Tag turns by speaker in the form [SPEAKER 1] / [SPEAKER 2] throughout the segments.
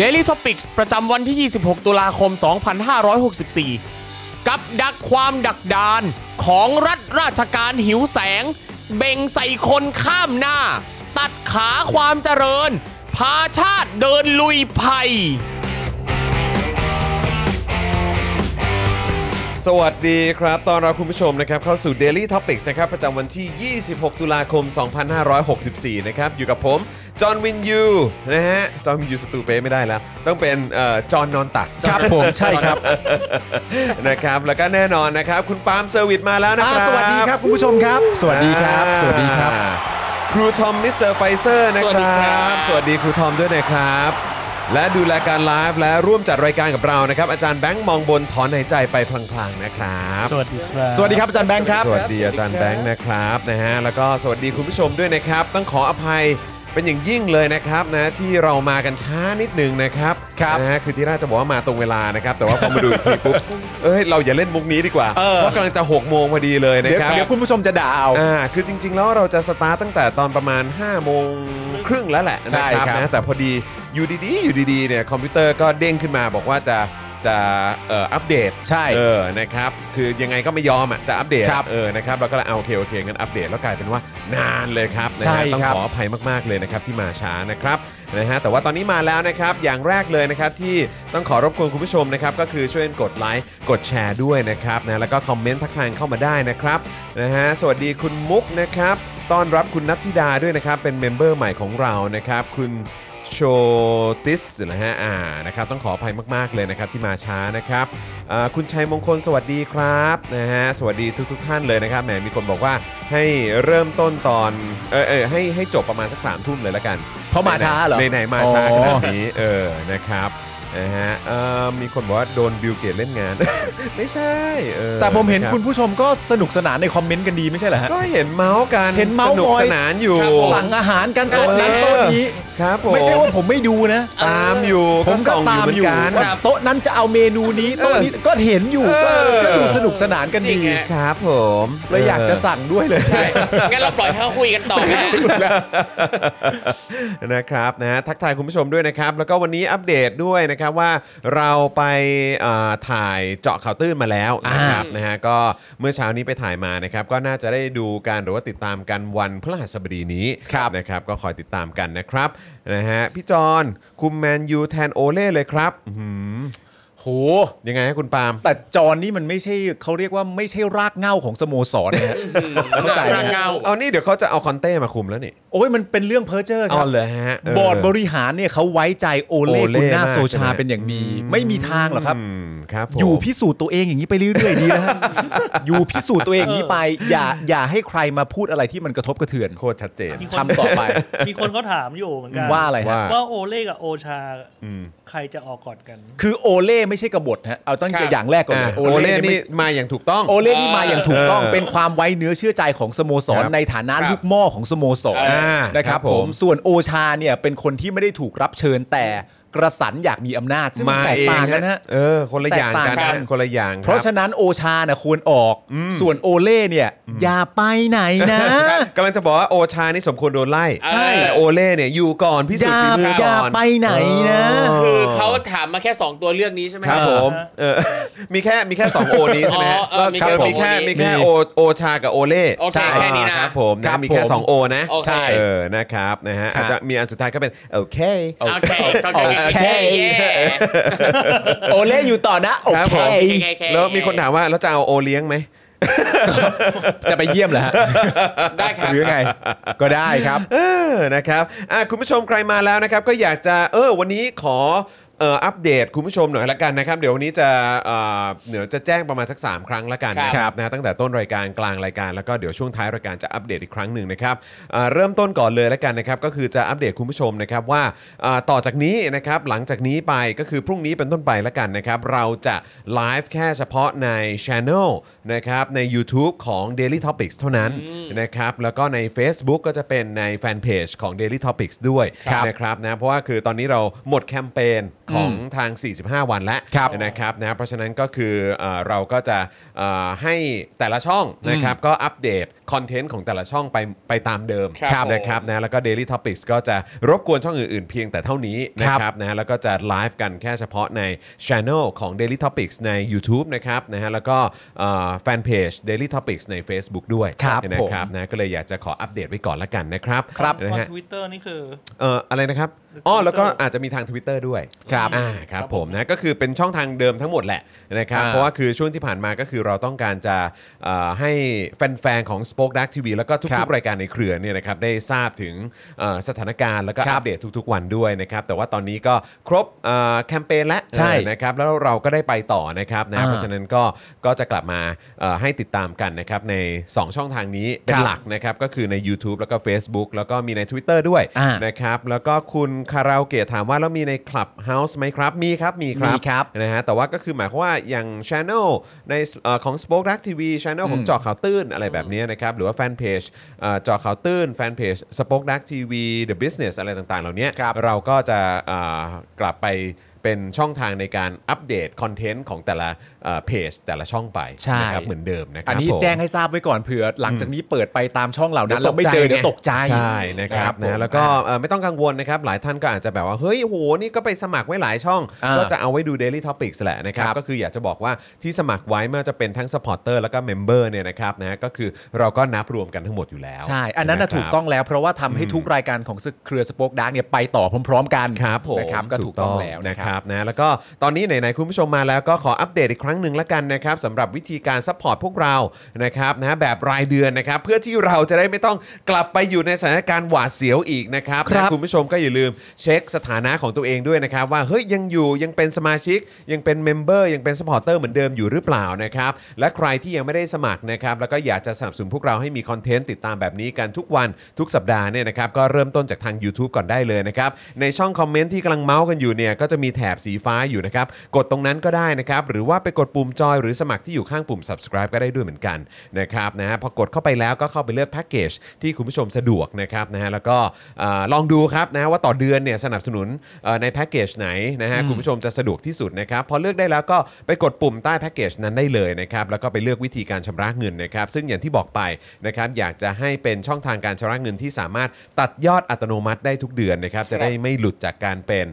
[SPEAKER 1] Daily Topics ประจำวันที่ 26 ตุลาคม 2564 กับดักความดักดานของรัฐราชการหิวแสง เบ่งใส่คนข้ามหน้า ตัดขาความเจริญ พาชาติเดินลุยภัย
[SPEAKER 2] สวัสดีครับ ตอนรับคุณผู้ชมนะครับเข้าสู่ Daily Topics นะครับประจำวันที่ 26 ตุลาคม 2564 นะครับ อยู่กับผม จอห์นวินยูนะฮะ จอห์นวินยูสตูเป้ไม่ได้แล้ว ต้องเป็นเอ่อจอห์นนอนตัก
[SPEAKER 3] ครับผมใช่ครับ
[SPEAKER 2] นะครับ แล้วก็แน่นอนนะครับ คุณปาล์มเซอร์วิสมาแล้วนะ
[SPEAKER 3] อ่า
[SPEAKER 2] ครับ
[SPEAKER 3] สวัสดีครับคุณผู้ชมครับ สวัสดีครับ สวัสดีครับ
[SPEAKER 2] อ่าครูทอมมิสเตอร์ไฟเซอร์นะ
[SPEAKER 1] สวั
[SPEAKER 2] ค
[SPEAKER 1] สดีค
[SPEAKER 2] รั
[SPEAKER 1] รับ บ
[SPEAKER 2] สวัสดีครูทอมด้วยนะครับ และดูแลการไลฟ์และร่วมจัดรายการกับเรานะครับ อาจารย์แบงค์มองบนถอนหายใจไปพลางๆนะครับ
[SPEAKER 4] สวัสดีครับ
[SPEAKER 3] สวัสดีครับอาจารย์แบงค์ครับ
[SPEAKER 2] สวัสดีอาจารย์แบงค์นะครับนะฮะแล้วก็สวัสดีคุณผู้ชมด้วยนะครับ ต้องขออภัยเป็นอย่างยิ่งเลยนะครับนะที่เรามากันช้านิดหนึงนะครับ
[SPEAKER 3] ครับ
[SPEAKER 2] นะฮะคือที่น่าจะบอกว่ามาตรงเวลานะครับแต่ว่าพอมาดูอีกที ปุ๊บเอ้ยเราอย่าเล่นมุกนี้ดีกว่า
[SPEAKER 3] เออ
[SPEAKER 2] ราะกำลังจะ6กโมงพอดีเลยนะ
[SPEAKER 3] เดี๋ยว
[SPEAKER 2] ครับ
[SPEAKER 3] เดี๋ยวคุณผู้ชมจะด่าเอา
[SPEAKER 2] อ่าคือจริง ๆ แล้วเราจะสตาร์ตตั้งแต่ตอนประมาณ5้าโมงครึ่งแล้วแหละ
[SPEAKER 3] ใช่
[SPEAKER 2] นะครับ นะแต่พอดีอยู่ดีๆอยู่ดีๆเนี่ยคอมพิวเตอร์ก็เด้งขึ้นมาบอกว่าจะจะเอ่ออัปเดต
[SPEAKER 3] ใช่
[SPEAKER 2] เออนะครับคือยังไงก็ไม่ยอมอ่ะจะอัปเดต
[SPEAKER 3] ครับ
[SPEAKER 2] เออนะครับเราก็เลยเอาโอเคโอเคงั้นอัปเดตแล้วกลายเป็นว่านานเลยครับนะฮะ
[SPEAKER 3] ใช่
[SPEAKER 2] ต้อง
[SPEAKER 3] ครับ
[SPEAKER 2] ขออภัยมากๆเลยนะครับที่มาช้านะครับนะฮะแต่ว่าตอนนี้มาแล้วนะครับอย่างแรกเลยนะครับที่ต้องขอรบกวนคุณผู้ชมนะครับก็คือช่วยกดไลค์กดแชร์ด้วยนะครับนะแล้วก็คอมเมนต์ทักทายเข้ามาได้นะครับ นะฮะสวัสดีคุณมุกนะครับต้อนรับคุณนัทธิดาด้วยนะครับ เป็นเมมเบอร์ใหม่ของเรานะครับ คุณโชติสนะฮะอ่านะครับต้องขออภัยมาก ๆ เลยนะครับที่มาช้านะครับอ่าคุณชัยมงคลสวัสดีครับนะฮะสวัสดีทุก ๆ ท่านเลยนะครับแหมมีคนบอกว่าให้เริ่มต้นตอนเออเออให้ให้จบประมาณสักสามทุ่มเลยละกัน
[SPEAKER 3] เพราะมาช้าเหรอ
[SPEAKER 2] ในไหนๆมาช้าขนา
[SPEAKER 3] อ๋
[SPEAKER 2] ด
[SPEAKER 3] อ
[SPEAKER 2] นี้เออนะครับนะฮะเอ่อมีคนบอกว่าโดนบิลเกตเล่นงาน ไม่ใช่เออ
[SPEAKER 3] แต่ผมเห็น
[SPEAKER 2] รับ
[SPEAKER 3] คุณผู้ชมก็สนุกสนานในคอมเมนต์กันดีไม่ใช่เหรอฮะ
[SPEAKER 2] ก็เห็นเมาส์กัน
[SPEAKER 3] เห็นเมาส์
[SPEAKER 2] สนุก
[SPEAKER 3] มอ
[SPEAKER 2] ส
[SPEAKER 3] ย
[SPEAKER 2] นานอยู่
[SPEAKER 3] สั่งอาหารกันโต๊ะนั้น
[SPEAKER 2] เออ
[SPEAKER 3] โต๊ะนี้
[SPEAKER 2] ครับผม
[SPEAKER 3] ไม่ใช่ว่าผมไม่ดูนะ
[SPEAKER 2] ตามอยู่
[SPEAKER 3] ผมก็
[SPEAKER 2] ส่อง
[SPEAKER 3] ตาม
[SPEAKER 2] เหมืน
[SPEAKER 3] อยู่
[SPEAKER 2] กัน
[SPEAKER 3] ว่าโต๊ะนั้นจะเอาเมนูนี้โต๊ะนี้ก็เห็นอยู่
[SPEAKER 2] เอ
[SPEAKER 3] ก็
[SPEAKER 2] อ
[SPEAKER 3] ก็ดูสนุกสนานกัน
[SPEAKER 1] จริ
[SPEAKER 3] ดี
[SPEAKER 1] งไง
[SPEAKER 2] ครับผม
[SPEAKER 3] เลยอยากจะสั่งด้วยเลย
[SPEAKER 1] ใช่ งั้นเราปล่อยให้เขาคุยกันต่อนะ
[SPEAKER 2] นะครับนะฮะทักทายคุณผู้ชมด้วยนะครับ แล้วก็วันนี้อัปเดตด้วยนะครับว่าเราไปเอ่อถ่ายเจาะข่าวตื้นมาแล้วนะครับนะฮะก็เมื่อเช้านี้ไปถ่ายมานะครับ ก็น่าจะได้ดูกันหรือว่าติดตามกันวันพฤหัสบดีนี้นะครับ ก็คอยติดตามกันนะครับนะฮะพี่จอนคุมแมนยูแทนโอเล่เลยครับอื้อหือ
[SPEAKER 3] โห
[SPEAKER 2] ยังไงฮะคุณปาล์ม
[SPEAKER 3] แต่จอนนี่มันไม่ใช่เขาเรียกว่าไม่ใช่รากเหง้าของสโมสร นะฮะเข้าใจไหม
[SPEAKER 1] รากเหง้า
[SPEAKER 2] เอานี่เดี๋ยวเขาจะเอาคอนเต้มาคุมแล้วนี่
[SPEAKER 3] โอ้ยมันเป็นเรื่องเพ้อเจ้อ
[SPEAKER 2] อ๋
[SPEAKER 3] ครั
[SPEAKER 2] อบ เหรอฮะเ
[SPEAKER 3] บอร์ดบริหารเนี่ยเขาไว้ใจโอเล่
[SPEAKER 2] โอเล่
[SPEAKER 3] กุนน่าม
[SPEAKER 2] าก
[SPEAKER 3] โซชา
[SPEAKER 2] ใช่ไหม
[SPEAKER 3] เป็นอย่างดี ไม่มีทางหรอกครับ
[SPEAKER 2] อืมครับผม
[SPEAKER 3] อยู่พิสูจน์ตัวเองอย่างนี้ไปเรื่อยๆดีนะฮะ อยู่พิสูจน์ตัวเองอย่างนี้ไป อย่าอย่าให้ใครมาพูดอะไรที่มันกระทบกระเทือน
[SPEAKER 2] โคตรชัดเจน
[SPEAKER 4] มีคน
[SPEAKER 3] ทำต่อไป
[SPEAKER 4] มีคนเขาถามอยู่เหมือนกัน
[SPEAKER 3] ว่าอะไรฮะ
[SPEAKER 2] ว่า
[SPEAKER 4] ว่าโอเล่กับโอชา
[SPEAKER 2] อืม
[SPEAKER 4] ใครจะออกก่อนกัน
[SPEAKER 3] คือโอเล่ไม่ใช่กบฏฮะเอาตั้ง
[SPEAKER 1] ค
[SPEAKER 3] แต่
[SPEAKER 1] รับ
[SPEAKER 3] อย่างแรกก่อน
[SPEAKER 2] อ่ะ
[SPEAKER 3] เลย
[SPEAKER 2] โอเล่นี่
[SPEAKER 3] ไม่
[SPEAKER 2] มาอย่างถูกต้อง
[SPEAKER 3] โอเล่นี่มาอย่างถูกต้อง
[SPEAKER 2] เออ
[SPEAKER 3] เป็นความไว้เนื้อเชื่อใจของสโมสร
[SPEAKER 2] ครับ
[SPEAKER 3] ในฐานะครับ ลูกหม้อของสโมสร
[SPEAKER 2] อ่า
[SPEAKER 3] นะค
[SPEAKER 2] ค
[SPEAKER 3] รับ
[SPEAKER 2] รับผ
[SPEAKER 3] ผม มส่วนโอชาเนี่ยเป็นคนที่ไม่ได้ถูกรับเชิญแต่ กระสันอยากมีอำนาจซึ่งน
[SPEAKER 2] มา
[SPEAKER 3] แตก
[SPEAKER 2] เอง
[SPEAKER 3] ต่างกันนะ
[SPEAKER 2] นะ
[SPEAKER 3] ฮะ
[SPEAKER 2] เออ คนละอย่างกัน
[SPEAKER 3] แตกต่างกัน
[SPEAKER 2] คนละอย่าง
[SPEAKER 3] เพราะฉะนั้นโอชาน่ะควรออก ส่วนโอเล่เนี่ย อย่าไปไหนนะ
[SPEAKER 2] ครับกำลังจะบอกว่าโอชานี่สมควรโดนไล่
[SPEAKER 1] ใช่
[SPEAKER 2] แต่โอเล่เนี่ยอยู่ก่อนพิ
[SPEAKER 3] อ
[SPEAKER 2] สูจ
[SPEAKER 3] ย่า
[SPEAKER 2] น์ฝีมือ
[SPEAKER 3] อ
[SPEAKER 2] ก่
[SPEAKER 3] ย่า
[SPEAKER 2] อน
[SPEAKER 3] ไปไหนนะ
[SPEAKER 1] คือเขาถามมาแค่ 2 ตัวเลือกนี้ใช่ไหม
[SPEAKER 2] ครับ
[SPEAKER 1] บ
[SPEAKER 2] ผมเออ มีแค่มีแค่สองโอนี้ใช่ไหมฮะ
[SPEAKER 1] อ๋อเออมีแค่
[SPEAKER 2] รับ
[SPEAKER 1] สอง
[SPEAKER 2] มีแค่
[SPEAKER 1] โอนี้
[SPEAKER 2] มีแค่โอโอชากับโอเล่
[SPEAKER 1] โอเคแค่นี้นะ
[SPEAKER 2] รับผมนะ
[SPEAKER 3] ครับ
[SPEAKER 2] มีแค่
[SPEAKER 3] ผม
[SPEAKER 2] สองโอนะ
[SPEAKER 1] โอเค
[SPEAKER 2] เออนะครับนะฮะ
[SPEAKER 3] ครับ
[SPEAKER 2] อาจจะมีอันสุดท้ายก็เป็นโอเค
[SPEAKER 1] โอเคโอเคโอเคเย้
[SPEAKER 3] โอเล่อยู่ต่อนะ โอ
[SPEAKER 2] ครับผ
[SPEAKER 3] เค
[SPEAKER 2] ม
[SPEAKER 1] โอเคโอเค
[SPEAKER 2] แล้วมีคนถามว่าแล้วจะเอาโอเลี้ยงไหม
[SPEAKER 3] จะไปเยี่ยมเหรอฮะ
[SPEAKER 1] ได้ครับ
[SPEAKER 3] หรือไง ก็ได้ครับ
[SPEAKER 2] เออ นะครับอ่ะคุณผู้ชมใครมาแล้วนะครับ ก็อยากจะ เออ วันนี้ขอ เอ่อ อัปเดตคุณผู้ชมหน่อยละกันนะครับ เดี๋ยววันนี้จะ เอ่อ เดี๋ยวจะแจ้งประมาณสัก 3 ครั้งละกันนะค
[SPEAKER 1] ครั
[SPEAKER 2] รับบ นะ ตั้งแต่ต้นรายการกลางรายการ แล้วก็เดี๋ยวช่วงท้ายรายการจะอัปเดตอีกครั้งหนึ่งนะครับอ่าเริ่มต้นก่อนเลยละกันนะครับ ก็คือจะอัปเดตคุณผู้ชมนะครับว่าอ่าต่อจากนี้นะครับ หลังจากนี้ไปก็คือพรุ่งนี้เป็นต้นไปละกันนะครับ เราจะไลฟ์แค่เฉพาะใน Channel นะครับ ใน YouTube ของ Daily Topics เท่านั้น นะครับแล้วก็ใน Facebook ก็จะเป็นในแฟนเพจของ Daily Topics ด้วยนะครับนะเพราะว่าคือตอนนี้เราหมดแคมเปญของทาง 45 วันแล้วนะครับนะเพราะฉะนั้นก็คือเอ่อเราก็จะเอ่อให้แต่ละช่องนะครับก็อัปเดตคอนเทนต์ของแต่ละช่องไปไปตามเดิม
[SPEAKER 1] ครับผม
[SPEAKER 2] นะครับนะแล้วก็ Daily Topics ก็จะรบกวนช่องอื่นๆเพียงแต่เท่านี้นะครับนะแล้วก็จะไลฟ์กันแค่เฉพาะใน Channel ของ Daily Topics ใน YouTube นะครับนะฮะแล้วก็แฟนเพจ Daily Topics ใน Facebook ด้วย
[SPEAKER 3] ครับ
[SPEAKER 2] นะ
[SPEAKER 3] ผม
[SPEAKER 2] ครับนะก็เลยอยากจะขออัปเดตไว้ก่อนละกันนะครับนะ
[SPEAKER 4] ว่า
[SPEAKER 2] ฮะ
[SPEAKER 4] ทวิตเตอร์นี่คือ
[SPEAKER 2] เอ่ออะไรนะครับอ๋อแล้วก็อาจจะมีทาง Twitter ด้วย
[SPEAKER 3] ครับ
[SPEAKER 2] อ่าครับผมนะก็คือเป็นช่องทางเดิมทั้งหมดแหละนะครับ
[SPEAKER 3] อ่า
[SPEAKER 2] เพราะว่าคือช่วงที่ผ่านมาก็คือเราต้องการจะเอ่อให้แฟน ๆ ของ Spoke Dark TV แล้วก็
[SPEAKER 3] ครั
[SPEAKER 2] ทุก
[SPEAKER 3] บ
[SPEAKER 2] ๆ รายการในเครือเนี่ยนะครับได้ทราบถึงเอ่อสถานการณ์แล้วก็
[SPEAKER 3] ครั
[SPEAKER 2] อั
[SPEAKER 3] บ
[SPEAKER 2] ปเดตทุกๆ วันด้วยนะครับแต่ว่าตอนนี้ก็ครบเอ่อแคมเปญแล้ว
[SPEAKER 3] ใช่
[SPEAKER 2] เออนะครับแล้วเราก็ได้ไปต่อนะครับนะ
[SPEAKER 3] อ่า
[SPEAKER 2] เพราะฉะนั้นก็ก็จะกลับมาเอ่อให้ติดตามกันนะครับในสองช่องทางนี้เป็น
[SPEAKER 3] ครับ
[SPEAKER 2] หลักนะครับก็คือใน YouTube แล้วก็ Facebook แล้วก็มีใน Twitter ด้วย
[SPEAKER 3] อ่า
[SPEAKER 2] นะ นะครับแล้วก็คุณคาราโอเกะถามว่า แล้วมีใน Clubhouse ไหมครับ มีครับ มีครับ
[SPEAKER 3] มีครับ
[SPEAKER 2] นะฮะแต่ว่าก็คือหมายความว่าอย่าง Channel ในเอ่อของ Spoke Dark TV Channel ของเจอข่าวตื้นอะไรแบบเนี้ยนะครับ หรือว่าแฟนเพจเอ่อเจอข่าวตื้นแฟนเพจ Spoke Dark TV The Business อะไรต่างๆ เหล่าเนี้ย
[SPEAKER 3] ครับ
[SPEAKER 2] เราก็จะเอ่อกลับไปเป็นช่องทางในการอัปเดตคอนเทนต์ของแต่ละเอ่อเพจแต่ละช่องไป
[SPEAKER 3] ใช่
[SPEAKER 2] นะครับเหมือนเดิมนะครับ
[SPEAKER 3] อันนี้
[SPEAKER 2] ผม
[SPEAKER 3] แจ้งให้ทราบไว้ก่อนเผื่อ หลังจากนี้เปิดไปตามช่องเหล่านั้น
[SPEAKER 2] ดี๋
[SPEAKER 3] เรา
[SPEAKER 2] ยว
[SPEAKER 3] ไม่เจอเดี๋ยวตกใจ
[SPEAKER 2] ใช่นะครับนะแล้วก็เอ่อไม่ต้องกังวลนะครับ หลายท่านก็อาจจะแบบว่า เฮ้ยโหนี่ก็ไปสมัครไว้หลายช่อง
[SPEAKER 3] อ่า
[SPEAKER 2] ก็จะเอาไว้ดู Daily Topics แหละนะครับ
[SPEAKER 3] ครับ
[SPEAKER 2] ก็คืออยากจะบอกว่าที่สมัครไว้ไม่ว่าจะเป็นทั้งสปอร์เตอร์แล้วก็เมมเบอร์เนี่ยนะครับนะก็คือเราก็นับรวมกันทั้งหมดอยู่แล้ว
[SPEAKER 3] ใช่ อันนั้น
[SPEAKER 2] ะ
[SPEAKER 3] นะ
[SPEAKER 2] ครับ
[SPEAKER 3] ถูกต้องแล้ว เพราะว่าทำให้ทุกรายการของเครือสป็อคดักเนี่ยไปต่อพร้อม ๆ กัน
[SPEAKER 2] ครับผม
[SPEAKER 3] นะครับก็ถูกต้องแล้ว
[SPEAKER 2] นะ
[SPEAKER 3] นะ
[SPEAKER 2] ค
[SPEAKER 3] ค
[SPEAKER 2] รั
[SPEAKER 3] รั
[SPEAKER 2] บบ นะแล้วก็ตอนนี้ไหนๆคุณผู้ชมมาแล้วก็ขออัปเดตอีกครั้งหนึ่งละกันนะครับสำหรับวิธีการซัพพอร์ตพวกเรานะครับนะแบบรายเดือนนะครับ เพื่อที่เราจะได้ไม่ต้องกลับไปอยู่ในสถานการณ์หวาดเสียวอีกนะครับ
[SPEAKER 3] ครับ
[SPEAKER 2] นะคุณผู้ชมก็อย่าลืมเช็คสถานะของตัวเองด้วยนะครับ ว่าเฮ้ยยังอยู่ยังเป็นสมาชิก ยังเป็นเมมเบอร์ยังเป็นสปอร์เตอร์เหมือนเดิมอยู่หรือเปล่านะครับและใครที่ยังไม่ได้สมัครนะครับแล้วก็อยากจะสนับสนุนพวกเราให้มีคอนเทนต์ติดตามแบบนี้กันทุกวันทุกสัปดาห์เนี่ยนะครับก็เริ่มต้นจากทาง YouTube ก่อนได้เลยนะครับ ในช่องคอมเมนต์ที่กำลังเมาส์กันอยู่เนี่ยก็จะมีแถบสีฟ้าอยู่นะครับ กดตรงนั้นก็ได้นะครับ หรือว่าไปกดปุ่มจอยหรือสมัครที่อยู่ข้างปุ่ม subscribe ก็ได้ด้วยเหมือนกันนะครับนะฮะพอกดเข้าไปแล้วก็เข้าไปเลือกแพ็กเกจที่คุณผู้ชมสะดวกนะครับนะฮะแล้วก็เอ่อลองดูครับนะฮะว่าต่อเดือนเนี่ยสนับสนุนเอ่อในแพ็กเกจไหนนะฮะคุณผู้ชมจะสะดวกที่สุดนะครับพอเลือกได้แล้วก็ไปกดปุ่มใต้แพ็กเกจนั้นได้เลยนะครับแล้วก็ไปเลือกวิธีการชำระเงินนะครับ ซึ่งอย่างที่บอกไปนะครับอยากจะให้เป็นช่องทางการชำระเงินที่สามารถตัดยอดอัตโนมัติได้ทุกเดือนนะครับจะได้ ให้ไม่หลุดจากการเป็น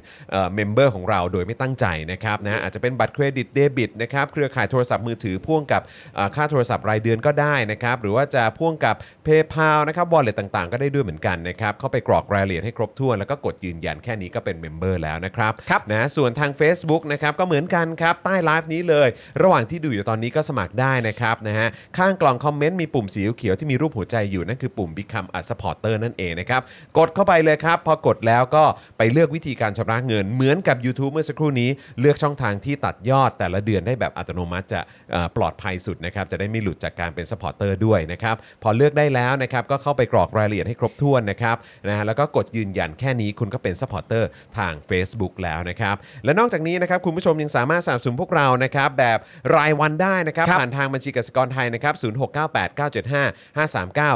[SPEAKER 2] เมมเบอร์ของเราโดยไม่ตั้งใจนะครับนะอาจจะเป็นบัตรเครดิตเดบิตนะครับเครือข่ายโทรศัพท์มือถือพ่วงกับเอ่อค่าโทรศัพท์รายเดือนก็ได้นะครับหรือว่าจะพ่วงกับ PayPal นะครับวอลเล็ตต่างๆ ก็ได้ด้วยเหมือนกันนะครับเข้าไปกรอกรายละเอียดให้ครบถ้วน แล้วก็กดยืนยันแค่นี้ก็เป็นเมมเบอร์แล้วนะครับ
[SPEAKER 3] ครับ
[SPEAKER 2] นะส่วนทาง Facebook นะครับก็เหมือนกันครับใต้ไลฟ์นี้เลย ระหว่างที่ดูอยู่ตอนนี้ก็สมัครได้นะครับนะฮะข้างกล่องคอมเมนต์มีปุ่มสีเขียวที่มีรูปหัวใจอยู่นั่นคือปุ่ม Become a supporter นั่นเองนะครับกดเข้าไปเลยครับพอกดแล้วก็ ไปเลือกวิธีการชำระเงินเหมือนกับ YouTube เมื่อสักครู่นี้เลือกช่องทางที่ตัดยอดแต่ละเดือนได้แบบอัตโนมัติจะเอ่อปลอดภัยสุดนะครับ จะได้ไม่หลุดจากการเป็นสปอร์เตอร์ด้วยนะครับ พอเลือกได้แล้วนะครับ ก็เข้าไปกรอกรายละเอียดให้ครบถ้วนนะครับนะฮะแล้วก็กดยืนยันแค่นี้คุณก็เป็นสปอร์เตอร์ทาง Facebook แล้วนะครับ และนอกจากนี้นะครับคุณผู้ชมยังสามารถสนับสนุนพวกเรานะครับแบบรายวันได้นะครับ ผ่านทางบัญชีกสิกรไทยนะครับ0698975539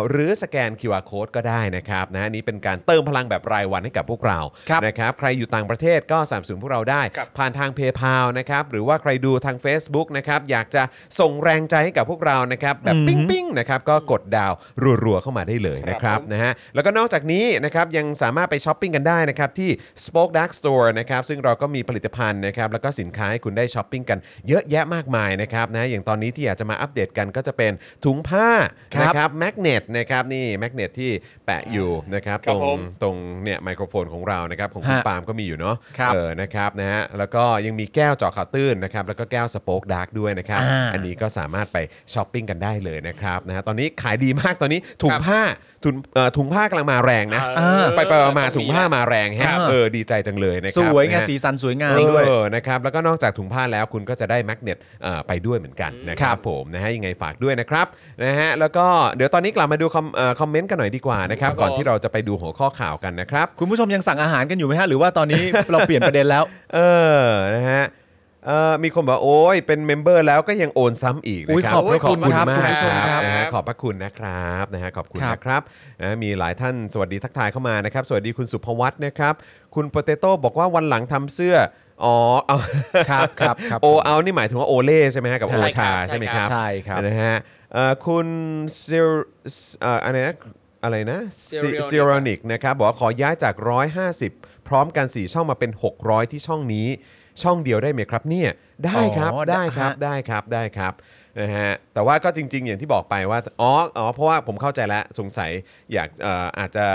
[SPEAKER 2] หรือสแกน QR Code ก็ได้นะครับนะฮะนี่เป็นการเติมพลังแบบรายวันให้กับพวกเรา
[SPEAKER 3] ครับ
[SPEAKER 2] นะครับใครอยู่ต่างประเทศก็สนับสนุนพวกเราได้ ผ่านทางเพย์พานะครับหรือว่าใครดูทาง Facebook นะครับอยากจะส่งแรงใจให้กับพวกเรานะครับแบบปิ้งปิ้งๆนะครับก็กดดาวรัวๆเข้ามาได้เลยนะครับนะฮะแล้วก็นอกจากนี้นะครับยังสามารถไปช้อปปิ้งกันได้นะครับที่ Spoke Dark Store นะครับซึ่งเราก็มีผลิตภัณฑ์นะครับแล้วก็สินค้าให้คุณได้ช้อปปิ้งกันเยอะแยะมากมายนะครับนะอย่างตอนนี้ที่อยากจะมาอัปเดตกันก็จะเป็นถุงผ้า
[SPEAKER 3] ครับ
[SPEAKER 2] นะครับแมกเนตนะครับนี่แมกเนตที่แปะอยู่นะครับ
[SPEAKER 5] ค
[SPEAKER 2] ต
[SPEAKER 5] รั
[SPEAKER 2] ร
[SPEAKER 5] บ
[SPEAKER 2] ง
[SPEAKER 5] ผม
[SPEAKER 2] ตรงเนี่ยไมโครโฟนของเรานะครับของคุณ
[SPEAKER 3] ฮะ
[SPEAKER 2] ปาล์มก็มีอยู่เนาะ
[SPEAKER 3] ครับ
[SPEAKER 2] เออ นะครับ นะฮะ แล้วก็ยังมีแก้วเจาะข่าวตื้นนะครับ แล้วก็แก้วสโป๊กดาร์กด้วยนะครับ
[SPEAKER 3] อ่า
[SPEAKER 2] อันนี้ก็สามารถไปช้อปปิ้งกันได้เลยนะครับ นะฮะ ตอนนี้ขายดีมาก ตอนนี้ถุงผ้า ถุงเอ่อถุงผ้ากำลังมาแรงนะ
[SPEAKER 5] เออ
[SPEAKER 2] ไปไปมาๆถุงผ้ามาแรง
[SPEAKER 3] ครั
[SPEAKER 2] ฮะ
[SPEAKER 3] บ
[SPEAKER 2] เออ ดีใจจังเลยนะค
[SPEAKER 3] ส
[SPEAKER 2] รับ
[SPEAKER 3] วยไง
[SPEAKER 2] นะฮะ
[SPEAKER 3] สีสันสวยงามด้วย
[SPEAKER 2] เออนะครับ แล้วก็นอกจากถุงผ้าแล้วคุณก็จะได้แมกเนตเอ่อไปด้วยเหมือนกันนะค
[SPEAKER 3] ครั
[SPEAKER 2] รับบ ผมนะฮะยังไงฝากด้วยนะครับนะฮะแล้วก็เดี๋ยวตอนนี้กลับมาดูคอมเอ่อคอมเมนต์กันหน่อยดีกว่านะครับ
[SPEAKER 5] ครับ
[SPEAKER 2] ก่อนที่เราจะไปดูหัวข้อข่าวกันนะครับ
[SPEAKER 3] คุณผู้ชมยังสั่งอาหารกันอยู่ไหมฮะ หรือว่าตอนนี้ เราเปลี่ยนประเด็นแล้ว
[SPEAKER 2] เออ นะฮะ เออมีคนบอกโอ้ย เป็นเมมเบอร์แล้วก็ยังโอนซ้ำอีกนะ
[SPEAKER 3] อุ๊ย
[SPEAKER 2] ครับ
[SPEAKER 3] ขอบพระคุณ
[SPEAKER 2] โย
[SPEAKER 3] ครับ
[SPEAKER 2] มาก
[SPEAKER 3] คุณผู้ชมครับ
[SPEAKER 2] นะฮะขอบพระคุณนะครับนะฮะขอบคุณ
[SPEAKER 3] ครับ
[SPEAKER 2] นะครับนะมีหลายท่านสวัสดีทักทายเข้ามานะครับ สวัสดีคุณสุภวัฒน์นะครับ คุณโปเตโต้บอกว่าวันหลังทำเสื้อ อ๋อเอา
[SPEAKER 3] ครับครับครับ
[SPEAKER 2] โอเอานี่หมายถึงว่าโอเล่ใช่ไหมฮะกับโอ
[SPEAKER 3] ใช่
[SPEAKER 2] ชา
[SPEAKER 5] ครับ
[SPEAKER 2] ใช่ไหมครับ
[SPEAKER 3] ใช่ครับ
[SPEAKER 2] นะฮะเอ่อคุณซิลเอ่ออะไรนะอะไรนะ
[SPEAKER 5] Serial
[SPEAKER 2] ซิโรนิกนะครับบอกว่าขอย้ายจาก 150 พร้อมกัน 4 ช่องมาเป็น 600 ที่ช่องนี้ ช่องเดียวได้ไหมครับเนี่ยได้ครับ
[SPEAKER 3] อ๋อ
[SPEAKER 2] ได้ครับ
[SPEAKER 3] ฮะ
[SPEAKER 2] ได้ครับได้ครับนะฮะแต่ว่าก็จริง ๆ อย่างที่บอกไปว่าอ๋ออ๋อเพราะว่าผมเข้าใจแล้วสงสัยอยากเอ่ออาจจะ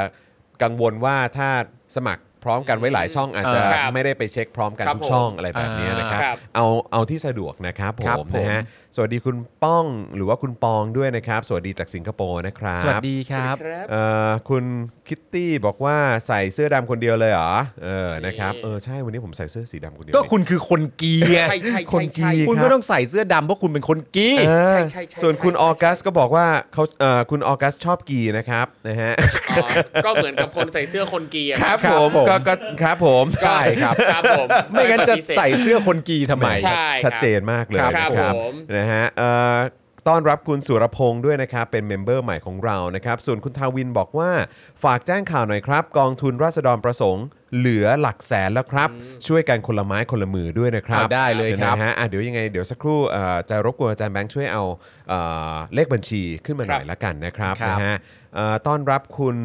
[SPEAKER 2] กังวลว่าถ้าสมัครพร้อมกันไว้หลายช่องอาจจะ
[SPEAKER 5] ครับ
[SPEAKER 2] ไม่ได้ไปเช็คพร้อมกัน
[SPEAKER 5] ครับ
[SPEAKER 2] ทุก
[SPEAKER 5] ผม
[SPEAKER 2] ช่องอะไรแบบนี้นะครับ
[SPEAKER 5] ครับ
[SPEAKER 2] เอาเอาที่สะดวกนะครับผ
[SPEAKER 3] ครับ
[SPEAKER 2] มนะฮะ
[SPEAKER 3] ผม
[SPEAKER 2] สวัสดีคุณป้องหรือว่าคุณปองด้วยนะครับ สวัสดีจากสิงคโปร์นะครับ
[SPEAKER 3] สวัสดีครับ
[SPEAKER 2] เอ่อคุณคิตตี้บอกว่าใส่เสื้อดำคนเดียวเลยเหรอเออนะครับเออใช่วันนี้ผมใส่เสื้อสีดำคนเดียว
[SPEAKER 3] ก็คุณคือคนกีไง
[SPEAKER 5] ใช่ใช่ใช่
[SPEAKER 2] คนจี
[SPEAKER 5] ใช่
[SPEAKER 2] รับ
[SPEAKER 3] คุณก็ต้องใส่เสื้อดำเพราะคุณเป็นคนกี
[SPEAKER 2] เออ
[SPEAKER 5] ใช่ใช่ใช่
[SPEAKER 2] ส่วนคุณ
[SPEAKER 5] ใช่
[SPEAKER 2] อ
[SPEAKER 5] ใช่
[SPEAKER 2] อกัสก็บอกว่าเขาเอ่อคุณออกัสชอบกีนะครับนะฮะ
[SPEAKER 5] อ๋อก็เหมือนกับคนใส่เสื้อคนเกียร์
[SPEAKER 2] ครับ
[SPEAKER 3] ครั
[SPEAKER 2] ผ
[SPEAKER 3] บ
[SPEAKER 2] ม
[SPEAKER 3] ผม
[SPEAKER 2] ก็ก็ครับผม
[SPEAKER 5] ก็
[SPEAKER 2] ใช่ครับ
[SPEAKER 5] ครับผม
[SPEAKER 3] ไม่งั้นจะใส่เสื้อคนกีทำไม
[SPEAKER 5] ใช่
[SPEAKER 2] ชัดเจนมากเลย
[SPEAKER 5] ครับ
[SPEAKER 2] นะครับ
[SPEAKER 5] ผม
[SPEAKER 2] นะฮะเอ่อต้อนรับคุณสุรพงษ์ด้วยนะครับ เป็นเมมเบอร์ใหม่ของเรานะครับ ส่วนคุณทาวินบอกว่าฝากแจ้งข่าวหน่อยครับ กองทุนราษฎรประสงค์ เหลือหลักแสนแล้วครับ ช่วยกันคนละไม้คนละมือด้วยนะครับ
[SPEAKER 3] เอาได้เลยครับ
[SPEAKER 2] นะฮะอ่ะเดี๋ยวยังไงเดี๋ยวสักครู่เอ่อจะรบกวนอาจารย์แบงค์ช่วยเอาเอ่อเลขบัญชีขึ้นมาหน่อยละกันนะครับ
[SPEAKER 3] ครับ
[SPEAKER 2] นะฮะเอ่อต้อนรับคุณ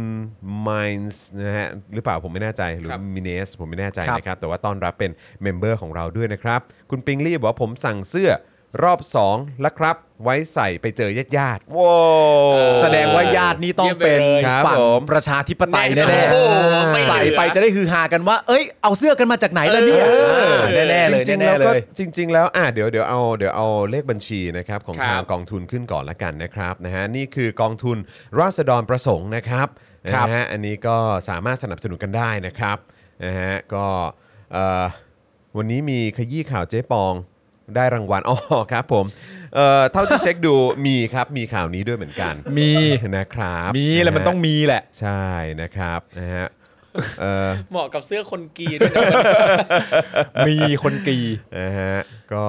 [SPEAKER 2] Minds นะฮะหรือเปล่าผมไม่แน่ใจหรือ
[SPEAKER 5] ครับ
[SPEAKER 2] มิเนสผมไม่แน่ใจ
[SPEAKER 3] ครับ
[SPEAKER 2] นะครับ แต่ว่าต้อนรับเป็นเมมเบอร์ของเราด้วยนะครับ คุณปิงลี่บอกว่าผมสั่งเสื้อรอบ 2 แล้วครับ ไว้ใส่ไปเจอญาติญาติๆว้าว
[SPEAKER 3] แสดงว่าญาตินี่ต้อง
[SPEAKER 5] เยี่ยมไป
[SPEAKER 3] เป็น
[SPEAKER 5] เลย
[SPEAKER 2] ครับ
[SPEAKER 3] ฝั่ง
[SPEAKER 2] ผม
[SPEAKER 3] ประชาธิปไตย
[SPEAKER 5] แน่นอน
[SPEAKER 3] แน่
[SPEAKER 5] โอ้โหไม่
[SPEAKER 3] ๆ
[SPEAKER 5] เหลือ
[SPEAKER 3] ใส่ไปจะได้ฮือฮากันว่า เอ้ยเอาเสื้อกันมาจากไหนล่ะเนี่ยแน่ๆเลย
[SPEAKER 2] จริงๆ
[SPEAKER 3] แน่
[SPEAKER 2] แล้ว
[SPEAKER 3] ๆเล
[SPEAKER 2] ก็
[SPEAKER 3] ย
[SPEAKER 2] จริง ๆ แล้วอ่ะเดี๋ยวเดี๋ยวเอาเดี๋ยวเอาเลขบัญชีนะครับของ
[SPEAKER 5] ครับ
[SPEAKER 2] ทางกองทุนขึ้นก่อนละกันนะครับนะฮะนี่คือกองทุนราษฎรประสงค์นะครับ
[SPEAKER 3] ครับ
[SPEAKER 2] นะฮะอันนี้ก็สามารถสนับสนุนกันได้นะครับนะฮะก็เอ่อวันนี้มีขยี้ข่าวเจ๊ปองได้รางวัล อ๋อครับผมเอ่อเท่าที่เช็คดู มีครับมีข่าวนี้ด้วยเหมือนกัน
[SPEAKER 3] มี
[SPEAKER 2] นะครับ
[SPEAKER 3] มีแหล้วมันต้องมีแหละ
[SPEAKER 2] ใช่นะครับนะฮะเอ่อ
[SPEAKER 5] เหมาะกับเสื้อคนเกียร์ด้วยนะ
[SPEAKER 3] มีคนกี
[SPEAKER 2] นะฮะก็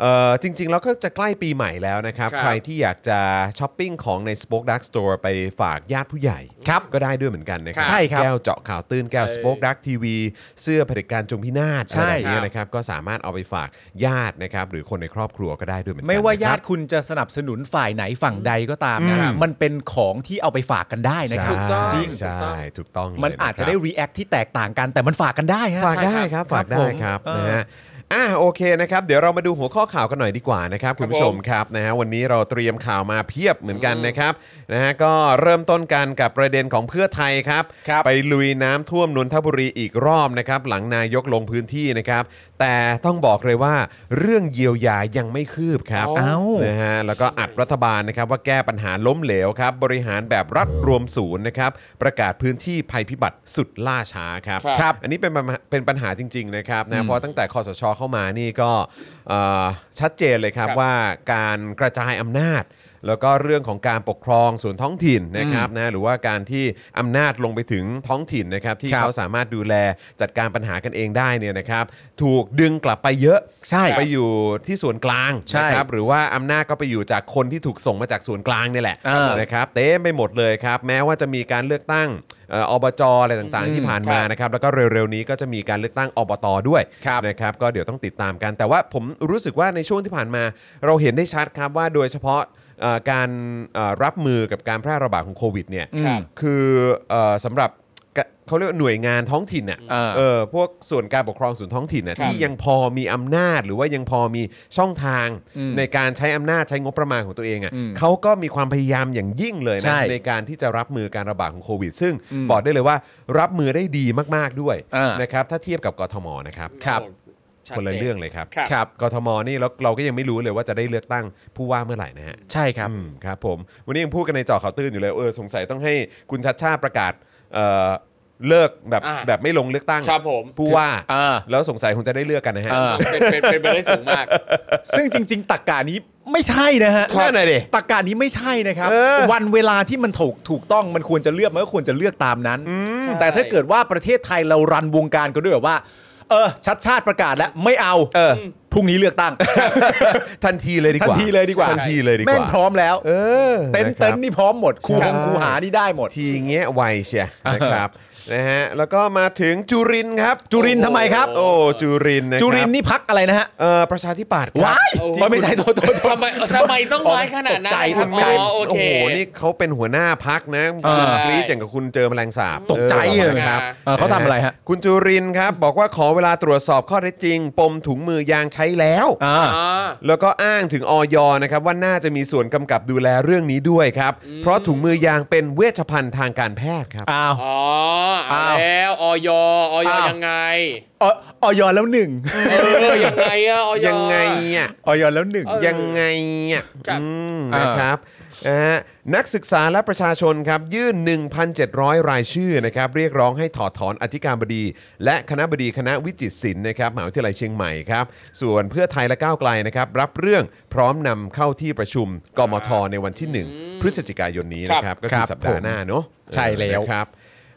[SPEAKER 2] เออจริงๆ แล้วก็จะใกล้ปีใหม่แล้วนะครับ
[SPEAKER 5] ครับ
[SPEAKER 2] ใครที่อยากจะช้อปปิ้งของใน Spoke Dark Store ไปฝากญาติผู้ใหญ่
[SPEAKER 3] ครับ
[SPEAKER 2] ก็ได้ด้วยเหมือนกันนะครั
[SPEAKER 3] ใช่ครับ
[SPEAKER 2] แก้วเจาะข่าวตื้นแก้ว
[SPEAKER 5] เออ
[SPEAKER 2] Spoke Dark TV เสื้อเผด็จการจงพินาศ
[SPEAKER 3] ใช่
[SPEAKER 2] อะไรแบบนี้นะครับ ก็สามารถเอาไปฝากญาตินะครับ หรือคนในครอบครัวก็ได้ด้วยเหมือนกัน
[SPEAKER 3] ไม่ว่า
[SPEAKER 2] นะครับ
[SPEAKER 3] ญาติคุณจะสนับสนุนฝ่ายไหนฝั่งใดก็ตามนะครับ มันเป็นของที่เอาไปฝากกันได้นะค
[SPEAKER 2] ใช่
[SPEAKER 3] รับ
[SPEAKER 5] ถูกต้อง
[SPEAKER 2] จริง
[SPEAKER 5] ถูกต้อง
[SPEAKER 2] ใช่ถูกต้องเลย
[SPEAKER 3] มันอาจจะ
[SPEAKER 2] น
[SPEAKER 3] ได้
[SPEAKER 2] ครับ
[SPEAKER 3] รีแอคที่แตกต่างกันแต่มันฝากกันได้ฮะ
[SPEAKER 2] ฝากได้ครับ
[SPEAKER 3] ครั
[SPEAKER 2] ฝา
[SPEAKER 3] บ
[SPEAKER 2] กได้
[SPEAKER 5] ผม
[SPEAKER 2] ครับ
[SPEAKER 3] เออ
[SPEAKER 2] นะฮะ อ่ะโอเคนะครับ เดี๋ยวเรามาดูหัวข้อข่าวกันหน่อยดีกว่านะครับคุณผู้ชมครับนะฮะวันนี้เราเตรียมข่าวมาเพียบเหมือนกันนะครับนะฮะก็เริ่มต้นกันกับประเด็นของเพื่อไทยครับ ไปลุยน้ำท่วมนนทบุรีอีกรอบนะครับ หลังนายกลงพื้นที่นะครับ แต่ต้องบอกเลยว่าเรื่องเยียวยายังไม่คืบครับ
[SPEAKER 5] อ๋อ
[SPEAKER 3] เอ้า
[SPEAKER 2] นะฮะแล้วก็อัดรัฐบาลนะครับว่าแก้ปัญหาล้มเหลวครับ บริหารแบบรัฐรวมศูนย์นะครับ ประกาศพื้นที่ภัยพิบัติสุดล่าช้าครับ
[SPEAKER 5] ครับ
[SPEAKER 2] อันนี้เป็นปัญหาเป็นปัญหาจริง ๆ นะครับนะเพราะตั้งแต่คอสชเข้ามานี่ก็เอ่อชัดเจนเลยครับว่าการกระจายอำนาจ แล้วก็เรื่องของการปกครองส่วนท้องถิ่นนะครับนะหรือว่าการที่อำนาจลงไปถึงท้องถิ่นนะครับ ที่เขาสามารถดูแลจัดการปัญหากันเองได้เนี่ยนะครับ ถูกดึงกลับไปเยอะ
[SPEAKER 3] ใช่
[SPEAKER 2] ไปอยู่ที่ส่วนกลาง
[SPEAKER 3] ใช่
[SPEAKER 2] นะครับ หรือว่าอำนาจก็ไปอยู่จากคนที่ถูกส่งมาจากส่วนกลางเนี่ยแหละ
[SPEAKER 3] เออ
[SPEAKER 2] นะครับเต็มไปหมดเลยครับ แม้ว่าจะมีการเลือกตั้งเอ่ออบจอะไรต่างๆ ที่ผ่านมานะครับแล้วก็เร็วๆนี้ก็จะมีการเลือกตั้งอบตด้วยนะครับก็เดี๋ยวต้องติดตามกัน แต่ว่าผมรู้สึกว่าในช่วงที่ผ่านมา เราเห็นได้ชัดครับว่าโดยเฉพาะเอ่อการเอ่อรับมือกับการแพร่ระบาดของโควิดเนี่ย
[SPEAKER 3] ครับ
[SPEAKER 2] คือเอ่อสำหรับกะเขาเรียกว่าหน่วยงานท้องถิ่นน่ะ
[SPEAKER 3] เออ
[SPEAKER 2] เออพวกส่วนการปกครองส่วนท้องถิ่นน่ะที่ยังพอมีอำนาจ หรือว่ายังพอมีช่องทาง
[SPEAKER 3] อืม
[SPEAKER 2] ในการใช้อำนาจใช้งบประมาณของตัวเองอ่ะ
[SPEAKER 3] อืม
[SPEAKER 2] เขาก็มีความพยายามอย่างยิ่งเลย
[SPEAKER 3] ใช่
[SPEAKER 2] นะในการที่จะรับมือการระบาดของโควิด ซึ่ง
[SPEAKER 3] อืม
[SPEAKER 2] บอกได้เลยว่ารับมือได้ดีมากๆด้วย
[SPEAKER 3] เออ
[SPEAKER 2] นะครับถ้าเทียบกับกทมนะครับ
[SPEAKER 5] ชัดจ
[SPEAKER 2] คนละเรื่องเลยครับ
[SPEAKER 5] ครับ
[SPEAKER 2] กทมนี่เราเราก็ยังไม่รู้เลยว่าจะได้เลือกตั้งผู้ว่าเมื่อไหร่นะฮะ
[SPEAKER 3] ใช่ครับ
[SPEAKER 2] อืมครับผมวันนี้ยังพูดกันในเจอข่าวตื้นอยู่เลยเออสงสัยต้องให้คุณชัดชาติประกาศเอ่อเลิกแบบ
[SPEAKER 5] อ่า
[SPEAKER 2] แบบไม่ลงเลือกตั้ง
[SPEAKER 5] ครับผม
[SPEAKER 2] ผู้ว่า
[SPEAKER 3] เออ
[SPEAKER 2] แล้วสงสัยคงจะได้เลือกกันนะฮะ
[SPEAKER 3] เออ
[SPEAKER 5] เป็นเป็นเป็นไปได้สูงมาก
[SPEAKER 3] ซึ่งจริง ๆตักกานี้ไม่ใช่นะฮะ
[SPEAKER 2] นั่นน่ะดิ
[SPEAKER 3] ตักกานี้ไม่ใช่นะครับ
[SPEAKER 2] เออ
[SPEAKER 3] วันเวลาที่มันถูกถูกต้องมันควรจะเลือกมันก็ควรจะเลือกตามนั้น
[SPEAKER 5] ใช่
[SPEAKER 3] แต่ถ้าเกิดว่าประเทศไทยเรารันวงการก็ด้วยแบบว่า เออ ชัดชาติประกาศแล้วไม่เอา
[SPEAKER 2] เออ
[SPEAKER 3] พรุ่งนี้เลือกตั้ง
[SPEAKER 2] ทันทีเลยดีก
[SPEAKER 3] ทัน
[SPEAKER 2] ว่า
[SPEAKER 3] ทีเลยดีกว่า
[SPEAKER 2] ทันทีเลยดีก
[SPEAKER 3] แม่ง
[SPEAKER 2] ว่า
[SPEAKER 3] พร้อมแล้ว
[SPEAKER 2] เออ
[SPEAKER 3] เต็นท์
[SPEAKER 2] ะค
[SPEAKER 3] เต็
[SPEAKER 2] รับ
[SPEAKER 3] นท์นี่พร้อมหมดคูหง
[SPEAKER 2] ใช่
[SPEAKER 3] คูหานี่ได้หมด
[SPEAKER 2] ทีเงี้ยไวเชีย นะครับนะฮะแล้วก็มาถึงจุรินทร์ครับ
[SPEAKER 3] จุรินทร์ทำไมครับ
[SPEAKER 2] โอ้จุรินทร์ะครับ
[SPEAKER 3] จุรินทร์นี่พักอะไรนะฮะ
[SPEAKER 2] เอ่อประชาธิปัตย์ครับ
[SPEAKER 3] ว้าย
[SPEAKER 5] โอ้
[SPEAKER 3] ไม่ใช่โทษโทษโทษ
[SPEAKER 5] ทำไมทำไมต้องไว้ขนาดนั้
[SPEAKER 3] ตก
[SPEAKER 5] น
[SPEAKER 3] ใจ
[SPEAKER 5] ครั
[SPEAKER 3] ต
[SPEAKER 5] บ
[SPEAKER 3] กใจ
[SPEAKER 5] อ๋อโอเค
[SPEAKER 2] โห นี่เขาเป็นหัวหน้าพักนะ
[SPEAKER 5] เออ
[SPEAKER 2] กรี๊ดอย่างกับคุณเจอแมลงสาบ
[SPEAKER 3] ตกใจ
[SPEAKER 2] อ
[SPEAKER 3] เล
[SPEAKER 2] อ
[SPEAKER 3] ย
[SPEAKER 5] ครับ
[SPEAKER 3] เออเขาทำอะไรฮะ
[SPEAKER 2] คุณจุรินทร์ครับ บอกว่าขอเวลาตรวจสอบข้อเท็จจริง ปมถุงมือยางใช้แล้ว
[SPEAKER 3] อ่า
[SPEAKER 5] อ่า
[SPEAKER 2] แล้วก็อ้างถึงออยนะครับว่าน่าจะมีส่วนกำกับดูแลเรื่องนี้ด้วยครับ เพราะถุงมือยางเป็นเวชภัณฑ์ทางการแพทย์ครับ
[SPEAKER 3] อ้าว
[SPEAKER 5] อ๋อ
[SPEAKER 3] อ้าว
[SPEAKER 5] แล้วออยออย
[SPEAKER 3] อ้าว
[SPEAKER 5] ยังไง
[SPEAKER 3] อออยแล้วหนึ่ง
[SPEAKER 5] เออ ยังไงอะออย
[SPEAKER 2] ยังไงอ่ะ
[SPEAKER 3] ออยแล้วหนึ่ง
[SPEAKER 5] เออ
[SPEAKER 2] ยังไงอ่ะ
[SPEAKER 5] ครับ
[SPEAKER 2] อืม
[SPEAKER 3] อ่าน
[SPEAKER 2] นะครับนะฮะนักศึกษาและประชาชนครับ ยื่น 1,700 รายชื่อนะครับ เรียกร้องให้ถอดถอนอธิการบดี และคณะบดีคณะวิจิตรศิลป์นะครับมหาวิทยาลัยเชียงใหม่ครับ ส่วนเพื่อไทยและก้าวไกลนะครับ รับเรื่องพร้อมนำเข้าที่ประชุมกมทในวันที่ 1 พฤศจิกายนนี้นะครับ ก็
[SPEAKER 3] ค
[SPEAKER 2] คื
[SPEAKER 3] รั
[SPEAKER 2] อบ สัปดาห์หน้าเนอะ
[SPEAKER 3] ใช่แล้ว
[SPEAKER 2] เออนะครับ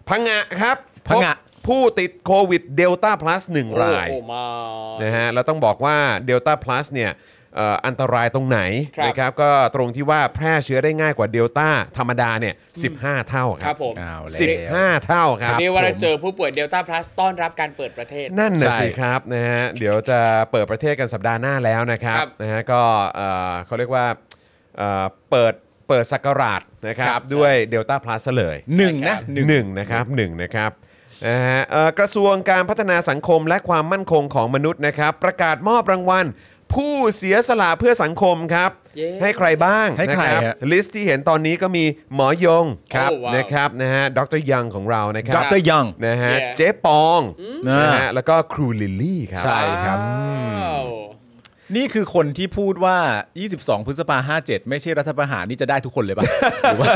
[SPEAKER 2] พังงะครับ
[SPEAKER 3] พังงะ
[SPEAKER 2] พบผู้ติดโควิดเดลต้าพลัสหนึ่ง
[SPEAKER 5] โอ้โห
[SPEAKER 2] ราย
[SPEAKER 5] มา
[SPEAKER 2] นะฮะแล้วต้องบอกว่า Delta Plus เนี่ยเอ่ออันตรายตรงไหน
[SPEAKER 5] ครับ
[SPEAKER 2] นะครับก็ตรงที่ว่าแพร่เชื้อได้ง่ายกว่าเดลต้าธรรมดาเนี่ย15 เท่าค
[SPEAKER 5] ค
[SPEAKER 2] รั
[SPEAKER 5] รั
[SPEAKER 2] บบ
[SPEAKER 5] ผม
[SPEAKER 3] อ้าวแล้ว
[SPEAKER 2] สิบห้าเท่าครับ
[SPEAKER 5] นี่ว่าเราเจอผู้ป่วยเดลต้าพลัสต้อนรับการเปิดประเทศ
[SPEAKER 2] นั่นน่ะ
[SPEAKER 3] ใช่
[SPEAKER 2] สิครับนะฮะเดี๋ยวจะเปิดประเทศกันสัปดาห์หน้าแล้วนะครับ
[SPEAKER 5] ครับ
[SPEAKER 2] นะฮะก็เอ่อเขาเรียกว่าเอ่อเปิดเปิดสักราชนะครับด้วย Delta Plus ซะเลย
[SPEAKER 3] หนึ่งนะหนึ่ง
[SPEAKER 2] หนึ่งนะครับหนึ่งนะครับนะฮะเอ่อกระทรวงการพัฒนาสังคมและความมั่นคงของมนุษย์นะครับ ประกาศมอบรางวัล ผู้เสียสละเพื่อสังคมครับ
[SPEAKER 5] เย้
[SPEAKER 2] ให้ใครบ้าง
[SPEAKER 3] ให้
[SPEAKER 2] นะ
[SPEAKER 3] ใคร
[SPEAKER 2] ครับ
[SPEAKER 3] ฮะ
[SPEAKER 2] ลิสต์ที่เห็นตอนนี้ก็มีหมอยง
[SPEAKER 5] ครับโอ้ว้าว
[SPEAKER 2] นะครับนะฮะดรยังของเรานะค
[SPEAKER 3] ด
[SPEAKER 2] รับ
[SPEAKER 3] รยัง
[SPEAKER 2] นะฮะ
[SPEAKER 5] เย้
[SPEAKER 2] เจ๊ปอง
[SPEAKER 3] อืม
[SPEAKER 2] นะฮะแล้วก็ครูลิลลี่ครับ
[SPEAKER 3] ใช่ ครับ
[SPEAKER 5] ว้าว
[SPEAKER 3] นี่คือคนที่พูดว่า 22 พฤษภา57 ไม่ใช่รัฐประหารนี่จะได้ทุกคนเลยป่ะ หรือว่า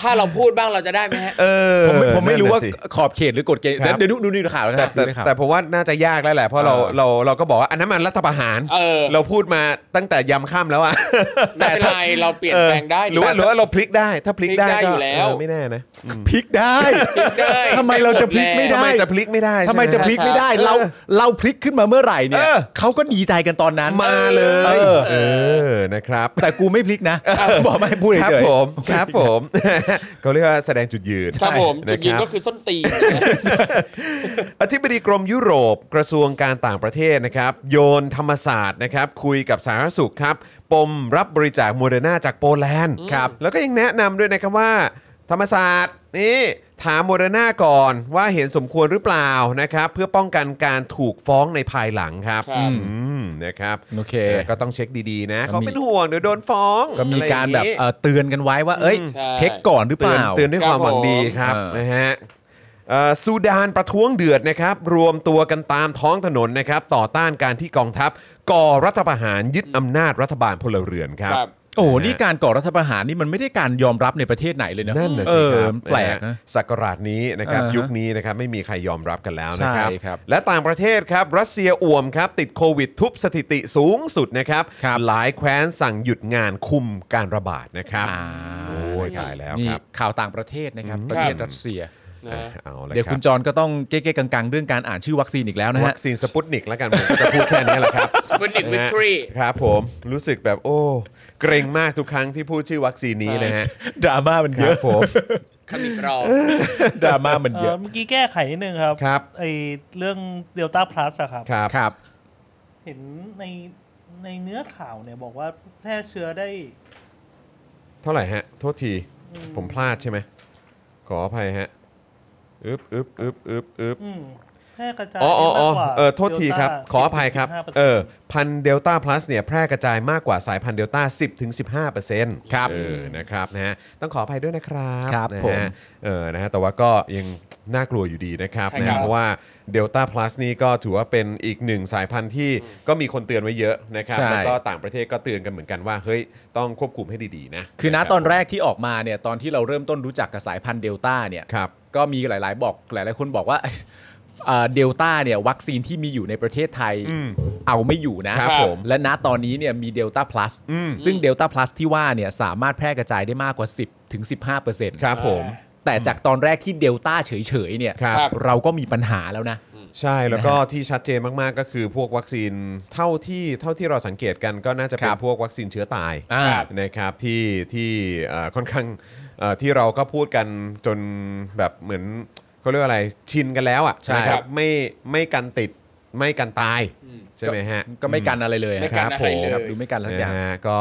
[SPEAKER 5] ถ้าเราพูดบ้างเราจะได้ไหมฮะ
[SPEAKER 2] เออ
[SPEAKER 3] ผมไม่ผมไม่รู้ว่า
[SPEAKER 2] นั่นน่ะสิ
[SPEAKER 3] ขอบเขตหรือกฎเกณฑ์
[SPEAKER 2] ครับ
[SPEAKER 3] เดี๋ยวดูดูดูในข่าวนะค
[SPEAKER 2] แต่
[SPEAKER 3] รับ
[SPEAKER 2] แต่
[SPEAKER 3] ดูในข่าว
[SPEAKER 2] แต่ผมว่าน่าจะยากแล้วแหละเพราะเรา
[SPEAKER 3] เออ
[SPEAKER 2] เราเราก็บอกว่าอันนั้นมันรัฐประหาร
[SPEAKER 5] เออ
[SPEAKER 2] เราพูดมาตั้งแต่ยำข้ามแล้วอะ
[SPEAKER 5] ไม่เป็นไรเราเปลี่ยนแปลงได้
[SPEAKER 2] หรือว่าหรือว่าเราพลิกได้ถ้าพลิก
[SPEAKER 5] พลิก
[SPEAKER 2] ได้
[SPEAKER 5] ได้
[SPEAKER 2] ก็
[SPEAKER 5] อยู่แล้ว
[SPEAKER 2] เออไม่แน่นะ
[SPEAKER 3] พลิกได้
[SPEAKER 5] ได้
[SPEAKER 3] ทำไมเราจะพลิกไม่
[SPEAKER 2] ทำ
[SPEAKER 3] ได้
[SPEAKER 2] ไมจะพลิกไม่ได้
[SPEAKER 3] ทำไม
[SPEAKER 2] ใช่ห
[SPEAKER 3] จะพลิกไม่ได้
[SPEAKER 2] เออ
[SPEAKER 3] เราเราพลิกขึ้นมาเมื่อไหร่เนี่ย
[SPEAKER 2] เออ
[SPEAKER 3] เขาก็ดีใจกันตอนนั้น
[SPEAKER 2] มาเล
[SPEAKER 3] เอย อ
[SPEAKER 2] เออนะครับ
[SPEAKER 3] แต่กูไม่พลิกนะบอกไม่ให้พูด
[SPEAKER 2] ครับ
[SPEAKER 3] เฉย
[SPEAKER 2] ผมครับผม เขาเรียกว่าแสดงจุดยืน
[SPEAKER 5] ครับผมจุดยืน
[SPEAKER 2] นะ
[SPEAKER 5] ก็
[SPEAKER 2] รับ
[SPEAKER 5] คือส้นตีน
[SPEAKER 2] อธิบดีกรมยุโรปกระทรวงการต่างประเทศนะครับ โยนธรรมศาสตร์นะครับ คุยกับสาธารณสุขครับ ปมรับบริจาคโมเดอร์นาจากโปแลนด์ครับแล้วก็ยังแนะนำด้วยนะครับว่า ธรรมศาสตร์ นี่ถามโมเดอร์นาก่อนว่าเห็นสมควรหรือเปล่านะครับ เพื่อป้องกันการถูกฟ้องในภายหลังครับ
[SPEAKER 5] ครับ
[SPEAKER 2] อืมนะครับ
[SPEAKER 3] โอเค
[SPEAKER 2] ก็ต้องเช็คดีๆนะ
[SPEAKER 3] ก็มี
[SPEAKER 2] เขาเป็นห่วงเดี๋ยวโดนฟ้อง
[SPEAKER 3] ก็มีการแบบ
[SPEAKER 2] อะไอย่งนี้
[SPEAKER 3] เอ่อเตือนกันไว้ว่า เอ้ย
[SPEAKER 5] ใช่
[SPEAKER 3] เช็คก่อนหรือเป
[SPEAKER 2] เตือน
[SPEAKER 3] ล่า
[SPEAKER 2] เตือนด้วยความหวังดีครับ
[SPEAKER 3] เออ
[SPEAKER 2] นะฮะเอ่อซูดานประท้วงเดือดนะครับ รวมตัวกันตามท้องถนนนะครับ ต่อต้านการที่กองทัพ ก่อรัฐประหารยึดอำนาจรัฐบาลพลเรือนค
[SPEAKER 5] ค
[SPEAKER 2] รั
[SPEAKER 5] รับ บ
[SPEAKER 3] โอ้โหนี่การก่อรัฐประหารนี่มันไม่ได้การยอมรับในประเทศไหนเลยนะ
[SPEAKER 2] นั่นน่ะ
[SPEAKER 3] เอ
[SPEAKER 2] สิ
[SPEAKER 3] อ
[SPEAKER 2] ครับ
[SPEAKER 3] มันแปลก
[SPEAKER 2] นะ
[SPEAKER 3] นะ
[SPEAKER 2] ฮะศักราชนี้นะครับ
[SPEAKER 3] อ่าฮะ
[SPEAKER 2] ยุคนี้นะครับไม่มีใครยอมรับกันแล้วนะครับ
[SPEAKER 3] ใช่ครับ
[SPEAKER 2] และต่างประเทศครับรัสเซียอ่วมครับติดโควิดทุบสถิติสูงสุดนะครับ
[SPEAKER 3] ครับ
[SPEAKER 2] หลายแคว้นสั่งหยุดงานคุมการระบาดนะครับ
[SPEAKER 3] อ่า
[SPEAKER 2] โอ้ยตายแล้ว
[SPEAKER 3] นี่
[SPEAKER 2] ครับ
[SPEAKER 3] ข่าวต่างประเทศนะครับ
[SPEAKER 5] อืม
[SPEAKER 3] ประเทศรัสเซีย
[SPEAKER 5] นะ
[SPEAKER 2] เอาละ
[SPEAKER 3] เดี๋ยว
[SPEAKER 2] รับ
[SPEAKER 3] คุณจรก็ต้องเก๊ๆกังๆ เรื่องการอ่านชื่อวัคซีนอีกแล้วนะ
[SPEAKER 2] วั
[SPEAKER 3] ฮะ
[SPEAKER 2] คซีนสปุตนิกแล้วกัน ผมก็จะพูดแค่นี้แหละครับ
[SPEAKER 5] Sputnik
[SPEAKER 2] นะฮะ
[SPEAKER 5] Victory
[SPEAKER 2] ครับผมรู้สึกแบบโอ้ เกรงมากทุกครั้งที่พูดชื่อวัคซีนนี้นะฮะ
[SPEAKER 3] ดราม่ามัน
[SPEAKER 2] ครั
[SPEAKER 3] เย
[SPEAKER 2] บ
[SPEAKER 3] อะ
[SPEAKER 2] ผม
[SPEAKER 5] ขมิบเรา
[SPEAKER 3] ดราม่ามัน
[SPEAKER 4] เอ
[SPEAKER 3] เย
[SPEAKER 4] อ
[SPEAKER 3] อะ
[SPEAKER 4] เมื่อกี้แก้ไขนิดนึงครับ
[SPEAKER 2] ครับ
[SPEAKER 4] ไอเรื่องเดลต้าพลัสอะครับ
[SPEAKER 2] ครับ
[SPEAKER 3] ครับ
[SPEAKER 4] เห็นในในเนื้อข่าวเนี่ยบอกว่าแพร่เชื้อได้
[SPEAKER 2] เท่าไหร่ฮะ โทษที ผมพลาดใช่ไหมขออภัยฮะอึบอึบอึบอึบอึบ
[SPEAKER 4] อืมแพร่กระจาย
[SPEAKER 2] อ๋ออ๋ออ๋อ
[SPEAKER 4] มากกว่า
[SPEAKER 2] เออโทษทีครับ
[SPEAKER 4] เดลต้า
[SPEAKER 2] ขออภัยครับ
[SPEAKER 4] 15%
[SPEAKER 2] เออ พันเดลต้าพลัสเนี่ยแพร่กระจายมากกว่าสายพันธุ์เดลต้า 10-15%
[SPEAKER 3] ครับ
[SPEAKER 2] เออนะครับนะฮะต้องขออภัยด้วยนะครับ
[SPEAKER 3] ครับ
[SPEAKER 2] นะ
[SPEAKER 3] ผม
[SPEAKER 2] ฮะ เออ นะฮะ แต่ว่าก็ยังน่ากลัวอยู่ดีนะครับ
[SPEAKER 5] ใช่
[SPEAKER 2] นะ
[SPEAKER 5] ครั
[SPEAKER 2] ฮะ
[SPEAKER 5] บ
[SPEAKER 2] เพราะว่า Delta Plus นี่ก็ถือว่าเป็นอีกหนึ่งสายพันธุ์ที่ก็มีคนเตือนไว้เยอะนะครับ
[SPEAKER 3] ใช่
[SPEAKER 2] แล้วก็ต่างประเทศก็เตือนกันเหมือนกันว่า เฮ้ย ต้องควบคุมให้ดีๆนะ
[SPEAKER 3] คือณ
[SPEAKER 2] ะบ
[SPEAKER 3] ตอนแรกที่ออกมาเนี่ยตอนที่เราเริ่มต้นรู้จักกับสายพันธุ์เดลต้าเนี่ย
[SPEAKER 2] ครับ
[SPEAKER 3] ก็มีหลาย ๆ บอกหลาย ๆ คนบอกว่า เอ่อเดลต้าเนี่ยวัคซีนที่มีอยู่ในประเทศไทย
[SPEAKER 2] อืม
[SPEAKER 3] เอาไม่อยู่นะครับ
[SPEAKER 2] ผม
[SPEAKER 3] และณตอนนี้เนี่ยมีเดลต้าพลัส
[SPEAKER 2] อืม
[SPEAKER 3] ซึ่งเดลต้าพลัสที่ว่าเนี่ยสามารถแพร่กระจายได้มากกว่า 10ถึง15
[SPEAKER 2] ครับผม
[SPEAKER 3] แต่จากตอนแรกที่เดลต้าเฉย ๆ เนี่ย
[SPEAKER 2] ครับ
[SPEAKER 5] ครับ
[SPEAKER 3] เราก็มีปัญหาแล้วนะ
[SPEAKER 2] ใช่แล้วก็ที่ชัดเจนมาก ๆ ก็คือพวกวัคซีนเท่าที่เท่าที่เราสังเกตกันก็น่าจะเป็
[SPEAKER 3] คน รับ
[SPEAKER 2] พวกวัคซีนเชื้อตาย
[SPEAKER 3] อ่า
[SPEAKER 2] นะครับที่ที่เอ่อค่อนข้างเอ่อที่เราก็พูดกันจนแบบเหมือนเขาเรียกว่าอะไรชินกันแล้วอ่ะ
[SPEAKER 3] ใช่
[SPEAKER 2] นะครับ ไม่ไม่กันติดไม่กันตายใช่ไหมฮะ
[SPEAKER 3] ก็ไม่กันอะไรเลย
[SPEAKER 5] ไม่กันอะไรเลย
[SPEAKER 3] ครับดูไม่กันสักอย่าง
[SPEAKER 2] นะฮะก็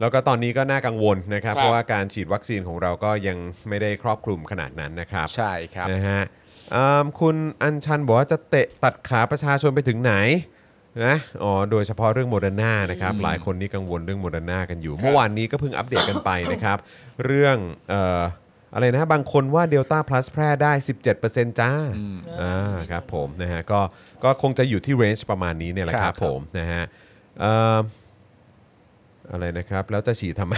[SPEAKER 2] แล้วก็ตอนนี้ก็น่ากังวลนะครับ
[SPEAKER 5] ครับ
[SPEAKER 2] เพราะว่าการฉีดวัคซีนของเราก็ยังไม่ได้ครอบคลุมขนาดนั้นนะครับ
[SPEAKER 3] ใช่ครับ
[SPEAKER 2] นะฮะเอิ่มคุณอัญชันบอกว่าจะเตะตัดขาประชาชนไปถึงไหนนะอ๋อโดยเฉพาะเรื่องโมเดอร์นานะครับ หลายคนนี่กังวลเรื่องโมเดอร์นากันอยู่ เมื่อวานนี้ก็เพิ่งอัปเดตกันไปนะครับ เรื่องเอ่ออะไรนะบางคนว่าเดลต้าพลัสแพร่ได้ 17%จ้าอ่าครับผมนะฮะก็ก็คงจะอยู่ที่เรนจ์ประมาณนี้เนี่ยแหละค
[SPEAKER 3] ครั
[SPEAKER 2] รับบ ผมนะฮะเอิ่ม อะไรนะครับ แล้วจะฉีดทำไม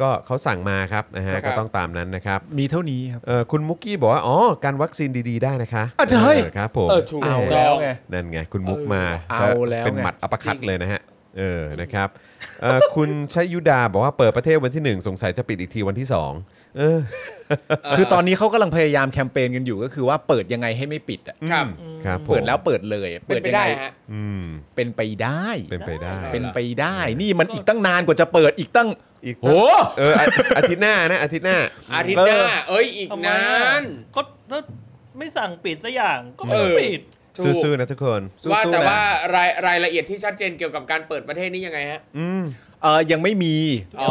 [SPEAKER 2] ก็เขาสั่งมาครับนะฮะ
[SPEAKER 5] นะครับ
[SPEAKER 2] ก็ต้องตามนั้นนะครับ
[SPEAKER 3] มีเท่านี้ครับ
[SPEAKER 2] เอ่อคุณมุกกี้บอกว่า อ๋อ การวัคซีนดีๆได้นะคะ
[SPEAKER 3] อ่ะเจ้ย
[SPEAKER 2] ออครับผม
[SPEAKER 5] เออถูก
[SPEAKER 3] เอา
[SPEAKER 5] ต้
[SPEAKER 3] แล้ว
[SPEAKER 5] อง
[SPEAKER 3] ไง
[SPEAKER 2] นั่นไง คุณมุกมา
[SPEAKER 3] เอา
[SPEAKER 2] ซะ
[SPEAKER 3] แล้ว
[SPEAKER 2] เป็น
[SPEAKER 3] ไง
[SPEAKER 2] หมัดอัปคัดเลยนะฮะเออนะครับเอ่อคุณชัยยุดาบอกว่าเปิดประ เทศวันที่ 1 สงสัยจะปิดอีกทีวันที่ 2 เออ
[SPEAKER 3] คือตอนนี้เขากำลังพยายามแคมเปญกันอยู่ก็คือว่าเปิดยังไงให้ไม่ปิดอะ
[SPEAKER 5] ครับ
[SPEAKER 2] อืมครับผม
[SPEAKER 3] เปิดแล้วเปิดเลย
[SPEAKER 5] เป็
[SPEAKER 3] เปิด
[SPEAKER 5] นไป
[SPEAKER 3] ยัง
[SPEAKER 5] ได้
[SPEAKER 3] ไง
[SPEAKER 5] ฮะ
[SPEAKER 2] อืม
[SPEAKER 3] เป็นไปได้
[SPEAKER 2] เป็นไปได้
[SPEAKER 5] ได้
[SPEAKER 3] เป็นไปได้นี่มันอีกตั้งนานกว่าจะเปิดอีกตั้ง
[SPEAKER 2] อีกตั้ง
[SPEAKER 3] โอ้
[SPEAKER 2] เอออาอาทิตย์หน้านะอาทิตย์หน้า
[SPEAKER 5] อาทิตย์หน้า เอ้ยอีก
[SPEAKER 4] ทำไม
[SPEAKER 5] นาน
[SPEAKER 4] ก็ถ้าไม่สั่งปิดสักอย่างก็ไม่
[SPEAKER 5] เออ
[SPEAKER 4] ปิด
[SPEAKER 5] ถูก
[SPEAKER 2] สู้ๆนะทุกคน
[SPEAKER 5] ว่าแต่
[SPEAKER 3] สู้ๆนะ
[SPEAKER 5] ว่ารายรายละเอียดที่ชัดเจนเกี่ยวกับการเปิดประเทศนี่ยังไงฮะ
[SPEAKER 2] อืม
[SPEAKER 3] เออยังไม่มี
[SPEAKER 5] อ๋อ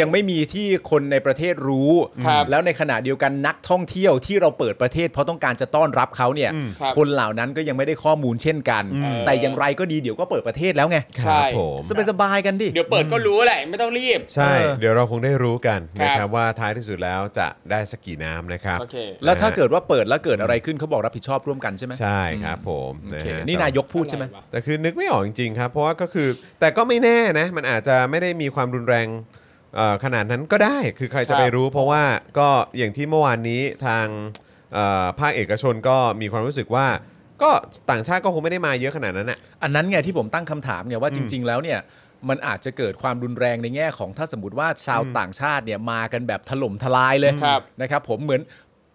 [SPEAKER 3] ยังไม่มีที่คนในประเทศรู้
[SPEAKER 5] ครับ
[SPEAKER 3] แล้วในขณะเดียวกันนักท่องเที่ยวที่เราเปิดประเทศ เพราะต้องการจะต้อนรับเขาเนี่ย
[SPEAKER 2] อืม
[SPEAKER 5] ครับ
[SPEAKER 3] คนเหล่านั้นก็ยังไม่ได้ข้อมูลเช่นกัน
[SPEAKER 2] อืม
[SPEAKER 3] แต่อย่างไรก็ดีเดี๋ยวก็เปิดประเทศแล้วไง
[SPEAKER 2] ค
[SPEAKER 5] ใช่
[SPEAKER 2] รับผม
[SPEAKER 3] สบายสบายๆกันดิ
[SPEAKER 5] เดี๋ยวเปิดก็รู้แหละ ไม่ต้องรีบ
[SPEAKER 2] ใช่
[SPEAKER 3] เออ
[SPEAKER 2] เดี๋ยวเราคงได้รู้กัน
[SPEAKER 5] ครับ
[SPEAKER 2] นะครับว่าท้ายที่สุดแล้วจะได้สักกี่น้ำนะครับ
[SPEAKER 5] โอเค
[SPEAKER 3] แล้วถ้า
[SPEAKER 2] นะฮะ
[SPEAKER 3] เกิดว่าเปิดแล้วเกิดอะไรขึ้นเขาบอกรับผิดชอบร่วมกันใช่ไหม
[SPEAKER 2] ใช่ครับผม
[SPEAKER 3] โอเค
[SPEAKER 2] ะฮะ
[SPEAKER 3] นี่นายกพูดใช่ไหม
[SPEAKER 2] แต่คือนึกไม่ออกจริงๆครับ เพราะว่าก็คือแต่ก็ไม่แน่นะ มันอาจจะไม่ได้มีความรุนแรงเอ่อขนาดนั้นก็ได้ คือใครจะไปรู้ เพราะว่าก็อย่างที่เมื่อวานนี้ทางเอ่อภาคเอกชนก็มีความรู้สึกว่า ก็ต่างชาติก็คงไม่ได้มาเยอะขนาดนั้นน่ะ
[SPEAKER 3] อันนั้นไงที่ผมตั้งคำถามไงว่าจริง ๆ แล้วเนี่ยมันอาจจะเกิดความรุนแรงในแง่ของถ้าสมมติว่าชาวต่างชาติเนี่ยมากันแบบถล่มทลายเลย
[SPEAKER 5] ครับ
[SPEAKER 3] นะครับผมเหมือน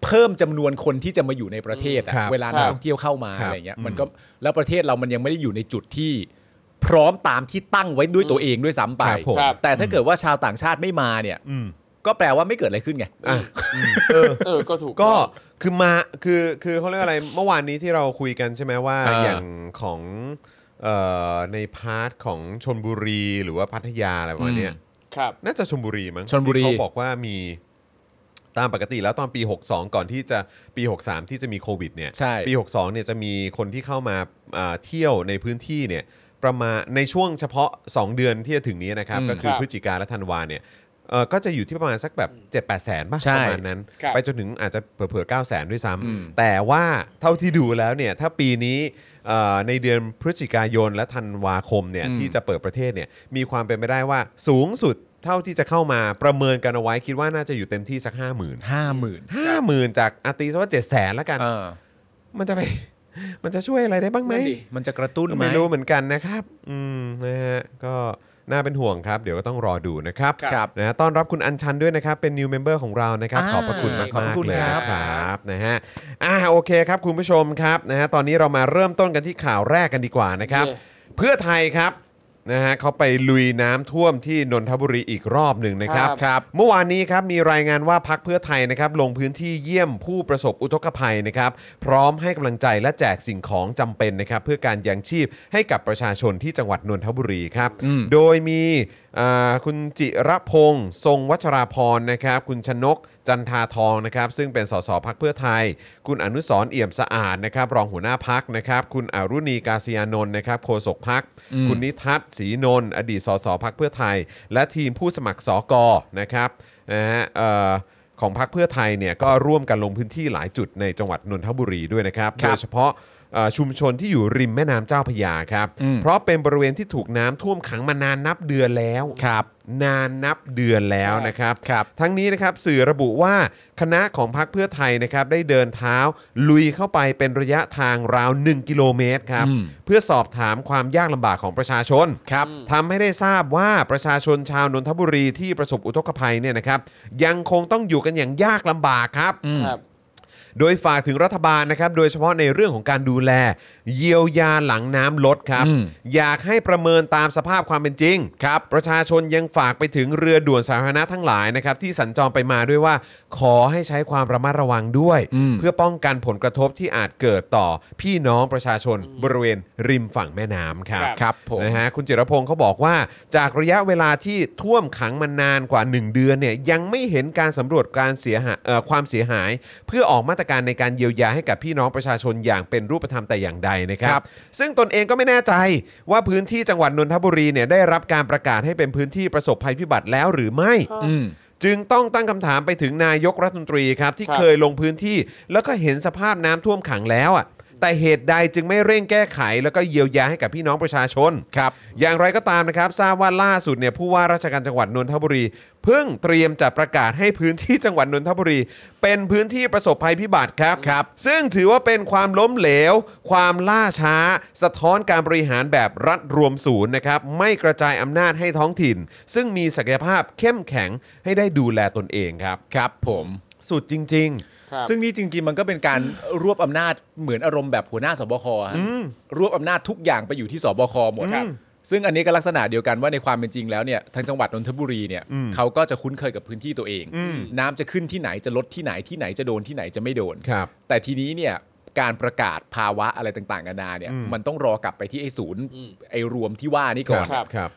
[SPEAKER 3] เพิ่มจำนวนคนที่จะมาอยู่ในประเทศอะ
[SPEAKER 2] ครับ
[SPEAKER 3] เวลานัก
[SPEAKER 5] ครับ
[SPEAKER 3] ท่องเที่ยวเข้ามา
[SPEAKER 2] ครับ
[SPEAKER 3] อะไรเงี้ยมันก็แล้วประเทศเรามันยังไม่ได้อยู่ในจุดที่ พร้อมตามที่ตั้งไว้ด้วยตัวเองด้วยซ้ำไป
[SPEAKER 2] ครับผม
[SPEAKER 5] ครับ
[SPEAKER 3] แต่ถ้าเกิดว่าชาวต่างชาติไม่มาเนี่ย
[SPEAKER 2] อืม
[SPEAKER 3] ก็แปลว่าไม่เกิดอะไรขึ้นไง
[SPEAKER 2] อ่ะอืมเออ
[SPEAKER 5] เออ ก็ถูก
[SPEAKER 2] ก็คือมาคือคือเขาเรียกอะไรเมื่อวานนี้ที่เราคุยกันใช่ไหมว่า
[SPEAKER 3] อ่า
[SPEAKER 2] อย่างของเอ่อในพาร์ทของชนบุรีหรือว่าพัทยาอะไรประมาณเนี้ย
[SPEAKER 3] อืม
[SPEAKER 5] ครับ
[SPEAKER 2] น่าจะชนบุรีมั้ง
[SPEAKER 3] ชลบุรี
[SPEAKER 2] ที่เขาบอกว่ามี ตามปกติแล้วตอนปี 62 ก่อนที่จะปี 63 ที่จะมีโควิดเนี่ย
[SPEAKER 3] ใช่
[SPEAKER 2] ปี 62เนี่ยจะมีคนที่เข้ามาอ่าเที่ยวในพื้นที่เนี่ยประมาณในช่วงเฉพาะ 2 เดือนที่จะถึงนี้นะครับ
[SPEAKER 3] อืม
[SPEAKER 2] ก็คือ
[SPEAKER 5] ครับ
[SPEAKER 2] พฤศจิกาและธันวาเนี่ยเอ่อก็จะอยู่ที่ประมาณสักแบบ7 8 แสนบ้าง
[SPEAKER 3] ใช่
[SPEAKER 2] ประมาณนั้น
[SPEAKER 5] ครับ
[SPEAKER 2] ไปจนถึงอาจจะเผื่อๆ9แสนด้วยซ้
[SPEAKER 3] อืม
[SPEAKER 2] ำแต่ว่าเท่าที่ดูแล้วเนี่ยถ้าปีนี้เอ่อในเดือนพฤศจิกายนและธันวาคมเนี่ยที่จะเปิดประเทศเนี่ยมีความเป็นไปได้ว่าสูงสุดเท่าที่จะเข้ามาประเมินกันเอาไว้คิดว่าน่าจะอยู่เต็มที่สัก 5 0,000ื่น
[SPEAKER 3] ห้าหมื่น
[SPEAKER 2] ห้าหมื่นจากอาตีซะว่าเจ็ดแสนแล้วกัน
[SPEAKER 3] เออ
[SPEAKER 2] มันจะไป มันจะช่วยอะไรได้บ้างไหม
[SPEAKER 5] นั่นดิ
[SPEAKER 3] มันจะกระตุ้น
[SPEAKER 2] ก็
[SPEAKER 3] ไหม
[SPEAKER 2] ไม่รู้เหมือนกันนะครับ อืมนะฮะก็น่าเป็นห่วงครับ เดี๋ยวก็ต้องรอดูนะครับ
[SPEAKER 5] ครับ
[SPEAKER 2] นะฮะต้อนรับคุณอัญชันด้วยนะครับ เป็น new member ของเรานะครับ
[SPEAKER 3] อ่า
[SPEAKER 2] ขอบพระคุณมาก
[SPEAKER 3] ขอบ
[SPEAKER 2] มาก
[SPEAKER 3] พระคุณ
[SPEAKER 2] เลย
[SPEAKER 3] ครั
[SPEAKER 2] นะ
[SPEAKER 3] บ
[SPEAKER 2] ครับนะฮะอ่าโอเคครับ คุณผู้ชมครับนะฮะตอนนี้เรามาเริ่มต้นกันที่ข่าวแรกกันดีกว่านะครับ
[SPEAKER 5] เย่
[SPEAKER 2] เพื่อไทยครับนะฮะเขาไปลุยน้ำท่วมที่นนทบุรีอีกรอบหนึ่งนะครับ
[SPEAKER 5] ครับ
[SPEAKER 3] ครับ
[SPEAKER 2] เมื่อวานนี้ครับมีรายงานว่าพักเพื่อไทยนะครับลงพื้นที่เยี่ยมผู้ประสบอุทกภัยนะครับ พร้อมให้กำลังใจและแจกสิ่งของจำเป็นนะครับ เพื่อการยังชีพให้กับประชาชนที่จังหวัดนนทบุรีครับ
[SPEAKER 3] อืม
[SPEAKER 2] โดยมีอ่าคุณจิรพงษ์ทรงวัชราพรนะครับ คุณชนกจันทาทองนะครับ ซึ่งเป็นสสพักเพื่อไทย คุณอนุสรณ์เอี่ยมสะอาดนะครับ รองหัวหน้าพักนะครับ คุณอรุณีกาศยานนท์นะครับโฆษกพัก คุณนิทัศน์ศรีนนท์อดีตสสพักเพื่อไทย และทีมผู้สมัครสกนะครับนะฮะเอ่อของพักเพื่อไทยเนี่ยก็ร่วมกันลงพื้นที่หลายจุดในจังหวัดนนทบุรีด้วยนะครับ
[SPEAKER 3] ค
[SPEAKER 2] โด
[SPEAKER 3] รับ
[SPEAKER 2] ยเฉพาะเอ่อชุมชนที่อยู่ริมแม่น้ำเจ้าพระยาครับ เพราะเป็นบริเวณที่ถูกน้ำท่วมขังมานานนับเดือนแล้ว นานนับเดือนแล้วนะครับ ทั้งนี้นะครับสื่อระบุว่าคณะของพรรคเพื่อไทยนะครับได้เดินเท้าลุยเข้าไปเป็นระยะทางราว 1 กิโลเมตรครับ
[SPEAKER 3] อืม
[SPEAKER 2] เพื่อสอบถามความยากลำบากของประชาชน
[SPEAKER 3] ครับ
[SPEAKER 2] ทำให้ได้ทราบว่าประชาชนชาวนนทบุรีที่ประสบอุทกภัยเนี่ยนะครับ ยังคงต้องอยู่กันอย่างยากลำบากครับ
[SPEAKER 5] ครับ
[SPEAKER 2] โดยฝากถึงรัฐบาลนะครับ โดยเฉพาะในเรื่องของการดูแล เยียวยาหลังน้ำลดครับ อยากให้ประเมินตามสภาพความเป็นจริงครับ ประชาชนยังฝากไปถึงเรือด่วนสาธารณะทั้งหลายนะครับ ที่สัญจรไปมาด้วยว่า ขอให้ใช้ความระมัดระวังด้วย เพื่อป้องกันผลกระทบที่อาจเกิดต่อพี่น้องประชาชนบริเวณริมฝั่งแม่น้ำครับ
[SPEAKER 5] ครับ
[SPEAKER 3] ครับผม
[SPEAKER 2] นะฮะคุณจิรพงศ์เขาบอกว่า จากระยะเวลาที่ท่วมขังมานานกว่า 1 เดือนเนี่ยยังไม่เห็นการสำรวจการเสียหายเอ่อความเสียหาย เพื่อออกมาตรการในการเยียวยาให้กับพี่น้องประชาชนอย่างเป็นรูปธรรมแต่อย่างใดนะครั
[SPEAKER 3] ครับ บ
[SPEAKER 2] ซึ่งตนเองก็ไม่แน่ใจว่าพื้นที่จังหวัดนนทบุรีเนี่ยได้รับการประกาศให้เป็นพื้นที่ประสบภัยพิบัติแล้วหรือไม่
[SPEAKER 3] อืม
[SPEAKER 2] จึงต้องตั้งคำถามไปถึงนายกรัฐมนตรีครับ ที่
[SPEAKER 5] ครับ
[SPEAKER 2] เคยลงพื้นที่ แล้วก็เห็นสภาพน้ำท่วมขังแล้วอ่ะแต่เหตุใดจึงไม่เร่งแก้ไข แล้วก็เยียวยาให้กับพี่น้องประชาชน
[SPEAKER 3] ครับ
[SPEAKER 2] อย่างไรก็ตามนะครับ ทราบว่าล่าสุดเนี่ยผู้ว่าราชการจังหวัดนนทบุรี เพิ่งเตรียมจะประกาศให้พื้นที่จังหวัดนนทบุรี เป็นพื้นที่ประสบภัยพิบัติครับ
[SPEAKER 3] ครับ
[SPEAKER 2] ซึ่งถือว่าเป็นความล้มเหลว ความล่าช้า สะท้อนการบริหารแบบรัฐรวมศูนย์นะครับ ไม่กระจายอำนาจให้ท้องถิ่น ซึ่งมีศักยภาพเข้มแข็งให้ได้ดูแลตนเองครับ
[SPEAKER 3] ครับผม
[SPEAKER 2] สุดจริง
[SPEAKER 5] ครับ
[SPEAKER 3] ซึ่งนี่จริงๆมันก็เป็นการรวบอำนาจเหมือนอารมณ์แบบหัวหน้าสบคฮะรวบอำนาจทุกอย่างไปอยู่ที่สบคหมด
[SPEAKER 5] ครับ
[SPEAKER 3] ซึ่งอันนี้ก็ลักษณะเดียวกันว่าในความเป็นจริงแล้วเนี่ยทางจังหวัดนนทบุรีเนี่ยเขาก็จะคุ้นเคยกับพื้นที่ตัวเอง น้ำจะขึ้นที่ไหนจะลดที่ไหนที่ไหนจะโดนที่ไหนจะไม่โดน
[SPEAKER 2] ๆ ครับ
[SPEAKER 3] แต่ทีนี้เนี่ยการประกาศภาวะอะไรต่างๆนานาเนี่ย
[SPEAKER 2] อืม
[SPEAKER 3] มันต้องรอกลับไปที่ไอ้ศูนย์ไอ้รวมที่ว่านี่ก่อน
[SPEAKER 5] ครับ
[SPEAKER 2] ครับ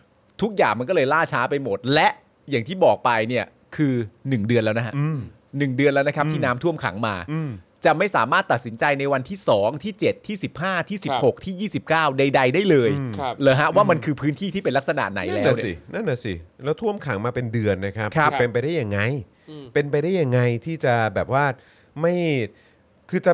[SPEAKER 3] ทุกอย่างมันก็เลยล่าช้าไปหมด และอย่างที่บอกไปเนี่ยคือ 1 เดือนแล้วนะฮะ
[SPEAKER 2] อืม
[SPEAKER 3] หนึ่งเดือนแล้วนะครับที่น้ำท่วมขังมา
[SPEAKER 2] อืม
[SPEAKER 3] จะไม่สามารถตัดสินใจในวันที่ 2 ที่ 7 ที่ 15 ที่ 16 ที่ 29 ใด ๆ ได้เลย
[SPEAKER 2] อืม
[SPEAKER 5] ครับ
[SPEAKER 3] เลยฮะว่ามันคือพื้นที่ที่เป็นลักษณะไหน
[SPEAKER 2] นั่น
[SPEAKER 3] แล้ว
[SPEAKER 2] น่ะ
[SPEAKER 3] เนี่ย
[SPEAKER 2] สินั่นน่ะสิแล้วท่วมขังมาเป็นเดือนนะครับ
[SPEAKER 3] ครับ
[SPEAKER 2] เป็นไปได้ยังไง
[SPEAKER 5] อืม
[SPEAKER 2] เป็นไปได้ยังไงที่จะแบบว่าไม่คือจะ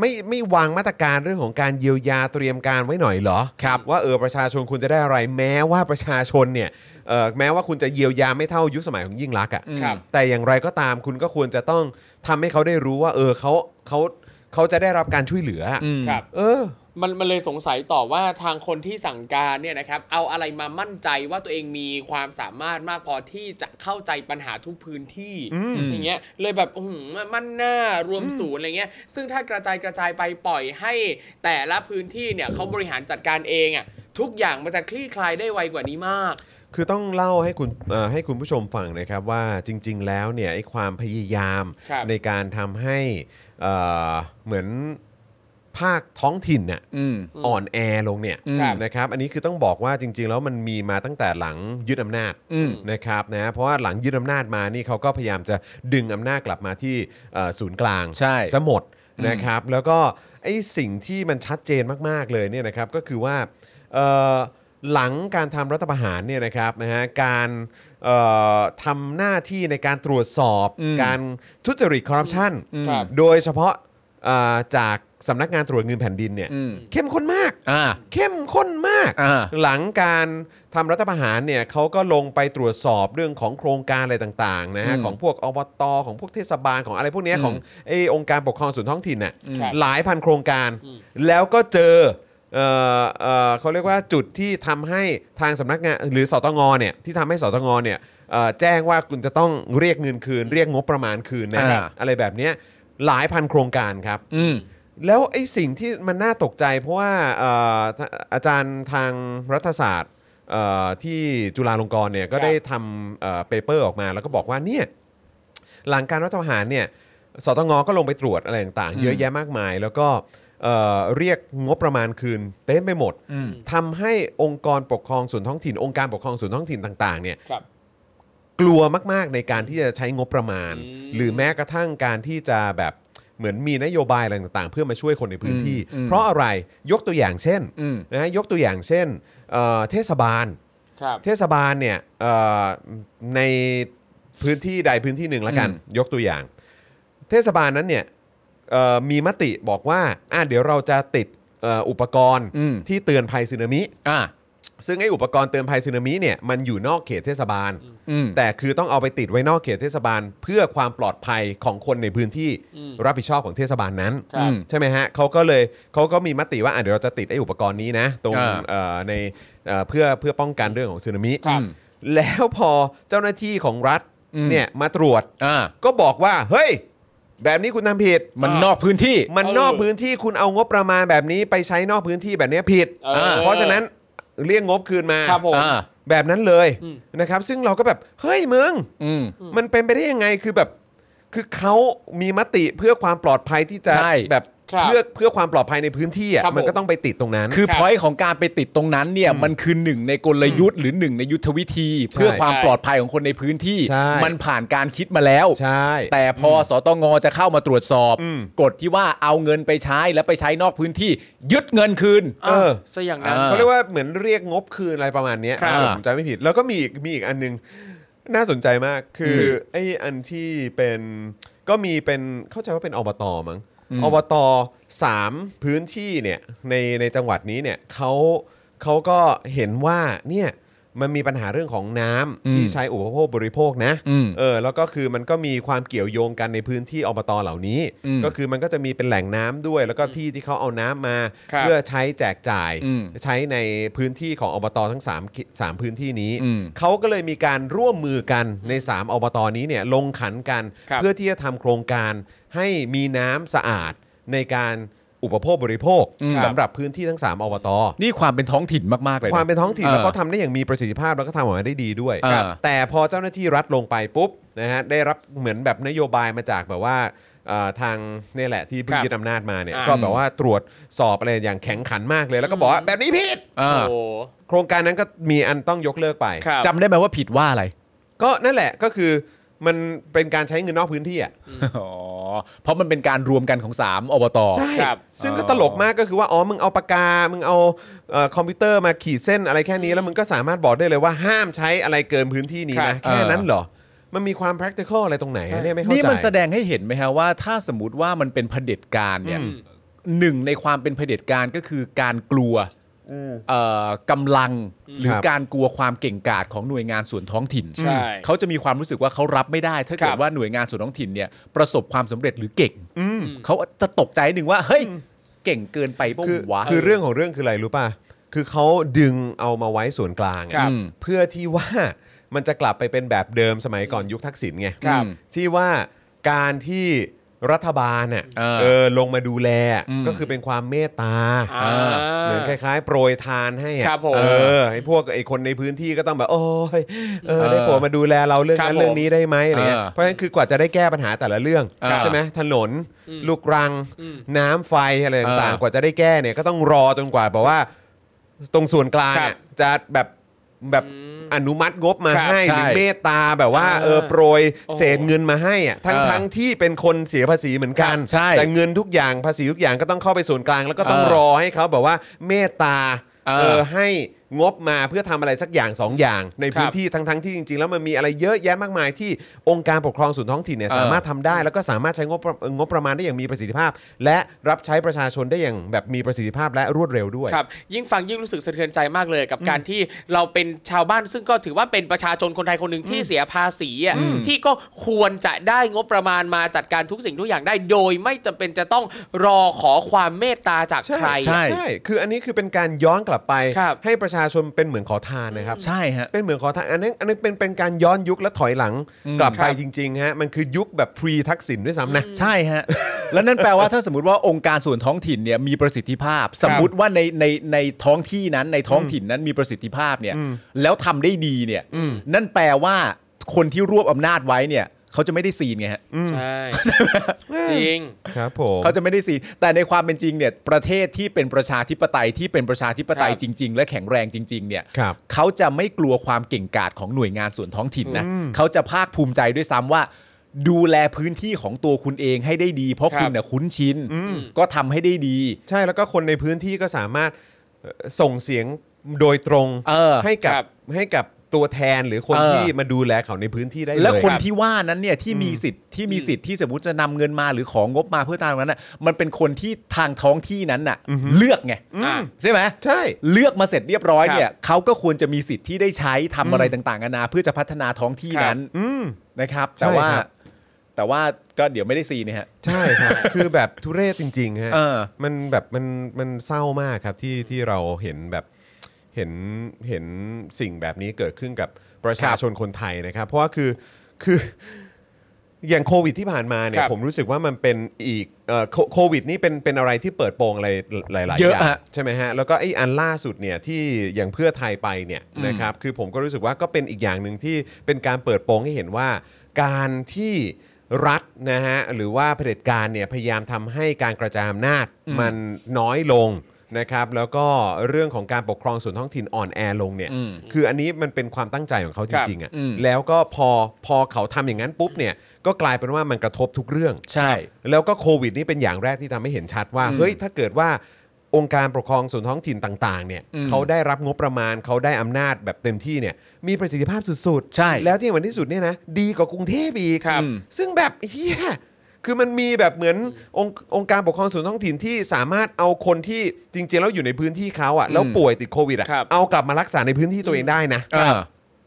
[SPEAKER 2] ไม่ไม่วางมาตรการเรื่องของการเยียวยาเตรียมการไว้หน่อยเหรอครับว่าเออประชาชนคุณจะได้อะไร แม้ว่าประชาชนเนี่ยเออแม้ว่าคุณจะเยียวยาไม่เท่ายุคสมัยของยิ่งรักษณ์อ่ะ
[SPEAKER 5] ครับ
[SPEAKER 2] แต่อย่างไรก็ตามคุณก็ควรจะต้องทำให้เขาได้รู้ว่า เออเขาเขาเขาจะได้รับการช่วยเหลืออะ
[SPEAKER 3] อืม
[SPEAKER 5] ครับ
[SPEAKER 2] เออ
[SPEAKER 5] มันมันเลยสงสัยต่อว่าทางคนที่สั่งการเนี่ยนะครับ เอาอะไรมามั่นใจว่าตัวเองมีความสามารถมากพอที่จะเข้าใจปัญหาทุกพื้นที่อย่างเงี้ยเลยแบบอื้อหือมั่นหน้ารวมศูนย์อะไรเงี้ยซึ่งถ้ากระจายกระจายไปปล่อยให้แต่ละพื้นที่เนี่ยเขาบริหารจัดการเองอ่ะทุกอย่างมันจะคลี่คลายได้ไวกว่านี้มาก
[SPEAKER 2] คือต้องเล่าให้คุณเอ่อให้คุณผู้ชมฟังนะครับว่าจริง ๆ แล้วเนี่ยไอ้ความพยายาม
[SPEAKER 5] ครับ
[SPEAKER 2] ในการทำให้เอ่อเหมือน ภาคท้องถิ่นเนี่ย
[SPEAKER 3] อืม
[SPEAKER 2] อ่อนแอลงเนี่ย
[SPEAKER 5] ครับ
[SPEAKER 2] นะครับอันนี้คือต้องบอกว่าจริง ๆ แล้วมันมีมาตั้งแต่หลังยึดอำนาจ
[SPEAKER 3] อืม
[SPEAKER 2] นะครับนะเพราะว่าหลังยึดอำนาจมานี่เขาก็พยายามจะดึงอำนาจกลับมาที่เอ่อศูนย์กลาง
[SPEAKER 3] ใช่
[SPEAKER 2] ซะหมดนะครับ แล้วก็ไอ้สิ่งที่มันชัดเจนมากๆเลยเนี่ยนะครับก็คือว่าเอ่อหลังการทำรัฐประหารเนี่ยนะครับนะฮะการเอ่อทำหน้าที่ในการตรวจสอบ
[SPEAKER 3] อืม
[SPEAKER 2] การทุจริตคอร์รัปชัน
[SPEAKER 5] อืมครับ
[SPEAKER 2] โดยเฉพาะเอ่อจากสำนักงานตรวจเงินแผ่นดินเนี่ย
[SPEAKER 3] อืม
[SPEAKER 2] เข้มข้นมาก
[SPEAKER 3] อ่า
[SPEAKER 2] เข้มข้นมาก
[SPEAKER 3] อ่า
[SPEAKER 2] หลังการทำรัฐประหารเนี่ยเขาก็ลงไปตรวจสอบเรื่องของโครงการอะไรต่างๆนะฮะ
[SPEAKER 3] อืม
[SPEAKER 2] ของพวกอบตของพวกเทศบาลของอะไรพวกเนี้ย
[SPEAKER 3] อืม
[SPEAKER 2] ของไอองค์การปกครองส่วนท้องถิ่นน่ะ
[SPEAKER 5] ครับ
[SPEAKER 2] หลายพันโครงการ
[SPEAKER 5] อืม
[SPEAKER 2] แล้วก็เจอเอ่อเอ่อเขาเรียกว่าจุดที่ทำให้ทางสำนักงานหรือสตงเนี่ยที่ทำให้สตงเนี่ยเอ่อแจ้งว่าคุณจะต้องเรียกเงินคืน เรียกงบประมาณคืนนะครับ
[SPEAKER 3] อ่า
[SPEAKER 2] อะไรแบบเนี้ยหลายพันโครงการครับ
[SPEAKER 3] อืม
[SPEAKER 2] แล้วไอ้สิ่งที่มันน่าตกใจเพราะว่าเอ่อถ้าอาจารย์ทางรัฐศาสตร์เอ่อที่จุฬาลงกรณ์เนี่ยก็ได้ทำเอ่อเปเปอร์ออกมาแล้วก็บอกว่าเนี่ยหลังการรัฐประหารเนี่ยสตงก็ลงไปตรวจอะไรต่าง
[SPEAKER 3] อื
[SPEAKER 2] ๆ
[SPEAKER 3] ม
[SPEAKER 2] เยอะแยะมากมาย แล้วก็เอ่อเรียกงบประมาณคืนเต็มไปหมด
[SPEAKER 3] อืม
[SPEAKER 2] ทำให้องค์กรปกครองส่วนท้องถิ่น องค์การปกครองส่วนท้องถิ่นต่างๆเนี่ย
[SPEAKER 5] ครับ
[SPEAKER 2] กลัวมาก ๆ ในการที่จะใช้งบประมาณ
[SPEAKER 5] อืม
[SPEAKER 2] หรือแม้กระทั่งการที่จะแบบเหมือนมีนโยบายอะไรต่างๆ เพื่อมาช่วยคนในพื้นที่
[SPEAKER 3] อืมอืม
[SPEAKER 2] เพราะอะไรยกตัวอย่างเช่น
[SPEAKER 3] อืม
[SPEAKER 2] นะยกตัวอย่างเช่นเอ่อเทศบาล
[SPEAKER 5] ครับ
[SPEAKER 2] เทศบาลเนี่ยเอ่อในพื้นที่ใดพื้นที่หนึ่งละกัน
[SPEAKER 3] อืม
[SPEAKER 2] ยกตัวอย่าง เทศบาลนั้นเนี่ยเอ่อมีมติบอกว่าอ่ะเดี๋ยวเราจะติดเอ่ออุปกรณ์
[SPEAKER 3] อืม
[SPEAKER 2] ที่เตือนภัยสึนามิ
[SPEAKER 3] อ่า
[SPEAKER 2] ซึ่งไอ้อุปกรณ์เตือนภัยสึนามิเนี่ยมันอยู่นอกเขตเทศบาล
[SPEAKER 3] อืม
[SPEAKER 2] แต่คือต้องเอาไปติดไว้นอกเขตเทศบาล เพื่อความปลอดภัยของคนในพื้นที่
[SPEAKER 5] อืม
[SPEAKER 2] รับผิดชอบของเทศบาลนั้น
[SPEAKER 5] ครับ
[SPEAKER 3] อืม
[SPEAKER 2] ใช่ไหมฮะเขาก็เลยเขาก็มีมติว่าอ่ะเดี๋ยวเราจะติดไอ้อุปกรณ์นี้นะตรง
[SPEAKER 3] อ่า
[SPEAKER 2] เอ่อในเอ่อเพื่อเพื่อป้องกันเรื่องของสึนามิ
[SPEAKER 5] ครับ
[SPEAKER 2] แล้วพอเจ้าหน้าที่ของรัฐ
[SPEAKER 3] อืม
[SPEAKER 2] เนี่ยมาตรวจ
[SPEAKER 3] อ่า
[SPEAKER 2] ก็บอกว่า เฮ้ย แบบนี้คุณทำผิด
[SPEAKER 3] มัน
[SPEAKER 5] อ่าน น
[SPEAKER 3] อกพื้นที่
[SPEAKER 2] มัน
[SPEAKER 5] เออ
[SPEAKER 2] นอกพื้นที่คุณเอางบประมาณแบบนี้ไปใช้นอกพื้นที่แบบเนี้ยผิด
[SPEAKER 5] ออ
[SPEAKER 2] เพราะฉะนั้นเรียกงบคืนมา
[SPEAKER 5] ครับผม
[SPEAKER 3] อ่า
[SPEAKER 2] แบบนั้นเลย
[SPEAKER 5] อืม
[SPEAKER 2] นะครับ ซึ่งเราก็แบบเฮ้ยมึง
[SPEAKER 3] อืม
[SPEAKER 5] อืม
[SPEAKER 2] มันเป็นไปได้ยังไงคือแบบ คือเขามีมติเพื่อความปลอดภัยที่จะ
[SPEAKER 3] ใช่
[SPEAKER 2] แบบ
[SPEAKER 5] ครับ
[SPEAKER 2] เพื่อเพื่อความปลอดภัยในพื้นที่อ่ะ
[SPEAKER 5] ครับผม
[SPEAKER 2] มันก็ต้องไปติดตรงนั้น
[SPEAKER 3] คือ
[SPEAKER 5] ครับ
[SPEAKER 3] พอยต์ของการไปติดตรงนั้นเนี่ยมันคือหนึ่งในกลยุทธ์หรือหนึ่งในยุทธวิธี เพื่อความปลอดภัยของคนในพื้นที่
[SPEAKER 2] ใช่
[SPEAKER 3] มันผ่านการคิดมาแล้ว
[SPEAKER 2] ใช่
[SPEAKER 3] แต่พอสตงจะเข้ามาตรวจสอบ
[SPEAKER 2] อืม
[SPEAKER 3] กฎที่ว่าเอาเงินไปใช้แล้วไปใช้นอกพื้นที่ ยึดเงินคืน
[SPEAKER 2] เออ
[SPEAKER 5] ะซะอย่างนั้น
[SPEAKER 3] อ่
[SPEAKER 2] เขาเรียกว่าเหมือนเรียกงบคืนอะไรประมาณเนี้ย
[SPEAKER 5] ครับ
[SPEAKER 2] ถ้าผมจำไม่ผิด แล้วก็มีอีกมีอีกอันนึง น่าสนใจมากคืออไอ้อันที่เป็นก็มีเป็นเข้าใจว่าเป็นอบตมั้งอบตสามพื้นที่เนี่ยในในจังหวัดนี้เนี่ยเขาเขาก็เห็นว่าเนี่ยมันมีปัญหาเรื่องของน้ำ
[SPEAKER 3] อืม
[SPEAKER 2] ที่ใช้อุปโภคบริโภคนะ
[SPEAKER 3] อืม
[SPEAKER 2] เออแล้วก็คือมันก็มีความเกี่ยวโยงกันในพื้นที่อบตเหล่านี้
[SPEAKER 3] อืม
[SPEAKER 2] ก็คือมันก็จะมีเป็นแหล่งน้ำด้วย แล้วก็ที่ที่เขาเอาน้ำมา
[SPEAKER 5] ครับ
[SPEAKER 2] เพื่อใช้แจกจ่าย
[SPEAKER 3] อืม
[SPEAKER 2] ใช้ในพื้นที่ของอบตทั้ง3เขตสามพื้นที่นี้
[SPEAKER 3] อืม
[SPEAKER 2] เขาก็เลยมีการร่วมมือกันใน 3อบตนี้เนี่ยลงขันกัน
[SPEAKER 5] ครับ
[SPEAKER 2] เพื่อที่จะทำโครงการให้มีน้ำสะอาดในการอุปโภคบริโภค
[SPEAKER 3] อืม
[SPEAKER 2] สำหรับพื้นที่ทั้ง 3อบต
[SPEAKER 3] นี่ความเป็นท้องถิ่นมาก ๆ เลยะ
[SPEAKER 2] ความเป็นท้องถิ่น
[SPEAKER 3] เออ
[SPEAKER 2] แล้วเขาทำได้อย่างมีประสิทธิภาพแล้วก็ทำออกมาได้ดีด้วย
[SPEAKER 3] เออ
[SPEAKER 2] แต่พอเจ้าหน้าที่รัฐลงไปปุ๊บนะฮะได้รับเหมือนแบบนโยบายมาจากแบบว่าเอ่อทางเนี่ยแหละที่เพิ่ง
[SPEAKER 5] ครับ
[SPEAKER 2] ยึดอำนาจมาเนี่ย
[SPEAKER 5] อ่า
[SPEAKER 2] ก็แบบว่าตรวจสอบอะไรอย่างแข็งขันมากเลย แล้วก็บอกว่าแบบนี้ผิด
[SPEAKER 3] า
[SPEAKER 5] โอ้โห
[SPEAKER 2] โครงการนั้นก็มีอันต้องยกเลิกไป
[SPEAKER 5] ครับ
[SPEAKER 3] จำได้ไหมว่าผิดว่าอะไร
[SPEAKER 2] ก็นั่นแหละก็คือมันเป็นการใช้เงินนอกพื้นที่อ่ะ
[SPEAKER 3] อ๋อ เพราะมันเป็นการรวมกันของ 3อบต
[SPEAKER 2] ใช่
[SPEAKER 5] ครับ
[SPEAKER 2] ซึ่งก็ตลกมากก็คือว่า อ๋อ มึงเอาปากกา มึงเอาเอ่อคอมพิวเตอร์มาขีดเส้นอะไรแค่นี้ แล้วมึงก็สามารถบอกได้เลยว่าห้ามใช้อะไรเกินพื้นที่นี้
[SPEAKER 5] ครั
[SPEAKER 2] นะ
[SPEAKER 5] บ
[SPEAKER 2] แค่นั้นเหรอ มันมีความ practical อะไรตรงไหนอะเนี่ยไม่เข้าใจ
[SPEAKER 3] นี่มันแสดงให้เห็นไหมฮะว่าถ้าสมมติว่ามันเป็นเผด็จการเนี่ย
[SPEAKER 2] อืม
[SPEAKER 3] หนึ่งในความเป็นเผด็จการก็คือการกลัวเอ่อกำลังหรือการกลัวความเก่งกาจของหน่วยงานส่วนท้องถิ่น
[SPEAKER 5] ใช่
[SPEAKER 3] เขาจะมีความรู้สึกว่าเขารับไม่ได้ ถ้าเกิ
[SPEAKER 5] ค
[SPEAKER 3] ด
[SPEAKER 5] รับ
[SPEAKER 3] ว่าหน่วยงานส่วนท้องถิ่นเนี่ยประสบความสำเร็จหรือเก่งเขาจะตกใจหนึ่งว่าเฮ้ยเก่งเกินไปปะ
[SPEAKER 2] คือ
[SPEAKER 3] วะ
[SPEAKER 2] คือเรื่องของเรื่องคืออะไรรู้ป่ะ คือเขาดึงเอามาไว้ส่วนกลางอะ
[SPEAKER 5] ครับ
[SPEAKER 2] เพื่อที่ว่ามันจะกลับไปเป็นแบบเดิมสมัยก่อนยุคทักษิณไง
[SPEAKER 5] ครับ
[SPEAKER 2] ที่ว่าการที่ รัฐบาลเนี่ย
[SPEAKER 3] เออ
[SPEAKER 2] เออลงมาดูแล
[SPEAKER 3] อืม
[SPEAKER 2] ก็คือเป็นความเมตตา
[SPEAKER 5] อ่า
[SPEAKER 2] เหมือนคล้ายๆ โปรยทานให้อะ
[SPEAKER 5] ครับผม
[SPEAKER 2] เออไอ้พวกไอ้คนในพื้นที่ก็ต้องแบบโอ้ยเออ
[SPEAKER 3] เออ
[SPEAKER 2] ได้โปรดมาดูแลเราเรื่อง
[SPEAKER 5] ครับ
[SPEAKER 2] นั้นเรื่องนี้ได้ไหมอะไรเงี้ย
[SPEAKER 3] เออ
[SPEAKER 2] เพราะฉะนั้นคือกว่าจะได้แก้ปัญหาแต่ละเรื่อง
[SPEAKER 3] ครับ
[SPEAKER 2] ใช่ไหมถนน
[SPEAKER 5] อืม
[SPEAKER 2] ลูกรัง
[SPEAKER 5] อืม
[SPEAKER 2] น้ำไฟอะไรต่าง
[SPEAKER 3] เอ
[SPEAKER 2] ๆ
[SPEAKER 3] อก
[SPEAKER 2] ว่าจะได้แก้เนี่ยก็ต้องรอจนกว่าแบบว่าตรงส่วนกลาง
[SPEAKER 5] ครับ
[SPEAKER 2] อะจะแบบแบบอนุมัติงบมา
[SPEAKER 5] ครับ
[SPEAKER 2] ให้หรือ
[SPEAKER 3] ใช่
[SPEAKER 2] เมตตาแบบว่าเอ
[SPEAKER 5] เอ
[SPEAKER 2] อ
[SPEAKER 5] อ
[SPEAKER 2] โปรย
[SPEAKER 5] โอ้
[SPEAKER 2] เศษเงินมาให้อะทั้ง
[SPEAKER 3] เออ
[SPEAKER 2] ทั้งที่เป็นคนเสียภาษีเหมือนกัน
[SPEAKER 3] ครับใช่
[SPEAKER 2] แต่เงินทุกอย่างภาษีทุกอย่างก็ต้องเข้าไปส่วนกลาง แล้วก็ต้อง
[SPEAKER 3] เออ
[SPEAKER 2] รอให้เขาแบบว่าเมตตา
[SPEAKER 3] เออ
[SPEAKER 2] เออให้งบมาเพื่อทำอะไรสักอย่างสองอย่าง ใน
[SPEAKER 5] ครับ
[SPEAKER 2] พื้นที่ทั้งๆที่จริง ๆ แล้วมันมีอะไรเยอะแยะมากมายที่องค์การปกครองส่วนท้องถิ่นเนี่ย
[SPEAKER 3] เออ
[SPEAKER 2] สามารถทำได้ แล้วก็สามารถใช้งบประงบประมาณได้อย่างมีประสิทธิภาพ และรับใช้ประชาชนได้อย่างแบบมีประสิทธิภาพและรวดเร็วด้วย
[SPEAKER 5] ครับ ยิ่งฟังยิ่งรู้สึกสะเทือนใจมากเลยกับการที่เราเป็นชาวบ้านซึ่งก็ถือว่าเป็นประชาชนคนไทยคนหนึ่งที่เสียภาษีอ่ะที่ก็ควรจะได้งบประมาณมาจัดการทุกสิ่งทุกอย่างได้ โดยไม่จำเป็นจะต้องรอขอความเมตตาจากใคร
[SPEAKER 2] ใช่ใช่ คืออันนี้คือเป็นการย้อนกลับไป
[SPEAKER 5] ครับ
[SPEAKER 2] ให้ประชาชนเป็นเหมือนขอทานนะครับ
[SPEAKER 3] ใช่ฮะ
[SPEAKER 2] เป็นเหมือนขอทานอันนั้นอันนั้นเป็นเป็นการย้อนยุคและถอยหลังกลับไป
[SPEAKER 5] ครับ
[SPEAKER 2] จริงๆฮะมันคือยุคแบบพรีทักษิณด้วยซ้ำนะ
[SPEAKER 3] ใช่ฮะ แล้วนั่นแปลว่าถ้าสมมติว่าองค์การส่วนท้องถิ่นเนี่ยมีประสิทธิภาพ สมมติว่าในในในท้องที่นั้นในท้องถิ่นนั้นมีประสิทธิภาพเนี่ยแล้วทำได้ดีเนี่ยนั่นแปลว่าคนที่รวบอำนาจไว้เนี่ยเขาจะไม่ได้ซีนไงฮะ
[SPEAKER 5] ใช่จริง
[SPEAKER 2] ครับผม
[SPEAKER 3] เขาจะไม่ได้ซีนแต่ในความเป็นจริงเนี่ยประเทศที่เป็นประชาธิปไตยที่เป็นประชาธิปไตย
[SPEAKER 5] ครับ
[SPEAKER 3] จริง ๆ และแข็งแรงจริง ๆ เนี่ย
[SPEAKER 2] ครับ
[SPEAKER 3] เขาจะไม่กลัวความเก่งกาจของหน่วยงานส่วนท้องถิ่นนะเขาจะภาคภูมิใจด้วยซ้ำว่า ดูแลพื้นที่ของตัวคุณเองให้ได้ดี เพราะ
[SPEAKER 5] ครับ
[SPEAKER 3] คุณน่ะคุ้นชิน ก็ทำให้ได้ดี
[SPEAKER 2] ใช่แล้วก็คนในพื้นที่ก็สามารถเอ่อส่งเสียงโดยตรง
[SPEAKER 3] เออ
[SPEAKER 2] ให้กับ
[SPEAKER 5] ครับ
[SPEAKER 2] ให้กับตัวแทนหรือคน
[SPEAKER 3] เออ
[SPEAKER 2] ที่มาดูแลเขาในพื้นที่ได้เลย
[SPEAKER 3] แล้วคน
[SPEAKER 2] รับ
[SPEAKER 3] ที่ว่านั้นเนี่ยที่มีสิทธิ์ที่มีสิทธิ์ที่สมมติจะนำเงินมาหรือของงบมาเพื่อตามนั้นน่ะมันเป็นคนที่ทางท้องที่นั้นน่ะเลือกไง
[SPEAKER 5] อ่า
[SPEAKER 3] ใช่ไหม
[SPEAKER 2] ใช่
[SPEAKER 3] เลือกมาเสร็จเรียบร้อย
[SPEAKER 5] ครับ
[SPEAKER 3] เนี่ยเขาก็ควรจะมีสิทธิ์ที่ได้ใช้ทำอะไรต่างๆนานาเพื่อจะพัฒนาท้องที่
[SPEAKER 5] ครับ
[SPEAKER 3] นั้น
[SPEAKER 2] อืม
[SPEAKER 3] นะครับ
[SPEAKER 2] ใช่
[SPEAKER 3] แต่ว่า
[SPEAKER 2] ครับ
[SPEAKER 3] แต่ว่าก็เดี๋ยวไม่ได้ซีเนี่ยฮะ
[SPEAKER 2] ใช่ครับ คือแบบทุเรศจริงๆฮะ
[SPEAKER 3] เออ
[SPEAKER 2] มันแบบมันมันเศร้ามากครับที่ที่เราเห็นแบบเห็นเห็นสิ่งแบบนี้เกิดขึ้นกับประชาชนคนไทยนะครับ เพราะว่าคือคืออย่างโควิดที่ผ่านมาเนี่ย
[SPEAKER 5] ครับ
[SPEAKER 2] ผมรู้สึกว่ามันเป็นอีกเอ่อโคโควิดนี่เป็นเป็นอะไรที่เปิดโปงอะไรหลายๆอ
[SPEAKER 3] เยอะ
[SPEAKER 2] ย่าง
[SPEAKER 3] ฮะ
[SPEAKER 2] ใช่ไหมฮะแล้วก็ไอ้อันล่าสุดเนี่ยที่อย่างเพื่อไทยไปเนี่ยนะครับคือผมก็รู้สึกว่าก็เป็นอีกอย่างหนึ่งที่เป็นการเปิดโปงให้เห็นว่า การที่รัฐนะฮะหรือว่าเผด็จการเนี่ยพยายามทำให้การกระจายอำนาจมันน้อยลงนะครับแล้วก็เรื่องของการปกครองส่วนท้องถิ่นอ่อนแอลงเนี่ย
[SPEAKER 3] อืม
[SPEAKER 2] คืออันนี้มันเป็นความตั้งใจของเขาจ
[SPEAKER 5] ครับ
[SPEAKER 2] ริงๆอ่ะ
[SPEAKER 3] อืม
[SPEAKER 2] แล้วก็พอพอเขาทำอย่างนั้นปุ๊บเนี่ยก็กลายเป็นว่ามันกระทบทุกเรื่อง
[SPEAKER 3] ใช่
[SPEAKER 2] แล้วก็โควิดนี่เป็นอย่างแรกที่ทำให้เห็นชัดว่า
[SPEAKER 3] อืม
[SPEAKER 2] เฮ้ยถ้าเกิดว่าองค์การปกครองส่วนท้องถิ่นต่างๆเนี่ย
[SPEAKER 3] อืม
[SPEAKER 2] เขาได้รับงบประมาณเขาได้อำนาจแบบเต็มที่เนี่ยมีประสิทธิภาพสุดๆ
[SPEAKER 3] ใช่
[SPEAKER 2] แล้วที่เหมือนที่สุดเนี่ยนะดีกว่ากรุงเทพอีก
[SPEAKER 5] ครับ
[SPEAKER 2] อืมซึ่งแบบเฮียคือมันมีแบบเหมือนองค์องค์การปกครองส่วนท้องถิ่นที่สามารถเอาคนที่จริงๆแล้วอยู่ในพื้นที่เขาอะแล้ว
[SPEAKER 3] อืม
[SPEAKER 2] ป่วยติดโควิดอะ
[SPEAKER 5] ครับ
[SPEAKER 2] เอากลับมารักษาในพื้นที่ตัวเองได้นะ
[SPEAKER 3] เออ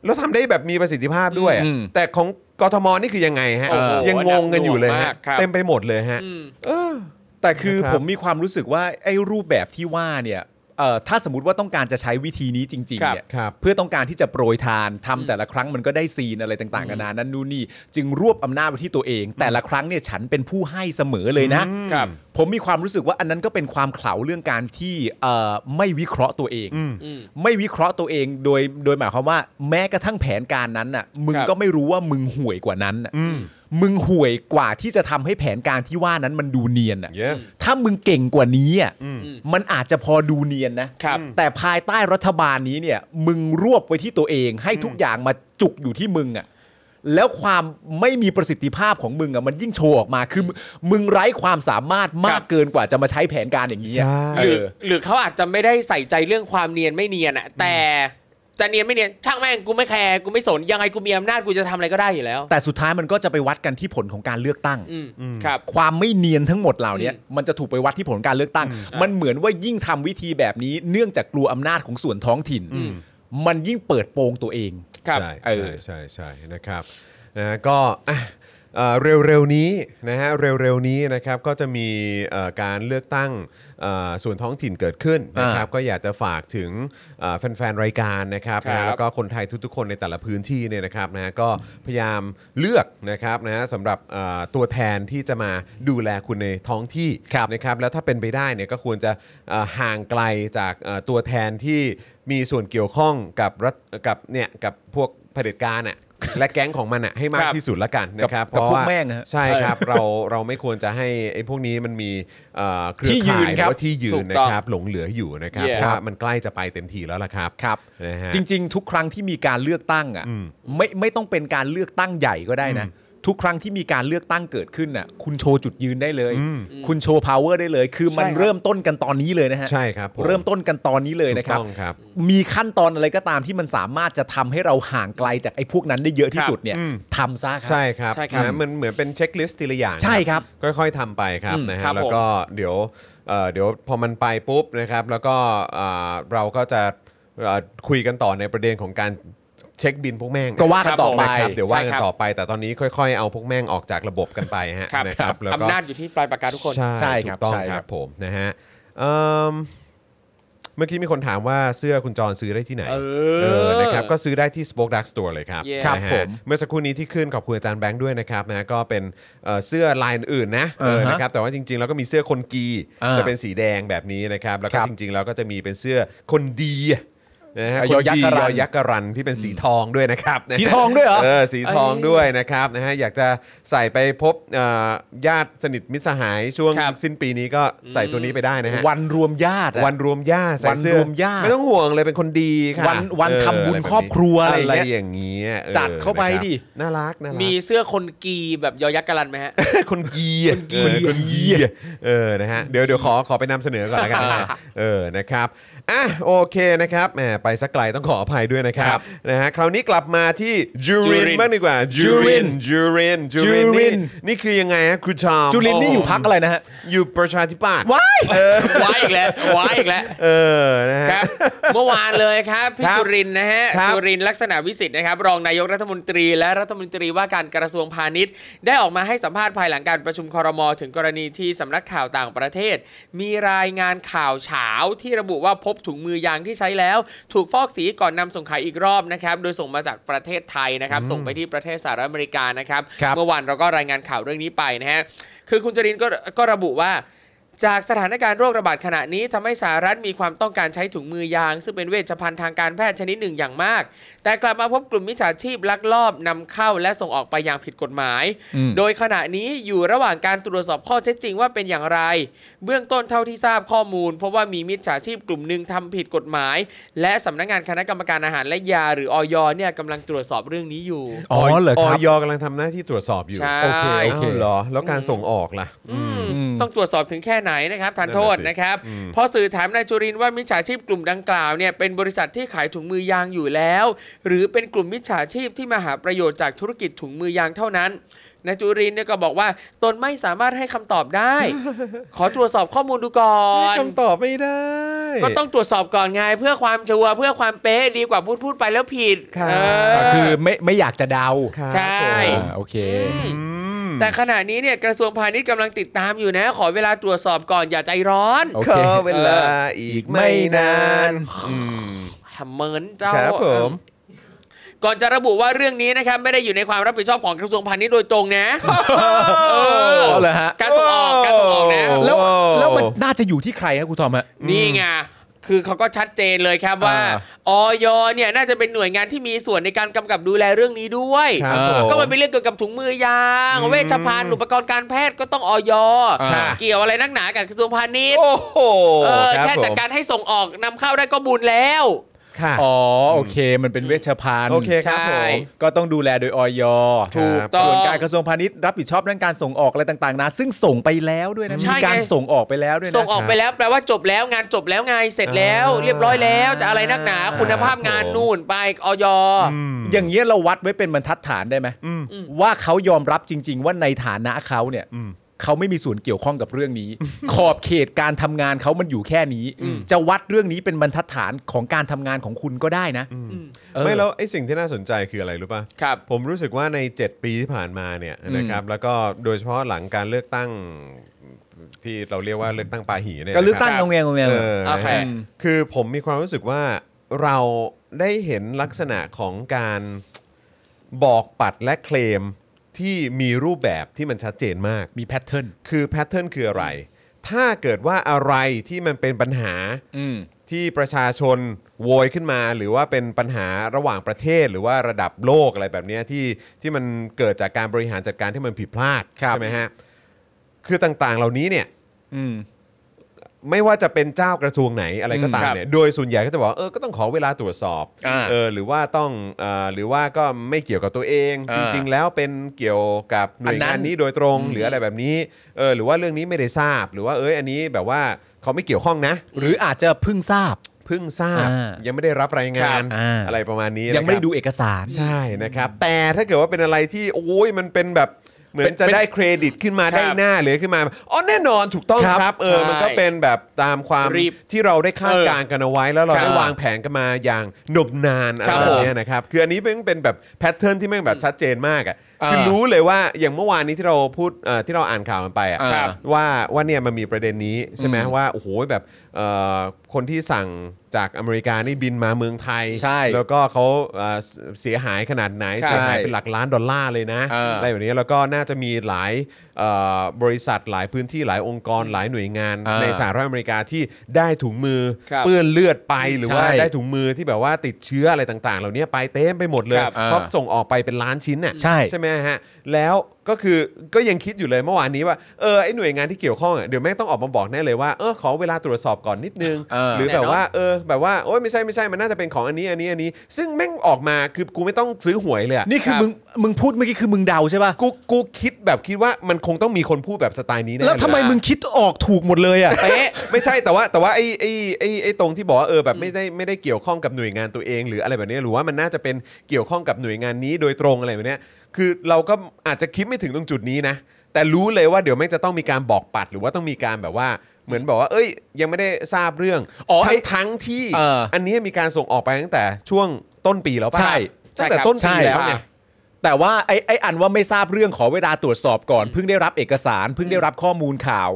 [SPEAKER 2] แล้วทำได้แบบมีประสิทธิภาพด้วยอะ
[SPEAKER 3] อืม
[SPEAKER 2] แต่ของกทมนี่คือยังไงฮะ
[SPEAKER 5] โอ้โห
[SPEAKER 2] ยังงงกันอยู่เลยฮะ
[SPEAKER 5] หนักหน่วงมากครับ
[SPEAKER 2] เต็มไปหมดเลยฮะ
[SPEAKER 5] อืม
[SPEAKER 2] เออ
[SPEAKER 3] แต่คือ
[SPEAKER 2] นะครับ
[SPEAKER 3] ผมมีความรู้สึกว่าไอ้รูปแบบที่ว่าเนี่ยเอ่อถ้าสมมติว่าต้องการจะใช้วิธีนี้จริงๆเนี่ย
[SPEAKER 2] ครับ
[SPEAKER 3] เพื่อต้องการที่จะโปรยทานทำแต่ละครั้งมันก็ได้ซีนอะไรต่างๆกันานานั่นนู่นนี่จึงรวบอำนาจไว้ที่ตัวเอง แต่ละครั้งเนี่ยฉันเป็นผู้ให้เสมอเลยนะ
[SPEAKER 5] ครับ
[SPEAKER 3] ผมมีความรู้สึกว่าอันนั้นก็เป็นความเขลาเรื่องการที่เอ่อไม่วิเคราะห์ตัวเอง
[SPEAKER 5] อืม
[SPEAKER 3] ไม่วิเคราะห์ตัวเองโดยโดยหมายความว่าแม้กระทั่งแผนการนั้นน่ะมึง
[SPEAKER 5] ครับ
[SPEAKER 3] ก็ไม่รู้ว่ามึงห่วยกว่านั้นน่ะมึงห่วยกว่าที่จะทำให้แผนการที่ว่านั้นมันดูเนียนน่ะ
[SPEAKER 2] เยอะ
[SPEAKER 3] ถ้ามึงเก่งกว่านี้อ่ะ
[SPEAKER 5] อืม
[SPEAKER 3] มันอาจจะพอดูเนียนนะ
[SPEAKER 5] ครับ
[SPEAKER 3] แต่ภายใต้รัฐบาลนี้เนี่ย มึงรวบไว้ที่ตัวเองให้ทุกอย่างมาจุกอยู่ที่มึงอ่ะ แล้วความไม่มีประสิทธิภาพของมึงอ่ะมันยิ่งโชว์ออกมาคือ มึงไร้ความสามารถมา
[SPEAKER 5] ครั
[SPEAKER 3] ก
[SPEAKER 5] บ
[SPEAKER 3] เกินกว่าจะมาใช้แผนการอย่างนี้อะ
[SPEAKER 2] ใช่
[SPEAKER 3] เอ
[SPEAKER 5] หรือ
[SPEAKER 3] อ
[SPEAKER 5] หรือเขาอาจจะไม่ได้ใส่ใจเรื่องความเนียนไม่เนียนอะแต่จะเนียนไม่เนียนช่างแม่งกูไม่แคร์กูไม่สนยังไงกูมีอำนาจกูจะทำอะไรก็ได้อยู่แล้ว
[SPEAKER 3] แต่สุดท้ายมันก็จะไปวัดกันที่ผลของการเลือกตั้ง
[SPEAKER 5] อืมครับ
[SPEAKER 3] ความไม่เนียนทั้งหมดเหล่านี้
[SPEAKER 5] อืม
[SPEAKER 3] มันจะถูกไปวัดที่ผลการเลือกตั้ง มันเหมือนว่ายิ่งทำวิธีแบบนี้เนื่องจากกลัวอำนาจของส่วนท้องถิ่น
[SPEAKER 5] อืม
[SPEAKER 3] มันยิ่งเปิดโปงตัวเอง
[SPEAKER 5] ครับ
[SPEAKER 2] ใช่
[SPEAKER 3] เอ
[SPEAKER 2] ใช่
[SPEAKER 3] อ
[SPEAKER 2] ใช่ใช่นะครับนะก็อ่ะเอ่อเร็วๆนี้นะฮะเร็วๆนี้นะครับก็จะมีเอ่อการเลือกตั้ง เอ่อส่วนท้องถิ่นเกิดขึ้นนะครับ
[SPEAKER 3] อ่า
[SPEAKER 2] ก็อยากจะฝากถึงเอ่อแฟนๆรายการนะครับ
[SPEAKER 5] ครับ
[SPEAKER 2] นะแล้วก็คนไทยทุกๆ คนในแต่ละพื้นที่เนี่ยนะครับนะก็พยายามเลือกนะครับนะสำหรับเอ่อตัวแทนที่จะมาดูแลคุณในท้องที่นะครับแล้วถ้าเป็นไปได้เนี่ยก็ควรจะเอ่อห่างไกลจากเอ่อตัวแทนที่มีส่วนเกี่ยวข้องกับรัฐกับเนี่ยกับพวกเผด็จการอ่ะและแก๊งของมันอ่ะให้มาก
[SPEAKER 3] ครับ
[SPEAKER 2] ที่สุดละกันนะครับ
[SPEAKER 3] กับกับพวก
[SPEAKER 2] า
[SPEAKER 3] แม่งอะฮะ
[SPEAKER 2] ใช่ครับ เราเราไม่ควรจะให้ไอ้พวกนี้มันมีเอ่อเครือ
[SPEAKER 3] ที่ยื
[SPEAKER 2] ข่าน ยห
[SPEAKER 3] ค
[SPEAKER 2] รื
[SPEAKER 3] รั
[SPEAKER 2] อ
[SPEAKER 3] บ
[SPEAKER 2] ว่าที่ยื
[SPEAKER 5] ถู
[SPEAKER 2] น
[SPEAKER 5] ก
[SPEAKER 2] นะ
[SPEAKER 5] ต้อง
[SPEAKER 2] ครับหลงเหลืออยู่นะครับ
[SPEAKER 5] Yeah
[SPEAKER 2] เพราะว่ามันใกล้จะไปเต็มทีแล้วล่ะครับ
[SPEAKER 3] ครับ
[SPEAKER 2] นะฮะ
[SPEAKER 3] จริง ๆ ทุกครั้งที่มีการเลือกตั้งอ่ะ
[SPEAKER 2] อืม
[SPEAKER 3] ไม่ไม่ต้องเป็นการเลือกตั้งใหญ่ก็ได้นะ ทุกครั้งที่มีการเลือกตั้งเกิดขึ้นน่ะ คุณโชว์จุดยืนได้เลย
[SPEAKER 2] อืม
[SPEAKER 3] คุณโชว์ power ได้เลย คือมัน
[SPEAKER 5] ใช่ครับ
[SPEAKER 3] เริ่มต้นกันตอนนี้เลยนะฮะ
[SPEAKER 2] ใช่ครับผ
[SPEAKER 3] เริ่มต้นกันตอนนี้เลย
[SPEAKER 2] ถู
[SPEAKER 3] นะ
[SPEAKER 2] ก
[SPEAKER 3] ครับ
[SPEAKER 2] ต้องครับ
[SPEAKER 3] มีขั้นตอนอะไรก็ตามที่มันสามารถจะทำให้เราห่างไกลจากไอ้พวกนั้นได้เยอะที่สุดเนี่ย
[SPEAKER 2] อืม
[SPEAKER 3] ทำซะครั
[SPEAKER 2] ใช่ครับ
[SPEAKER 5] ใช่ครับ
[SPEAKER 2] นะมันเหมือนเป็นเช็คลิสต์ทีละอย่าง
[SPEAKER 3] ใช่ครับ
[SPEAKER 2] ค่อยๆทำไปครับ
[SPEAKER 3] อืม
[SPEAKER 2] นะ
[SPEAKER 5] ค
[SPEAKER 2] ฮะ
[SPEAKER 5] รับผม
[SPEAKER 2] แล้วก็เดี๋ยวเอ่อเดี๋ยวพอมันไปปุ๊บนะครับ แล้วก็เอ่อเราก็จะเอ่อคุยกันต่อในประเด็นของการเช็คบินพวกแม่ง
[SPEAKER 3] ก็ว่ากันต่อไป
[SPEAKER 2] นะครับเดี๋ยวว่า
[SPEAKER 5] ใช่
[SPEAKER 2] กัน
[SPEAKER 5] ครับ
[SPEAKER 2] ต่อไป แต่ตอนนี้ค่อยๆ เอาพวกแม่งออกจากระบบกันไปฮะ
[SPEAKER 5] ครับ
[SPEAKER 2] นะ
[SPEAKER 5] ค
[SPEAKER 2] ค
[SPEAKER 5] รั
[SPEAKER 2] รั
[SPEAKER 5] บบ
[SPEAKER 2] แล้วก็
[SPEAKER 5] อำนาจอยู่ที่ปลายปากกาทุกคน
[SPEAKER 2] ใช่
[SPEAKER 3] ใช่ครับ
[SPEAKER 2] ถูกต้อง
[SPEAKER 3] ใช่
[SPEAKER 2] ค
[SPEAKER 3] ครั
[SPEAKER 2] รับบ ผมนะฮะเอิ่มเมื่อกี้มีคนถามว่าเสื้อคุณจรซื้อได้ที่ไหน
[SPEAKER 5] เออ
[SPEAKER 2] นะครับก็ซื้อได้ที่ Spoke Dark Store เลยครับ
[SPEAKER 5] เย้
[SPEAKER 2] นะฮะ
[SPEAKER 3] ครับผม
[SPEAKER 2] เมื่อสักครู่นี้ที่ขึ้นขอบคุณอาจารย์แบงค์ด้วยนะครับนะก็เป็นเอ่อเสื้อลายอื่นๆนะเออ
[SPEAKER 3] อ่าฮะ
[SPEAKER 2] นะครับแต่ว่าจริงๆ แล้วก็มีเสื้อคนกี
[SPEAKER 3] อ่า
[SPEAKER 2] จะเป็นสีแดงแบบนี้นะครับแล้วก็
[SPEAKER 3] ครับ
[SPEAKER 2] จริงๆแล้วก็จะมีเป็นเสื้อคนดีนะฮะ
[SPEAKER 3] อ่ะ
[SPEAKER 2] ค
[SPEAKER 3] ยอน ยักษ์
[SPEAKER 2] ดี
[SPEAKER 3] กะรั
[SPEAKER 2] ย
[SPEAKER 3] น
[SPEAKER 2] อยักษ์กะรันที่เป็นสีทองด้วยนะครับนะฮะ
[SPEAKER 3] สีทองด้วยเหรอ
[SPEAKER 2] เออสีทองด้วยนะครับนะฮะอยากจะใส่ไปพบเอ่อญาติสนิทมิตรสหายช่วง
[SPEAKER 5] ครับ
[SPEAKER 2] สิ้นปีนี้ก็ใส่ตัวนี้ไปได้นะฮะ
[SPEAKER 3] วันรวมญาติอะ
[SPEAKER 2] วันรวมญาติใส่เสื้อ
[SPEAKER 3] วันรวมญาติ
[SPEAKER 2] ไม่ต้องห่วงเลยเป็นคนดีค่ะ
[SPEAKER 3] วันวัน
[SPEAKER 2] เออ
[SPEAKER 3] ทำบุญ
[SPEAKER 2] ะไแนี้
[SPEAKER 3] ครอบครัวอะไร
[SPEAKER 2] อะไร
[SPEAKER 3] อย่างเงี้ย
[SPEAKER 2] อย่างเงี้ยออ
[SPEAKER 3] จัดเข้าไป
[SPEAKER 2] นะครับ
[SPEAKER 3] ดิ
[SPEAKER 2] น่ารักน่ารัก
[SPEAKER 5] มีเสื้อคนกีแบบยอยักษ์การันไหมฮะ
[SPEAKER 2] คนยีอ่ะ
[SPEAKER 5] คนยี
[SPEAKER 2] เออคนยีอ่ะเออนะฮะเดี๋ยวเดี๋ยวขอขอไปนำเสนอก่อนละกันนะเออนะครับอ่ะโอเคนะครับแหมไปสักไกลต้องขออภัยด้วยนะครั
[SPEAKER 5] ครับ บ
[SPEAKER 2] นะฮะคราวนี้กลับมาที่จูริน
[SPEAKER 5] Jurin
[SPEAKER 2] บ้างดีกว่าจูรินจูรินจูริน
[SPEAKER 3] Jurin
[SPEAKER 2] นี่คือยังไงฮะครูชอม
[SPEAKER 3] จุลินนี่อยู่พักอะไรนะฮะ
[SPEAKER 2] อยู่ประชาธิปัตย์
[SPEAKER 3] ว้าย
[SPEAKER 5] ว้ายอีกแล้วว้ายอีกแล้ว
[SPEAKER 2] เออนะฮะ
[SPEAKER 5] ครับ เมื่อวานเลยครับพี่
[SPEAKER 2] ครับ
[SPEAKER 5] จุรินทร์นะฮะ
[SPEAKER 2] ครับ
[SPEAKER 5] จุรินทร์ลักษณะวิสิทธิ์นะครับ รองนายกรัฐมนตรีและรัฐมนตรีว่าการกระทรวงพาณิชย์ ได้ออกมาให้สัมภาษณ์ภายหลังการประชุมครม ถึงกรณีที่สำนักข่าวต่างประเทศ มีรายงานข่าวเฉาที่ระบุว่าพบถุงมือยางที่ใช้แล้ว ถูกฟอกสีก่อนนำส่งขายอีกรอบนะครับ โดยส่งมาจากประเทศไทยนะครับ ส่งไปที่ประเทศสหรัฐอเมริกานะครับ
[SPEAKER 2] ครับ
[SPEAKER 5] เมื่อวานเราก็รายงานข่าวเรื่องนี้ไปนะฮะคือคุณจุรินทร์ก็ก็ระบุว่า จากสถานการณ์โรคระบาดขณะนี้ทำให้สหรัฐมีความต้องการใช้ถุงมือยาง ซึ่งเป็นเวชภัณฑ์ทางการแพทย์ชนิดหนึ่งอย่างมาก แต่กลับมาพบกลุ่มมิจฉาชีพลักลอบนำเข้าและส่งออกไปอย่างผิดกฎหมาย โดยขณะนี้อยู่ระหว่างการตรวจสอบข้อเท็จจริงว่าเป็นอย่างไร เบื้องต้นเท่าที่ทราบข้อมูล เพราะว่ามีมิจฉาชีพกลุ่มหนึ่งทำผิดกฎหมาย และสำนักงานคณะกรรมการอาหารและยาหรือออยเนี่ยกำลังตรวจสอบเรื่องนี้อยู่
[SPEAKER 3] อ๋อเหรอครับ
[SPEAKER 2] ยกำลังทำหน้าที่ตรวจสอบอยู่
[SPEAKER 5] ใช่
[SPEAKER 2] โอเคโอเคเหรอแล้วการส่งออกล่ะ
[SPEAKER 5] อืมต้องตรวจสอบถึงแค่ไหนนะครับทาน
[SPEAKER 2] นั่นน่ะ
[SPEAKER 5] โทษ
[SPEAKER 2] สิ
[SPEAKER 5] นะครับ
[SPEAKER 2] อืม
[SPEAKER 5] พอสื่อถามนายจุรินทร์ว่ามิจฉาชีพกลุ่มดังกล่าวเนี่ยเป็นบริษัทที่ขายถุงมือยางอยู่แล้ว หรือเป็นกลุ่มมิจฉาชีพที่มาหาประโยชน์จากธุรกิจถุงมือยางเท่านั้นนายจุรินทร์เนี่ยก็บอกว่าตนไม่สามารถให้คำตอบได้ ขอตรวจสอบข้อมูลดูก่อน
[SPEAKER 2] ให้คำตอบไม่ได้
[SPEAKER 5] ก็ต้องตรวจสอบก่อนไงเพื่อความชัวร์เพื่อความเป๊ะดีกว่าพูดพูดไปแล้วผิด
[SPEAKER 2] ครับ
[SPEAKER 5] เอ
[SPEAKER 3] อ่ะ
[SPEAKER 5] อ
[SPEAKER 3] คือไม่ไม่อยากจะเดา
[SPEAKER 2] ครับ
[SPEAKER 5] ใช่
[SPEAKER 2] ผม
[SPEAKER 3] อ่าโอเค
[SPEAKER 5] ม
[SPEAKER 2] อืม
[SPEAKER 5] แต่ขณะนี้เนี่ยกระทรวงพาณิชย์กำลังติดตามอยู่นะ ขอเวลาตรวจสอบก่อนอย่าใจร้อน
[SPEAKER 3] โอเค
[SPEAKER 2] ขอเวลาอีกไม่นานอืม
[SPEAKER 5] เหมือนเจ้า
[SPEAKER 2] ครับผม
[SPEAKER 5] เอิ่มก่อนจะระบุว่าเรื่องนี้นะครับ ไม่ได้อยู่ในความรับผิดชอบของกระทรวงพาณิชย์โดยตรง นะ
[SPEAKER 3] อ๋อเหรอฮะ
[SPEAKER 5] การส่งออกการส่งออกนะ
[SPEAKER 3] แล้ว
[SPEAKER 2] โอ้
[SPEAKER 3] แล้วมันน่าจะอยู่ที่ใครครับครูทอมฮะ
[SPEAKER 5] นี่ไงคือเขาก็ชัดเจนเลยครับว่าออยเนี่ยน่าจะเป็นหน่วยงานที่มีส่วนในการกำกับดูแลเรื่องนี้ด้วย
[SPEAKER 2] ครับผม
[SPEAKER 5] ก็มันเป็นเรื่องเกี่ยวกับถุงมือยาง
[SPEAKER 2] อืม
[SPEAKER 5] เวชภัณฑ์อุปกรณ์การแพทย์ก็ต้องออย
[SPEAKER 2] ค่ะ
[SPEAKER 5] เกี่ยวอะไรนักหนากับกระทรวงพาณิชย์
[SPEAKER 2] โอ้โห
[SPEAKER 5] เออ
[SPEAKER 2] รับ
[SPEAKER 5] แค่
[SPEAKER 2] ผม
[SPEAKER 5] จัดการให้ส่งออกนำเข้าได้ก็บุญแล้ว
[SPEAKER 2] ค่ะ
[SPEAKER 3] อ๋อโอเคมันเป็นเวชภัณฑ์
[SPEAKER 2] โอเคครับผม
[SPEAKER 3] ก็ต้องดูแลโดยออย
[SPEAKER 2] ถูก
[SPEAKER 5] ต้อง
[SPEAKER 3] ส่วนการกระทรวงพาณิชย์รับผิดชอบด้านการส่งออกอะไรต่างๆนะซึ่งส่งไปแล้วด้วยนะ
[SPEAKER 5] ใช่
[SPEAKER 3] มี
[SPEAKER 5] ไง
[SPEAKER 3] การส่งออกไปแล้วด้วยนะ
[SPEAKER 5] ส่งออกไปแล้วแปลว่าจบแล้วงานจบแล้วไงเสร็จแล้ว เรียบร้อยแล้วจะอะไรนักหนาคุณภาพงานนู่นไปออย
[SPEAKER 3] อย่างเงี้ยเราวัดไว้เป็นบรรทัดฐานได้ไหม
[SPEAKER 2] อืม
[SPEAKER 3] ว่าเขายอมรับจริง ๆ ว่าในฐานะเขาเนี่ย
[SPEAKER 2] อืม
[SPEAKER 3] เขาไม่มีส่วนเกี่ยวข้องกับเรื่องนี้ ขอบเขตการทำงานเขามันอยู่แค่นี้ จะวัดเรื่องนี้เป็นบรรทัดฐานของการทำงานของคุณก็ได้นะเออ
[SPEAKER 2] ไม่แล้วไอ้สิ่งที่น่าสนใจคืออะไรรู้ป่ะ
[SPEAKER 5] ครับ
[SPEAKER 2] ผมรู้สึกว่าใน 7 ปีที่ผ่านมาเนี่ยนะครับแล้วก็โดยเฉพาะหลังการเลือกตั้ง ที่เราเรียกว่าเลือกตั้งปาหีเนี่ย
[SPEAKER 3] ก็เลือก
[SPEAKER 2] นะครับ
[SPEAKER 3] ตั้งงงแงงงแงง
[SPEAKER 2] เออ
[SPEAKER 5] โอ
[SPEAKER 2] นะ
[SPEAKER 5] เค
[SPEAKER 2] ฮะคือผมมีความรู้สึกว่าเราได้เห็นลักษณะของการบอกปัดและเคลมที่มีรูปแบบที่มันชัดเจนมาก
[SPEAKER 3] มีแพทเทิร์น
[SPEAKER 2] คือแพทเทิร์นคืออะไร ถ้าเกิดว่าอะไรที่มันเป็นปัญหา
[SPEAKER 3] อืม
[SPEAKER 2] ที่ประชาชนโวยขึ้นมา หรือว่าเป็นปัญหาระหว่างประเทศ หรือว่าระดับโลกอะไรแบบเนี้ยที่ที่มันเกิดจากการบริหารจัดการที่มันผิดพลาด
[SPEAKER 3] ครับ
[SPEAKER 2] ใช่ไหมฮะคือต่างๆเหล่านี้เนี่ย
[SPEAKER 3] อืม
[SPEAKER 2] ไม่ว่าจะเป็นเจ้ากระทรวงไหนอะไรก็ตาม
[SPEAKER 5] ครับ
[SPEAKER 2] เนี่ยโดยส่วนใหญ่ก็จะบอกว่าเออก็ต้องขอเวลาตรวจสอบ
[SPEAKER 5] อ่า
[SPEAKER 2] เออหรือว่าต้องเอ่อหรือว่าก็ไม่เกี่ยวกับตัวเอง
[SPEAKER 5] อ่า
[SPEAKER 2] จริง ๆ แล้วเป็นเกี่ยวกับหน่วย
[SPEAKER 3] อันนั้
[SPEAKER 2] งาน
[SPEAKER 3] น
[SPEAKER 2] นี้โดยตรง
[SPEAKER 3] อืม
[SPEAKER 2] หรืออะไรแบบนี้เออหรือว่าเรื่องนี้ไม่ได้ทราบ หรือว่าเอ้ยอันนี้แบบว่าเขาไม่เกี่ยวข้องนะ
[SPEAKER 3] หรืออาจจะเพึ่งทราบ
[SPEAKER 2] เพิ่งทราบ
[SPEAKER 3] อ่ายั
[SPEAKER 2] ยังไม่ได้รับรายงาน
[SPEAKER 3] ครับอ่า
[SPEAKER 2] อะไรประมาณนี้
[SPEAKER 3] ยังไม่
[SPEAKER 2] นะค
[SPEAKER 3] ได้
[SPEAKER 2] รับ
[SPEAKER 3] ดูเอกสาร
[SPEAKER 2] ใช่นะครับ แต่ถ้าเกิดว่าเป็นอะไรที่โอ้ยมันเป็นแบบเหมือนจะได้เครดิตขึ้นมา
[SPEAKER 5] ครับ
[SPEAKER 2] ได้หน้าเลยขึ้นมาอ๋อแน่นอนถูกต้อง
[SPEAKER 3] ครับ
[SPEAKER 2] ครับเออมันก็
[SPEAKER 5] ใช่
[SPEAKER 2] เป็นแบบตามความ
[SPEAKER 5] รีบ
[SPEAKER 2] ที่เราได้คาดการณ์กันเอาไว้แล้วเรา
[SPEAKER 3] ครับ
[SPEAKER 2] ได้วางแผนกันมาอย่างหนบนานอะ
[SPEAKER 5] ค
[SPEAKER 2] ไร
[SPEAKER 5] รับ
[SPEAKER 2] แบ
[SPEAKER 5] ผม
[SPEAKER 2] บเนี้ยนะครับคืออันนี้เป็นเป็นแบบแพทเทิร์นที่แม่งแบบชัดเจนมากอ่ะ
[SPEAKER 3] อ่า
[SPEAKER 2] คือรู้เลยว่าอย่างเมื่อวานนี้ที่เราพูดเอ่อที่เราอ่านข่าวมันไปอ่ะ
[SPEAKER 5] ครับ
[SPEAKER 2] ว่าว่าเนี่ยมันมีประเด็นนี้ใช่ไหม
[SPEAKER 3] อืม
[SPEAKER 2] ว่าโอ้โหแบบเอ่อคนที่สั่งจากอเมริกานี่บินมาเมืองไทย
[SPEAKER 3] ใช่
[SPEAKER 2] แล้วก็เขาเอ่อเสียหายขนาดไหน
[SPEAKER 3] ใช่
[SPEAKER 2] เสียหายเป็นหลักล้านดอลลาร์เลยนะ
[SPEAKER 3] อ่า
[SPEAKER 2] อะไรแบบนี้แล้วก็น่าจะมีหลายเอ่อบริษัทหลายพื้นที่หลายองค์กรหลายหน่วยงาน
[SPEAKER 3] อ่า
[SPEAKER 2] ในสหรัฐอเมริกาที่ได้ถุงมือ
[SPEAKER 5] ครับ
[SPEAKER 2] เปื้อนเลือดไปหรือว่า
[SPEAKER 3] ใช่
[SPEAKER 2] ได้ถุงมือที่แบบว่าติดเชื้ออะไรต่างๆ เหล่านี้ไปเต็มไปหมดเลย
[SPEAKER 3] ครับ
[SPEAKER 2] เพราะ
[SPEAKER 3] อ่า
[SPEAKER 2] ส่งออกไปเป็นล้านชิ้นน่ะ
[SPEAKER 3] ใช่
[SPEAKER 2] ใช่ไหมฮะแล้วก็คือก็ยังคิดอยู่เลยเมื่อวานนี้ว่าเออไอ้หน่วยงานที่เกี่ยวข้องอ่ะเดี๋ยวแม่งต้องออกมาบอกแน่เลยว่าเออขอเวลาตรวจสอบก่อนนิดนึง
[SPEAKER 3] เออ
[SPEAKER 2] หรือแบบว่าเออแบบว่าโอ๊ยไม่ใช่ไม่ใช่มันน่าจะเป็นของอันนี้อันนี้อันนี้ ซึ่งแม่งออกมาคือกูไม่ต้องซื้อหวยเลยอะ
[SPEAKER 3] นี่คือ
[SPEAKER 5] ครับ
[SPEAKER 3] มึงมึงพูดเมื่อกี้คือมึงเดาใช่ป่ะ
[SPEAKER 2] กูกูคิดแบบคิดว่ามันคงต้องมีคนพูดแบบสไตล์นี้แน่
[SPEAKER 3] แล้ว
[SPEAKER 2] เย
[SPEAKER 3] ทำไมมึงคิดออกถูกหมดเลยอ่ะ
[SPEAKER 5] เป๊ะ
[SPEAKER 2] ไม่ใช่แต่ว่าแต่ว่าไอ้ไอ้ไอ้ไอ้ตรงที่บอกว่าเออแบบไม่ได้ไม่ได้เกี่ยวข้องกับหน่วยงานตัวเอง หรืออะไรแบบนี้หรือว่ามันน่าจะเป็นเกี่ยวข้องกับหน่วยงานนี้โดยตรงอะไรแบบเนี้ยคือเราก็อาจจะคิดไม่ถึงตรงจุดนี้นะ แต่รู้เลยว่าเดี๋ยวไม่งจะต้องมีการบอกปัด หรือว่าต้องมีการแบบว่าเหมือนบอกว่า เอ้ย ยังไม่ได้ทราบเรื่อง
[SPEAKER 3] อ๋อไอ้
[SPEAKER 2] ทั้งทั้งที่
[SPEAKER 3] เอออั
[SPEAKER 2] อันนี้มีการส่งออกไปตั้งแต่ช่วงต้นปีแล้วป่ะ
[SPEAKER 3] ใช่
[SPEAKER 2] ตั้งแต่
[SPEAKER 5] ใช่ครับ
[SPEAKER 2] ต้นปี
[SPEAKER 3] ใช่
[SPEAKER 2] แล้วไง
[SPEAKER 3] แต่ว่าไอ้ไอ้อันว่าไม่ทราบเรื่องขอเวลาตรวจสอบก่อน เพิ่งได้รับเอกสาร เพิ่งได้รับข้อมูลข่าว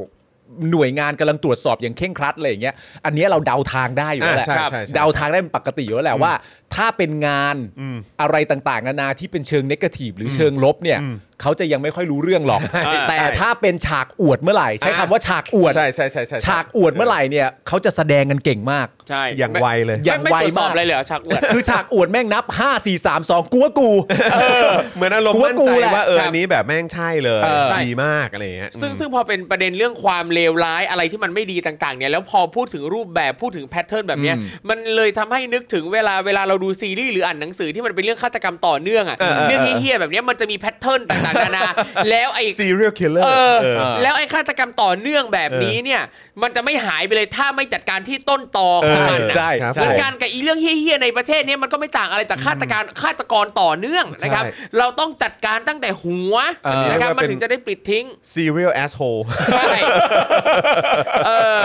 [SPEAKER 3] หน่วยงานกำลังตรวจสอบอย่างเคร่งครัดอะไรอย่างเงี้ยอันเนี้ยเราเดาทางได้อยู่แล้วแหละ
[SPEAKER 2] อ่าใช่ใช่ใช่
[SPEAKER 3] เดาทางได้เป็นปกติอยู่แล้วแหละว่า ถ้าเป็นงาน
[SPEAKER 2] อืม
[SPEAKER 3] อะไรต่างๆนานาที่เป็นเชิงเนกาทีฟหรือเชิงลบเนี่ยเขาจะยังไม่ค่อยรู้เรื่องหรอก แต่ถ้าเป็นฉากอวดเมื่อไหร่ ใช้
[SPEAKER 2] อ่า
[SPEAKER 3] คำว่าฉากอวด
[SPEAKER 2] ใช่ใช่ใช่ใช่
[SPEAKER 3] ฉากอวดเมื่อไหร่เนี่ยเขาจะแสดงกันเก่งมาก
[SPEAKER 5] ใช่
[SPEAKER 2] อย่างไวเลย
[SPEAKER 5] อย่
[SPEAKER 3] อา
[SPEAKER 5] ย่างงไม่
[SPEAKER 3] ไว
[SPEAKER 5] ตรวจสอ
[SPEAKER 3] มา
[SPEAKER 5] บ
[SPEAKER 3] ก
[SPEAKER 5] อะไรเลยเหรอฉากอวด
[SPEAKER 3] คือฉากอวดแม่งนับ 5 4 3 2กูว่ากู
[SPEAKER 2] เหมือนอารมณ์มั่นใจ
[SPEAKER 3] กูว่ากูแหละ
[SPEAKER 2] ว่าเออ
[SPEAKER 5] ครับ
[SPEAKER 2] อันนี้แบบแม่งใช่เลย
[SPEAKER 3] เออ
[SPEAKER 2] ดีมากอะไรอย่างเงี้ย
[SPEAKER 5] ซึ่งซึ่งพอเป็นประเด็นเรื่องความเลวร้ายอะไรที่มันไม่ดีต่างๆเนี่ยแล้วพอพูดถึงรูปแบบพูดถึงแพทเทิร์นแบบเนี้ย
[SPEAKER 3] อืม
[SPEAKER 5] มันเลยทำให้นึกถึงเวลาเวลาเราดูซีรีส์หรืออ่านหนังสือที่มันเป็นเรื่องฆาตกรรมต่อเนื่องอ่ะ
[SPEAKER 2] เออเออ
[SPEAKER 5] เรื่องเฮี้ยๆแบบเนี้ยมันจะมีแพทเทิร์นต่างๆนานาแล้วไอ้
[SPEAKER 2] serial killer
[SPEAKER 5] เออ
[SPEAKER 2] เออ
[SPEAKER 5] แล้วไอ้ฆาตกรรมต่อเนื่องแบบนี้เนี่ย มันจะไม่หายไปเลยถ้าไม่จัดการที่ต้นตอของมัน
[SPEAKER 2] เออ
[SPEAKER 5] อะ
[SPEAKER 3] ใช่
[SPEAKER 2] ครับ
[SPEAKER 5] เหมื
[SPEAKER 3] ใช่
[SPEAKER 5] อนกันกับอีเรื่องเฮี้ยๆในประเทศเนี้มันก็ไม่ต่างอะไรจากฆาตการฆาตกรต่อเนื่องนะครับ
[SPEAKER 2] ใช่
[SPEAKER 5] เราต้องจัดการตั้งแต่หัว
[SPEAKER 3] อันนี้
[SPEAKER 5] นะครับ
[SPEAKER 2] เรียกว่า
[SPEAKER 5] มัน
[SPEAKER 2] เป็น
[SPEAKER 5] ถึงจะได้ปิดทิ้ง
[SPEAKER 2] serial asshole
[SPEAKER 5] ใช่เออ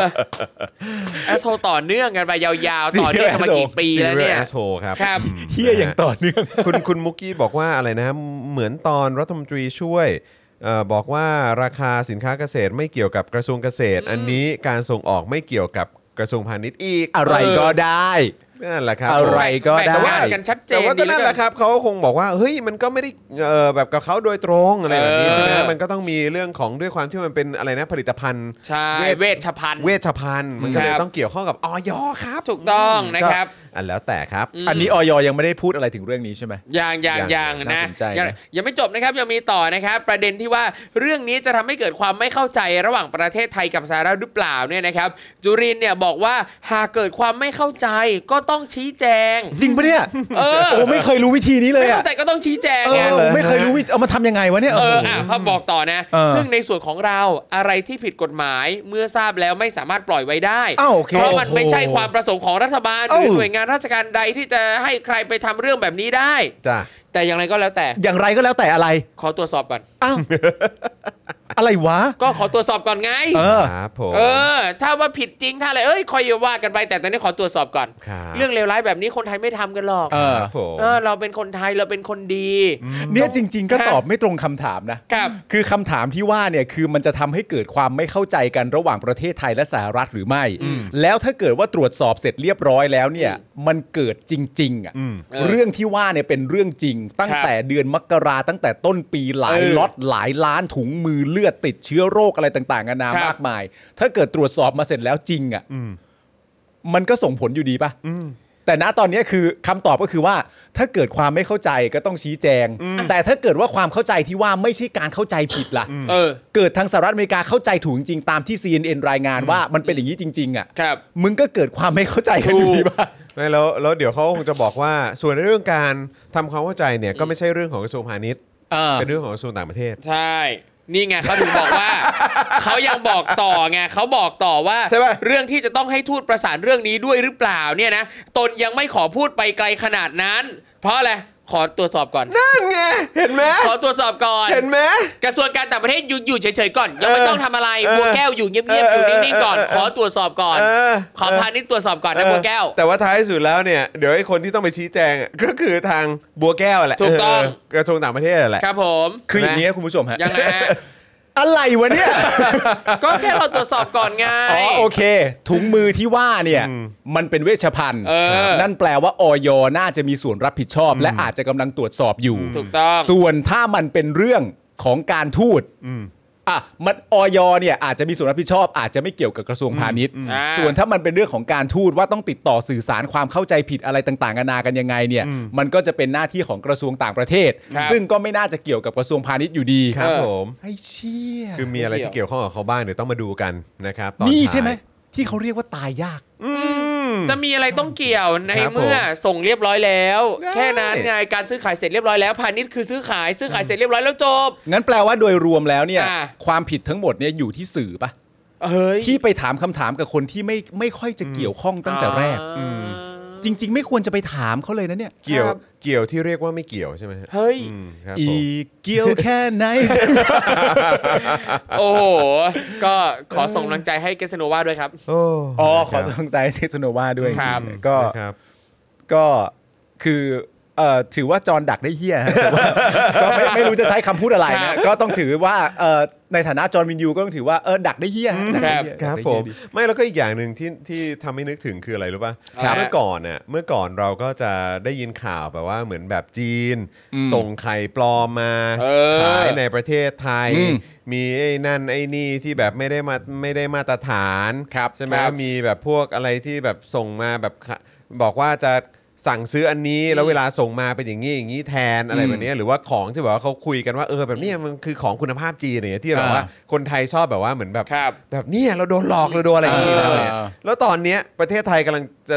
[SPEAKER 5] แอสโซต่อเนื่องกันไปยาวๆ ต่อเนื่องกันมากี่ปีแล้วเนี่ย
[SPEAKER 2] Serial asshole ครับ
[SPEAKER 5] ครับ
[SPEAKER 2] ม
[SPEAKER 3] เฮียอย่างต่อเนื่อง
[SPEAKER 2] คุณคุณมุกกี้บอกว่าอะไรนะ เหมือนตอนรัฐมนตรีช่วยเอ่อบอกว่าราคาสินค้าเกษตรไม่เกี่ยวกับกระทรวงเกษตร อันนี้การส่งออกไม่เกี่ยวกับกระทรวงพาณิชย์อีก
[SPEAKER 3] อะไรก็ได้
[SPEAKER 2] นั่นแหละครับ
[SPEAKER 3] อะไรก็
[SPEAKER 5] แบ่ง
[SPEAKER 3] ได้
[SPEAKER 5] งานกันชัดเจ
[SPEAKER 2] แต่
[SPEAKER 5] น
[SPEAKER 2] ว่าก็
[SPEAKER 5] ดีเหลื
[SPEAKER 2] นั่
[SPEAKER 5] อนเกิ
[SPEAKER 2] แห
[SPEAKER 5] น
[SPEAKER 2] ละครับเขาก็คงบอกว่าเฮ้ยมันก็ไม่ได้เอ่อแบบกับเขาโดยตรงอะไรแบบนี้
[SPEAKER 5] เออ
[SPEAKER 2] ใช่ไหมมันก็ต้องมีเรื่องของด้วยความที่มันเป็นอะไรนะผลิตภัณฑ์
[SPEAKER 5] ใช่
[SPEAKER 2] เวท
[SPEAKER 5] เวชภัณฑ์
[SPEAKER 2] เวชภัณฑ์มันก็เลย
[SPEAKER 5] ครับ
[SPEAKER 2] ต้องเกี่ยวข้องกับออยครับ
[SPEAKER 5] ถูกต้องนะครับ
[SPEAKER 2] ก็อันแล้วแต่ครับ
[SPEAKER 3] อันนี้ออยยังไม่ได้พูดอะไรถึงเรื่องนี้ใช่ไหม
[SPEAKER 5] อย่างอย่าง
[SPEAKER 2] อ
[SPEAKER 5] อย่
[SPEAKER 2] า
[SPEAKER 5] ย่าง ง
[SPEAKER 2] น่า
[SPEAKER 5] นะ
[SPEAKER 2] สนใจนะ
[SPEAKER 5] ยังยังไม่จบนะครับยังมีต่อนะครับ ประเด็นที่ว่าเรื่องนี้จะทำให้เกิดความไม่เข้าใจระหว่างประเทศไทยกับสหรัฐหรือเปล่าเนี่ยนะครับ จุรินทร์เนี่ยบอกว่าหากเกิดความไม่เข้าใจก็ต้องชี้แจง
[SPEAKER 3] จริงปะเนี่ย
[SPEAKER 5] เออ
[SPEAKER 3] โอ้ไม่เคยรู้วิธีนี้เลย
[SPEAKER 5] ไม่
[SPEAKER 3] อะ
[SPEAKER 5] เข้าใจก็ต้องชี้แจง
[SPEAKER 3] เอ
[SPEAKER 5] ไง
[SPEAKER 3] อไม่เคยรู้วิธีเอามาทำยังไงวะเนี่ย
[SPEAKER 5] เอออ่ะเขาบอกต่อนะ
[SPEAKER 3] เออ
[SPEAKER 5] ซึ่งในส่วนของเราอะไรที่ผิดกฎหมายเมื่อทราบแล้วไม่สามารถปล่อยไว้ได้
[SPEAKER 3] อ้าวโอเค
[SPEAKER 5] เพราะมันไม่ใช่ความประสงค์ของรัฐบาลหรือ
[SPEAKER 3] เอ้า
[SPEAKER 5] หน่วยงานราชการใดที่จะให้ใครไปทำเรื่องแบบนี้ได้
[SPEAKER 2] จ้ะ
[SPEAKER 5] แต่อย่างไรก็แล้วแต่
[SPEAKER 3] อย่างไรก็แล้วแต่อะไร
[SPEAKER 5] ขอตรวจสอบก่อน
[SPEAKER 3] อ้าว อะไรวะ
[SPEAKER 5] ก็ขอตรวจสอบก่อนไง
[SPEAKER 3] เออ
[SPEAKER 2] ครับผม
[SPEAKER 5] เออ ถ้าว่าผิดจริงถ้าอะไรเอ้ยคอยว่ากันไปแต่ตอนนี้ขอตรวจสอบก่อน
[SPEAKER 2] ครับ
[SPEAKER 5] เรื่องเลวร้ายแบบนี้คนไทยไม่ทำกันหรอก
[SPEAKER 3] เออ
[SPEAKER 2] ครับผม
[SPEAKER 5] เออเราเป็นคนไทยเราเป็นคนดี
[SPEAKER 3] เนี่ยจริง ๆ ก็ตอบไม่ตรงคำถามนะ
[SPEAKER 5] ครับ
[SPEAKER 3] คือคำถามที่ว่าเนี่ยคือมันจะทำให้เกิดความไม่เข้าใจกันระหว่างประเทศไทยและสหรัฐหรือไม่ แล้วถ้าเกิดว่าตรวจสอบเสร็จเรียบร้อยแล้วเนี่ยมันเกิดจริงๆอ่ะ
[SPEAKER 5] เออ
[SPEAKER 3] เรื่องที่ว่าเนี่ยเป็นเรื่องจริง ตั้งแต่เดือนมกราตั้งแต่ต้นปีหลาย
[SPEAKER 5] เออ
[SPEAKER 3] ล็อตหลายล้านถุงมือเลือดติดเชื้อโรคอะไรต่างๆนานา
[SPEAKER 5] ครับ
[SPEAKER 3] มากมาย ถ้าเกิดตรวจสอบมาเสร็จแล้วจริงอ่ะมันก็ส่งผลอยู่ดีป่ะแต่ณตอนเนี้ยคือคำตอบก็คือว่า ถ้าเกิดความไม่เข้าใจก็ต้องชี้แจง แต่ถ้าเกิดว่าความเข้าใจที่ว่าไม่ใช่การเข้าใจผิดล่ะ
[SPEAKER 5] เออ
[SPEAKER 3] เกิดทางสหรัฐอเมริกาเข้าใจถูกจริงๆตามที่ CNN รายงานว่ามันเป็นอย่างนี้จริง ๆ อ่ะ
[SPEAKER 5] ครับ
[SPEAKER 3] มึงก็เกิดความไม่เข้าใจกันอยู่ดีป่ะ
[SPEAKER 2] ไม่แล้วแล้วเดี๋ยวเขาคงจะบอกว่า ส่วนในเรื่องการทำความเข้าใจเนี่ยก็ไม่ใช่เรื่องของกระทรวงพาณิชย์
[SPEAKER 3] เออ
[SPEAKER 2] เป็นเรื่องของกระทรวงต่างประเทศ
[SPEAKER 5] ใช่ นี่ไงเขาถึงบอกว่า เขายังบอกต่อไงเขาบอกต่อว่า
[SPEAKER 2] ใช่ปะ
[SPEAKER 5] เรื่องที่จะต้องให้ทูตประสานเรื่องนี้ด้วยหรือเปล่าเนี่ยนะตนยังไม่ขอพูดไปไกลขนาดนั้น เพราะอะไรขอตรวจสอบก่อน
[SPEAKER 2] นั่นไงเห็นไหม
[SPEAKER 5] ขอตรวจสอบก่อน
[SPEAKER 2] เห็นไหม
[SPEAKER 5] กระทรวงการต่างประเทศอยู่อยู่เฉยๆก่อนยังไม่
[SPEAKER 2] เออ
[SPEAKER 5] ต้องทำอะไร
[SPEAKER 2] เออ
[SPEAKER 5] บัวแก้วอยู่เงียบๆ
[SPEAKER 2] เออ
[SPEAKER 5] อ
[SPEAKER 2] อยู่
[SPEAKER 5] นิ่งๆก่อน
[SPEAKER 2] เออเออ
[SPEAKER 5] ขอตรวจสอบก่อน
[SPEAKER 2] เ
[SPEAKER 5] ขอพาณิชย์ตรวจสอบก่อนนะบัวแก้ว
[SPEAKER 2] แต่ว่าท้ายสุดแล้วเนี่ยเดี๋ยวไอ้คนที่ต้องไปชี้แจงอะก็คือทางบัวแก้วแหละ
[SPEAKER 5] ถูกต้อง
[SPEAKER 2] เกระทรวงต่างประเทศแหละ
[SPEAKER 5] ครับผม
[SPEAKER 3] คืออย่างนี้ยคุณผู้ชมฮะ
[SPEAKER 5] ยังไงฮะ
[SPEAKER 3] อะไรวะเนี่ย
[SPEAKER 5] ก็แค่เราตรวจสอบก่อนไง
[SPEAKER 3] อ๋อโอเค ถุงมือที่ว่าเนี่ย มันเป็นเวชภัณฑ์
[SPEAKER 5] เออ
[SPEAKER 3] นั่นแปลว่าออยน่าจะมีส่วนรับผิดชอบ และอาจจะกำลังตรวจสอบอยู่
[SPEAKER 5] ถูกต้อง
[SPEAKER 3] ส่วนถ้ามันเป็นเรื่องของการทูตอ่ะมันออยเนี่ยอาจจะมีส่วนรับผิดชอบ อาจจะไม่เกี่ยวกับกระทรวงพาณิชย์
[SPEAKER 5] อ่า
[SPEAKER 3] ส่วนถ้ามันเป็นเรื่องของการทูตว่าต้องติดต่อสื่อสารความเข้าใจผิดอะไรต่างๆนานากันยังไงเนี่ย มันก็จะเป็นหน้าที่ของกระทรวงต่างประเทศ
[SPEAKER 5] ครับ
[SPEAKER 3] ซึ่งก็ไม่น่าจะเกี่ยวกับกระทรวงพาณิชย์อยู่ดี
[SPEAKER 2] ครับ
[SPEAKER 5] เออ
[SPEAKER 2] ผม
[SPEAKER 3] ไอ้เชี่ย
[SPEAKER 2] คือมีอะไรที่เกี่ยวข้องกับเขาบ้างเดี๋ยวต้องมาดูกันนะครับตอ
[SPEAKER 3] นี่
[SPEAKER 2] ท้าย
[SPEAKER 3] ใช่ไหมที่เขาเรียกว่าตายยาก
[SPEAKER 2] อืม
[SPEAKER 5] จะมีอะไรต้องเกี่ยวใน
[SPEAKER 2] ครับผม
[SPEAKER 5] เมื่อส่งเรียบร้อยแล้ว
[SPEAKER 2] ได้
[SPEAKER 5] แค่นั้นไงการซื้อขายเสร็จเรียบร้อยแล้วพาณิชย์คือซื้อขายซื้อขายเสร็จเรียบร้อยแล้วจบ
[SPEAKER 3] งั้นแปลว่าโดยรวมแล้วเนี่ย
[SPEAKER 5] อ่า
[SPEAKER 3] ความผิดทั้งหมดเนี่ยอยู่ที่สื่อปะ
[SPEAKER 5] เฮ้ย
[SPEAKER 3] ที่ไปถามคำถามกับคนที่ไม่ไม่ค่อยจะเกี่ยวข้องตั้งแต่แรก
[SPEAKER 5] อ่า
[SPEAKER 3] จริง ๆ ไม่ควรจะไปถามเขาเลยนะเนี่ย
[SPEAKER 2] เกี่ยวเกี่ยวที่เรียกว่าไม่เกี่ยวใช่ไหมฮะ
[SPEAKER 5] เฮ้ย
[SPEAKER 2] อืมครับผ
[SPEAKER 3] อี
[SPEAKER 2] ม
[SPEAKER 3] เกี่ยวแค่ไหน
[SPEAKER 5] โอ้โห ก็ขอส่งกำลังใจให้เกสโนวาด้วยครับ
[SPEAKER 2] โอ้
[SPEAKER 3] อ๋อ
[SPEAKER 2] ค
[SPEAKER 3] ขอ
[SPEAKER 2] รับ
[SPEAKER 3] สงใจเซสโนวาด้วย
[SPEAKER 5] ครับ
[SPEAKER 3] ก็
[SPEAKER 2] ครับ
[SPEAKER 3] ก็คือเอ่อถือว่าจอห์นดักได้เฮี้ยฮะ แต่ว่าก็ไม่ไม่รู้จะใช้คำพูดอะไร
[SPEAKER 5] ครั
[SPEAKER 3] นะ
[SPEAKER 5] บ
[SPEAKER 3] ก็ต้องถือว่าเอ่อในฐานะจอห์นวินยูก็ต้องถือว่าเออดักได้เฮี้ยฮะดักได้เหี้ย
[SPEAKER 2] ครับ
[SPEAKER 3] ดักได้
[SPEAKER 2] ผ
[SPEAKER 3] เหี้
[SPEAKER 2] ม
[SPEAKER 3] ยดี
[SPEAKER 2] ไม่แล้วก็อีกอย่างหนึ่งที่ที่ทำให้นึกถึงคืออะไรรู้ป่ะ
[SPEAKER 5] ครับ
[SPEAKER 2] เมื่อก่อนเนี่ยเมื่อก่อนเราก็จะได้ยินข่าวแบบว่าเหมือนแบบจีน ส่งไข่ปลอมมา
[SPEAKER 5] เออ
[SPEAKER 2] ขายในประเทศไทย
[SPEAKER 3] อืม
[SPEAKER 2] มีไอ้นั่นไอ้นี่ที่แบบไม่ได้มาไม่ได้มาตรฐาน
[SPEAKER 3] ครับ
[SPEAKER 2] ใช่ไหม
[SPEAKER 5] ครับ
[SPEAKER 2] มีแบบพวกอะไรที่แบบส่งมาแบบขะบอกว่าจะสั่งซื้ออันนี้แล้วเวลาส่งมาเป็นอย่างนี้อย่างนี้แทนอะไร
[SPEAKER 3] อืม
[SPEAKER 2] แบบเนี้ยหรือว่าของที่แบบว่าเขาคุยกันว่าเออแบบเนี้ยมันคือของคุณภาพจีนเนี่ยที่แบบ
[SPEAKER 3] อ่า
[SPEAKER 2] ว่าคนไทยชอบแบบว่าเหมือนแบบ
[SPEAKER 5] ครับ
[SPEAKER 2] แบบเนี้เราโดนหลอกเราโดนอะไรอย่างนี้แล้วเนี่ย
[SPEAKER 3] เออ
[SPEAKER 2] แล้วตอนเนี้ยประเทศไทยกำลังจะ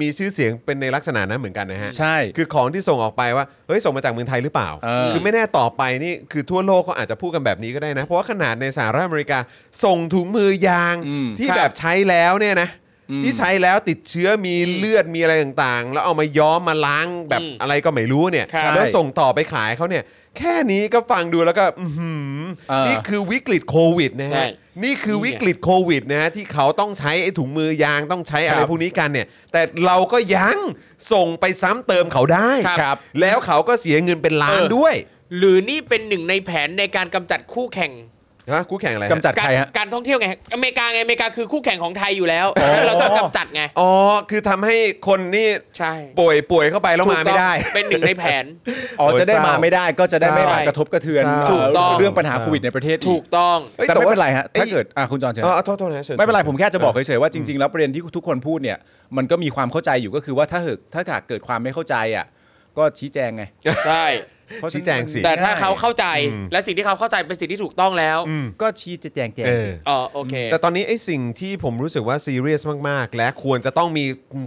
[SPEAKER 2] มีชื่อเสียงเป็นในลักษณะนั้นเหมือนกันนะฮะ
[SPEAKER 3] ใช่
[SPEAKER 2] คือของที่ส่งออกไปว่าเฮ้ยส่งมาจากเมืองไทยหรือเปล่า
[SPEAKER 3] เออ
[SPEAKER 2] คือไม่แน่ต่อไปนี่คือทั่วโลกเขาอาจจะพูดกันแบบนี้ก็ได้นะ เพราะว่าขนาดในสหรัฐอเมริกาส่งถุงมือยางที่แบบใช้แล้วเนี่ยนะที่ใช้แล้วติดเชื้อมีเลือดมีอะไรต่างๆ แล้วเอามาย้อมมาล้างแบบ
[SPEAKER 5] อืม
[SPEAKER 2] อะไรก็ไม่รู้เนี่ย
[SPEAKER 5] ครับ
[SPEAKER 2] แล้วส่งต่อไปขายเขาเนี่ยแค่นี้ก็ฟังดูแล้วก็อื้อหือ
[SPEAKER 3] เออ
[SPEAKER 2] นี่คือวิกฤตโควิดนะ
[SPEAKER 5] ใช่
[SPEAKER 2] ฮะ นี่คือวิกฤตโควิดนะฮะที่เขาต้องใช้ไอ้ถุงมือยางต้องใช้อะไร
[SPEAKER 3] ครับ
[SPEAKER 2] พวกนี้กันเนี่ย แต่เราก็ยังส่งไปซ้ำเติมเขาได้
[SPEAKER 3] ครับ
[SPEAKER 2] แล้วเขาก็เสียเงินเป็นล้าน
[SPEAKER 5] เออ
[SPEAKER 2] ด้วย
[SPEAKER 5] หรือนี่เป็นหนึ่งในแผนในการกำจัดคู่แข่ง
[SPEAKER 2] นะคู่แข่งอะไรฮะ
[SPEAKER 3] กำจัดใครฮะ
[SPEAKER 5] การการท่องเที่ยวไง อเมริกาไง อเมริกาคือคู่แข่งของไทยอยู่แล้วฉะนั้นเราต้องกำจัดไง
[SPEAKER 2] อ๋อ คือทำให้คนนี่
[SPEAKER 5] ใช่
[SPEAKER 2] ป่วยป่วยเข้าไปแล้วมาไม่ได้
[SPEAKER 5] ถูกต้องเป็นหนึ่งในแผน
[SPEAKER 3] อ๋อ
[SPEAKER 2] โอ้ย
[SPEAKER 3] จะได้
[SPEAKER 2] เศร้าม
[SPEAKER 3] มาไม่ได้ก็จะได้ไม่
[SPEAKER 2] เศร้าม
[SPEAKER 3] ากระทบกระเทือน
[SPEAKER 2] เศร้า
[SPEAKER 3] เอ่อ
[SPEAKER 5] ถูกต้อง
[SPEAKER 3] เรื่องปัญหา
[SPEAKER 2] เศร้า
[SPEAKER 3] โควิดในประเทศอี
[SPEAKER 5] ถูกต้อง
[SPEAKER 2] เอ้ย
[SPEAKER 3] แต่ไม่เป็นไรฮะ
[SPEAKER 2] อ้ย
[SPEAKER 3] ถ้าเกิดอ่ะคุณจอนเชิญ
[SPEAKER 2] อ๋อโทษโทษนะเชิญ
[SPEAKER 3] ไม่เป็นไรผมแค่จะบอก
[SPEAKER 2] เออ
[SPEAKER 3] เฉยๆว่าจริงๆแล้วประเด็นที่ทุกคนพูดเนี่ย มันก็มีความเข้าใจอยู่ก็คือว่าถ้าเกิดถ้าเกิดความไม่เข้าใจอ่ะก็ชี้แจงไง
[SPEAKER 5] ใช่
[SPEAKER 3] เพราะ
[SPEAKER 2] ชี้แจงสิ
[SPEAKER 5] แต่ถ้าเขาเข้าใจ
[SPEAKER 2] อืม
[SPEAKER 5] และสิ่งที่เขาเข้าใจเป็นสิ่งที่ถูกต้องแล้ว
[SPEAKER 3] ก็ชี้แจงแจง
[SPEAKER 2] เออ
[SPEAKER 5] อ๋อโอเค
[SPEAKER 2] แต่ตอนนี้ไอ้สิ่งที่ผมรู้สึกว่าซีเรียสมาก ๆ และควรจะต้องมี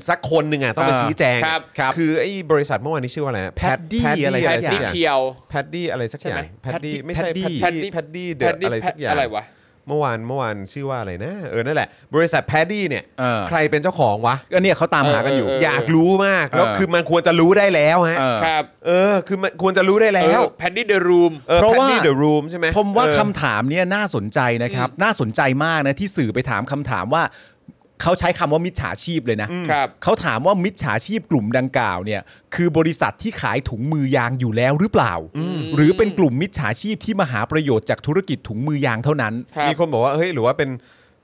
[SPEAKER 2] สักคนหนึ่งอ่ะต้องมาชี้แจง
[SPEAKER 5] ครับ
[SPEAKER 2] ครับคือไอ้บริษัทเมื่อวานนี้ชื่อว่าอะไรแพดดี้อะไร
[SPEAKER 5] แพ
[SPEAKER 2] สักอ
[SPEAKER 5] ทตี้
[SPEAKER 2] ย่าง
[SPEAKER 5] เพียว
[SPEAKER 2] แพดดี้อะไรสักอย่าง
[SPEAKER 5] ใช่ไหม
[SPEAKER 2] แพดดี้
[SPEAKER 3] Paddy
[SPEAKER 2] ไม่ใช่แพด
[SPEAKER 3] Paddy
[SPEAKER 2] ดี้แพดดี้เดอะ
[SPEAKER 5] Paddy
[SPEAKER 2] อะไรสักอย่าง
[SPEAKER 5] อะไรวะ
[SPEAKER 2] เมื่อวานเมื่อวานชื่อว่าอะไรนะเออนั่นแหละ บริษัทแพดดี้เนี่ย
[SPEAKER 3] เออ
[SPEAKER 2] ใครเป็นเจ้าของวะ
[SPEAKER 3] ก็เนี่ยเขาตามหากันอยู่
[SPEAKER 5] เออ
[SPEAKER 2] อยากรู้มากแล้ว
[SPEAKER 3] เออ
[SPEAKER 2] คือมันควรจะรู้ได้แล้วฮะ
[SPEAKER 3] เออ
[SPEAKER 5] ครับ
[SPEAKER 2] เออ คือมันควรจะรู้ได้แล้ว
[SPEAKER 5] แพดดี้เดอะรูม
[SPEAKER 2] ออ
[SPEAKER 3] เพราะว่า
[SPEAKER 2] Paddy the room ใช่ไหม
[SPEAKER 3] ผมว่า
[SPEAKER 2] เออ
[SPEAKER 3] คำถามเนี่ยน่าสนใจนะครับ น่าสนใจมากนะที่สื่อไปถามคำถามว่า เขาใช้คำว่ามิจฉาชีพเลยนะ
[SPEAKER 5] ครับ
[SPEAKER 3] เขาถามว่ามิจฉาชีพกลุ่มดังกล่าวเนี่ย คือบริษัทที่ขายถุงมือยางอยู่แล้วหรือเปล่า หรือเป็นกลุ่มมิจฉาชีพที่มาหาประโยชน์จากธุรกิจถุงมือยางเท่านั้น
[SPEAKER 5] ครับ
[SPEAKER 2] มีคนบอกว่าเฮ้ยหรือว่าเป็น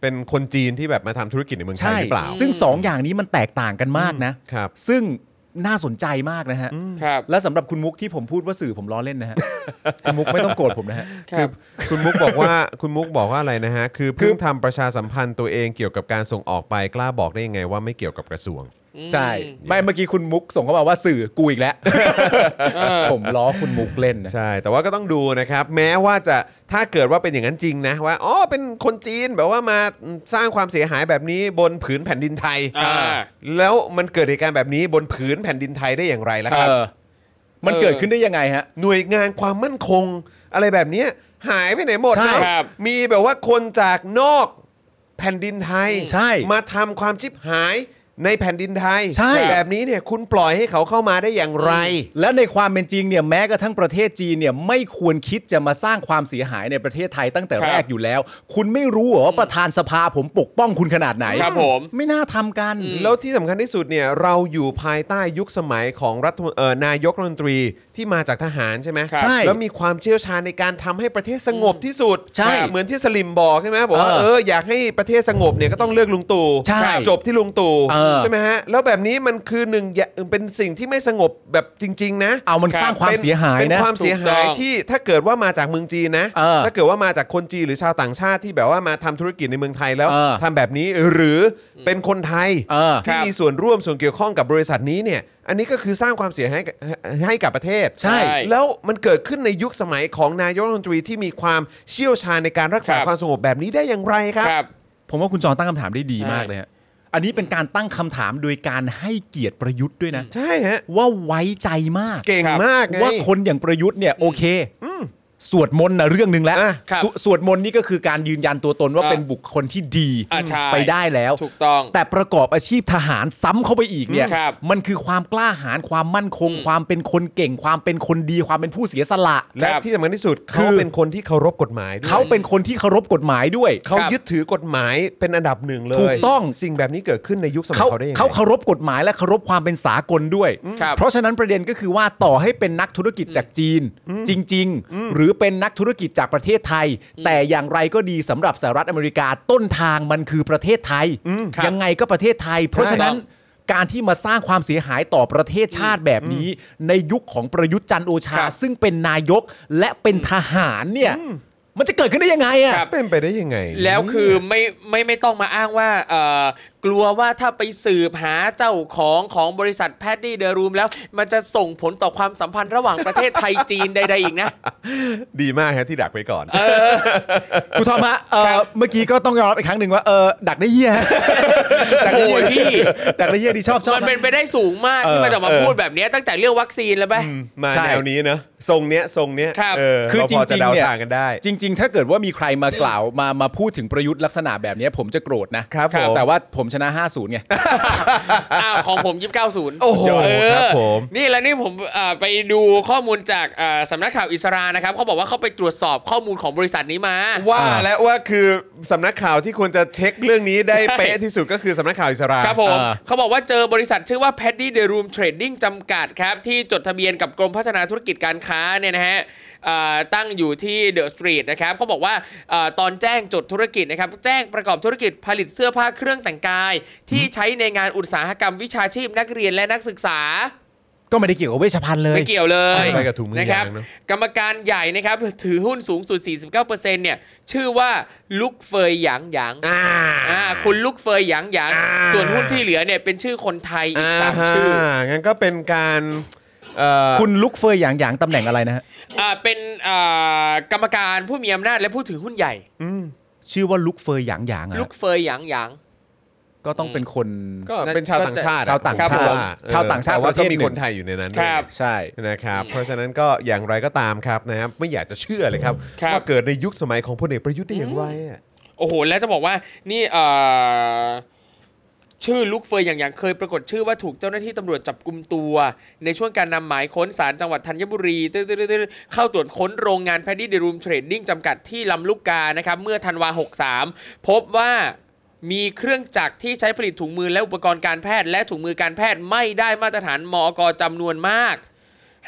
[SPEAKER 2] เป็นคนจีนที่แบบมาทำธุรกิจในเมืองไทย
[SPEAKER 3] ใช่
[SPEAKER 2] หรือเปล่า
[SPEAKER 3] ซึ่งสองอย่างนี้มันแตกต่างกันมากนะ
[SPEAKER 2] ครับ
[SPEAKER 3] ซึ่งน่าสนใจมากนะฮะ
[SPEAKER 5] ครับ
[SPEAKER 3] และสำหรับคุณมุกที่ผมพูดว่าสื่อผมล้อเล่น นะฮะ คุณมุกไม่ต้องโกรธผมนะฮะ
[SPEAKER 5] ครับ
[SPEAKER 2] คุณมุกบอกว่า คุณมุกบอกว่าอะไรนะฮะ คือเพิ่งทำประชาสัมพันธ์ตัวเองเกี่ยวกับการส่งออกไปกล้าบอกได้ยังไงว่าไม่เกี่ยวกับกระท รวง
[SPEAKER 3] ใช่ ไม่เมื่อกี้คุณมุกส่งเข้ามาว่าสื่อกูอีกแล้ว ผมล้อคุณมุกเล่นนะ
[SPEAKER 2] ใช่ แต่ว่าก็ต้องดูนะครับ แม้ว่าจะถ้าเกิดว่าเป็นอย่างนั้นจริงนะ ว่าอ๋อเป็นคนจีนแบบว่ามาสร้างความเสียหายแบบนี้บนผืนแผ่นดินไทย
[SPEAKER 5] อ่า
[SPEAKER 2] แล้วมันเกิดเหตุการณ์แบบนี้บนผืนแผ่นดินไทยได้อย่างไรล่ะครับ
[SPEAKER 3] เออ มันเกิดขึ้นได้ยังไงฮะ
[SPEAKER 2] หน่วยงานความมั่นคง อะไรแบบเนี้ยหายไปไหนหมด
[SPEAKER 3] ใช่
[SPEAKER 2] นะครับ มีแบบว่าคนจากนอกแผ่นดินไทย
[SPEAKER 3] ใช่
[SPEAKER 2] มาทำความชิบหายในแผ่นดินไทย
[SPEAKER 3] ใช่
[SPEAKER 2] แบบนี้เนี่ยคุณปล่อยให้เขาเข้ามาได้อย่างไร
[SPEAKER 3] แล้วในความเป็นจริงเนี่ยแม้กระทั่งประเทศจีนเนี่ยไม่ควรคิดจะมาสร้างความเสียหายในประเทศไทยตั้งแต่
[SPEAKER 5] ครับ
[SPEAKER 3] แรกอยู่แล้ว คุณไม่รู้เหรอว่าประธานสภาผมปกป้องคุณขนาดไหน
[SPEAKER 5] ครับผม
[SPEAKER 3] ไม่น่าทำกัน
[SPEAKER 2] แล้วที่สำคัญที่สุดเนี่ยเราอยู่ภายใต้ยุคสมัยของรัฐเอ่อนายกรัฐมนตรีที่มาจากทหารใช่ไหม
[SPEAKER 5] ครับ
[SPEAKER 3] ใช่
[SPEAKER 2] แล้วมีความเชี่ยวชาญในการทำให้ประเทศสงบที่สุด
[SPEAKER 3] ใช่
[SPEAKER 2] ครับเหมือนที่สลิมบอกใช่ไหมบอกว่า
[SPEAKER 3] เออ
[SPEAKER 2] เอออยากให้ประเทศสงบเนี่ยก็ต้องเลือกลุงตู่
[SPEAKER 3] ใช่
[SPEAKER 2] จบที่ลุงตู่
[SPEAKER 3] เออ
[SPEAKER 2] ใช่ไหมฮะแล้วแบบนี้มันคือหนึ่งอย่างเป็นสิ่งที่ไม่สงบแบบจริง ๆ นะ
[SPEAKER 3] เอามันสร้างความ
[SPEAKER 2] ป็น
[SPEAKER 3] เสียหาย
[SPEAKER 2] เป็น
[SPEAKER 3] นะ
[SPEAKER 2] ความเสียหาย
[SPEAKER 5] ถูกต้อง
[SPEAKER 2] ที่ถ้าเกิดว่ามาจากเมืองจีนนะ
[SPEAKER 3] เออ
[SPEAKER 2] ถ้าเกิดว่ามาจากคนจีนหรือชาวต่างชาติที่แบบว่ามาทำธุรกิจในเมืองไทยแล้ว
[SPEAKER 3] เออ
[SPEAKER 2] ทำแบบนี้หรือเป็นคนไทย
[SPEAKER 3] เออ
[SPEAKER 5] ครั
[SPEAKER 2] ที่
[SPEAKER 5] บ
[SPEAKER 2] มีส่วนร่วมส่วนเกี่ยวข้องกับบริษัทนี้เนี่ย อันนี้ก็คือสร้างความเสียหายให้ให้กับประเทศ
[SPEAKER 3] ใช่
[SPEAKER 2] แล้วมันเกิดขึ้นในยุคสมัยของนายกรัฐมนตรีที่มีความเชี่ยวชาญในการรักษา
[SPEAKER 5] ครับ
[SPEAKER 2] ความสงบแบบนี้ได้อย่างไรครับ
[SPEAKER 5] ครับ
[SPEAKER 3] ผมว่าคุณจอนตั้งคำถามได้ดี
[SPEAKER 5] ใช่
[SPEAKER 3] มากเลยฮะอันนี้เป็นการตั้งคำถามโดยการให้เกียรติประยุทธ์ด้วยนะ
[SPEAKER 2] ใช่ฮะ
[SPEAKER 3] ว่าไว้ใจมาก
[SPEAKER 2] เก่ง
[SPEAKER 5] ครับ
[SPEAKER 2] มากไง
[SPEAKER 3] ว่าคนอย่างประยุทธ์เนี่ยโอเคสวดมนต์นะเรื่องหนึ่งแล้ว
[SPEAKER 2] อ่ะครับ
[SPEAKER 3] สวสวดมนต์นี่ก็คือการยืนยันตัวตนว่า
[SPEAKER 5] อ่ะ
[SPEAKER 3] เป็นบุคคลที่ดี
[SPEAKER 5] อ่ะใช่
[SPEAKER 3] ไปได้แล้ว
[SPEAKER 5] ถูกต้อง
[SPEAKER 3] แต่ประกอบอาชีพทหารซ้ำเข้าไปอีกเนี่ย
[SPEAKER 5] ครับ
[SPEAKER 3] มันคือความกล้าหาญความมั่นคง ความเป็นคนเก่ง ความเป็นคนดี ความเป็นผู้เสียสละ
[SPEAKER 2] และ
[SPEAKER 5] ครับ
[SPEAKER 2] ที่สำคัญที่สุด
[SPEAKER 3] คื
[SPEAKER 2] เขา
[SPEAKER 3] อ
[SPEAKER 2] เป็นคนที่เคารพกฎหมายด้วย
[SPEAKER 3] เขาเป็นคนที่เคารพกฎหมายด้วย
[SPEAKER 2] เขายึดถือกฎหมายเป็นอันดับหนึ่งเลย
[SPEAKER 3] ถูกต้อง
[SPEAKER 2] สิ่งแบบนี้เกิดขึ้นในยุคสมัย
[SPEAKER 3] เขา
[SPEAKER 2] เขาได้ยังไง
[SPEAKER 3] เขาเคารพกฎหมายและเคารพความเป็นสากลด้วย
[SPEAKER 5] ครับ
[SPEAKER 3] เพราะฉะนั้นประเด็นก็คือว่าต่อให้เป็นนักธุรกิจจากจีน จริง ๆ หรือเป็นนักธุรกิจจากประเทศไทย แต่อย่างไรก็ดีสำหรับสหรัฐอเมริกาต้นทางมันคือประเทศไทย
[SPEAKER 5] ครับ
[SPEAKER 3] ยังไงก็ประเทศไทย เพราะฉะนั้น
[SPEAKER 5] ครั
[SPEAKER 3] การที่มาสร้างความเสียหายต่อประเทศชาติแบบนี้ ในยุคของประยุทธ์จันทร์โอชา ซึ่งเป็นนายกและเป็นทหารเนี่ยมันจะเกิดขึ้นได้ยังไงอ่ะ
[SPEAKER 5] ครับ
[SPEAKER 2] เป็นไปได้ยังไง
[SPEAKER 5] แล้วคือไม่ไม่ไม่ต้องมาอ้างว่าเอ่อกลัวว่าถ้าไปสืบหาเจ้าของของบริษัทแพดดี้เดอะรูมแล้ว มันจะส่งผลต่อความสัมพันธ์ระหว่างประเทศไทยจีนใดๆอีก นะ
[SPEAKER 2] ดีมากฮะที่ดักไว้ก่อน
[SPEAKER 3] ครูทอมฮะเอ่อเมื่อกี้ก็ต้องยอมรับอีกครั้งหนึ่งว่าเออดักได้เยี่ยฮะ ดักได้เยี่ย
[SPEAKER 5] โอ้ยพี่
[SPEAKER 3] ดักได้เยี่ยดีชอบชอบ
[SPEAKER 5] มันเป็น
[SPEAKER 3] ฮะ
[SPEAKER 5] ไปได้สูงมากที่มันจะมา
[SPEAKER 2] เออ
[SPEAKER 5] พูดแบบเนี้ยตั้งแต่เรื่องวัคซีนแล้วไหม
[SPEAKER 2] มา
[SPEAKER 3] ใช่
[SPEAKER 2] แนวนี้เนอะทรงเนี้ยทรงเนี้ย
[SPEAKER 5] ครับ
[SPEAKER 2] เออ
[SPEAKER 3] คือ
[SPEAKER 2] เราพอจะ
[SPEAKER 3] จริงๆ
[SPEAKER 2] เดา
[SPEAKER 3] เนี่ย
[SPEAKER 2] ทางกันได้
[SPEAKER 3] จริง ๆ ถ้าเกิดว่ามีใครมากล่าวมามาพูดถึงประยุทธ์ลักษณะแบบเนี้ยผมจะโกรธนะครับ
[SPEAKER 2] ผม
[SPEAKER 3] แต่ว่าผมชนะ 50ไง
[SPEAKER 5] อ้าวของผมยิบเก้าศูนย์
[SPEAKER 2] โอ้โหครับผม
[SPEAKER 5] นี่แล้วนี่ผมเอ่อไปดูข้อมูลจากเอ่อสำนักข่าวอิสรานะครับเขาบอกว่าเขาไปตรวจสอบข้อมูลของบริษัทนี้มา
[SPEAKER 2] ว่า
[SPEAKER 3] อ่า
[SPEAKER 2] และว่าคือสำนักข่าวที่ควรจะเช็คเรื่องนี้ได้เป๊ะที่สุดก็คือสำนักข่าวอิสรา
[SPEAKER 5] ครับผม
[SPEAKER 3] อ่า
[SPEAKER 5] เขาบอกว่าเจอบริษัทชื่อว่า Paddy The Room Trading จำกัดครับ ที่จดทะเบียนกับกรมพัฒนาธุรกิจการค้าเนี่ยนะฮะเอ่อตั้งอยู่ที่เดอะสตรีทนะครับเขาบอกว่าเอ่อตอนแจ้งจดธุรกิจนะครับ แจ้งประกอบธุรกิจผลิตเสื้อผ้าเครื่องแต่งกาย ที่ใช้ในงานอุตสาหกรรมวิชาชีพนักเรียนและนักศึกษา
[SPEAKER 3] ก็ไม่ได้เกี่ยวกับเวชภัณฑ์เลย
[SPEAKER 5] ไม่เกี่ยวเลย
[SPEAKER 2] ไปกับถุงมือ
[SPEAKER 5] นะค
[SPEAKER 2] ยา
[SPEAKER 5] รับ
[SPEAKER 2] งเนอะ
[SPEAKER 5] กรรมการใหญ่นะครับถือหุ้นสูงสุด 49%เนี่ยชื่อว่าลุกเฟยหยางหยาง
[SPEAKER 2] อ่า
[SPEAKER 5] อ่าคุณลุกเฟยหยางหยาง
[SPEAKER 2] อ่า
[SPEAKER 5] ส่วนหุ้นที่เหลือเนี่ยเป็นชื่อคนไทยอีกสามชื่อ
[SPEAKER 2] อ่างั้นก็เป็นการเอ่อ
[SPEAKER 3] คุณลุกเฟยอย่างอย่างตำแหน่งอะไรนะฮะ
[SPEAKER 5] อ่าเป็นอ่ากรรมการผู้มีอำนาจและผู้ถือหุ้นใหญ่
[SPEAKER 3] ชื่อว่าลุกเฟยอย่างอย่างอะ
[SPEAKER 5] ลุกเฟยหยางหยาง
[SPEAKER 3] ก็ต้องเป็นคน
[SPEAKER 2] ก็เป็นชาวต่างชาติอะ
[SPEAKER 3] ชาวต่างชาติ
[SPEAKER 2] ผมว่
[SPEAKER 3] ชาวต่างชาติ
[SPEAKER 2] แต่ว่า
[SPEAKER 3] ประเท
[SPEAKER 2] ก็
[SPEAKER 3] ศหนึ่ง
[SPEAKER 2] มีคนไทยอยู่ในนั้น
[SPEAKER 5] ครับ
[SPEAKER 2] ด้วย
[SPEAKER 3] ใช่
[SPEAKER 2] นะครับ เพราะฉะนั้นก็อย่างไรก็ตามครับนะครับไม่อยากจะเชื่อเลยครับ
[SPEAKER 5] ครับ
[SPEAKER 2] ว่าเกิดในยุคสมัยของพลเอกประยุทธ์ได้อย่างไรอะ
[SPEAKER 5] อ้โห แล้วจะบอกว่านี่เอ่อชื่อลูกเฟยอย่างอย่างเคยปรากฏชื่อว่าถูกเจ้าหน้าที่ตำรวจจับกลุ่มตัว ในช่วงการนำหมายค้นศาลจังหวัดธัญบุรีตื้อๆๆๆเข้าตรวจค้นโรงงานแพดดี้เดรูมเทรดดิ้งจำกัดที่ลำลูกกานะครับ เมื่อธันวา 63 พบว่ามีเครื่องจักรที่ใช้ผลิตถุงมือและอุปกรณ์การแพทย์ และถุงมือการแพทย์ไม่ได้มาตรฐานมอกจำนวนมาก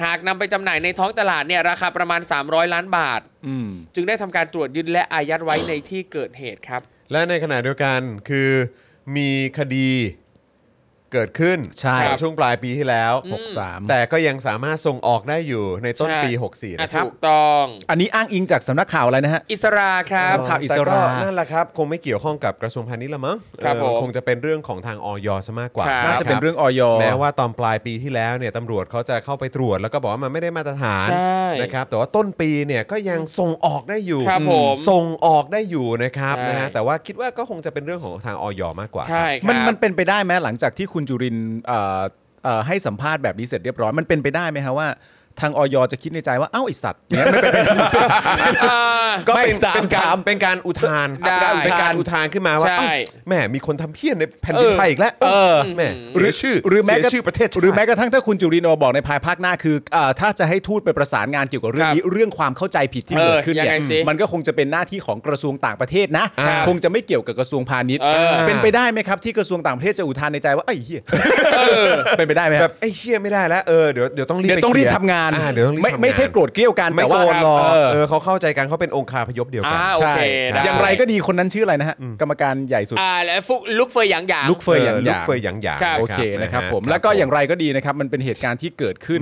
[SPEAKER 5] หากนำไปจำหน่ายในท้องตลาดเนี่ยราคาประมาณ 300 ล้านบาท
[SPEAKER 3] อืม
[SPEAKER 5] จึงได้ทำการตรวจยึดและอายัดไว้ในที่เกิดเหตุครับ
[SPEAKER 2] และในขณะเดียวกันคือมีคดีเกิดขึ้น
[SPEAKER 3] ใช่
[SPEAKER 2] ในช่วงปลายปีที่แล้ว
[SPEAKER 5] อื
[SPEAKER 3] สาม
[SPEAKER 2] แต่ก็ยังสามารถส่งออกได้อยู่ในต้นปี
[SPEAKER 5] ใช่
[SPEAKER 2] 64
[SPEAKER 5] อ่ะ
[SPEAKER 2] นะครับ
[SPEAKER 5] ถูกต้อง
[SPEAKER 3] อันนี้อ้างอิงจากสำนักข่าวอะไรนะฮะ
[SPEAKER 5] อิสราครับ
[SPEAKER 3] ข่าวอิสระ
[SPEAKER 2] แต่ก็นั่นแหละครับ คงไม่เกี่ยวข้องกับกระทรวงพาณิชย์ละมั้ง
[SPEAKER 5] ครับ
[SPEAKER 2] เออ
[SPEAKER 5] ผม
[SPEAKER 2] คงจะเป็นเรื่องของทางออยซะมากกว่า
[SPEAKER 5] ครับ
[SPEAKER 2] คบ
[SPEAKER 3] น่าจะเป็นเรื่องออย
[SPEAKER 2] แม้ว่าตอนปลายปีที่แล้วเนี่ยตำรวจเขาจะเข้าไปตรวจ แล้วก็บอกว่ามันไม่ได้มาตรฐาน
[SPEAKER 5] ใช่
[SPEAKER 2] นะครับแต่ว่าต้นปีเนี่ยก็ยังส่งออกได้อยู่
[SPEAKER 5] ครับ
[SPEAKER 2] อื
[SPEAKER 5] ผม
[SPEAKER 2] ส่งออกได้อยู่นะครับ
[SPEAKER 5] ใช่
[SPEAKER 2] นะฮะแต่ว่าคิดว่าก็คงจะเป็นเรื่องของทางออยมากกว่า
[SPEAKER 5] ใช่ครับ
[SPEAKER 3] มันมันเป็นไปได้ไหมหลังจากที่คุณจุรินทร์เอ่อเอ่อให้สัมภาษณ์แบบนี้เสร็จเรียบร้อย มันเป็นไปได้ไหมฮะว่า ทางออยจะคิดในใจว่า เอ้าไอสัตว์เนี่ย ไม่เป็นไปได้
[SPEAKER 2] ก็เป็น
[SPEAKER 3] ไม่ตาม
[SPEAKER 2] เป็นกา
[SPEAKER 3] ถาร ม
[SPEAKER 2] เป็นการอุทาน
[SPEAKER 5] ได้
[SPEAKER 2] เป็นการอุทานขึ้นมาว่า
[SPEAKER 5] ใช่
[SPEAKER 2] เอ้ยแหม่มีคนทำเพี้ยนในแผ่นดินไทยอีกแล้ว
[SPEAKER 3] เออ
[SPEAKER 2] แหม่
[SPEAKER 5] อืม
[SPEAKER 2] หรือชื่อ
[SPEAKER 3] หรือแม้
[SPEAKER 2] เสีย
[SPEAKER 3] กระ
[SPEAKER 2] ชื่อประเทศชาติ
[SPEAKER 3] หรือแม้กระทั่งถ้าคุณจุรินทร์ออกมาบอกในภายภาคหน้าคือเอ่อถ้าจะให้ทูตไปประสานงานเกี่ยวกับเรื่องนี้เรื่องความเข้าใจผิดที่
[SPEAKER 5] เออ
[SPEAKER 3] เกิดขึ้นเนี่
[SPEAKER 5] ยังไงสิ
[SPEAKER 3] มันก็คงจะเป็นหน้าที่ของกระทรวงต่างประเทศนะ
[SPEAKER 2] ครับ
[SPEAKER 3] คงจะไม่เกี่ยวกับกระทรวงพาณิชย์
[SPEAKER 5] เออ
[SPEAKER 3] เป็นไปได้ไหมครับที่กระทรวงต่างประเทศจะอุทานในใจว่าไอ้เหี้ยเป็นไปได้ไหมฮะ
[SPEAKER 2] แบบไอ้เฮียไม่ได้แล้วเออเดี๋ยวเดี๋ยวต้องรีบ
[SPEAKER 3] เดี๋ยว
[SPEAKER 2] ไป
[SPEAKER 3] ต้องรีบ
[SPEAKER 2] เคย
[SPEAKER 3] ทำงาน
[SPEAKER 2] อ่เดี๋ยวต้องรีบ
[SPEAKER 3] ไม่
[SPEAKER 2] ทำงาน
[SPEAKER 3] ไม่ใช่โกรธเกรี้ยวกัน
[SPEAKER 2] ไม่
[SPEAKER 3] แต่ว่า
[SPEAKER 2] โกรธหรอก
[SPEAKER 3] เ
[SPEAKER 2] เออเขาเข้าใจกันเขาเป็นองคาพยพเดียวกัน
[SPEAKER 5] อ่าโอ
[SPEAKER 3] ใช่
[SPEAKER 5] เคได้
[SPEAKER 3] อย่างไรก็ดีคนนั้นชื่ออะไรนะฮะ กรรมการใหญ่สุด
[SPEAKER 5] อ่าและฟุกลุกเฟยหยางหยาง
[SPEAKER 3] ลุกเฟยอย่าง
[SPEAKER 2] ลุกเฟยหยางหยาง
[SPEAKER 5] ครับ
[SPEAKER 3] โอเคนะครับผม แล้วก็อย่างไรก็ดีนะครับ มันเป็นเหตุการณ์ที่เกิดขึ้น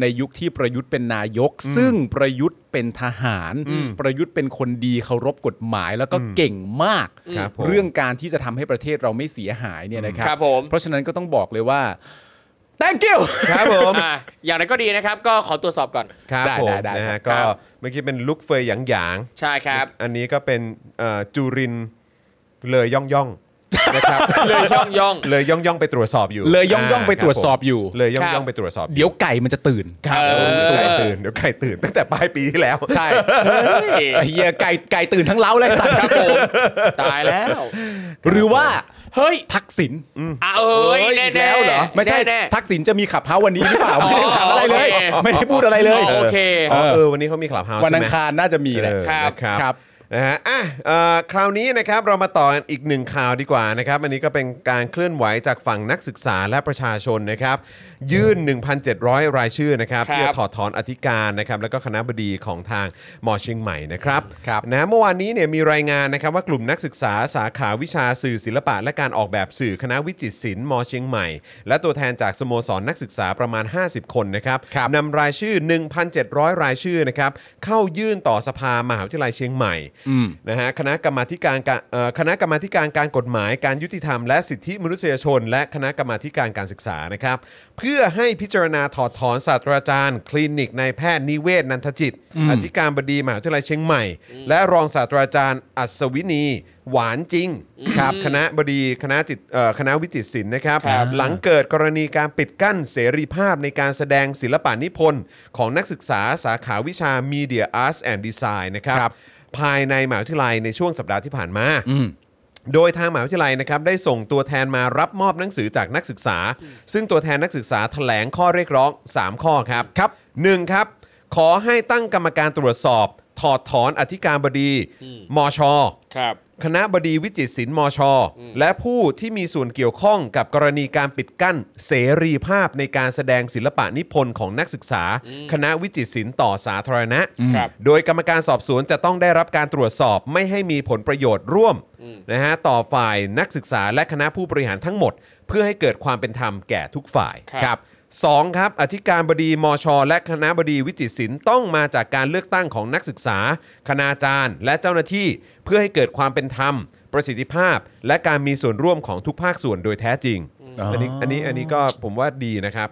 [SPEAKER 3] ในยุคที่ประยุทธ์เป็นนายก ซึ่งประยุทธ์เป็นทหาร ประยุทธ์เป็นคนดีเคารพกฎหมาย แล้วก็เก่งมาก
[SPEAKER 2] ครับผม
[SPEAKER 3] เรื่องการที่จะทำให้ประเทศเราไม่เสียหายเนี่ยนะครั
[SPEAKER 5] ครับผม
[SPEAKER 3] เพราะฉะนั้นก็ต้องบอกเลยว่า thank you
[SPEAKER 2] ครับผม
[SPEAKER 5] อ่าอย่างไรก็ดีนะครับ ก็ขอตรวจสอบก่อน
[SPEAKER 2] ครับ
[SPEAKER 3] ได้
[SPEAKER 2] ผม
[SPEAKER 3] ได้ได้
[SPEAKER 2] นะ
[SPEAKER 3] ครั
[SPEAKER 2] ฮะ
[SPEAKER 3] บ
[SPEAKER 2] ก็
[SPEAKER 5] ครับ
[SPEAKER 2] เมื่อกี้เป็นลุกเฟยหยางหยาง
[SPEAKER 5] ใช่ครับ
[SPEAKER 2] อันนี้ก็เป็นเอ่อจูรินเลยย่องย่อง นะครับ
[SPEAKER 5] เลยช่องย่อง
[SPEAKER 2] เลยย่องย่องไปตรวจสอบอยู่
[SPEAKER 3] เลยย่องย่อง
[SPEAKER 2] า
[SPEAKER 3] ไปตรวจสอบอยู่
[SPEAKER 2] ครับผมเลยย่อง
[SPEAKER 5] ครั
[SPEAKER 2] ย่อง
[SPEAKER 5] บ
[SPEAKER 2] ไปตรวจสอบอ
[SPEAKER 3] เดี๋ยวไก่มันจะตื่น
[SPEAKER 2] ครับ
[SPEAKER 5] เออ
[SPEAKER 2] เดี๋ยวไก่ตื่นเดี๋ยวไก่ตื่นตั้งแต่ปลายปีที่แล้ว
[SPEAKER 3] ใช่ไอ้เฮียไก่ไก่ตื่นทั้งเล้าเลยสัตว์
[SPEAKER 5] ครับผมตายแล้ว
[SPEAKER 3] หรือว่า
[SPEAKER 5] เฮ้ย
[SPEAKER 3] ทักษิณ
[SPEAKER 5] อ่ะเอ้ยแน่
[SPEAKER 2] อีกแล้วเหรอ
[SPEAKER 5] ๆ
[SPEAKER 3] ไม่ใช่
[SPEAKER 5] แน่
[SPEAKER 3] ทักษิณจะมีขับเฮ้าวันนี้หรือเปล่าไม่ได้ถามอะไรเลย
[SPEAKER 5] โอเค
[SPEAKER 3] ไม่ได้พูดอะไร
[SPEAKER 5] ๆ
[SPEAKER 3] เลย
[SPEAKER 5] อ๋อโอเค
[SPEAKER 2] อ๋อเออวันนี้เขามีคลับเฮาส์
[SPEAKER 3] วัน
[SPEAKER 2] ใช่
[SPEAKER 3] อั
[SPEAKER 2] ไหม
[SPEAKER 3] งคารน่าจะมีแหละ
[SPEAKER 2] เออ
[SPEAKER 5] ครับ
[SPEAKER 2] นะครับ
[SPEAKER 3] ครับ
[SPEAKER 2] นะฮะอ่ะเอ่อคราวนี้นะครับเรามาต่อกันอีกหนึ่งข่าวดีกว่านะครับ อันนี้ก็เป็นการเคลื่อนไหวจากฝั่งนักศึกษาและประชาชนนะครับ ยื่น 1,700 รายชื่อนะครับ
[SPEAKER 5] ครับ
[SPEAKER 2] เพื่อถอดถอนอธิการนะครับ แล้วก็คณะบดีของทางมอเชียงใหม่นะครับ
[SPEAKER 3] ครับ
[SPEAKER 2] นะเมื่อวานนี้เนี่ยมีรายงานนะครับว่ากลุ่มนักศึกษาสาขาวิชาสื่อศิลปะ และการออกแบบสื่อคณะวิจิตรศิลป์มอเชียงใหม่ และตัวแทนจากสโมสรนักศึกษาประมาณ 50 คนนะครับ
[SPEAKER 3] ครับ
[SPEAKER 2] นำรายชื่อ 1,700 รายชื่อนะครับเข้ายื่นต่อสภามหาวิทยาลัยเชียงใหม่นะฮะคณะกรรมาธิการการเอ่อคณะกรรมาธิการการกฎหมายการยุติธรรมและสิทธิมนุษยชน และคณะกรรมาธิการการศึกษานะครับ เพื่อให้พิจารณาถอดถอนศาสตราจารย์ คลินิกนายแพทย์นิเวศนันทจิต อธิการบดีมหาวิทยาลัยเชียงใหม่ และรองศาสตราจารย์อัศวินี หวานจริงครับคณะบดีคณะจิตเอ่อคณะวิจิตรศิลป์นะครับ หลังเกิดกรณีการปิดกั้นเสรีภาพในการแสดงศิลปะนิพนธ์ของนักศึกษาสาขาวิชา Media Arts and Design นะครับ ภายในมหาวิทยาลัยในช่วงสัปดาห์ที่ผ่านมา โดยทางมหาวิทยาลัยนะครับได้ส่งตัวแทนมารับมอบหนังสือจากนักศึกษา ซึ่งตัวแทนนักศึกษาแถลงข้อเรียกร้อง 3 ข้อครับ
[SPEAKER 3] ครับ
[SPEAKER 2] หนึ่งครับ ขอให้ตั้งกรรมการตรวจสอบ ถอดถอนอธิการบดีมช
[SPEAKER 5] ครับ
[SPEAKER 2] คณะบดีวิจิตรศิลป์มช และผู้ที่มีส่วนเกี่ยวข้องกับกรณีการปิดกั้นเสรีภาพในการแสดงศิลปะนิพนธ์ของนักศึกษา คณะวิจิตรศิลป์ต่อสาธารณะ
[SPEAKER 5] ครับ
[SPEAKER 2] โดยกรรมการสอบสวนจะต้องได้รับการตรวจสอบไม่ให้มีผลประโยชน์ร่วมนะฮะต่อฝ่ายนักศึกษาและคณะผู้บริหารทั้งหมด เพื่อให้เกิดความเป็นธรรมแก่ทุกฝ่าย
[SPEAKER 5] ครับ
[SPEAKER 2] สองครับ อธิการบดีมช และคณะบดีวิจิตรศิลป์ต้องมาจากการเลือกตั้งของนักศึกษา คณาจารย์ และเจ้าหน้าที่ เพื่อให้เกิดความเป็นธรรม ประสิทธิภาพ และการมีส่วนร่วมของทุกภาคส่วนโดยแท้จริง อันนี้อันนี้อันนี้ก็ผมว่าดีนะครับ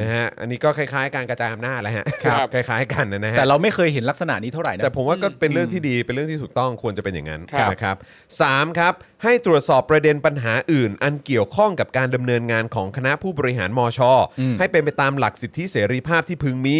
[SPEAKER 2] นะฮะอันนี้ก็คล้ายๆ การกระจายอำนาจแหละฮะ
[SPEAKER 5] ครับ
[SPEAKER 2] คล้ายๆกันนะฮะ
[SPEAKER 3] แต่เราไม่เคยเห็นลักษณะนี้เท่าไหร่นะ
[SPEAKER 2] แต่ผมว่าก็เป็นเรื่องที่ดีเป็นเรื่องที่ถูกต้องควรจะเป็นอย่างนั้น
[SPEAKER 5] ครับ
[SPEAKER 2] นะครับสามครับ ให้ตรวจสอบประเด็นปัญหาอื่น อันเกี่ยวข้องกับการดำเนินงานของคณะผู้บริหารมช ให้เป็นไปตามหลักสิทธิเสรีภาพที่พึงมี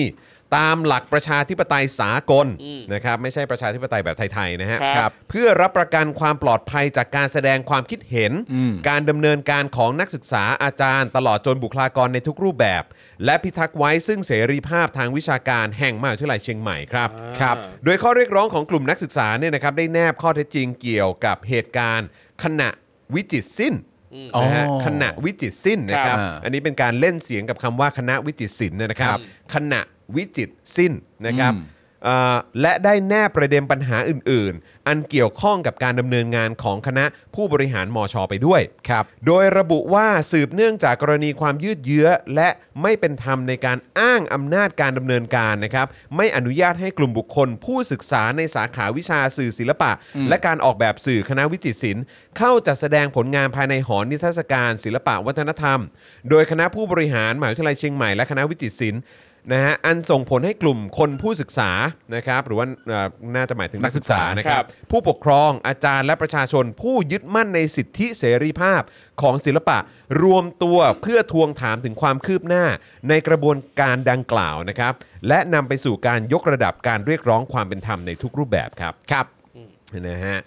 [SPEAKER 2] ตามหลักประชาธิปไตยสากล
[SPEAKER 5] อืม
[SPEAKER 2] นะครับไม่ใช่ประชาธิปไตยแบบไทยๆนะฮะ
[SPEAKER 5] ครับ
[SPEAKER 2] เพื่อรับประกันความปลอดภัยจากการแสดงความคิดเห็น
[SPEAKER 3] อืม
[SPEAKER 2] การดำเนินการของนักศึกษาอาจารย์ ตลอดจนบุคลากรในทุกรูปแบบ และพิทักษ์ไว้ซึ่งเสรีภาพทางวิชาการแห่งมหาวิทยาลัยเชียงใหม่ครับ
[SPEAKER 5] ครับ
[SPEAKER 2] โดยข้อเรียกร้องของกลุ่มนักศึกษาเนี่ยนะครับได้แนบข้อเท็จจริงเกี่ยวกับเหตุการณ์ขณะวิจิตรสิ้นนะฮะ
[SPEAKER 3] อ๋อ
[SPEAKER 2] ขณะวิจิตรสิ้นนะครับ
[SPEAKER 3] อ่า
[SPEAKER 2] อันนี้เป็นการเล่นเสียงกับคำว่าคณะวิจิตรศิลป์นะครับ ขณะวิจิตรสิ้นนะครับเอ่อและได้แนบประเด็นปัญหาอื่น ๆ อันเกี่ยวข้องกับการดำเนินงานของคณะผู้บริหารมชไปด้วย
[SPEAKER 3] ครับ
[SPEAKER 2] โดยระบุว่าสืบเนื่องจากกรณีความยืดเยื้อ และไม่เป็นธรรมในการอ้างอำนาจการดำเนินการนะครับ ไม่อนุญาตให้กลุ่มบุคคล ผู้ศึกษาในสาขาวิชาสื่อศิลปะ และการออกแบบสื่อคณะวิจิตรศิลป์เข้าจัดแสดงผลงานภายในหอนิทรรศการ ศิลปะวัฒนธรรม โดยคณะผู้บริหารมหาวิทยาลัยเชียงใหม่และคณะวิจิตรศิลป์นะฮะอันส่งผลให้กลุ่มคนผู้ศึกษานะครับหรือว่าเอ่อน่าจะหมายถึงนักศึกษานะค
[SPEAKER 5] ค
[SPEAKER 2] รั
[SPEAKER 5] รับ บ
[SPEAKER 2] ผู้ปกครองอาจารย์และประชาชนผู้ยึดมั่นในสิทธิเสรีภาพของศิลปะ รวมตัวเพื่อทวงถามถึงความคืบหน้า ในกระบวนการดังกล่าวนะครับ และนำไปสู่การยกระดับการเรียกร้องความเป็นธรรมในทุกรูปแบบครับครับนะฮะ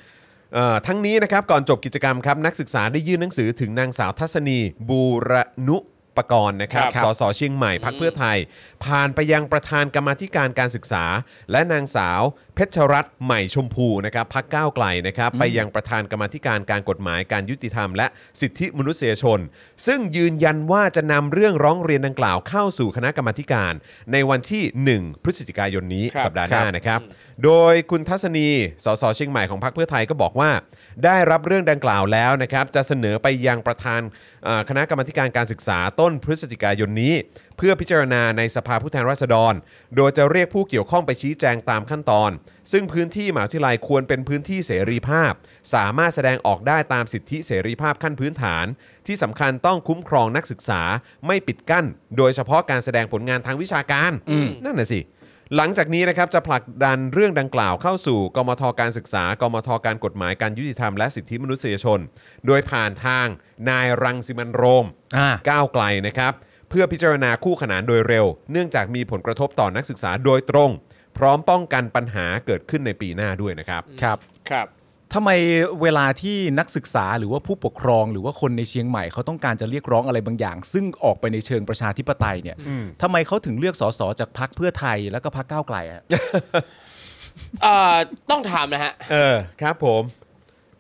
[SPEAKER 2] เอ่อทั้งนี้นะครับก่อนจบกิจกรรมครับนักศึกษาได้ยื่นหนังสือถึงนางสาวทัศนี บูรณุปกรณ์นะครับ
[SPEAKER 5] ครับ
[SPEAKER 2] สสเชียงใหม่พักเพื่อไทย ผ่านไปยังประธานกรรมาธิการการศึกษา และนางสาว เพชรรัตน์ใหม่ชมพูนะครับพักก้าวไกลนะครับ ไปยังประธานกรรมาธิการการกฎหมายการยุติธรรม และสิทธิมนุษยชน ซึ่งยืนยันว่าจะนำเรื่องร้องเรียนดังกล่าวเข้าสู่คณะกรรมาธิการ ในวันที่ 1 พฤศจิกายนนี้
[SPEAKER 5] ครับ
[SPEAKER 2] สัปดาห์หน้านะครับ โดยคุณทัศนีสสเชียงใหม่ของพรรคเพื่อไทยก็บอกว่า ได้รับเรื่องดังกล่าวแล้วนะครับ จะเสนอไปยังประธานเอ่อคณะกรรมาธิการการศึกษาต้นพฤศจิกายนนี้ เพื่อพิจารณาในสภาผู้แทนราษฎร โดยจะเรียกผู้เกี่ยวข้องไปชี้แจงตามขั้นตอน ซึ่งพื้นที่หมหาวิทยาลัยควรเป็นพื้นที่เสรีภาพ สามารถแสดงออกได้ตามสิทธิเสรีภาพขั้นพื้นฐาน ที่สำคัญต้องคุ้มครองนักศึกษาไม่ปิดกั้น โดยเฉพาะการแสดงผลงานทางวิชาการนั่นน่ะสิ หลังจากนี้นะครับจะผลักดันเรื่องดังกล่าวเข้าสู่กมทการศึกษา กมทการกฎหมายการยุติธรรมและสิทธิมนุษยชน โดยผ่านทางนายรังสิมันต์โรม
[SPEAKER 3] อ่า
[SPEAKER 2] ก้าวไกลนะครับ เพื่อพิจารณาคู่ขนานโดยเร็ว เนื่องจากมีผลกระทบต่อนักศึกษาโดยตรง พร้อมป้องกันปัญหาเกิดขึ้นในปีหน้าด้วยนะครับ
[SPEAKER 3] ครับ
[SPEAKER 5] ครับ
[SPEAKER 3] ทำไมเวลาที่นักศึกษาหรือว่าผู้ปกครองหรือว่าคนในเชียงใหม่เขาต้องการจะเรียกร้องอะไรบางอย่าง ซึ่งออกไปในเชิงประชาธิปไตยเนี่ยทำไมเขาถึงเลือกสสจากพักเพื่อไทยแล้วก็พักก้าวไกลอะ
[SPEAKER 5] เอ่อต้องถามนะฮะ
[SPEAKER 2] เออครับผม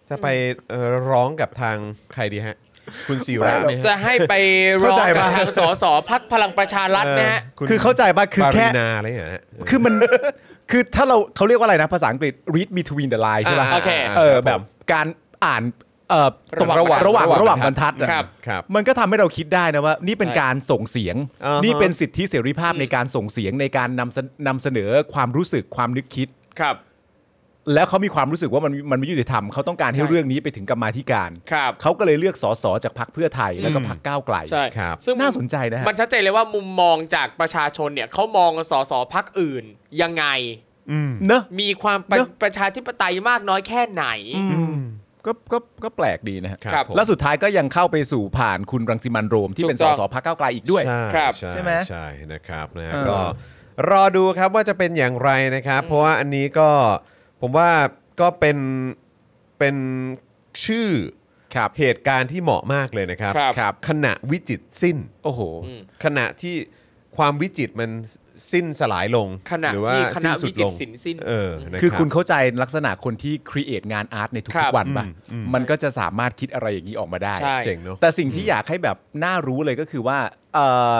[SPEAKER 2] จะไปเอ่อร้องกับทางใครดีฮะ คุณศิระไหมฮะ
[SPEAKER 5] จะให้ไปร้
[SPEAKER 2] เข้า
[SPEAKER 5] อง
[SPEAKER 2] ใจ
[SPEAKER 5] กับ
[SPEAKER 2] ปะ
[SPEAKER 5] ทางสสพักพลังประชารัฐนะฮะ
[SPEAKER 2] ณ
[SPEAKER 3] คือเข้าใจป่ะคือ
[SPEAKER 2] ปา
[SPEAKER 3] แค่
[SPEAKER 2] รีนาอะไรอย่างเงี้ยฮะ
[SPEAKER 3] คือมัน คือถ้าเราเขาเรียกว่าอะไรนะภาษาอังกฤษ read between the lines ใช่ป่ะ
[SPEAKER 5] อ่าโอเค
[SPEAKER 3] เออ
[SPEAKER 2] ครับผม
[SPEAKER 3] แบบการอ่านเอ่อตง
[SPEAKER 2] ระหว่าง
[SPEAKER 3] ระหว่าง
[SPEAKER 2] ระ
[SPEAKER 3] ระ
[SPEAKER 2] ห
[SPEAKER 3] ห
[SPEAKER 2] ว่า
[SPEAKER 3] ว่าง ง
[SPEAKER 2] บบ ร
[SPEAKER 3] ร
[SPEAKER 2] ร
[SPEAKER 3] ร
[SPEAKER 2] ทั
[SPEAKER 3] ทั
[SPEAKER 2] ด
[SPEAKER 3] ด
[SPEAKER 2] ครั
[SPEAKER 3] อะ
[SPEAKER 2] บครับ
[SPEAKER 3] มันก็ทำให้เราคิดได้นะว่า นี่เป็น
[SPEAKER 5] ใช่
[SPEAKER 3] การส่งเสียง
[SPEAKER 2] อ่าฮะ
[SPEAKER 3] นี่เป็นสิทธิเสรีภาพในการส่งเสียงในการนำเสนำเสนอความรู้สึกความนึกคิด
[SPEAKER 5] ครับ
[SPEAKER 3] แล้วเขามีความรู้สึกว่ามันมันไม่ยุติธรรมเขาต้องการให้
[SPEAKER 5] ใช่
[SPEAKER 3] เรื่องนี้ไปถึงกรรมาธิการ
[SPEAKER 5] ครับ
[SPEAKER 3] เขาก็เลยเลือกสสจากพรรคเพื่อไทยแล้วก็พรรคก้าวไกล
[SPEAKER 5] ใช่
[SPEAKER 2] ครับ
[SPEAKER 5] ซึ่ง
[SPEAKER 3] น่าสนใจนะฮะ
[SPEAKER 5] มันชัดเจนเลยว่ามุมมองจากประชาชนเนี่ยเขามองสสพักอื่น ยังไง
[SPEAKER 3] เนอะ
[SPEAKER 5] มีความเป็น
[SPEAKER 3] เนอะ
[SPEAKER 5] ประชาธิปไตยมากน้อยแค่ไหน
[SPEAKER 3] ก็ก็ก็แปลกดีนะฮะ
[SPEAKER 5] ครับ
[SPEAKER 3] แล้วสุดท้ายก็ยังเข้าไปสู่ผ่านคุณรังสิมันต์โรมที่เป็นส
[SPEAKER 5] ถูกต้อง
[SPEAKER 3] สพรรคก้าวไกลอีกด้วย
[SPEAKER 2] ใช่
[SPEAKER 5] ครับ
[SPEAKER 2] ใช่
[SPEAKER 3] ใช่ไหม
[SPEAKER 2] ใช่นะครับนะ
[SPEAKER 3] เออ
[SPEAKER 2] ก็รอดูครับว่าจะเป็นอย่างไรนะครับ เพราะว่าอันนี้ก็ผมว่าก็เป็นเป็นชื่อ
[SPEAKER 3] ครับ
[SPEAKER 2] เหตุการณ์ที่เหมาะมากเลยนะครับ
[SPEAKER 5] ครับ
[SPEAKER 2] ขณะวิจิตรสิ้น
[SPEAKER 3] โอ้โห
[SPEAKER 5] อืม
[SPEAKER 2] ขณะที่ความวิจิตรมันสิ้นสลายลง
[SPEAKER 5] ขณะ
[SPEAKER 2] หรือว่า
[SPEAKER 5] ที่คณะ
[SPEAKER 2] สิ้นสุ
[SPEAKER 5] วิ
[SPEAKER 2] ด
[SPEAKER 5] จิ
[SPEAKER 2] ล
[SPEAKER 5] ต
[SPEAKER 2] ง
[SPEAKER 5] รสินสิ้น
[SPEAKER 2] เออนะรับ
[SPEAKER 3] คือคุณเข้าใจลักษณะคนที่ครีเอทงานอาร์ตในทุ
[SPEAKER 5] ครั
[SPEAKER 3] ก
[SPEAKER 5] บ
[SPEAKER 3] ๆวันป่ะ
[SPEAKER 2] อืมอืม
[SPEAKER 3] มันก็จะสามารถคิดอะไรอย่างนี้ออกมาได้
[SPEAKER 5] ใช่
[SPEAKER 2] เจ๋งเนอะ
[SPEAKER 3] แต่สิ่งที่อยากให้แบบน่ารู้เลยก็คือว่าเอ่อ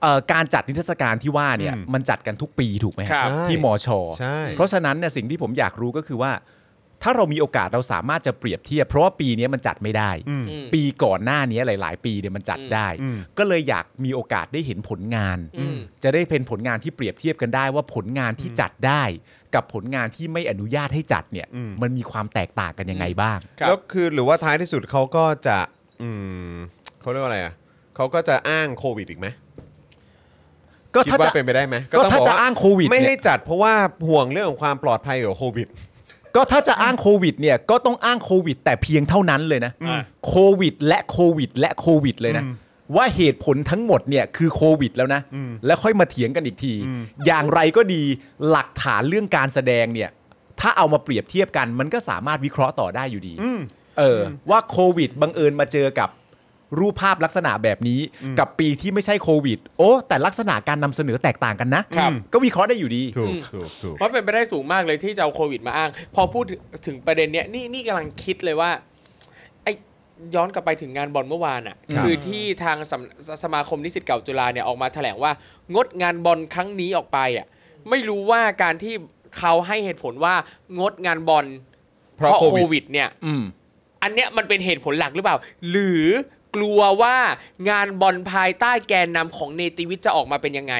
[SPEAKER 3] เอ่อการจัดนิทรรศการที่ว่าเนี่ยมันจัดกันทุกปีถูกไหมฮะ
[SPEAKER 5] ครับ
[SPEAKER 3] ที่มอชอ
[SPEAKER 2] ใช่
[SPEAKER 3] เพราะฉะนั้นเนี่ยสิ่งที่ผมอยากรู้ก็คือว่า ถ้าเรามีโอกาสเราสามารถจะเปรียบเทียบ เพราะว่าปีเนี้ยมันจัดไม่ได้
[SPEAKER 5] อืม
[SPEAKER 3] ปีก่อนหน้าเนี้ยหลาย ๆ ปีเนี่ยมันจัดได้
[SPEAKER 2] อืม
[SPEAKER 3] ก็เลยอยากมีโอกาสได้เห็นผลงาน
[SPEAKER 5] อืม
[SPEAKER 3] จะได้เป็นผลงานที่เปรียบเทียบกันได้ว่าผลงานที่จัดได้ กับผลงานที่ไม่อนุญาตให้จัดเนี่ยมันมีความแตกต่างกันยังไงบ้าง
[SPEAKER 5] ครับ
[SPEAKER 2] แล้วคือหรือว่าท้ายที่สุดเขาก็จะอืมเขาเรียกว่าอะไรอ่ะเขาก็จะอ้างโควิดอีกไหม
[SPEAKER 3] ก็
[SPEAKER 2] คิด
[SPEAKER 3] ถ้า
[SPEAKER 2] ว่า
[SPEAKER 3] จะ
[SPEAKER 2] เป็นไปได้ไหม
[SPEAKER 3] ก็
[SPEAKER 2] ต้อง
[SPEAKER 3] ถ้า
[SPEAKER 2] บ
[SPEAKER 3] จะ
[SPEAKER 2] ว่
[SPEAKER 3] อ้างโควิด
[SPEAKER 2] ไม่ให้
[SPEAKER 3] เนี่ย
[SPEAKER 2] จัดเพราะว่าห่วงเรื่องของความปลอดภัยกับโควิด
[SPEAKER 3] ก็ถ้าจะอ้างโควิดเนี่ยก็ต้องอ้างโควิด แต่เพียงเท่านั้นเลยนะ
[SPEAKER 5] อ่า
[SPEAKER 3] โควิด และโควิด และโควิดเลยนะ ว่าเหตุผลทั้งหมดเนี่ยคือโควิดแล้วนะ แล้วค่อยมาเถียงกันอีกที อย่างไรก็ดีหลักฐานเรื่องการแสดงเนี่ย ถ้าเอามาเปรียบเทียบกัน มันก็สามารถวิเคราะห์ต่อได้อยู่ดี เอออว่าโควิดบังเอิญมาเจอกับรูปภาพลักษณะแบบนี้ กับปีที่ไม่ใช่โควิด โอ้ แต่ลักษณะการนำเสนอแตกต่างกันนะครับ ก็วิเคราะห์ได้อยู่ดี
[SPEAKER 2] ถูกถูกถูก
[SPEAKER 5] เพราะเป็นไปได้สูงมากเลยที่จะเอาโควิดมาอ้าง พอพูดถึงถึงประเด็นเนี้ยนี่นี่กำลังคิดเลยว่าไอย้อนกลับไปถึงงานบอลเมื่อวานอะ
[SPEAKER 3] ครับ
[SPEAKER 5] ่ะคือที่ทางสำสสมาคมนิสิตเก่าจุฬาเนี่ยออกมาแถลงว่า งดงานบอลครั้งนี้ออกไปอะ่ะไม่รู้ว่าการที่เขาให้เหตุผลว่างดงานบอลเพราะโควิดเนี่ย
[SPEAKER 3] อืม
[SPEAKER 5] อันเนี้ยมันเป็นเหตุผลหลักหรือเปล่า หรือกลัวว่างานบอลภายใต้แกนนำของเนติวิทย์จะออกมาเป็นยังไง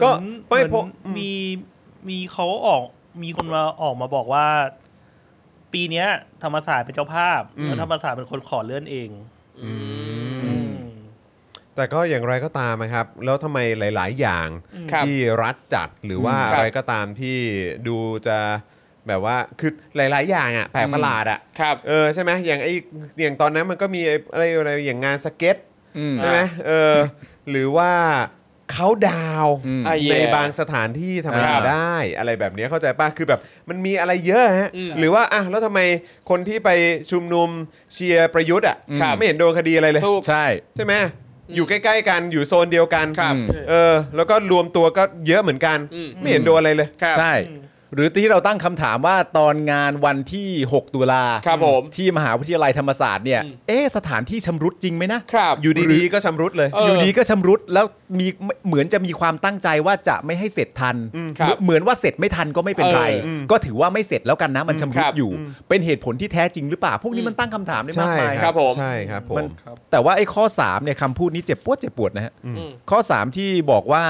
[SPEAKER 4] เห
[SPEAKER 2] ก็
[SPEAKER 4] มือน
[SPEAKER 2] ไม่
[SPEAKER 4] เห
[SPEAKER 2] พ
[SPEAKER 4] มื
[SPEAKER 2] อ
[SPEAKER 4] อนมีมีเขาออกมีคนมาออกมาบอกว่า ปีเนี้ย ธรรมศาสตร์เป็นเจ้าภาพแล้วธรรมศาสตร์เป็นคนขอเลื่อนเองอืม
[SPEAKER 2] แต่ก็อย่างไรก็ตามนะครับ แล้วทำไมหลาย ๆ อย่าง
[SPEAKER 5] ครับ
[SPEAKER 2] ที่รัฐจัดหรือว่า
[SPEAKER 5] ครับ
[SPEAKER 2] อะไรก็ตามที่ดูจะแบบว่าคือหลาย ๆ อย่างอ่ะแปลกประหลาดอ่ะ
[SPEAKER 5] ครับ
[SPEAKER 2] เออใช่ไหมอย่างไออย่างตอนนั้นมันก็มีไอ้อะไรอะไรอย่างงานสเก็ต
[SPEAKER 3] อืม
[SPEAKER 2] ใช่ไหมเออหรือว่าเขาดาวน์
[SPEAKER 3] อืม
[SPEAKER 5] อ่ะ
[SPEAKER 2] ใน
[SPEAKER 5] yeah
[SPEAKER 2] บางสถานที่ทำไม
[SPEAKER 3] ครับ
[SPEAKER 2] ได้อะไรแบบเนี้ยเข้าใจป่ะคือแบบมันมีอะไรเยอะฮะ
[SPEAKER 5] อืม
[SPEAKER 2] หรือว่าอ่ะแล้วทำไมคนที่ไปชุมนุมเชียร์ประยุทธ์อ่ะ
[SPEAKER 5] ครับ
[SPEAKER 2] ไม่เห็นโดนคดีอะไรเลย
[SPEAKER 5] ถูก
[SPEAKER 3] ใช่
[SPEAKER 2] ใช่ไหมอยู่ใกล้ๆกันอยู่โซนเดียวกัน
[SPEAKER 5] ครับ
[SPEAKER 2] เออแล้วก็รวมตัวก็เยอะเหมือนกัน
[SPEAKER 5] อืม
[SPEAKER 2] ไม่เห็นโดนอะไรเลย
[SPEAKER 5] ครับ
[SPEAKER 3] ใช่ หรือที่เราตั้งคำถามว่าตอนงานวันที่ 6 ตุลา
[SPEAKER 5] ครับผม
[SPEAKER 3] ที่มหาวิทยาลัยธรรมศาสตร์เนี่ย
[SPEAKER 5] อืม
[SPEAKER 3] เอ๊ะสถานที่ชำรุดจริงไหมนะ
[SPEAKER 5] ครับ
[SPEAKER 2] อยู่ดีๆก็ชำรุดเลย
[SPEAKER 5] เออ
[SPEAKER 3] อยู่ดีก็ชำรุดแล้วมีเหมือนจะมีความตั้งใจว่าจะไม่ให้เสร็จทัน
[SPEAKER 5] ครับ
[SPEAKER 3] เหมือนว่าเสร็จไม่ทันก็ไม่เป็นไร
[SPEAKER 5] เออ
[SPEAKER 3] ก็ถือว่าไม่เสร็จแล้วกันนะมันชำรุ
[SPEAKER 5] ครั
[SPEAKER 3] ด
[SPEAKER 5] บ
[SPEAKER 3] อยู่ เป็นเหตุผลที่แท้จริงหรือเปล่า พวกนี้
[SPEAKER 5] อืม
[SPEAKER 3] มันตั้งคำถามได้มา
[SPEAKER 2] ใช่
[SPEAKER 3] กมาย
[SPEAKER 2] ค
[SPEAKER 5] ครั
[SPEAKER 2] รับบ
[SPEAKER 5] ผม
[SPEAKER 2] ใช่ครับผ
[SPEAKER 3] มั
[SPEAKER 2] ม
[SPEAKER 3] น แต่ว่าไอ้ข้อ 3เนี่ยคำพูดนี้เจ็บปวดเจ็บปวดนะฮะ
[SPEAKER 5] อืม
[SPEAKER 3] ข้อ 3 ที่บอกว่า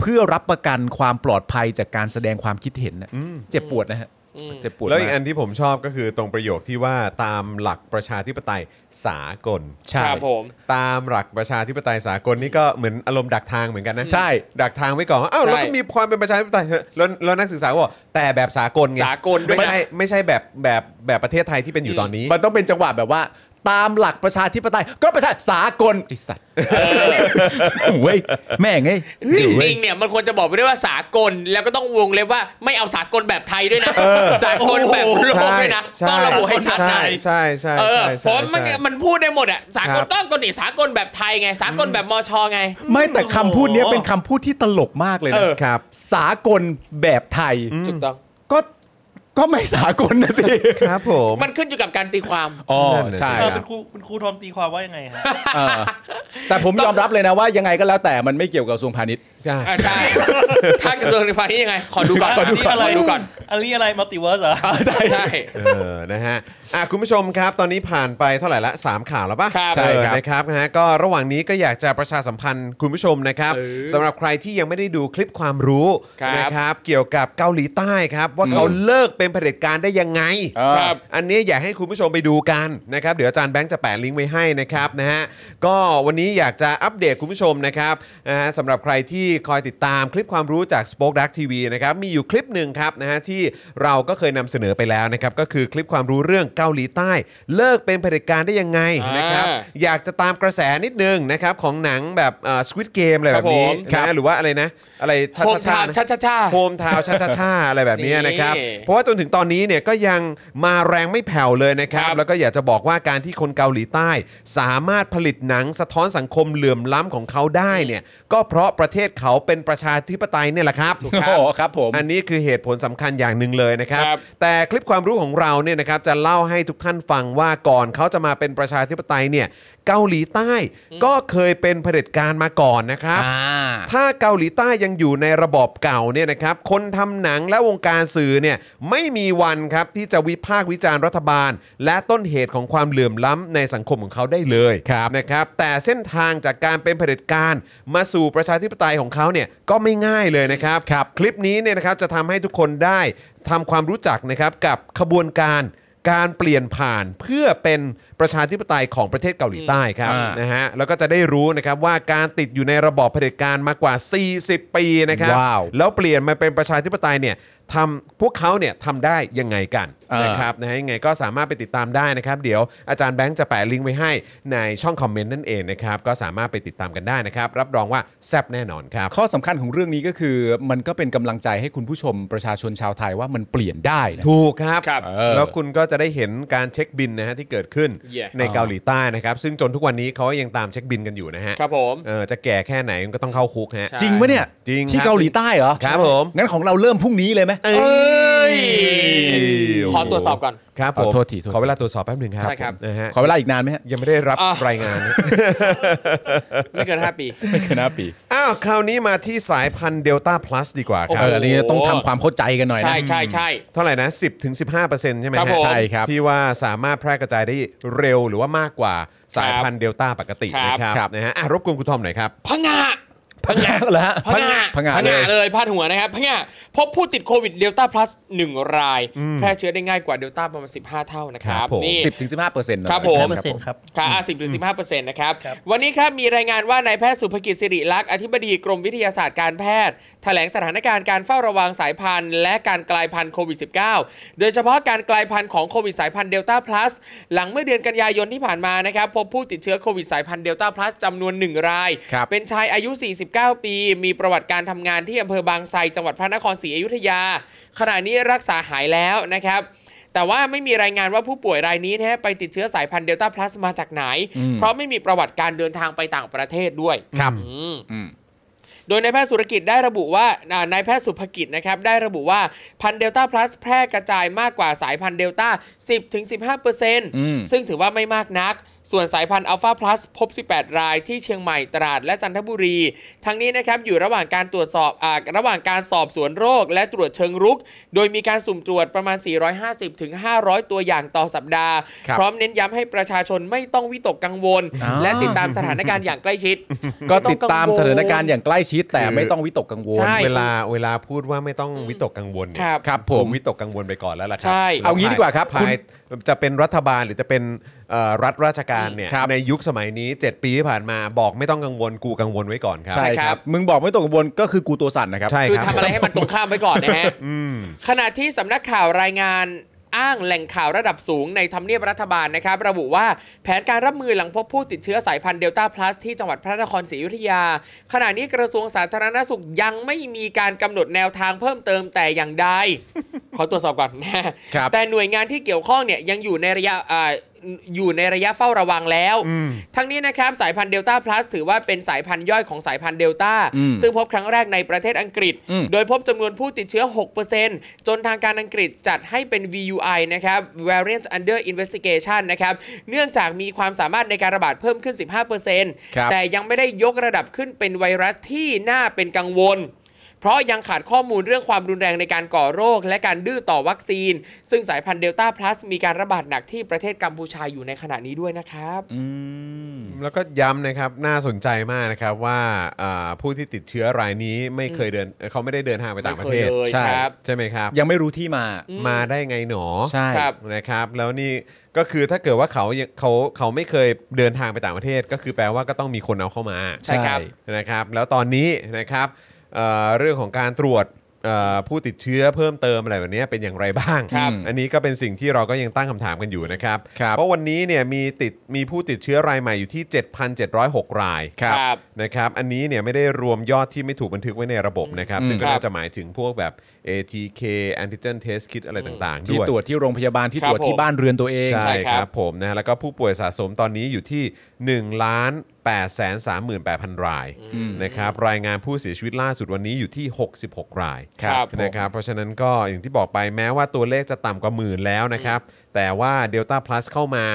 [SPEAKER 3] เพื่อรับประกันความปลอดภัยจากการแสดงความคิดเห็นน่ะเจ็บปวดนะฮะ
[SPEAKER 5] อืม
[SPEAKER 3] เจ็บปวด
[SPEAKER 2] แล้วอีก
[SPEAKER 3] มา
[SPEAKER 2] อันที่ผมชอบก็คือตรงประโยคที่ว่าตามหลักประชาธิปไตยสากล
[SPEAKER 3] ใช่
[SPEAKER 5] ครับผม
[SPEAKER 2] ตามหลักประชาธิปไตยสากลนี่ก็เหมือนอารมณ์ดักทางเหมือนกันนะ
[SPEAKER 3] ใช่
[SPEAKER 2] ดักทางไว้ก่อนว่าอ้าว
[SPEAKER 5] ใช่
[SPEAKER 2] เราก็มีความเป็นประชาธิปไตยเถอะแล้วแล้วนักศึกษาก็บอกแต่แบบสากลไง
[SPEAKER 5] สากลด้วย
[SPEAKER 2] ไม่
[SPEAKER 5] นะ
[SPEAKER 2] ใช่ไม่ใช่แบบแบบแบบประเทศไทยที่เป็นอยู่ตอนนี้
[SPEAKER 3] มันต้องเป็นจังหวะแบบว่า ตามหลักประชาธิปไตย ก็ประชาสากลไอิสัตว์เว้ยแม่งไง
[SPEAKER 5] จริงๆเนี่ยมันควรจะบอกไปด้วยว่าสากลแล้วก็ต้องวงเล็บว่าไม่เอาสากลแบบไทยด้วยนะสากลแบบโลก
[SPEAKER 2] ใช่
[SPEAKER 5] ด้วยนะ
[SPEAKER 2] ช่
[SPEAKER 5] ต้องระบุให้ชัดนะ
[SPEAKER 2] ใช่ใช่
[SPEAKER 5] เออ
[SPEAKER 2] ใช่
[SPEAKER 5] ผ
[SPEAKER 2] ใช่
[SPEAKER 5] มมัน
[SPEAKER 2] ใช่
[SPEAKER 5] มันพูดได้หมดอ่ะสาก
[SPEAKER 2] ค
[SPEAKER 5] ล
[SPEAKER 2] รับ
[SPEAKER 5] ต้องกลนีสากลแบบไทยไง สากลแบบมชไง
[SPEAKER 3] ไม่แต่คำพูดเนี้ย
[SPEAKER 4] โอ้โห
[SPEAKER 3] เป็นคำพูดที่ตลกมากเลย
[SPEAKER 5] เอ
[SPEAKER 3] นะ
[SPEAKER 5] อ
[SPEAKER 2] ครับ
[SPEAKER 3] สากลแบบไทย
[SPEAKER 5] ถูกต้อง
[SPEAKER 3] ก็ก็ไม่สากลนะสิ
[SPEAKER 2] ครับผม
[SPEAKER 5] มันขึ้นอยู่กับการตีความ
[SPEAKER 3] อ๋อ
[SPEAKER 2] ใช่
[SPEAKER 3] ใช่
[SPEAKER 4] เออ
[SPEAKER 3] ค
[SPEAKER 4] เป็
[SPEAKER 3] รับ
[SPEAKER 4] นครูเป็นครูทอมตีความว่ายังไงฮะ
[SPEAKER 3] เออแต่ผมยอมรับเลยนะว่ายังไงก็แล้วแต่มันไม่เกี่ยวกับกระทรวงพาณิชย์
[SPEAKER 2] ใช่
[SPEAKER 5] อ่ะใช่ ถ้ากระทรวงการคลังนี่ยังไง ขอดูก่อน
[SPEAKER 3] ขอดูก่อน
[SPEAKER 5] ขอดูก่อน
[SPEAKER 4] อันนี้อะไรมัลติเวิร์สเหรอ
[SPEAKER 5] ใช่ใช่
[SPEAKER 2] เออ นะฮะ อ่ะคุณผู้ชมครับ ตอนนี้ผ่านไปเท่าไหร่ละ 3 ข่าวแล้วป่ะ
[SPEAKER 5] ครับ
[SPEAKER 2] เออ
[SPEAKER 3] ใช่ครับ
[SPEAKER 2] นะครับ นะฮะ ก็ระหว่างนี้ก็อยากจะประชาสัมพันธ์คุณผู้ชมนะครับสำหรับใครที่ยังไม่ได้ดูคลิปความรู้
[SPEAKER 5] ครับ
[SPEAKER 2] นะครับ เกี่ยวกับเกาหลีใต้ครับ ว่าเขาเลิกเป็นเผด็จการได้ยังไง
[SPEAKER 5] ครับ
[SPEAKER 2] อันนี้อยากให้คุณผู้ชมไปดูกันนะครับ เดี๋ยวอาจารย์แบงค์จะแปะลิงก์ไว้ให้นะครับนะฮะก็วันนี้อยากจะอัปเดตคุณผู้ชมนะครับนะฮะสำหรับใครที่คอยติดตามคลิปความรู้จาก Spoke Dark TV นะครับมีอยู่คลิปหนึ่งครับนะฮะที่เราก็เคยนำเสนอไปแล้วนะครับก็คือคลิปความรู้เรื่องเกาหลีใต้ เลิกเป็นเผด็จการได้ยังไงนะครับ
[SPEAKER 5] อ่า
[SPEAKER 2] อยากจะตามกระแสนิดนึงนะครับของหนังแบบสควิตเกมอะไรแบบนี้
[SPEAKER 5] ครับผม
[SPEAKER 2] นะหรือว่าอะไรนะอะไรชา
[SPEAKER 5] โฮม
[SPEAKER 2] ชาชา
[SPEAKER 5] ทาวน์
[SPEAKER 2] นะ
[SPEAKER 5] ชาชาชา
[SPEAKER 2] โฮมทาวน์ชาชาชาอะไรแบบนี้นะครับ
[SPEAKER 5] นี่
[SPEAKER 2] เพราะว่าจนถึงตอนนี้เนี่ยก็ยังมาแรงไม่แผ่วเลยนะครับ
[SPEAKER 5] ครับ
[SPEAKER 2] แล้วก็อยากจะบอกว่าการที่คนเกาหลีใต้ สามารถผลิตหนังสะท้อนสังคมเหลื่อมล้ำของเขาได้เนี่ย ก็เพราะประเทศเขาเป็นประชาธิปไตยเนี่ยแหละครับ
[SPEAKER 3] โอ้โหครับผม
[SPEAKER 2] อันนี้คือเหตุผลสำคัญอย่างหนึ่งเลยนะครับ
[SPEAKER 5] ครับ
[SPEAKER 2] แต่คลิปความรู้ของเราเนี่ยนะครับจะเล่าให้ทุกท่านฟังว่าก่อนเขาจะมาเป็นประชาธิปไตยเนี่ยเกาหลีใต้ก็เคยเป็นเผด็จการมาก่อนนะครับ ถ้าเกาหลีใต้ยังอยู่ในระบอบเก่าเนี่ยนะครับคนทำหนังและวงการสื่อเนี่ยไม่มีวันครับที่จะวิพากษ์วิจารณ์รัฐบาล และต้นเหตุของความเหลื่อมล้ำในสังคมของเขาได้เลยนะครับแต่เส้นทางจากการเป็นเผด็จการมาสู่ประชาธิปไตยของเขาเนี่ยก็ไม่ง่ายเลยนะครับคลิปนี้เนี่ยนะครับจะทำให้ทุกคนได้ทำความรู้จักนะครับกับขบวนการ การเปลี่ยนผ่านเพื่อเป็น ประชาธิปไตยของประเทศเกาหลีใต้ครับ
[SPEAKER 3] อ่าน
[SPEAKER 2] นะฮะแล้วก็จะได้รู้นะครับว่าการติดอยู่ในระบอบเผด็จการมากว่า 40 ปีนะครับ
[SPEAKER 3] ว้าว
[SPEAKER 2] แล้วเปลี่ยนมาเป็นประชาธิปไตยเนี่ยทำพวกเขาเนี่ยทำได้ยังไงกัน
[SPEAKER 3] อ่าน
[SPEAKER 2] นะครับนะฮะยังไงก็สามารถไปติดตามได้นะครับ เดี๋ยวอาจารย์แบงค์จะแปะลิงก์ไว้ให้ในช่องคอมเมนต์นั่นเองนะครับก็สามารถไปติดตามกันได้นะครับรับรองว่าแซ่บแน่นอนครับ
[SPEAKER 3] ข้อสำคัญของเรื่องนี้ก็คือ มันก็เป็นกำลังใจให้คุณผู้ชมประชาชนชาวไทยว่ามันเปลี่ยนได้นะ
[SPEAKER 2] ถูกครับ
[SPEAKER 5] ครับ
[SPEAKER 3] เออ
[SPEAKER 2] แล้วคุณก็จะได้เห็นการเช็คบินนะฮะที่เกิดขึ้น
[SPEAKER 5] Yeah
[SPEAKER 2] ในเกาหลีใต้นะครับ ซึ่งจนทุกวันนี้เขายังตามเช็คบินกันอยู่นะฮะ
[SPEAKER 5] ครับผม
[SPEAKER 2] เออจะแก่แค่ไหนก็ต้องเข้าคุกฮะ
[SPEAKER 5] ใช่
[SPEAKER 3] จริงปะเนี่ย
[SPEAKER 2] จริง
[SPEAKER 3] ที่
[SPEAKER 2] ครับ
[SPEAKER 3] เกาหลีใต้เหรอ
[SPEAKER 2] ครับผม
[SPEAKER 3] งั้นของเราเริ่มพรุ่งนี้เลยไหม
[SPEAKER 2] เอ้ย
[SPEAKER 5] ขอตรวจสอบก่อน
[SPEAKER 2] ครับผม
[SPEAKER 3] ขอโทษทีโทษที
[SPEAKER 2] ขอเวลาตรวจสอบแป๊บหนึ่งครับ
[SPEAKER 5] ใช่ครับ
[SPEAKER 2] ผมนะฮะ
[SPEAKER 3] ขอเวลาอีกนานไหมฮะ
[SPEAKER 2] ยังไม่ได้รับ
[SPEAKER 5] อ่ะ
[SPEAKER 2] รายงานนะ
[SPEAKER 5] ไม่เกิน 5 ปี
[SPEAKER 3] ไม่เกินห้าปี
[SPEAKER 2] อ้าวคราวนี้มาที่สายพันธุ์เดลต้าพลัสดีกว่าค
[SPEAKER 5] โอ้
[SPEAKER 2] รับ
[SPEAKER 3] เอ
[SPEAKER 5] โห
[SPEAKER 3] อนี่ต้องทำความเข้าใจกันหน่อยนะ
[SPEAKER 5] ใช่ใช่ใช่
[SPEAKER 2] เท่าไหร่นะ 10ถึง15 ใช่ไหมฮะ
[SPEAKER 5] ครับผม
[SPEAKER 3] ใช่ครับ
[SPEAKER 2] ที่ว่าสามารถแพร่กระจายได้เร็วหรือว่ามากกว่าสายพันธุ์เดลต้าปกติ
[SPEAKER 5] ครับ
[SPEAKER 2] นะครับ
[SPEAKER 3] ครับ
[SPEAKER 2] นะฮะอ่ะรบกวนคุณทอมหน่อยครับ
[SPEAKER 5] พังงะพังงะ
[SPEAKER 3] แล้วฮะ
[SPEAKER 5] พังงา
[SPEAKER 3] พังงะ
[SPEAKER 5] พัง
[SPEAKER 3] เล
[SPEAKER 5] งะ
[SPEAKER 3] ย
[SPEAKER 5] เลยพาดหัวนะครับพังงะพบผู้ติดโควิดเดลต้าพลัสหนึ่งราย แพร่เชื้อได้ง่ายกว่าเดลต้าประมาณ 15 เท่านะค
[SPEAKER 2] ค
[SPEAKER 5] รั
[SPEAKER 2] รั
[SPEAKER 5] บบ
[SPEAKER 2] ผม
[SPEAKER 5] นี่
[SPEAKER 3] สิบถึงสิบห้าเปอร์เซ็นต์
[SPEAKER 5] ครับผม
[SPEAKER 4] เปอร์เซ็นต์ครับ
[SPEAKER 5] ค่ะสิบถึงสิบห้าเปอร์เซ็นต์นะครับ
[SPEAKER 4] ครับ
[SPEAKER 5] วันนี้ครับ มีรายงานว่านายแพทย์สุภกิจสิริลักษณ์อธิบดีกรมวิทยาศาสตร์การแพทย์ แถลงสถานการณ์การเฝ้าระวังสายพันธุ์ และการกลายพันธุ์โควิด -19 โดยเฉพาะการกลายพันธุ์ของโควิดสายพันธุ์เดลต้าพลัสหลังเมื่อเดือนกันยายนที่ผ่านมานะครับพบผู้ติดเชื้อโควิดสายพันธุ์เดลต้าพลัสจำนวน 1 ราย
[SPEAKER 2] ครับ
[SPEAKER 5] เป็นชายอายุ 49 ปี มีประวัติการทำงานที่อำเภอบางไทรจังหวัดพระนครศรีอยุธยา ขณะนี้รักษาหายแล้วนะครับ แต่ว่าไม่มีรายงานว่าผู้ป่วยรายนี้นะฮะไปติดเชื้อสายพันธุ์เดลต้าพลัสมาจากไหน เพราะไม่มีประวัติการเดินทางไปต่างประเทศด้วย
[SPEAKER 2] ครับ
[SPEAKER 5] อืม
[SPEAKER 3] อืม
[SPEAKER 5] โดยนายแพทย์สุรกิจได้ระบุว่าอ่านายแพทย์สุภกิจนะครับได้ระบุว่าพันธุ์เดลต้าพลัสแพร่กระจายมากกว่าสายพันธุ์เดลต้า
[SPEAKER 3] ม
[SPEAKER 5] 10-15%ซึ่งถือว่าไม่มากนัก ส่วนสายพันธุ์อัลฟาพลัสพบ 18 รายที่เชียงใหม่ตราดและจันทบุรี ทั้งนี้นะครับอยู่ระหว่างการตรวจสอบอาระหว่างการสอบสวนโรค และตรวจเชิงรุก โดยมีการสุ่มตรวจประมาณ 450-500 ตัวอย่างต่อสัปดาห์
[SPEAKER 3] ครับ
[SPEAKER 5] พร้อมเน้นย้ำให้ประชาชนไม่ต้องวิตกกังวล
[SPEAKER 3] อ่า
[SPEAKER 5] และติดตามสถานการณ์อย่างใกล้ชิด
[SPEAKER 3] ก็ติดตามสถานการณ์อย่างใกล้ชิดแต่ไม่ต้องวิตกกังวล
[SPEAKER 5] ใช่
[SPEAKER 2] เวลาเวลาพูดว่าไม่ต้องวิตกกังวลเนี่
[SPEAKER 5] ค
[SPEAKER 2] ย
[SPEAKER 5] รับ
[SPEAKER 3] ครับผ
[SPEAKER 2] ผม มวิตกกังวลไปก่อนแล้วล่ะครั
[SPEAKER 5] ใช่
[SPEAKER 2] แล้ว
[SPEAKER 3] เอางี้ดีกว่าครับ
[SPEAKER 2] ภายจะเป็นรัฐบาลหรือจะเป็นเอ่อรัฐราชการเนี่ย
[SPEAKER 3] ครับ
[SPEAKER 2] ในยุคสมัยนี้ 7 ปีที่ผ่านมาบอกไม่ต้องกังวลกูกังวลไว้ก่อนครับ
[SPEAKER 3] ใช่ค
[SPEAKER 5] ใช่ครั
[SPEAKER 3] รับ
[SPEAKER 5] บ
[SPEAKER 3] มึงบอกไม่ตกกังวลก็คือกูตัวสั่นนะครับ
[SPEAKER 2] ใช่
[SPEAKER 5] คือ
[SPEAKER 2] ครับ
[SPEAKER 5] ทำอะไรให้มันตรงข้ามไว้ก่อน นะฮะ
[SPEAKER 2] อืม
[SPEAKER 5] ขณะที่สำนักข่าวรายงานอ้างแหล่งข่าวระดับสูงในทำเนียบรัฐบาลนะครับ ระบุว่าแผนการรับมือหลังพบผู้ติดเชื้อสายพันธุ์เดลต้าพลัสที่จังหวัดพระนครศรีอยุธยา ขณะนี้กระทรวงสาธารณสุขยังไม่มีการกำหนดแนวทางเพิ่มเติมแต่อย่าง ใด ขอตรวจสอบก่อนนะ
[SPEAKER 3] ครับ
[SPEAKER 5] แต่หน่วยงานที่เกี่ยวข้องเนี่ยยังอยู่ในระยะอ่าอยู่ในระยะเฝ้าระวังแล้ว
[SPEAKER 2] อืม
[SPEAKER 5] ทั้งนี้นะครับสายพันธุ์เดลต้าพลัสถือว่าเป็นสายพันธุ์ย่อยของสายพันธุ์เดลต้า
[SPEAKER 3] อืม
[SPEAKER 5] ซึ่งพบครั้งแรกในประเทศอังกฤษ
[SPEAKER 3] อืม
[SPEAKER 5] โดยพบจำนวนผู้ติดเชื้อ 6%จนทางการอังกฤษจัดให้เป็น VUI นะครับ Variant Under Investigation นะครับ เนื่องจากมีความสามารถในการระบาดเพิ่มขึ้น
[SPEAKER 3] ครั
[SPEAKER 5] 15%
[SPEAKER 3] บ
[SPEAKER 5] แต่ยังไม่ได้ยกระดับขึ้นเป็นไวรัสที่น่าเป็นกังวล เพราะยังขาดข้อมูลเรื่องความรุนแรงในการก่อโรค และการดื้อต่อวัคซีน ซึ่งสายพันธุ์เดลต้าพลัสมีการระบาดหนักที่ประเทศกัมพูชาอยู่ในขณะนี้ด้วยนะครับ
[SPEAKER 3] อืม
[SPEAKER 2] แล้วก็ย้ำนะครับน่าสนใจมากนะครับว่าอ่าผู้ที่ติดเชื้อรายนี้ไม่เคยเดินเขาไม่ได้เดินทางไปต่างประเทศ
[SPEAKER 5] ไม่คยเลย
[SPEAKER 3] ใช่
[SPEAKER 5] ครับ
[SPEAKER 2] ใช่ไหมครับ
[SPEAKER 3] ยังไม่รู้ที่มา
[SPEAKER 2] มาได้ไงหนอ
[SPEAKER 3] ใช่
[SPEAKER 5] ครับ
[SPEAKER 2] นะครับแล้วนี่ก็คือถ้าเกิดว่าเขายังเขาเขาไม่เคยเดินทางไปต่างประเทศ ก็คือแปลว่าก็ต้องมีคนเอาเข้ามา
[SPEAKER 5] ใช่ครับ
[SPEAKER 2] นะครับ แล้วตอนนี้นะครับเอ่อเรื่องของการตรวจเอ่อผู้ติดเชื้อเพิ่มเติมอะไรแบบนี้เป็นอย่างไรบ้าง
[SPEAKER 5] ครับ
[SPEAKER 2] อันนี้ก็เป็นสิ่งที่เราก็ยังตั้งคำถามกันอยู่นะครับ
[SPEAKER 3] ครับ
[SPEAKER 2] เพราะวันนี้เนี่ยมีติดมีผู้ติดเชื้อรายใหม่อยู่ที่ 7,706 ราย
[SPEAKER 3] ครับ
[SPEAKER 5] ครับ
[SPEAKER 2] นะครับ อันนี้เนี่ยไม่ได้รวมยอดที่ไม่ถูกบันทึกไว้ในระบบนะครับ ซึ่งก็
[SPEAKER 5] ครับ
[SPEAKER 2] น่าจะหมายถึงพวกแบบ ATK antigen test kit อะไรต่างๆ
[SPEAKER 3] ที่
[SPEAKER 2] ด้วย
[SPEAKER 3] ตรวจที่โรงพยาบาลที่ตรวจ
[SPEAKER 5] ครับผม
[SPEAKER 3] ที่บ้านเรือนตัวเอง
[SPEAKER 5] ใช่
[SPEAKER 2] ใช่
[SPEAKER 5] ค
[SPEAKER 2] ครับ รับผมนะ แล้วก็ผู้ป่วยสะสมตอนนี้อยู่ที่1ล้าน8แสน38,000 ราย
[SPEAKER 5] อืม
[SPEAKER 2] นะครับ รายงานผู้เสียชีวิตล่าสุดวันนี้อยู่ที่ 66 ราย
[SPEAKER 5] ครับผม
[SPEAKER 2] นะครับ เพราะฉะนั้นก็อย่างที่บอกไปแม้ว่าตัวเลขจะต่ำกว่าหมื่นแล้วนะครับ แต่ว่า Delta Plus เข้ามา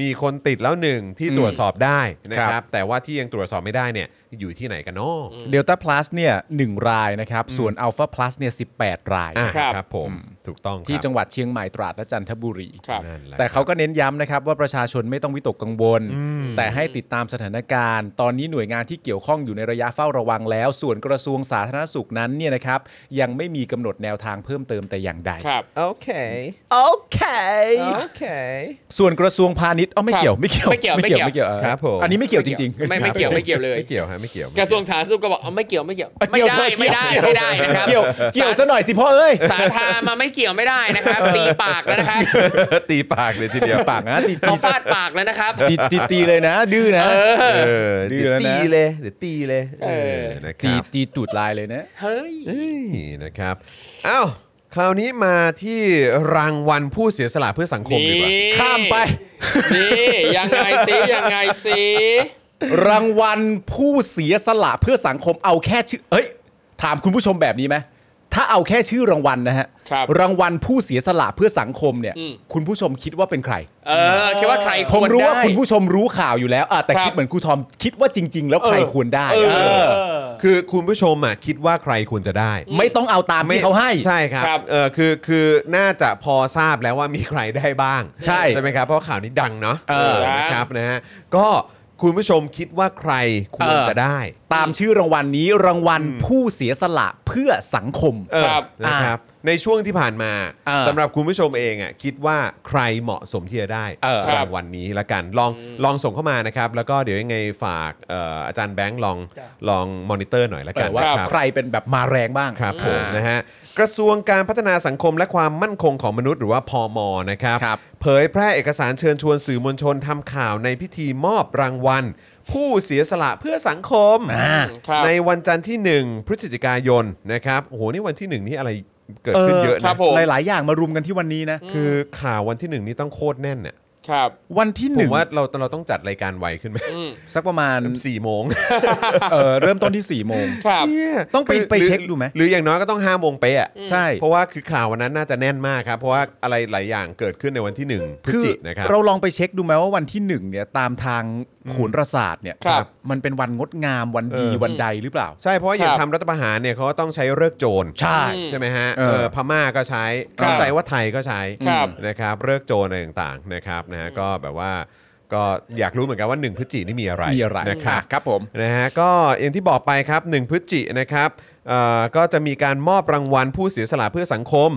[SPEAKER 2] มีคนติดแล้วหนึ่งที่ตรวจสอบได้นะครับ แต่ว่าที่ยังตรวจสอบไม่ได้เนี่ย อยู่ที่ไหนกันเนาะ
[SPEAKER 3] เดลต้าพลัสเนี่ยหนึ่งรายนะครับ ส่วนอัลฟาพลัสเนี่ยสิราย
[SPEAKER 2] อ่ะ
[SPEAKER 5] ครับ
[SPEAKER 2] ครับผมถูกต้องครับ
[SPEAKER 3] ที่จังหวัดเชียงใหม่ตราดและจันทบุรี
[SPEAKER 5] ครับ
[SPEAKER 2] นั่นหละ
[SPEAKER 3] แต่เขาก็เน้นย้ำนะครับว่าประชาชนไม่ต้องวิตกกังวล แต่ให้ติดตามสถานการณ์ ตอนนี้หน่วยงานที่เกี่ยวข้องอยู่ในระยะเฝ้าระวังแล้ว ส่วนกระทรวงสาธารณสุขนั้นเนี่ยนะครับยังไม่มีกำหนดแนวทางเพิ่มเติมแต่อย่างใด
[SPEAKER 5] ครับ
[SPEAKER 2] โอเค
[SPEAKER 3] โอเค
[SPEAKER 2] โอเค
[SPEAKER 3] ส่วนกระทรวงพาณิชย์อ๋อไม่เกี่ยวไม่เกี่ยว
[SPEAKER 5] ไม่เกี่ยวไม่
[SPEAKER 3] ไม่
[SPEAKER 5] เกี่
[SPEAKER 3] เกี่
[SPEAKER 5] ย
[SPEAKER 3] ยว วออ
[SPEAKER 2] ครับผม
[SPEAKER 3] อันนี้ไม่เกี่ยวจริงๆ
[SPEAKER 5] ไม่ไม่เกี่ยวไม่เกี่ยวเลย
[SPEAKER 2] ไม่เกี่ยวฮะไม่เกี่ยว
[SPEAKER 5] กระทรวงสาธารณสุขก็บอกเอาไม่เกี่ยวไม่เกี่ยว
[SPEAKER 3] เกี่
[SPEAKER 5] ไม่
[SPEAKER 3] ยว
[SPEAKER 5] ได้ไม่ได้ไม่ได้นะครับ
[SPEAKER 3] เกี่ยวเกี่ยวซะหน่อยสิพ่อเอ้ย
[SPEAKER 5] สาธารมาไม่เกี่ยวไม่ได้นะครับ ตีปากแล้วนะครับ
[SPEAKER 2] ตีปากเลยทีเดียว
[SPEAKER 3] ปากนะตี
[SPEAKER 5] เอาฟาดปากแล้วนะครับ
[SPEAKER 3] ตีตีตีเลยนะ ดื้อนะ
[SPEAKER 5] เออ
[SPEAKER 2] เออเดี๋ยว
[SPEAKER 3] ดื้
[SPEAKER 2] ตี
[SPEAKER 3] อแล้วนะ
[SPEAKER 2] เลยเดี๋ยวตีเลย
[SPEAKER 5] เออ
[SPEAKER 2] นะค
[SPEAKER 3] ตี
[SPEAKER 2] รับ
[SPEAKER 3] ตีตูดลายเลยนะ
[SPEAKER 5] เฮ้ย
[SPEAKER 2] เอ้ยนะครับอ้าวคราวนี้มาที่รางวัลผู้เสียสละเพื่อสังคมดีกว่า
[SPEAKER 5] นี่
[SPEAKER 3] ข้ามไป
[SPEAKER 5] นี่ยังไงสิยังไงสิ
[SPEAKER 3] รางวัลผู้เสียสละเพื่อสังคมเอาแค่ชื่อเอ้ย ถามคุณผู้ชมแบบนี้ไหมถ้าเอาแค่ชื่อรางวัลนะฮะ
[SPEAKER 5] ครับ
[SPEAKER 3] รางวัลผู้เสียสละเพื่อสังคมเนี่ย
[SPEAKER 5] อืม
[SPEAKER 3] คุณผู้ชมคิดว่าเป็นใคร
[SPEAKER 5] เออคิดว่าใคร
[SPEAKER 3] ผม
[SPEAKER 5] ควร
[SPEAKER 3] รู้ว่า
[SPEAKER 5] ได้
[SPEAKER 3] คุณผู้ชมรู้ข่าวอยู่แล้วอ่ะแต่
[SPEAKER 5] ครับ
[SPEAKER 3] คิดเหมือนครูทอมคิดว่าจริง ๆ แล้วใคร
[SPEAKER 5] เออ
[SPEAKER 3] ควรได้
[SPEAKER 5] เออ
[SPEAKER 3] เออ
[SPEAKER 4] เออ
[SPEAKER 2] คือคุณผู้ชมอ่ะคิดว่าใครควรจะได้
[SPEAKER 3] ไม่ต้องเอาตามที่เขาให้
[SPEAKER 2] ใช่ครับ
[SPEAKER 5] ครับ
[SPEAKER 2] เออคือคือน่าจะพอทราบแล้วว่ามีใครได้บ้าง
[SPEAKER 3] ใช่
[SPEAKER 2] ใช่ไหมครับเพราะข่าวนี้ดังเนาะ
[SPEAKER 3] เออ
[SPEAKER 2] นะครับนะฮะก็คุณผู้ชมคิดว่าใครควรจะได้
[SPEAKER 3] ตามชื่อรางวัลนี้รางวัลผู้เสียสละเพื่อสังคม
[SPEAKER 2] เออ
[SPEAKER 5] ครับ
[SPEAKER 2] นะครับในช่วงที่ผ่านมา
[SPEAKER 3] อ่า
[SPEAKER 2] สำหรับคุณผู้ชมเองอ่ะคิดว่าใครเหมาะสมที่จะได้
[SPEAKER 3] เออ
[SPEAKER 2] รางวัลนี้ละกันลองลองส่งเข้ามานะครับ แล้วก็เดี๋ยวยังไงฝากเอ่ออาจารย์แบงค์ลอง
[SPEAKER 4] จ้ะ
[SPEAKER 2] ลองมอนิเตอร์หน่อยละ
[SPEAKER 3] เอ
[SPEAKER 2] กัน
[SPEAKER 3] อว่า
[SPEAKER 2] นะครับ
[SPEAKER 3] ใครเป็นแบบมาแรงบ้าง
[SPEAKER 2] ครับผม
[SPEAKER 5] อ่าน
[SPEAKER 2] นะฮะกระทรวงการพัฒนาสังคมและความมั่นคงของมนุษย์หรือว่าพอมนะครับ
[SPEAKER 3] ครับ
[SPEAKER 2] เผยแพร่เอกสารเชิญชวนสื่อมวลชนทำข่าวในพิธีมอบรางวัล ผู้เสียสละเพื่อสังคม
[SPEAKER 3] อ่า
[SPEAKER 5] ครับ
[SPEAKER 2] ในวันจันทร์ที่ 1 พฤศจิกายนนะครับโอ้โหนี่วันที่ 1 นี่อะไรเกิดขึ้น
[SPEAKER 3] เออ
[SPEAKER 2] เยอะ
[SPEAKER 5] ครั
[SPEAKER 2] นะ
[SPEAKER 5] บผม
[SPEAKER 3] หลาย ๆ อย่างมารุมกันที่วันนี้นะ
[SPEAKER 2] คือข่าววันที่ 1 นี่ต้องโคตรแน่นเนี่ย
[SPEAKER 5] ครับ
[SPEAKER 3] วันที่ห
[SPEAKER 2] ผ
[SPEAKER 3] นึ่
[SPEAKER 2] ม
[SPEAKER 3] ง
[SPEAKER 2] ว่าเราเราต้องจัดรายการไวขึ้นไหม
[SPEAKER 5] อืม
[SPEAKER 3] สักประมาณ
[SPEAKER 2] สี่โมง
[SPEAKER 3] เออเริ่มต้นที่4ี่โมง
[SPEAKER 5] ครับ
[SPEAKER 2] เหี้ย
[SPEAKER 3] ต้องไป
[SPEAKER 2] คือ
[SPEAKER 3] ไป
[SPEAKER 2] รือ
[SPEAKER 3] เช็คดูไหม
[SPEAKER 2] หรืออย่างน้อยก็ต้องห้าโมงเป๊ะอะ
[SPEAKER 3] ใช่
[SPEAKER 2] เพราะว่าคือข่าววันนั้นน่าจะแน่นมากครับ เพราะว่าอะไรหลายอย่างเกิดขึ้นในวันที่1พฤศจิกนะครับ
[SPEAKER 3] เราลองไปเช็คดูไหมว่าวันที่หนึ่งเนี่ยตามทางโขนรศาสตร์เนี่ย
[SPEAKER 5] ครับ
[SPEAKER 3] มันเป็นวันงดงามวันดี
[SPEAKER 2] เออ
[SPEAKER 3] วันใดหรือเปล่า
[SPEAKER 2] ใช่เพราะว่าอย่าง
[SPEAKER 5] ครับ
[SPEAKER 2] ทำรัฐประหารเนี่ยเขาก็ต้องใช้เลิกษ์โจร
[SPEAKER 3] ใช่
[SPEAKER 2] ใช่ไหมฮะ
[SPEAKER 3] เออ
[SPEAKER 2] เออพม่าก็ใช้เข้าใจว่าไทยก็ใช้
[SPEAKER 5] ครับ
[SPEAKER 2] นะครับเลิกษ์โจรอะไรต่างๆนะครับนะฮะก็แบบว่าก็อยากรู้เหมือนกันว่า1พฤศจิกนี่มีอะไร
[SPEAKER 3] มีอะไร
[SPEAKER 2] นะครับ
[SPEAKER 3] อ่ะครับผม
[SPEAKER 2] นะฮะก็อย่างที่บอกไปครับ 1 พฤศจินะครับเอ่อก็จะมีการมอบรางวัลผู้เสียสละเพื่อสังคม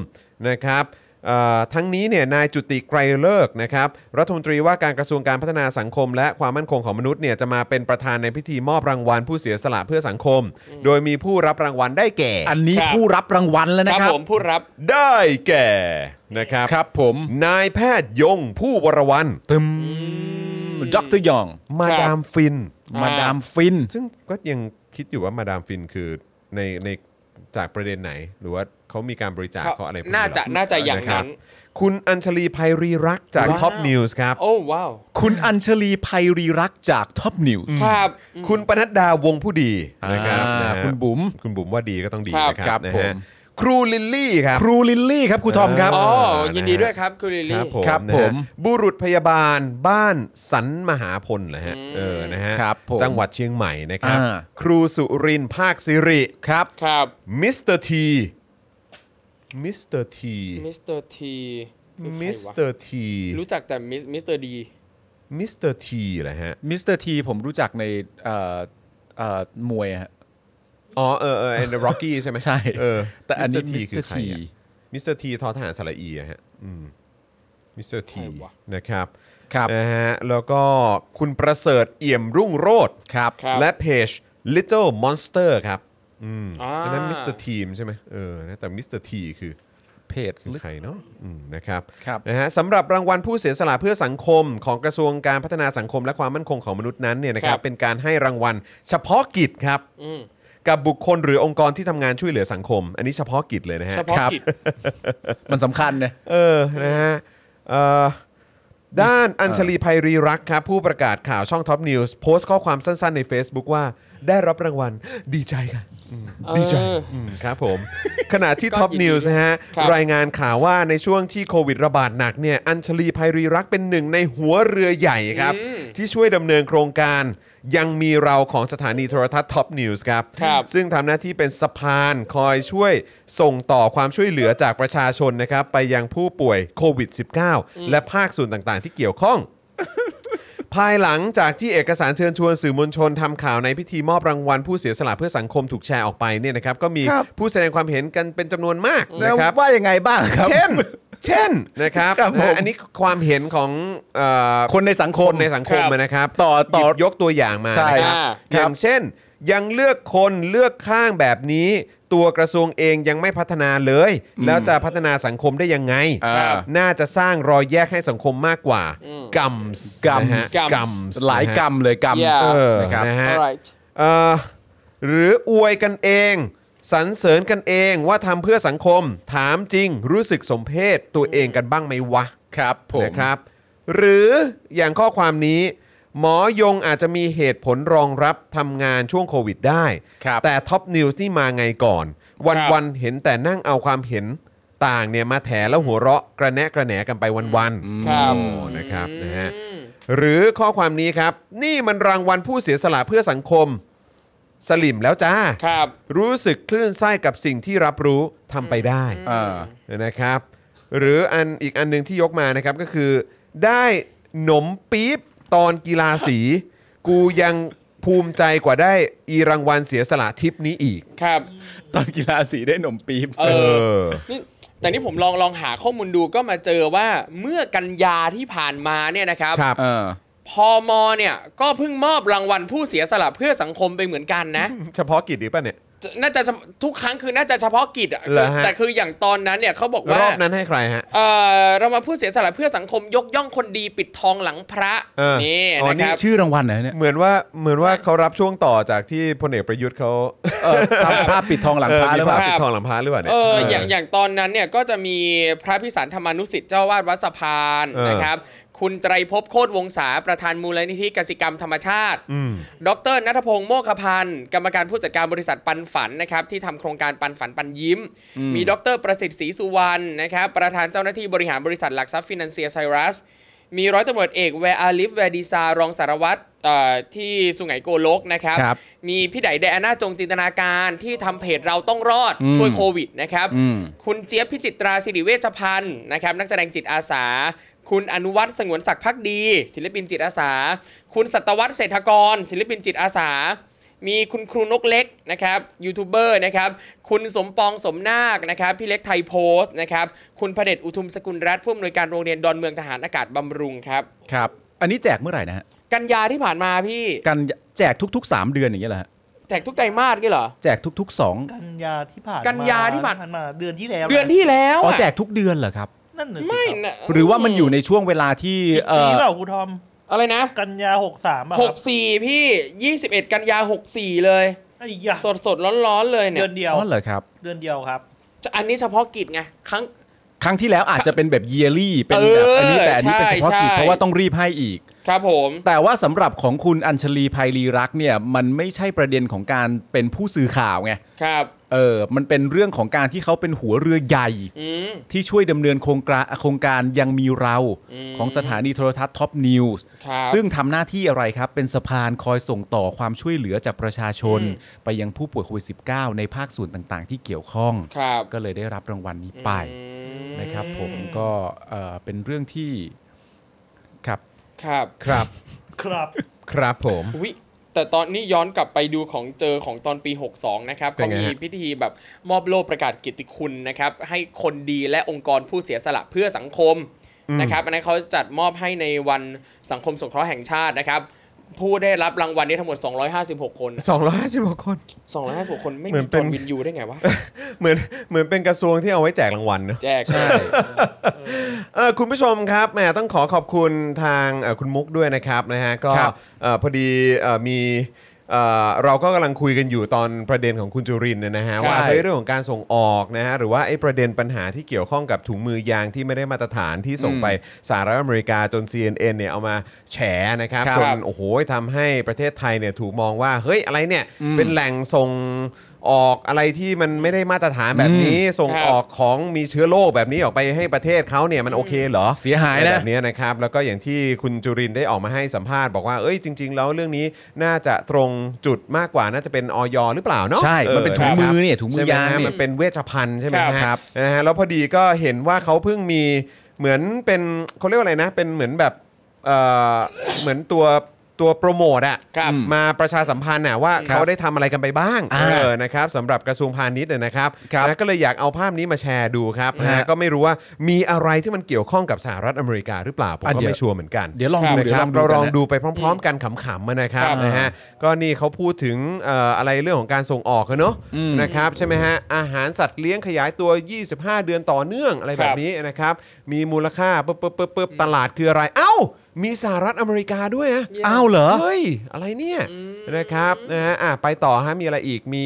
[SPEAKER 2] นะครับเอ่อทั้งนี้เนี่ยนายจุติไกรเลิกษ์นะครับรัฐมนตรีว่าการกระทรวงการพัฒนาสังคม และความมั่นคงของมนุษย์เนี่ยจะมาเป็นประธานในพิธีมอบรางวัลผู้เสียสละเพื่อสังคม โดยมีผู้รับรางวัลได้แก่
[SPEAKER 3] อันนี้
[SPEAKER 5] ครับ
[SPEAKER 3] ผู้รับรางวัลแล้ว
[SPEAKER 5] ค
[SPEAKER 3] นะ
[SPEAKER 5] รับ
[SPEAKER 3] ครับ
[SPEAKER 5] ผมผู้รับ
[SPEAKER 2] ได้แก่นะครับ
[SPEAKER 3] ครับผม
[SPEAKER 2] นายแพทย์ยงผู้วรวัน
[SPEAKER 3] ตึมดรยอง
[SPEAKER 2] มาดามฟิน
[SPEAKER 5] อ่าม
[SPEAKER 3] มาดามฟิน
[SPEAKER 2] ซึ่งก็ยังคิดอยู่ว่ามาดามฟินคือในในจากประเด็นไหน หรือว่าเขามีการบริจาคเขาอะไรพวก
[SPEAKER 5] น่าจะ
[SPEAKER 2] หรอ
[SPEAKER 5] น่าจะอย่าง
[SPEAKER 2] ะครับ
[SPEAKER 5] นั้น
[SPEAKER 2] คุณอัญชลีภัยรีรักษ์จาก
[SPEAKER 5] ว้าว
[SPEAKER 2] ท็อปนิวส์ครับ
[SPEAKER 5] โอ้ว้าว
[SPEAKER 3] คุณอัญชลีไพรีรักษ์จากท็อปนิวส์
[SPEAKER 5] ครับ
[SPEAKER 2] คุณปนัดดาวงผู้ดีนะครับ
[SPEAKER 3] อ่าน
[SPEAKER 2] ฮ
[SPEAKER 3] คุณบุ๋ม
[SPEAKER 2] คุณบุ๋มว่าดีก็ต้องดีนะค
[SPEAKER 3] ครั
[SPEAKER 2] รับบ นะ
[SPEAKER 3] ผม
[SPEAKER 2] ฮะครูลิลลี่ครับ
[SPEAKER 3] ครูลิลลี่ครับครูทอมครับ
[SPEAKER 5] อ๋อยินดี
[SPEAKER 2] นะฮะ
[SPEAKER 5] ด้วยครับคุณลิ
[SPEAKER 2] ค
[SPEAKER 5] ลลี่
[SPEAKER 2] รับผม
[SPEAKER 3] ครับ
[SPEAKER 2] นะฮะ
[SPEAKER 3] ผม
[SPEAKER 2] บุรุษพยาบาลบ้านสันมหาพลนะฮะ
[SPEAKER 5] อืม
[SPEAKER 2] เออนะฮะ
[SPEAKER 3] ครับผม
[SPEAKER 2] จังหวัดเชียงใหม่นะครับ
[SPEAKER 3] อ่า
[SPEAKER 2] ครูสุรินทร์ภาคสิริครับ
[SPEAKER 5] ครับ
[SPEAKER 2] มิสเตอร์ทีมิสเตอร์ที
[SPEAKER 5] มิสเตอร์ที
[SPEAKER 2] มิสเตอร์ที
[SPEAKER 5] รู้จักแต่มิสมิสเตอร์ดี
[SPEAKER 2] มิสเตอร์ทีเหรอฮะ
[SPEAKER 3] มิสเตอร์ทีผมรู้จักในเอ่อเอ่อมวยฮะ
[SPEAKER 2] อ๋อ เออเออ and the Rocky ใช่ไหม
[SPEAKER 3] ใช่
[SPEAKER 2] เออ
[SPEAKER 3] แต่อันนี้
[SPEAKER 2] มิสเตอร์ทีคือใคร
[SPEAKER 3] Mr. T
[SPEAKER 2] มิสเตอร์ทีทอทหารสระอีอะฮะอืมมิสเตอร์ที
[SPEAKER 5] ใครวะ
[SPEAKER 2] นะครับ
[SPEAKER 3] ครับ
[SPEAKER 2] นะฮะแล้วก็คุณประเสริฐเอี่ยมรุ่งโรธ
[SPEAKER 3] ครับ
[SPEAKER 5] ครับ
[SPEAKER 2] และเพจ Little Monster ครับอืม
[SPEAKER 5] อ่า
[SPEAKER 2] อันนั้นมิสเตอร์ทีมใช่ไหมเออนะแต่มิสเตอร์ทีคือ
[SPEAKER 3] เพจ
[SPEAKER 2] คือใครเนาะอืมนะครับ
[SPEAKER 3] ครับ
[SPEAKER 2] นะฮะสำหรับรางวัลผู้เสียสละเพื่อสังคมของกระทรวงการพัฒนาสังคมและความมั่นคงของมนุษย์นั้นเนี่ยนะครั
[SPEAKER 5] ครับ บ
[SPEAKER 2] เป็นการให้รางวัลเฉพาะกิจครับ
[SPEAKER 5] อืม
[SPEAKER 2] กับบุคคลหรือองค์กรที่ทำงานช่วยเหลือสังคม อันนี้เฉพาะกิจเลยนะฮะ
[SPEAKER 5] เฉพาะ
[SPEAKER 3] ครับ
[SPEAKER 5] กิจ
[SPEAKER 3] มันสำคัญนะ
[SPEAKER 2] เออนะฮะเอ่อด้านอัญชลีภัยรีรักษ์ครับ ผู้ประกาศข่าวช่องท็อปนิวส์โพสต์ข้อความสั้นๆใน Facebook ว่าได้รับรางวัลดีใจค่ะอืม
[SPEAKER 5] เออ
[SPEAKER 2] ดีใจอืมครับผม ขณะที่
[SPEAKER 5] ก็
[SPEAKER 2] ท็อป
[SPEAKER 5] ยินดี
[SPEAKER 2] นิวส์นะฮะ
[SPEAKER 5] ครับ
[SPEAKER 2] รายงานข่าวว่าในช่วงที่โควิดระบาดหนักเนี่ยอัญชลีภัยรีรักษ์เป็นหนึ่งในหัวเรือใหญ่ครับ ที่ช่วยดำเนินโครงการ ยังมีเราของสถานีโทรทัศน์ท็อปนิวส์ครับ
[SPEAKER 5] ครับ
[SPEAKER 2] ซึ่งทำหน้าที่เป็นสะพานคอยช่วยส่งต่อความช่วยเหลือจากประชาชนนะครับ ไปยังผู้ป่วยโควิด -19 และภาคส่วนต่างๆ ที่เกี่ยวข้อง ภายหลังจากที่เอกสารเชิญชวนสื่อมวลชนทำข่าวในพิธีมอบรางวัลผู้เสียสละเพื่อสังคมถูกแชร์ออกไปเนี่ยนะครับ ก็มี
[SPEAKER 3] ครับ
[SPEAKER 2] ผู้แสดงความเห็นกันเป็นจำนวนมาก
[SPEAKER 3] แล้
[SPEAKER 2] นะ
[SPEAKER 3] ว
[SPEAKER 2] ครับ
[SPEAKER 3] ว่ายังไงบ้างครับ
[SPEAKER 2] เช่น เช่นนะครับ
[SPEAKER 3] ครับผม
[SPEAKER 2] นะอันนี้ความเห็นของเอ่อ
[SPEAKER 3] คนในสังค
[SPEAKER 2] ค
[SPEAKER 3] ม
[SPEAKER 2] นในสังคม
[SPEAKER 5] ครับ
[SPEAKER 2] นะครับ
[SPEAKER 3] ต่อต่อ
[SPEAKER 2] หยิบยกตัวอย่างมา
[SPEAKER 3] ใช่
[SPEAKER 2] นะครับ
[SPEAKER 5] อ่า
[SPEAKER 2] อย่างเช่น ยังเลือกคนเลือกข้างแบบนี้ ตัวกระทรวงเองยังไม่พัฒนาเลย แล้วจะพัฒนาสังคมได้ยังไง
[SPEAKER 3] อ่า
[SPEAKER 2] น่าจะสร้างรอยแยกให้สังคมมากกว่า
[SPEAKER 5] อืม
[SPEAKER 2] กัมส์
[SPEAKER 3] Gums
[SPEAKER 2] นะฮะ
[SPEAKER 5] Gums
[SPEAKER 2] Gums
[SPEAKER 3] หลายกรรมเลยกรรม
[SPEAKER 5] Yeah
[SPEAKER 2] เออ
[SPEAKER 3] นะครับ
[SPEAKER 2] นะฮะ
[SPEAKER 5] alright
[SPEAKER 2] เอ่อหรืออวยกันเองสรรเสริญกันเองว่าทำเพื่อสังคม ถามจริงรู้สึกสมเพศตัวเองกันบ้างไหมวะ
[SPEAKER 3] ครับผม
[SPEAKER 2] นะครับ หรืออย่างข้อความนี้ หมอยงอาจจะมีเหตุผลรองรับทำงานช่วงโควิดได้
[SPEAKER 3] ครับ
[SPEAKER 2] แต่ท็อปนิวส์นี่มาไงก่อน วันวันๆเห็นแต่นั่งเอาความเห็นต่างเนี่ยมาแถแล้วหัวเราะกระแนะกระแหนกันไปวันวันๆ
[SPEAKER 5] ครับ
[SPEAKER 2] โอ้นะครับนะฮะ
[SPEAKER 5] อืม
[SPEAKER 2] หรือข้อความนี้ครับ นี่มันรางวัลผู้เสียสละเพื่อสังคม สลิมแล้วจ้า
[SPEAKER 5] ครับ
[SPEAKER 2] รู้สึกคลื่นไส้กับสิ่งที่รับรู้ทำไปได้
[SPEAKER 3] เออ
[SPEAKER 2] นะครับ หรืออันอีกอันหนึงที่ยกมานะครับก็คือ ได้หนมปี๊บตอนกีฬาสี กูยังภูมิใจกว่าได้อีรางวัลเสียสละทิปนี้อีก
[SPEAKER 5] ครับ
[SPEAKER 3] ตอนกีฬาสีได้หนมปี๊บ
[SPEAKER 5] เอ
[SPEAKER 2] เอ
[SPEAKER 5] อ
[SPEAKER 2] อ
[SPEAKER 5] นี่แต่นี่ผมลองลองหาข้อมูลดูก็มาเจอว่าเมื่อกันยาที่ผ่านมาเนี่ยนะครับ
[SPEAKER 2] ครับ
[SPEAKER 3] เออ
[SPEAKER 5] พมเนี่ยก็เพิ่งมอบรางวัลผู้เสียสละเพื่อสังคมไปเหมือนกันนะ
[SPEAKER 2] เฉพาะกิจหรือป่ะเนี่ย
[SPEAKER 5] จะน่าจะทุกครั้งคือน่าจะเฉพาะกิจอะ
[SPEAKER 2] เหรอฮะ
[SPEAKER 5] แต่คืออย่างตอนนั้นเนี่ยเขาบอกว่าร ร
[SPEAKER 2] อบนั้นให้ใครฮะ
[SPEAKER 5] เอ่อเรามาพูดเสียสละเพื่อสังคมยกย่องคนดีปิดทองหลังพระ
[SPEAKER 2] เออ
[SPEAKER 5] นี่
[SPEAKER 3] อ๋อ
[SPEAKER 5] นะ
[SPEAKER 3] นี่
[SPEAKER 5] ครับ
[SPEAKER 3] ชื่อรางวัลเหรอเนี่ย
[SPEAKER 2] เหมือนว่าเหมือนว่าเขารับช่วงต่อจากที่พลเอกประยุทธ์เขา
[SPEAKER 3] ทำภาพปิดทองหลังพระหรือ
[SPEAKER 2] เป
[SPEAKER 3] เป
[SPEAKER 2] ล่า
[SPEAKER 3] ล่า
[SPEAKER 2] ปิดทองหลังพระหรือเปล่าเนี่ย
[SPEAKER 5] เอออย่างอย่างตอนนั้นเนี่ยก็จะมีพระพิสารธรรมานุสิทธิ์เจ้าวาดวัดสะพาน
[SPEAKER 2] เออ
[SPEAKER 5] นะครับ คุณไตรภพโคตรวงศาประธานมูลนิธิกสิกรรมธรรมชาติ
[SPEAKER 2] อืม
[SPEAKER 5] ดรนัทพงศ์โมคพันธ์กรรมการผู้จัดการบริษัทปันฝันนะครับที่ทำโครงการปันฝันปันยิ้ม มีดรประสิทธิ์ศรีสุวรรณนะครับประธานเจ้าหน้าที่บริหารบริษัทหลักทรัพย์ฟินแลนเซียไซรัส มีร้อยตำรวจเอกแวอาลิฟแวดีซารองสารวัตรเอ่อที่สุไหงโกลกนะครับ
[SPEAKER 3] ครับ
[SPEAKER 5] มีพี่ไดไดอาน่าจงจินตนาการที่ทำเพจเราต้องรอดช่วยโควิดนะครับ
[SPEAKER 3] อืม
[SPEAKER 5] คุณเจี๊ยบพิจิตราสิริเวชพันธ์นะครับนักแสดงจิตอาสา คุณอนุวัฒน์สงวนศักดิ์พักดี ศิลปินจิตอาสา คุณสัตวัฒน์เศรษฐกร ศิลปินจิตอาสา มีคุณครูนกเล็กนะครับยูทูบเบอร์นะครับคุณสมปองสมนาคนะครับพี่เล็กไทยโพสต์นะครับคุณพระเดชอุทุมสกุลรัฐผู้อำนวยการโรงเรียนดอนเมืองทหารอากาศบำรุงครับ
[SPEAKER 3] ครับ อันนี้แจกเมื่อไหร่นะฮะ
[SPEAKER 5] กันยาที่ผ่านมาพี่
[SPEAKER 3] กันแจกทุกๆ 3 เดือนอย่างเงี้ยแหละฮะ
[SPEAKER 5] แจกทุกไตรมาสกี่เหรอ
[SPEAKER 3] แจกทุก ๆ 2
[SPEAKER 4] กันยาที่ผ่านม
[SPEAKER 5] กันยาที่ผ่าน
[SPEAKER 4] มาเดือนที่แล้ว
[SPEAKER 5] เดือนที่แล้ว
[SPEAKER 3] อ๋อ
[SPEAKER 5] อะ
[SPEAKER 3] แจกทุกเดือนเหรอครับ
[SPEAKER 4] นั่นน่ะสิ
[SPEAKER 5] ไม่
[SPEAKER 4] ครับ
[SPEAKER 5] นะ
[SPEAKER 3] หรือว่ามันอยู่ในช่วงเวลาที่เอ
[SPEAKER 4] ปี
[SPEAKER 3] อ
[SPEAKER 4] เปล่าครูทอม
[SPEAKER 5] อะไรนะ
[SPEAKER 4] กันยาหกสามอะ
[SPEAKER 5] ห
[SPEAKER 4] ครั
[SPEAKER 5] ก
[SPEAKER 4] บ
[SPEAKER 5] สี่พี่ยี่สิบเอ็ดกันยาหกสี่เลย
[SPEAKER 4] ไอ้ยา
[SPEAKER 5] สดสดร้อนร้อนๆเลยเนี่
[SPEAKER 4] เดื
[SPEAKER 5] ย
[SPEAKER 4] อนเดียว
[SPEAKER 3] อ๋อเหรอครับ
[SPEAKER 4] เดือนเดียวครับ
[SPEAKER 5] อันนี้เฉพาะกิจไงครั้ง
[SPEAKER 3] ครั้งที่แล้วอาจจะเป็นแบบเยลี่เป็น
[SPEAKER 5] เอ
[SPEAKER 3] แบบ
[SPEAKER 5] อ
[SPEAKER 3] อันนี้แต่อันนี้เป็นเฉพาะกิจ
[SPEAKER 5] ใช่
[SPEAKER 3] เพราะว่าต้องรีบให้อีก
[SPEAKER 5] ครับผม
[SPEAKER 3] แต่ว่าสำหรับของคุณอัญชลีภัยรีรักษ์เนี่ยมันไม่ใช่ประเด็นของการเป็นผู้สื่อข่าวไง
[SPEAKER 5] ครับ
[SPEAKER 3] เออมันเป็นเรื่องของการที่เขาเป็นหัวเรือใหญ่
[SPEAKER 5] อืม
[SPEAKER 3] ที่ช่วยดำเนินโครงการโครงการยังมีเรา
[SPEAKER 5] อืม
[SPEAKER 3] ของสถานีโทรทัศน์ท็อปนิวส์
[SPEAKER 5] ครับ
[SPEAKER 3] ซึ่งทำหน้าที่อะไรครับ เป็นสะพานคอยส่งต่อความช่วยเหลือจากประชาชน ไปยังผู้ป่วยโควิด -19 ในภาคส่วนต่างๆ ที่เกี่ยวข้อง
[SPEAKER 5] ครับ
[SPEAKER 3] ก็เลยได้รับรางวัลนี้ไป
[SPEAKER 5] อืม
[SPEAKER 3] นะครับ ผมก็เอ่อเป็นเรื่องที่ครับ
[SPEAKER 5] ครับ
[SPEAKER 2] ครับ
[SPEAKER 4] ครับ
[SPEAKER 2] ครับผม
[SPEAKER 5] วิแต่ตอนนี้ย้อนกลับไปดูของเจอของตอนปี 62 นะครับ
[SPEAKER 2] เป็
[SPEAKER 5] ก็
[SPEAKER 2] นไง
[SPEAKER 5] มี
[SPEAKER 2] ฮะ
[SPEAKER 5] พิธีแบบมอบโล่ประกาศเกิตติคุณนะครับ ให้คนดีและองค์กรผู้เสียสละเพื่อสังคมนะครับอันนั้นเขาจัดมอบให้ในวันสังคมสงเคราะห์แห่งชาตินะครับ ผู้ได้รับรางวัลนี้ทั้งหมด 256 คน
[SPEAKER 2] 250กว่าคน
[SPEAKER 5] 256 คนไม่
[SPEAKER 2] เหมื
[SPEAKER 5] มี
[SPEAKER 2] อน
[SPEAKER 5] ต
[SPEAKER 2] เป็น
[SPEAKER 5] อนวินยูได้ไงวะ
[SPEAKER 2] เหมือนเหมือนเป็นกระทรวงที่เอาไว้แจกรางวัลเนอะ
[SPEAKER 5] แจก
[SPEAKER 2] เออคุณผู้ชมครับแหมต้องขอขอบคุณทางเอ่อคุณมุกด้วยนะครับนะฮะก็เอ่อพอดีเอ่อมีเอ่อเราก็กำลังคุยกันอยู่ตอนประเด็นของคุณจุรินทร์เนี่ยนะฮะว่าเฮ้ยเรื่องของการส่งออกนะฮะหรือว่าไอ้ประเด็นปัญหาที่เกี่ยวข้องกับถุงมือยางที่ไม่ได้มาตรฐานที่ส่งไปสหรัฐอเมริกาจน CNN เนี่ยเอามาแฉนะครับ
[SPEAKER 5] ครับ
[SPEAKER 2] จน โอ้โหทำให้ประเทศไทยเนี่ยถูกมองว่า เฮ้ย อะไรเนี่ย เป็นแหล่งส่ง ออกอะไรที่มันไม่ได้มาตรฐานแบบนี้ ส่ง
[SPEAKER 5] ครับ
[SPEAKER 2] ออกของมีเชื้อโรคแบบนี้ออกไปให้ประเทศเขาเนี่ยมันโอเคเหรอ
[SPEAKER 3] เสียหาย
[SPEAKER 2] แบ
[SPEAKER 3] นะ
[SPEAKER 2] บเนี้ยนะครับแล้วก็อย่างที่คุณจุรินทร์ได้ออกมาให้สัมภาษณ์บอกว่าเอ้ยจริง ๆ แล้วเรื่องนี้น่าจะตรงจุดมากกว่าน่าจะเป็นออยหรือเปล่าเนาะ
[SPEAKER 3] ใช่มันเป็นถุงมือเนี่ยถุงมือยาง
[SPEAKER 2] ใช่ไหมฮะ
[SPEAKER 3] เนี่ย
[SPEAKER 2] มันเป็นเวชภัณฑ์ใช่ไหมฮะ
[SPEAKER 3] ครับ
[SPEAKER 2] นะฮะแล้วพอดีก็เห็นว่าเขาเพิ่งมีเหมือนเป็นเขาเรียกว่าอะไรนะ เป็นเหมือนแบบเอ่อเหมือนตัวตัวโปรโมทอะ
[SPEAKER 5] ครับ
[SPEAKER 2] มาประชาสัมพันธ์น่ะว่า
[SPEAKER 5] ครับ
[SPEAKER 2] เขาได้ทำอะไรกันไปบ้าง
[SPEAKER 3] อ่า
[SPEAKER 2] เออนะครับสำหรับกระทรวงพาณิชย์เนี่ยนะครับ
[SPEAKER 3] ครับ
[SPEAKER 2] นะก็เลยอยากเอาภาพนี้มาแชร์ดูครับนะฮะ
[SPEAKER 3] ฮะ
[SPEAKER 2] ก็ไม่รู้ว่ามีอะไรที่มันเกี่ยวข้องกับสหรัฐอเมริกาหรือเปล่า ผม
[SPEAKER 3] อ่ะ
[SPEAKER 2] ก็
[SPEAKER 3] เดี๋ยว
[SPEAKER 2] ไม่ชัวร์เหมือนกัน
[SPEAKER 3] เดี๋ยวลองดู
[SPEAKER 2] นะ
[SPEAKER 3] เดี๋ย
[SPEAKER 2] คว รับ
[SPEAKER 3] ลองดู
[SPEAKER 2] เราลอง
[SPEAKER 3] กันนะ
[SPEAKER 2] ดูไปพร้อม ๆ กันขำๆมานะครับ
[SPEAKER 5] ครับ
[SPEAKER 2] นะฮะก็นี่เขาพูดถึงเอ่ออะไรเรื่องของการส่งออกอะเนอะ
[SPEAKER 3] อืม
[SPEAKER 2] นะครับใช่ไหมฮะอาหารสัตว์เลี้ยงขยายตัว 25 เดือนต่อเนื่องอะไรแบบนี้นะครับ มีมูลค่าปึ๊บปึ๊บปึ๊บปึ๊บตลาดคืออะไร เอ้า มีสหรัฐอเมริกาด้วยอะ
[SPEAKER 3] อ้าวเหรอ
[SPEAKER 2] เฮ้ย อะไรเนี่ยนะครับนะฮะอ่ะไปต่อฮะมีอะไรอีกมี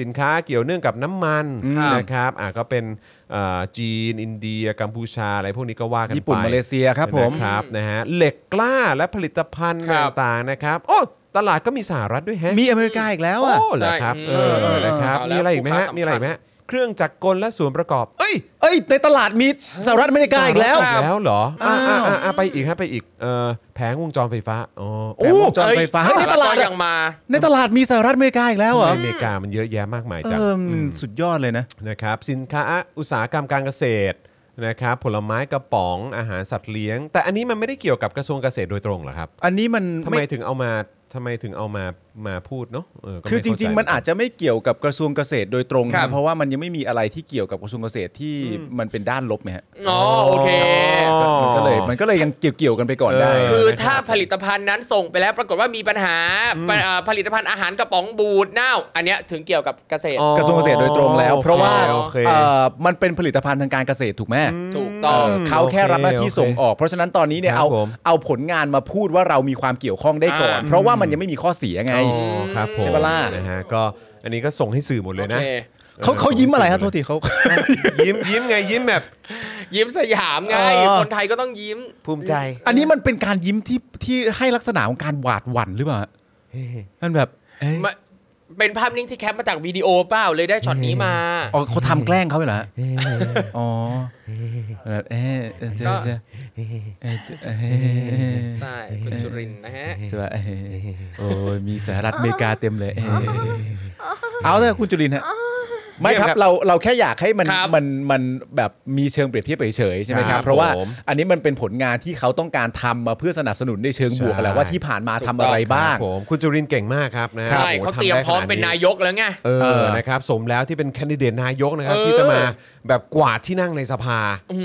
[SPEAKER 2] สินค้าเกี่ยวเนื่องกับน้ำมัน
[SPEAKER 5] ครับ
[SPEAKER 2] นะครับอ่ะก็เป็นเอ่อจีน อินเดีย กัมพูชา อะไรพวกนี้ก็ว่ากันไป
[SPEAKER 3] ญี่ปุ่นมาเลเซียครับผม
[SPEAKER 2] นะครับนะฮะเหล็กกล้าและผลิตภัณฑ์
[SPEAKER 5] ครับ
[SPEAKER 2] ต่างๆนะครับ โอ้ ตลาดก็มีสหรัฐด้วยแฮะ
[SPEAKER 3] มีอเมริกาอีกแล้วอ่ะ
[SPEAKER 2] โอ้เหรอครับ
[SPEAKER 5] ใช่
[SPEAKER 2] เออ
[SPEAKER 5] เออ
[SPEAKER 2] นะครับ
[SPEAKER 5] เอาละ
[SPEAKER 2] มีอะไรอีกไหมฮะ
[SPEAKER 5] ผู้ค้าสำคัญ
[SPEAKER 2] มีอะไรอีกไหมฮะเครื่องจักรกลและส่วนประกอบ เอ้ย
[SPEAKER 3] เอ้ย ในตลาดมีสหรัฐอเมริกาอีกแล้ว
[SPEAKER 2] สหรัฐแล้วเหรออ่ะ
[SPEAKER 3] อ้าว
[SPEAKER 2] อ่ะอ่ะไปอีกฮะไปอีกเอ่อแผงวงจรไฟฟ้าอ๋อ
[SPEAKER 3] โอ้
[SPEAKER 2] แผงวงจร
[SPEAKER 3] จอนไฟฟ้า
[SPEAKER 5] เฮ้ย
[SPEAKER 3] ในตลาด
[SPEAKER 5] ก็
[SPEAKER 3] อะ
[SPEAKER 5] ยังมา
[SPEAKER 3] ในตลาดมีสหรัฐอเมริกาอีกแล้วเหรอ
[SPEAKER 2] ในอเมริกามันเยอะแยะมากมายจัง
[SPEAKER 3] เออมันสุดยอดเลยนะ
[SPEAKER 2] นะครับสินค้าอุตสาหกรรมการเกษตรนะครับผลไม้กระป๋องอาหารสัตว์เลี้ยง แต่อันนี้มันไม่ได้เกี่ยวกับกระทรวงเกษตรโดยตรงเหรอครับ
[SPEAKER 3] อันนี้มัน
[SPEAKER 2] ทำไมถึงเอามาทำไมถึงเอามามาพูดเนาะเก็ไ
[SPEAKER 3] คือจริง ๆ มันอาจจะไม่เกี่ยวกับกระทรวงเกษตรโดยตรง
[SPEAKER 5] ครั
[SPEAKER 3] นะ
[SPEAKER 5] บ
[SPEAKER 3] เพราะว่ามันยังไม่มีอะไรที่เกี่ยวกับกระทรวงเกษตรที่มันเป็นด้านลบไหมฮะ
[SPEAKER 5] อ๋อโอเค
[SPEAKER 3] มันก็เลยมันก็เลยยังเกี่ยวๆกันไปก่อนได้
[SPEAKER 2] เออ
[SPEAKER 5] คือ
[SPEAKER 2] นะครับ
[SPEAKER 5] ถ้าผลิตภัณฑ์นั้นส่งไปแล้วปรากฏว่ามีปัญหาปะอ่าผลิตภัณฑ์อาหารกระป๋องบูดเน่า อันเนี้ยถึงเกี่ยวกับเกษตร
[SPEAKER 2] อ๋อก
[SPEAKER 3] ระทรวงเกษตรโดยตรงแล้ว
[SPEAKER 2] โอค
[SPEAKER 3] เพราะว่า
[SPEAKER 2] โอเค
[SPEAKER 3] เอ่อมันเป็นผลิตภัณฑ์ทางการเกษตรถูกไหม
[SPEAKER 5] ถูกต้อง
[SPEAKER 3] เออเขาแค่รับหน้าที่ส่งออก เพราะฉะนั้นตอนนี้เนี่ย
[SPEAKER 2] ครับ
[SPEAKER 3] เอา
[SPEAKER 2] ผม
[SPEAKER 3] เอาผลงานมาพูดว่าเรามีความเกี่ยวข้องได้ก่อน
[SPEAKER 5] อ่า
[SPEAKER 3] เพราะว่ามันยังไม่มีข้อเสียไง
[SPEAKER 2] อ๋อครับผม
[SPEAKER 3] ใช่ปะล่ะ
[SPEAKER 2] นะฮะก็อันนี้ก็ส่งให้สื่อหมดเล
[SPEAKER 5] โอยเค
[SPEAKER 2] นะ
[SPEAKER 3] เขาเขายิ้มอะไรฮะโทษทีเขา
[SPEAKER 2] ยิ้มยิ้มไงยิ้มแบบ
[SPEAKER 5] ยิ้มสยามไง
[SPEAKER 3] เออ
[SPEAKER 5] คนไทยก็ต้องยิ้ม
[SPEAKER 2] ภูมิใจ
[SPEAKER 3] อันนี้มันเป็นการยิ้มที่ที่ให้ลักษณะของการหวาดหวั่นหรือเปล่าฮะมันแบบเอ๊ะ
[SPEAKER 5] มาเป็นภาพนิ่งที่แคปมาจากวิดีโอเปล่าเลยได้ช็อตนี้มา
[SPEAKER 3] อ๋อเขาทำแกล้งเขาเหรอฮะอ๋อแบบเอ๊ะเอ๊ะเอ๊ะเอ๊ะเอ๊ะ
[SPEAKER 5] ใช่คุณจุรินทร์นะฮะ
[SPEAKER 3] ใช่ป่ะเออโอ้ยมีสหรัฐอเมริกาเต็มเลยเออเอาเถอะคุณจุลินฮะไม่ครั
[SPEAKER 2] เยี่ยมค
[SPEAKER 3] บ
[SPEAKER 2] รับ
[SPEAKER 3] เราเราแค่อยากให้มัน
[SPEAKER 5] ครับ
[SPEAKER 3] มันมันแบบมีเชิงเปรียบเทียบเฉยๆใช่ไหมค
[SPEAKER 2] ครั
[SPEAKER 3] รั
[SPEAKER 2] บบ
[SPEAKER 3] เพราะว่า
[SPEAKER 2] ผม
[SPEAKER 3] อันนี้มันเป็นผลงานที่เขาต้องการทำมาเพื่อสนับสนุนในเชิงบวก
[SPEAKER 2] ใช่
[SPEAKER 3] แหละว่าที่ผ่านมาทำอะไรบ้าง
[SPEAKER 2] ครับผมคุณจุรินทร์เก่งมากครับนะฮะ
[SPEAKER 5] ใช่
[SPEAKER 2] โอ้โห
[SPEAKER 5] เขาเตรียม
[SPEAKER 2] ทำได้
[SPEAKER 5] พร้อม
[SPEAKER 2] ขด
[SPEAKER 5] เป็นนายกแล้วไง
[SPEAKER 2] เอ
[SPEAKER 3] เอ
[SPEAKER 2] อ
[SPEAKER 3] อ
[SPEAKER 2] นะครับ สมแล้วที่เป็นแคนดิเดตนายกนะครับ
[SPEAKER 5] เออ
[SPEAKER 2] ที่จะมาแบบกวาดที่นั่งในสภา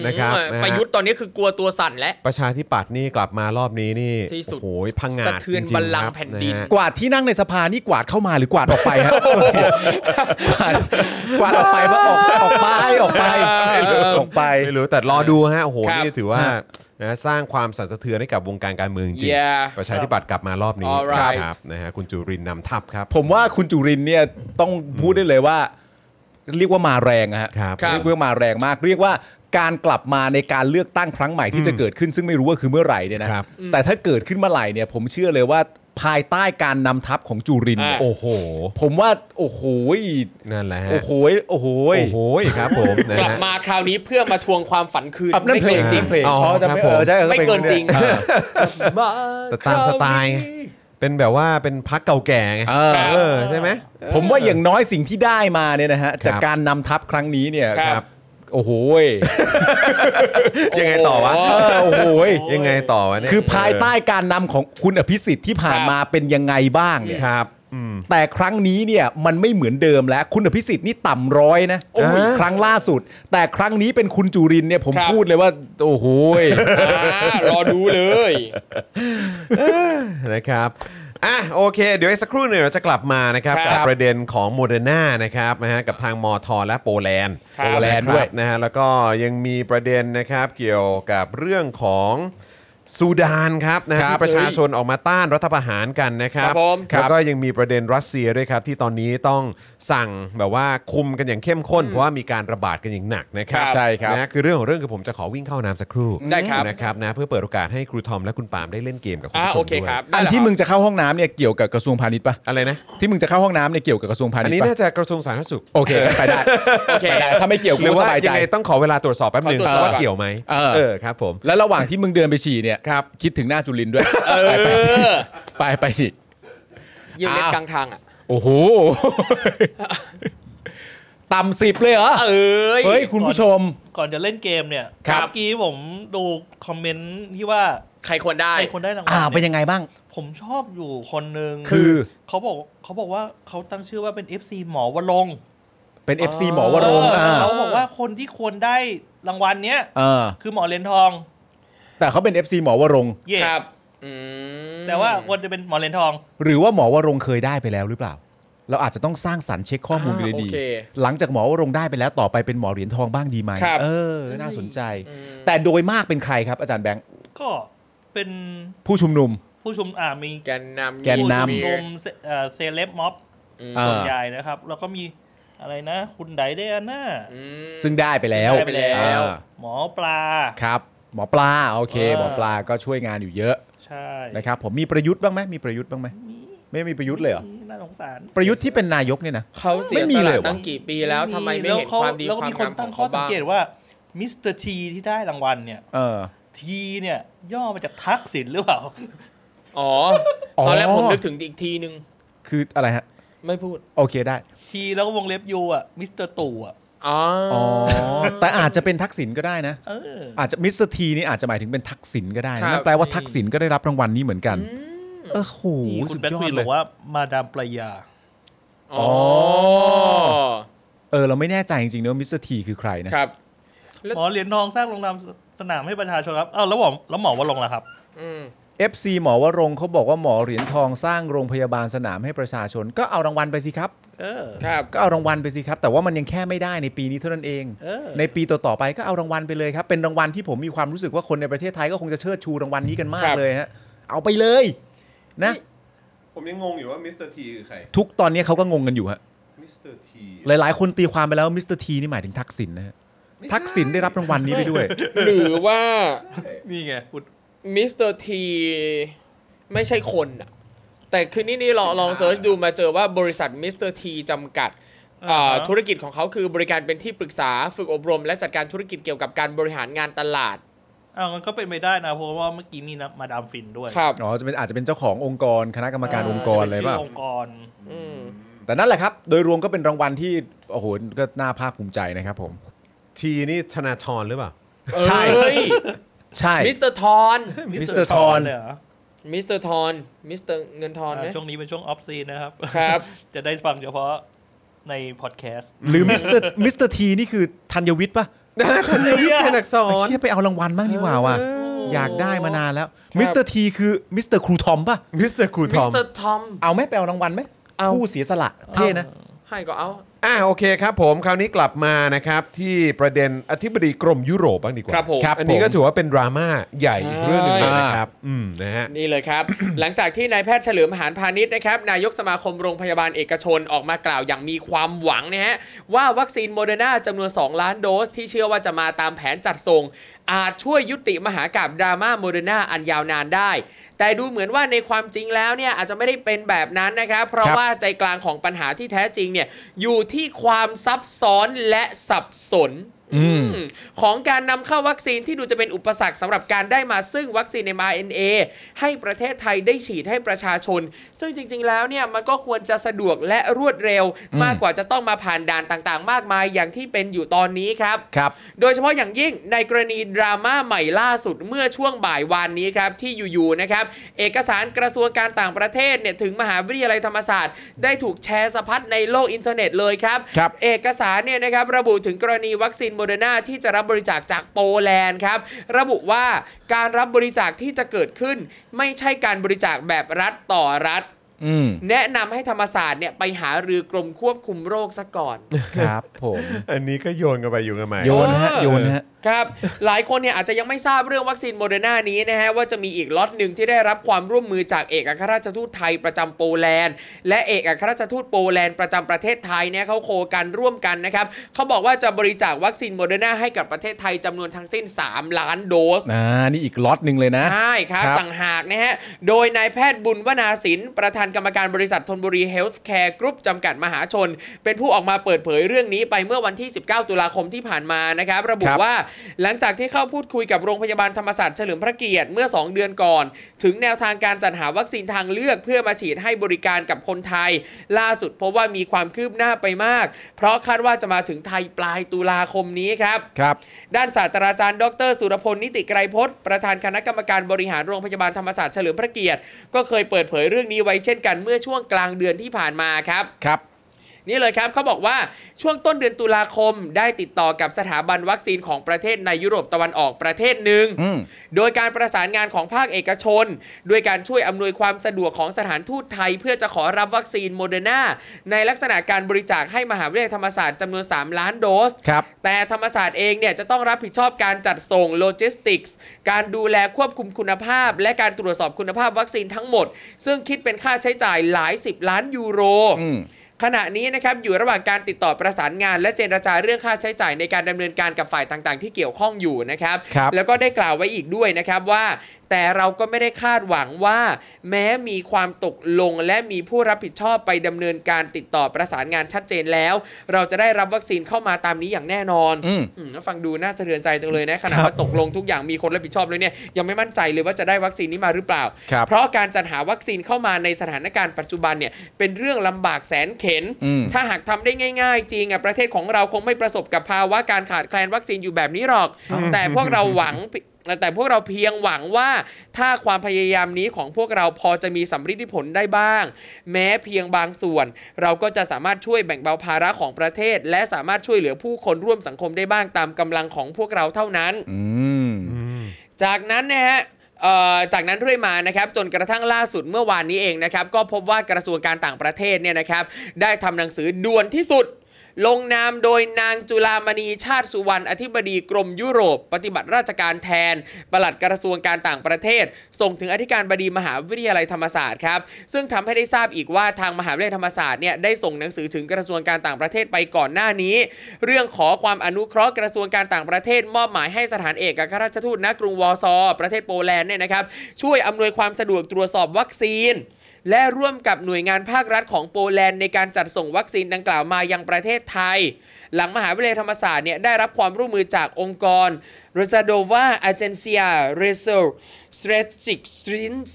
[SPEAKER 2] นะครับ
[SPEAKER 5] อื้อหือ
[SPEAKER 2] นะฮะ
[SPEAKER 5] ประยุทธ์ตอนนี้คือกลัวตัวสั่นแล้ว
[SPEAKER 2] ประชาธิปัตย์นี่กลับมารอบนี้นี่
[SPEAKER 5] ที่สุด
[SPEAKER 2] โอ้โหพังงาด
[SPEAKER 5] สะเทือน
[SPEAKER 2] จริงๆ
[SPEAKER 5] บัลลัง
[SPEAKER 2] ค
[SPEAKER 5] ก์
[SPEAKER 2] รับ
[SPEAKER 5] แผ่นดิน
[SPEAKER 2] ะฮะ
[SPEAKER 3] กวาดที่นั่งในสภานี่กวาดเข้ามาหรือกวาดออกไปฮะกวาดกวาดออกไปเพราะออกออกไปออกไปออกไป
[SPEAKER 2] ไม่รู้แต่รอดูฮะ โอ้โห
[SPEAKER 5] ครับ
[SPEAKER 2] นี่ถือว่านะสร้างความสั่นสะเทือนให้กับวงการการเมืองจริง
[SPEAKER 5] yeah
[SPEAKER 2] ประชาธิปัตย์กลับมารอบนี้
[SPEAKER 5] Alright
[SPEAKER 2] ครับนะฮะคุณจุรินทร์นำทัพครับ
[SPEAKER 3] ผมว่าคุณจุรินทร์เนี่ยต้องพูดได้เลยว่า เรียกว่ามาแรงอะฮะ
[SPEAKER 2] ครับ
[SPEAKER 5] ครับ
[SPEAKER 3] เรียกว่ามาแรงมาก เรียกว่าการกลับมาในการเลือกตั้งครั้งใหม่ที่จะเกิดขึ้นซึ่งไม่รู้ว่าคือเมื่อไหร่เนี่ยนะครับ แต่ถ้าเกิดขึ้นเมื่อไหร่เนี่ย ผมเชื่อเลยว่าภายใต้การนำทัพของจุรินทร์เนี่ย
[SPEAKER 5] อ่า
[SPEAKER 2] โอ้โห
[SPEAKER 3] ผมว่าโอ้โหย
[SPEAKER 2] นั่นแหละฮะ
[SPEAKER 3] โอ้โหยโอ้โหย
[SPEAKER 2] โอ้โหครับผมนะ
[SPEAKER 5] กลับ
[SPEAKER 2] ฮะ
[SPEAKER 5] มาคราวนี้เพื่อมาทวงความฝันคืน
[SPEAKER 3] อับนั่น
[SPEAKER 5] ไม่
[SPEAKER 3] เพล
[SPEAKER 2] อ่า
[SPEAKER 3] ง
[SPEAKER 5] เกินจริง
[SPEAKER 3] เพลง
[SPEAKER 2] อ๋อ
[SPEAKER 3] เขาจะไม่
[SPEAKER 2] ครับผม
[SPEAKER 3] เออใช่ขา
[SPEAKER 5] ไม่
[SPEAKER 3] ป็
[SPEAKER 5] เกินจริง
[SPEAKER 3] เออ
[SPEAKER 2] แต่ตามสไตล์ไงเป็นแบบว่าเป็นพักเก่าแก่ไง
[SPEAKER 3] เออ
[SPEAKER 2] เออใช่ไหม
[SPEAKER 3] ผมว่าอย่างน้อยสิ่งที่ได้มาเนี่ยนะฮะจาก
[SPEAKER 2] ครับ
[SPEAKER 3] การนำทัพครั้งนี้เนี่ย
[SPEAKER 5] ครับ
[SPEAKER 3] โอ้โหย
[SPEAKER 2] ยังไงต่อวะ
[SPEAKER 5] โ
[SPEAKER 3] เออโอ้โหย
[SPEAKER 2] ยังไงต่อวะเนี่ย
[SPEAKER 3] คือภายใต้การนำของคุณอภิสิทธิ์ที่ผ่านมาเป็นยังไงบ้าง
[SPEAKER 2] เอ
[SPEAKER 3] เนี่
[SPEAKER 2] อย ครับอืม
[SPEAKER 3] แต่ครั้งนี้เนี่ยมันไม่เหมือนเดิมแล้ว คุณอภิสิทธิ์นี่ต่ำร้อยนะ
[SPEAKER 2] โอ้ย
[SPEAKER 3] ครั้งล่าสุด แต่ครั้งนี้เป็นคุณจุรินทร์เนี่ยผม
[SPEAKER 5] ครับ
[SPEAKER 3] พูดเลยว่า โอ้โหย
[SPEAKER 5] อ่ารอดูเลย
[SPEAKER 2] นะครับอ่ะโอเค เดี๋ยวอีกสักครู่หนึ่งเราจะกลับมานะครับ
[SPEAKER 3] ครับ
[SPEAKER 2] กับประเด็นของโมเดอร์นานะครับนะฮะกับทางมอทอและโปแลนด์
[SPEAKER 5] ครับ
[SPEAKER 3] โปแลนด์
[SPEAKER 2] ะครับ
[SPEAKER 3] ด้วย
[SPEAKER 2] นะฮะแล้วก็ยังมีประเด็นนะครับเกี่ยวกับเรื่องของ ซูดานครับนะฮะ
[SPEAKER 5] ครับ
[SPEAKER 2] ที่ประชาชนออกมาต้านรัฐประหารกันนะครับ
[SPEAKER 5] ครับผม
[SPEAKER 2] แล้วก็ยังมีประเด็นรัสเซียด้วยครับ ที่ตอนนี้ต้องสั่งแบบว่าคุมกันอย่างเข้มข้น เพราะว่ามีการระบาดกันอย่างหนักนะครับ
[SPEAKER 5] ครับ
[SPEAKER 3] ใช่ครับ
[SPEAKER 2] นะคือเรื่องของเรื่องคือผมจะขอวิ่งเข้าน้ำสักครู่
[SPEAKER 5] ได้ครับ
[SPEAKER 2] นะครับนะเพื่อเปิดโอกาสให้ครูทอมและคุณปาล์มได้เล่นเกมกับคุณ
[SPEAKER 5] อ่า
[SPEAKER 2] ผู้ช
[SPEAKER 5] โอ
[SPEAKER 2] ม
[SPEAKER 5] เค
[SPEAKER 2] ด้วย
[SPEAKER 5] ครับ
[SPEAKER 3] อัน
[SPEAKER 5] ได้แล้ว
[SPEAKER 3] ที่มึงจะเข้าห้องน้ำเนี่ยเกี่ยวกับกระทรวงพาณิชย์ปะ
[SPEAKER 2] อะไรนะ
[SPEAKER 3] ที่มึงจะเข้าห้องน้ำเนี่ยเกี่ยวกับกระทรวงพาณิ
[SPEAKER 2] อัน
[SPEAKER 3] ชย์
[SPEAKER 2] นี้
[SPEAKER 3] ปะ
[SPEAKER 2] น่าจะกระทรวงสาธารณสุข
[SPEAKER 3] โอเคไปได้
[SPEAKER 5] โอเค
[SPEAKER 3] ไปได้ถ้าไม่เกี่ยว
[SPEAKER 2] ห
[SPEAKER 3] กู
[SPEAKER 2] รือ
[SPEAKER 3] ก็
[SPEAKER 2] ว่า
[SPEAKER 3] สบายใจ
[SPEAKER 2] ยังไงต้องขอเวลาตรวจสอบแป๊บหนึง
[SPEAKER 5] ขอตรวจสอบ
[SPEAKER 2] ว่า
[SPEAKER 5] ก่อน
[SPEAKER 2] เกี่ยวไหม
[SPEAKER 3] เออ
[SPEAKER 2] ครับผม
[SPEAKER 3] แล้วระหว่างที่มึงเดินไปฉี่เนี่ย
[SPEAKER 2] ครับ
[SPEAKER 3] คิดถึงหน้าจุลินด้วย
[SPEAKER 5] เอ
[SPEAKER 3] ไปไปสิไป
[SPEAKER 5] อ
[SPEAKER 3] ไปสิ
[SPEAKER 5] ยืมเล็บ
[SPEAKER 3] อ้าว
[SPEAKER 5] กลางทางอ่ะ
[SPEAKER 3] โอ้โห ต่ำสิบเลยเหรอ
[SPEAKER 5] เอ้ย
[SPEAKER 3] เฮ้ยคุณผู้ชม
[SPEAKER 4] ก่อนจะเล่นเกมเนี่ย
[SPEAKER 5] ครับ
[SPEAKER 4] เมื่อกี้ผมดูคอมเมนต์ที่ว่า
[SPEAKER 5] ใครควรได้
[SPEAKER 4] ใครคนได้รางวัล
[SPEAKER 3] อ่าเป็น
[SPEAKER 4] เนี่ย
[SPEAKER 3] ยังไงบ้าง
[SPEAKER 4] ผมชอบอยู่คนหนึ่ง
[SPEAKER 2] คือ
[SPEAKER 4] เขาบอกเขาบอกว่าเขาตั้งชื่อว่าเป็น FC หมอวลงค์
[SPEAKER 3] เป็น FC หมอวรงค์
[SPEAKER 4] เออ
[SPEAKER 3] อ่า
[SPEAKER 4] เขาบอกว่าคนที่ควรได้รางวัลเนี้ย
[SPEAKER 3] เออ
[SPEAKER 4] คือหมอเหรียญทอง
[SPEAKER 3] แต่เขาเป็น FC หมอวรงค์
[SPEAKER 4] เย่
[SPEAKER 5] ครับอืม
[SPEAKER 4] แต่ว่าควรจะเป็นหมอเหรียญทอง
[SPEAKER 3] หรือว่าหมอวรงค์เคยได้ไปแล้วหรือเปล่า เราอาจจะต้องสร้างสรรค์เช็คข้อมูลดู
[SPEAKER 5] า
[SPEAKER 3] ดี
[SPEAKER 5] โอเค
[SPEAKER 3] ๆหลังจากหมอวรงค์ได้ไปแล้วต่อไปเป็นหมอเหรียญทองบ้างดีไหม
[SPEAKER 5] ครับ
[SPEAKER 3] เออ น่าสนใจ
[SPEAKER 5] อืม
[SPEAKER 3] แต่โดยมากเป็นใครครับอาจารย์แบงค์
[SPEAKER 4] ก็เป็น
[SPEAKER 3] ผู้ชุมนุม
[SPEAKER 4] ผู้ชุมอ่ามี
[SPEAKER 5] แกนนำ
[SPEAKER 3] แกนนำ
[SPEAKER 5] ยู
[SPEAKER 4] ร
[SPEAKER 5] ทู
[SPEAKER 4] ว
[SPEAKER 5] บ
[SPEAKER 4] มเซเอ่อเซเลบม็อบ
[SPEAKER 5] อืม
[SPEAKER 3] อ่า
[SPEAKER 4] ส่วนใหญ่นะครับ แล้วก็มีอะไรนะ คุณไดเดอาน่า
[SPEAKER 5] อืม
[SPEAKER 3] ซึ่งได้ไปแล้ว
[SPEAKER 4] ได้ไปแล้ว
[SPEAKER 3] อ่า
[SPEAKER 4] หมอปลา
[SPEAKER 3] ครับ หมอปลาโอเค
[SPEAKER 5] อ่า
[SPEAKER 3] หมอปลาก็ช่วยงานอยู่เยอะ
[SPEAKER 4] ใช่
[SPEAKER 3] นะครับ ผมมีประยุทธ์บ้างไหมมีประยุทธ์บ้างไหมไม่มีประยุทธ์เลยเหรอ
[SPEAKER 4] น่าสงสาร
[SPEAKER 3] ประยุทธ์ที่เป็นนายกเนี่ยนะ
[SPEAKER 5] เขาเสี
[SPEAKER 3] ไม่
[SPEAKER 5] ย
[SPEAKER 3] มี
[SPEAKER 5] ส
[SPEAKER 3] เล
[SPEAKER 5] ละ
[SPEAKER 3] ยเหรอ
[SPEAKER 5] ตั้งกี่ปีแล้วทำไมไม่เห็น
[SPEAKER 4] แล้
[SPEAKER 5] ความดี
[SPEAKER 4] แล้
[SPEAKER 5] ค
[SPEAKER 4] วก็
[SPEAKER 5] วาม
[SPEAKER 4] มีคน
[SPEAKER 5] งามข
[SPEAKER 4] ตั้
[SPEAKER 5] อง
[SPEAKER 4] งข้
[SPEAKER 5] เขา
[SPEAKER 4] อสัง
[SPEAKER 5] บ้าง
[SPEAKER 4] เกตว่ามิสเตอร์ทีที่ได้รางวัลเนี่ย
[SPEAKER 3] เออ
[SPEAKER 4] ทีเนี่ย ย่อมาจากทักษิณหรือเปล่า
[SPEAKER 5] อ๋อ
[SPEAKER 3] อ๋อ
[SPEAKER 5] ตอนแรกผมนึกถึงอีกทีนึง
[SPEAKER 3] คืออะไรฮะ
[SPEAKER 5] ไม่พูด
[SPEAKER 3] โอเคได้
[SPEAKER 4] ทีแล้วก็วงเล็บยูอ่ะมิสเตอร์ตู่อ่ะ
[SPEAKER 5] อ๋ออ
[SPEAKER 3] อ๋อแต่อาจจะเป็นทักษิณก็ได้นะ
[SPEAKER 4] เออ
[SPEAKER 3] อาจจะมิสเตอร์ทีนี่อาจจะหมายถึงเป็นทักษิณก็ได้
[SPEAKER 5] ครั
[SPEAKER 3] นะ
[SPEAKER 5] บ
[SPEAKER 3] นั่นแปลว่าทักษิณก็ได้รับรางวัลนี้เหมือนกันเออโห
[SPEAKER 4] นี่คุ
[SPEAKER 3] สุด
[SPEAKER 4] ณแบ็ค
[SPEAKER 3] ยอ
[SPEAKER 4] ควี
[SPEAKER 3] ด
[SPEAKER 4] น
[SPEAKER 3] เล
[SPEAKER 4] บ
[SPEAKER 3] ย
[SPEAKER 4] อกว่ามาดามปลายา
[SPEAKER 5] อ๋อ
[SPEAKER 3] เออเราไม่แน่ใจจริงๆนะว่ามิสเตอร์ทีคือใครนะครับ
[SPEAKER 4] หมอเหรียญทองสร้างโรงแรมสนามให้ประชาชนครับเอ้าแล้วหมอแล้วหมอว่าลงค์ล่ะครับ
[SPEAKER 5] อืม
[SPEAKER 3] เอฟซีหมอวรงค์เขาบอกว่าหมอเหรียญทองสร้างโรงพยาบาลสนามให้ประชาชน ก็เอารางวัลไปสิครับ
[SPEAKER 4] เออ
[SPEAKER 5] ครับ
[SPEAKER 3] ก็เอารางวัลไปสิครับ แต่ว่ามันยังแค่ไม่ได้ในปีนี้เท่านั้นเอง
[SPEAKER 4] เออ
[SPEAKER 3] ในปีต่อๆไปก็เอารางวัลไปเลยครับ เป็นรางวัลที่ผมมีความรู้สึกว่าคนในประเทศไทยก็คงจะเชิดชูรางวัลนี้กันมา
[SPEAKER 5] ค
[SPEAKER 3] ก
[SPEAKER 5] รับ
[SPEAKER 3] เลยฮะเอาไปเลยนะ
[SPEAKER 2] ผมยังงงอยู่ว่ามิสเตอร์ทีคือใคร
[SPEAKER 3] ทุกตอนนี้เขาก็งงกันอยู่ฮะ
[SPEAKER 2] มิสเตอร์ที
[SPEAKER 3] หลายๆ คนตีความไปแล้วว่ามิสเตอร์ทีนี่หมายถึงทักษิณนะฮะทักษิณได้รับรางวัลนี้ไปด้วย
[SPEAKER 5] หรือว่า
[SPEAKER 4] นี่ไงคุณ
[SPEAKER 5] มิสเตอร์ทีไม่ใช่คนอะแต่คืนนี้นี่ลองลองเซิร์ชดูมาเจอว่าบริษัทมิสเตอร์ทีจำกัด
[SPEAKER 4] อ่าฮะ
[SPEAKER 5] อ่าธุรกิจของเขาคือบริการเป็นที่ปรึกษาฝึกอบรม และจัดการธุรกิจเกี่ยวกับการบริหารงานตลาด
[SPEAKER 4] อ้าวมันก็เป็นไปได้นะ เพราะว่าเมื่อกี้มีนะมาดามฟินด้วย
[SPEAKER 5] ครับ
[SPEAKER 3] อ๋อจะเป็นอาจจะเป็นเจ้าขององค์กรคณะกรรมการ
[SPEAKER 5] อ่า
[SPEAKER 3] องค์กรเลย
[SPEAKER 4] ชื่
[SPEAKER 3] ป่ะ
[SPEAKER 4] อองค์กร
[SPEAKER 5] อืม
[SPEAKER 3] แต่นั่นแหละครับ โดยรวมก็เป็นรางวัลที่โอ้โหก็น่าภาคภูมิใจนะครับผม
[SPEAKER 2] ทีนี่ธนาธรหรือเปล่า
[SPEAKER 3] ใช่
[SPEAKER 5] เอ้ย
[SPEAKER 3] ใช่
[SPEAKER 5] มิสเตอร์ทอน
[SPEAKER 3] มิสเตอร์ทอน
[SPEAKER 4] เลยเหรอ
[SPEAKER 5] มิสเตอร์ทอน มิสเตอร์เงินทอนไหม
[SPEAKER 4] อ่าช่วงนี้เป็นช่วงออฟซีนนะครับ
[SPEAKER 5] ครับ
[SPEAKER 4] จะได้ฟังเฉพาะในพอดแคสต์
[SPEAKER 3] หรือมิสเตอร์มิสเตอร์ทีนี่คือธัญวิทย์ป่ะ
[SPEAKER 2] ธนวิทย์ชนักสอ
[SPEAKER 3] ไอ้
[SPEAKER 2] น
[SPEAKER 3] เชี่ยไปเอารางวัลบ้างดีกว่าว่ะอยากได้มานานแล้วมิสเตอร์ทีคือมิสเตอร์ครูทอมป่ะ
[SPEAKER 2] มิสเตอร์ครูท
[SPEAKER 5] มิ
[SPEAKER 2] อ
[SPEAKER 5] ส
[SPEAKER 2] ม
[SPEAKER 5] เตอร์ทอม
[SPEAKER 3] เอาไหมไปเอารางวัลไหม
[SPEAKER 5] เอา
[SPEAKER 3] ผู้เสียสละเท่นะ
[SPEAKER 5] ให้ก็เอา
[SPEAKER 2] อ่ะโอเคครับผมคราวนี้กลับมานะครับที่ประเด็นอธิบดีกรมยุโรปบ้างดีกว่า
[SPEAKER 5] ครับผม
[SPEAKER 3] ครับ
[SPEAKER 2] อันนี้ก็
[SPEAKER 3] ผม
[SPEAKER 2] ถือว่าเป็นดราม่าใหญ่อีกเรื่องหนึ่งเลย
[SPEAKER 3] ใช่
[SPEAKER 2] นะครับ อืมนะฮะ
[SPEAKER 5] นี่เลย ครับ หลังจากที่นายแพทย์เฉลิมหานพาณิชย์นะครับ นายกสมาคมโรงพยาบาลเอกชนออกมากล่าวอย่างมีความหวังนะฮะ ว่าวัคซีนโมเดอร์นาจำนวน 2 ล้านโดส ที่เชื่อว่าจะมาตามแผนจัดส่ง อาจช่วยยุติมหากาบดราม่าโมเดอร์นาอันยาวนานได้ แต่ดูเหมือนว่าในความจริงแล้วเนี่ยอาจจะไม่ได้เป็นแบบนั้นนะครับ เพราะ
[SPEAKER 3] ครับ
[SPEAKER 5] ว่าใจกลางของปัญหาที่แท้จริงเนี่ยอยู่ที่ความซับซ้อนและสับสน อืมของการนำเข้าวัคซีนที่ดูจะเป็นอุปสรรคสำหรับการได้มาซึ่งวัคซีน mRNA ให้ประเทศไทยได้ฉีดให้ประชาชน ซึ่งจริง ๆ แล้วเนี่ยมันก็ควรจะสะดวกและรวดเร็ว มากกว่าจะต้องมาผ่านด่านต่างๆ มากมายอย่างที่เป็นอยู่ตอนนี้ครับ
[SPEAKER 3] ครับ
[SPEAKER 5] โดยเฉพาะอย่างยิ่งในกรณีดราม่าใหม่ล่าสุดเมื่อช่วงบ่ายวานนี้ครับที่อยู่ๆนะครับ เอกสารกระทรวงการต่างประเทศเนี่ยถึงมหาวิทยาลัยธรรมศาสตร์ ได้ถูกแชร์สะพัดในโลกอินเทอร์เน็ตเลยครับ
[SPEAKER 3] ครับ
[SPEAKER 5] เอกสารเนี่ยนะครับระบุถึงกรณีวัคซีนโมเดอร์นาที่จะรับบริจาคจากโปแลนด์ครับระบุว่าการรับบริจาคที่จะเกิดขึ้น ไม่ใช่การบริจาคแบบรัฐต่อรัฐ
[SPEAKER 3] อืม
[SPEAKER 5] แนะนำให้ธรรมศาสตร์เนี่ยไปหารือกรมควบคุมโรคซะก่อน
[SPEAKER 3] ครับผม
[SPEAKER 2] อันนี้ก็โยนกันไปอยู่กันมา
[SPEAKER 3] โยนฮะ
[SPEAKER 5] เออ
[SPEAKER 3] โยนฮะ
[SPEAKER 5] ครับ หลายคนเนี่ยอาจจะยังไม่ทราบเรื่องวัคซีนโมเดอร์นานี้นะฮะว่าจะมีอีกล็อตหนึ่งที่ได้รับความร่วมมือจากเอกอัครราชทูตไทยประจำโปแลนด์ และเอกอัครราชทูตโปแลนด์ประจำประเทศไทยเนี่ยเขาโคกันร่วมกันนะครับเขาบอกว่าจะบริจาควัคซีนโมเดอร์นาให้กับประเทศไทยจำนวนทั้งสิ้น 3 ล้านโดส
[SPEAKER 3] อ่านี่อีกล็อตหนึ่งเลยนะ
[SPEAKER 5] ใช่ครับ
[SPEAKER 3] ครับ
[SPEAKER 5] ต่างหากนะฮะ โดยนายแพทย์บุญวนาสิน ประธานกรรมการบริษัทธนบุรีเฮลท์แคร์กรุ๊ปจำกัดมหาชน เป็นผู้ออกมาเปิดเผยเรื่องนี้ไปเมื่อวันที่ 19 ตุลาคมที่ผ่านมานะครับ ระบุ
[SPEAKER 3] ครับ
[SPEAKER 5] ว่าหลังจากที่เข้าพูดคุยกับโรงพยาบาลธรรมศาสตร์เฉลิมพระเกียรติเมื่อ 2 เดือนก่อน ถึงแนวทางการจัดหาวัคซีนทางเลือกเพื่อมาฉีดให้บริการกับคนไทย ล่าสุดพบว่ามีความคืบหน้าไปมาก เพราะคาดว่าจะมาถึงไทยปลายตุลาคมนี้ครับ
[SPEAKER 3] ครับ
[SPEAKER 5] ด้านศาสตราจารย์ดร สุรพล นิติไกรพจน์ ประธานคณะกรรมการบริหารโรงพยาบาลธรรมศาสตร์เฉลิมพระเกียรติ ก็เคยเปิดเผยเรื่องนี้ไว้เช่นกันเมื่อช่วงกลางเดือนที่ผ่านมาครับ
[SPEAKER 3] ครับ
[SPEAKER 5] นี่เลยครับเขาบอกว่าช่วงต้นเดือนตุลาคมได้ติดต่อกับสถาบันวัคซีนของประเทศในยุโรปตะวันออกประเทศหนึ่ง
[SPEAKER 3] อืม
[SPEAKER 5] โดยการประสานงานของภาคเอกชน ด้วยการช่วยอำนวยความสะดวกของสถานทูตไทย เพื่อจะขอรับวัคซีนโมเดอร์นาในลักษณะการบริจาคให้มหาวิทยาลัยธรรมศาสตร์จำนวน 3 ล้านโดส
[SPEAKER 3] ครับ
[SPEAKER 5] แต่ธรรมศาสตร์เองเนี่ยจะต้องรับผิดชอบการจัดส่งโลจิสติกส์ การดูแลควบคุมคุณภาพ และการตรวจสอบคุณภาพวัคซีนทั้งหมด ซึ่งคิดเป็นค่าใช้จ่ายหลาย 10 ล้านยูโร
[SPEAKER 3] อืม
[SPEAKER 5] ขณะนี้นะครับอยู่ระหว่างการติดต่อประสานงาน และเจรจาเรื่องค่าใช้จ่ายในการดำเนินการกับฝ่ายต่างๆ ที่เกี่ยวข้องอยู่นะครับ
[SPEAKER 3] ครับ
[SPEAKER 5] แล้วก็ได้กล่าวไว้อีกด้วยนะครับว่า แต่เราก็ไม่ได้คาดหวังว่า แม้มีความตกลงและมีผู้รับผิดชอบไปดำเนินการติดต่อประสานงานชัดเจนแล้ว เราจะได้รับวัคซีนเข้ามาตามนี้อย่างแน่นอน
[SPEAKER 3] อืม
[SPEAKER 5] อืมฟังดูน่าสะเทือนใจจังเลยนะขนา
[SPEAKER 3] ค
[SPEAKER 5] ด
[SPEAKER 3] รับ
[SPEAKER 5] ว่าตกลงทุกอย่างมีคนรับผิดชอบเลยเนี่ยยังไม่มั่นใจเลยว่าจะได้วัคซีนนี้มาหรือเปล่า
[SPEAKER 3] ครับ
[SPEAKER 5] เพราะการจัดหาวัคซีนเข้ามาในสถานการณ์ปัจจุบันเนี่ยเป็นเรื่องลำบากแสนเข็น
[SPEAKER 3] อืม
[SPEAKER 5] ถ้าหากทำได้ง่าย ๆ จริงอ่ะประเทศของเราคงไม่ประสบกับภาวะการขาดแคลนวัคซีนอยู่แบบนี้หรอก แต่พวกเราหวังแต่พวกเราเพียงหวังว่า ถ้าความพยายามนี้ของพวกเราพอจะมีสัมฤทธิผลได้บ้าง แม้เพียงบางส่วน เราก็จะสามารถช่วยแบ่งเบาภาระของประเทศ และสามารถช่วยเหลือผู้คนร่วมสังคมได้บ้างตามกำลังของพวกเราเท่านั้น
[SPEAKER 3] อืม
[SPEAKER 5] จากนั้นนะฮะเอ่อจากนั้นเรื่อยมานะครับจนกระทั่งล่าสุดเมื่อวานนี้เองนะครับก็พบว่ากระทรวงการต่างประเทศเนี่ยนะครับได้ทำหนังสือด่วนที่สุด ลงนามโดยนางจุลามณีชาติสุวรรณอธิบดีกรมยุโรป ปฏิบัติราชการแทน ปลัดกระทรวงการต่างประเทศ ส่งถึงอธิการบดีมหาวิทยาลัยธรรมศาสตร์ครับซึ่งทำให้ได้ทราบอีกว่าทางมหาวิทยาลัยธรรมศาสตร์เนี่ยได้ส่งหนังสือถึงกระทรวงการต่างประเทศไปก่อนหน้านี้ เรื่องขอความอนุเคราะห์กระทรวงการต่างประเทศ มอบหมายให้สถานเอกอัครราชทูตณกรุงวอร์ซอว์ประเทศโปแลนด์เนี่ยนะครับช่วยอำนวยความสะดวกตรวจสอบวัคซีน และร่วมกับหน่วยงานภาครัฐของโปแลนด์ในการจัดส่งวัคซีนดังกล่าวมายังประเทศไทย หลังมหาวิทยาลัยธรรมศาสตร์เนี่ยได้รับความร่วมมือจากองค์กร r o s a d o v a Agencia r e s o r Strategic Strings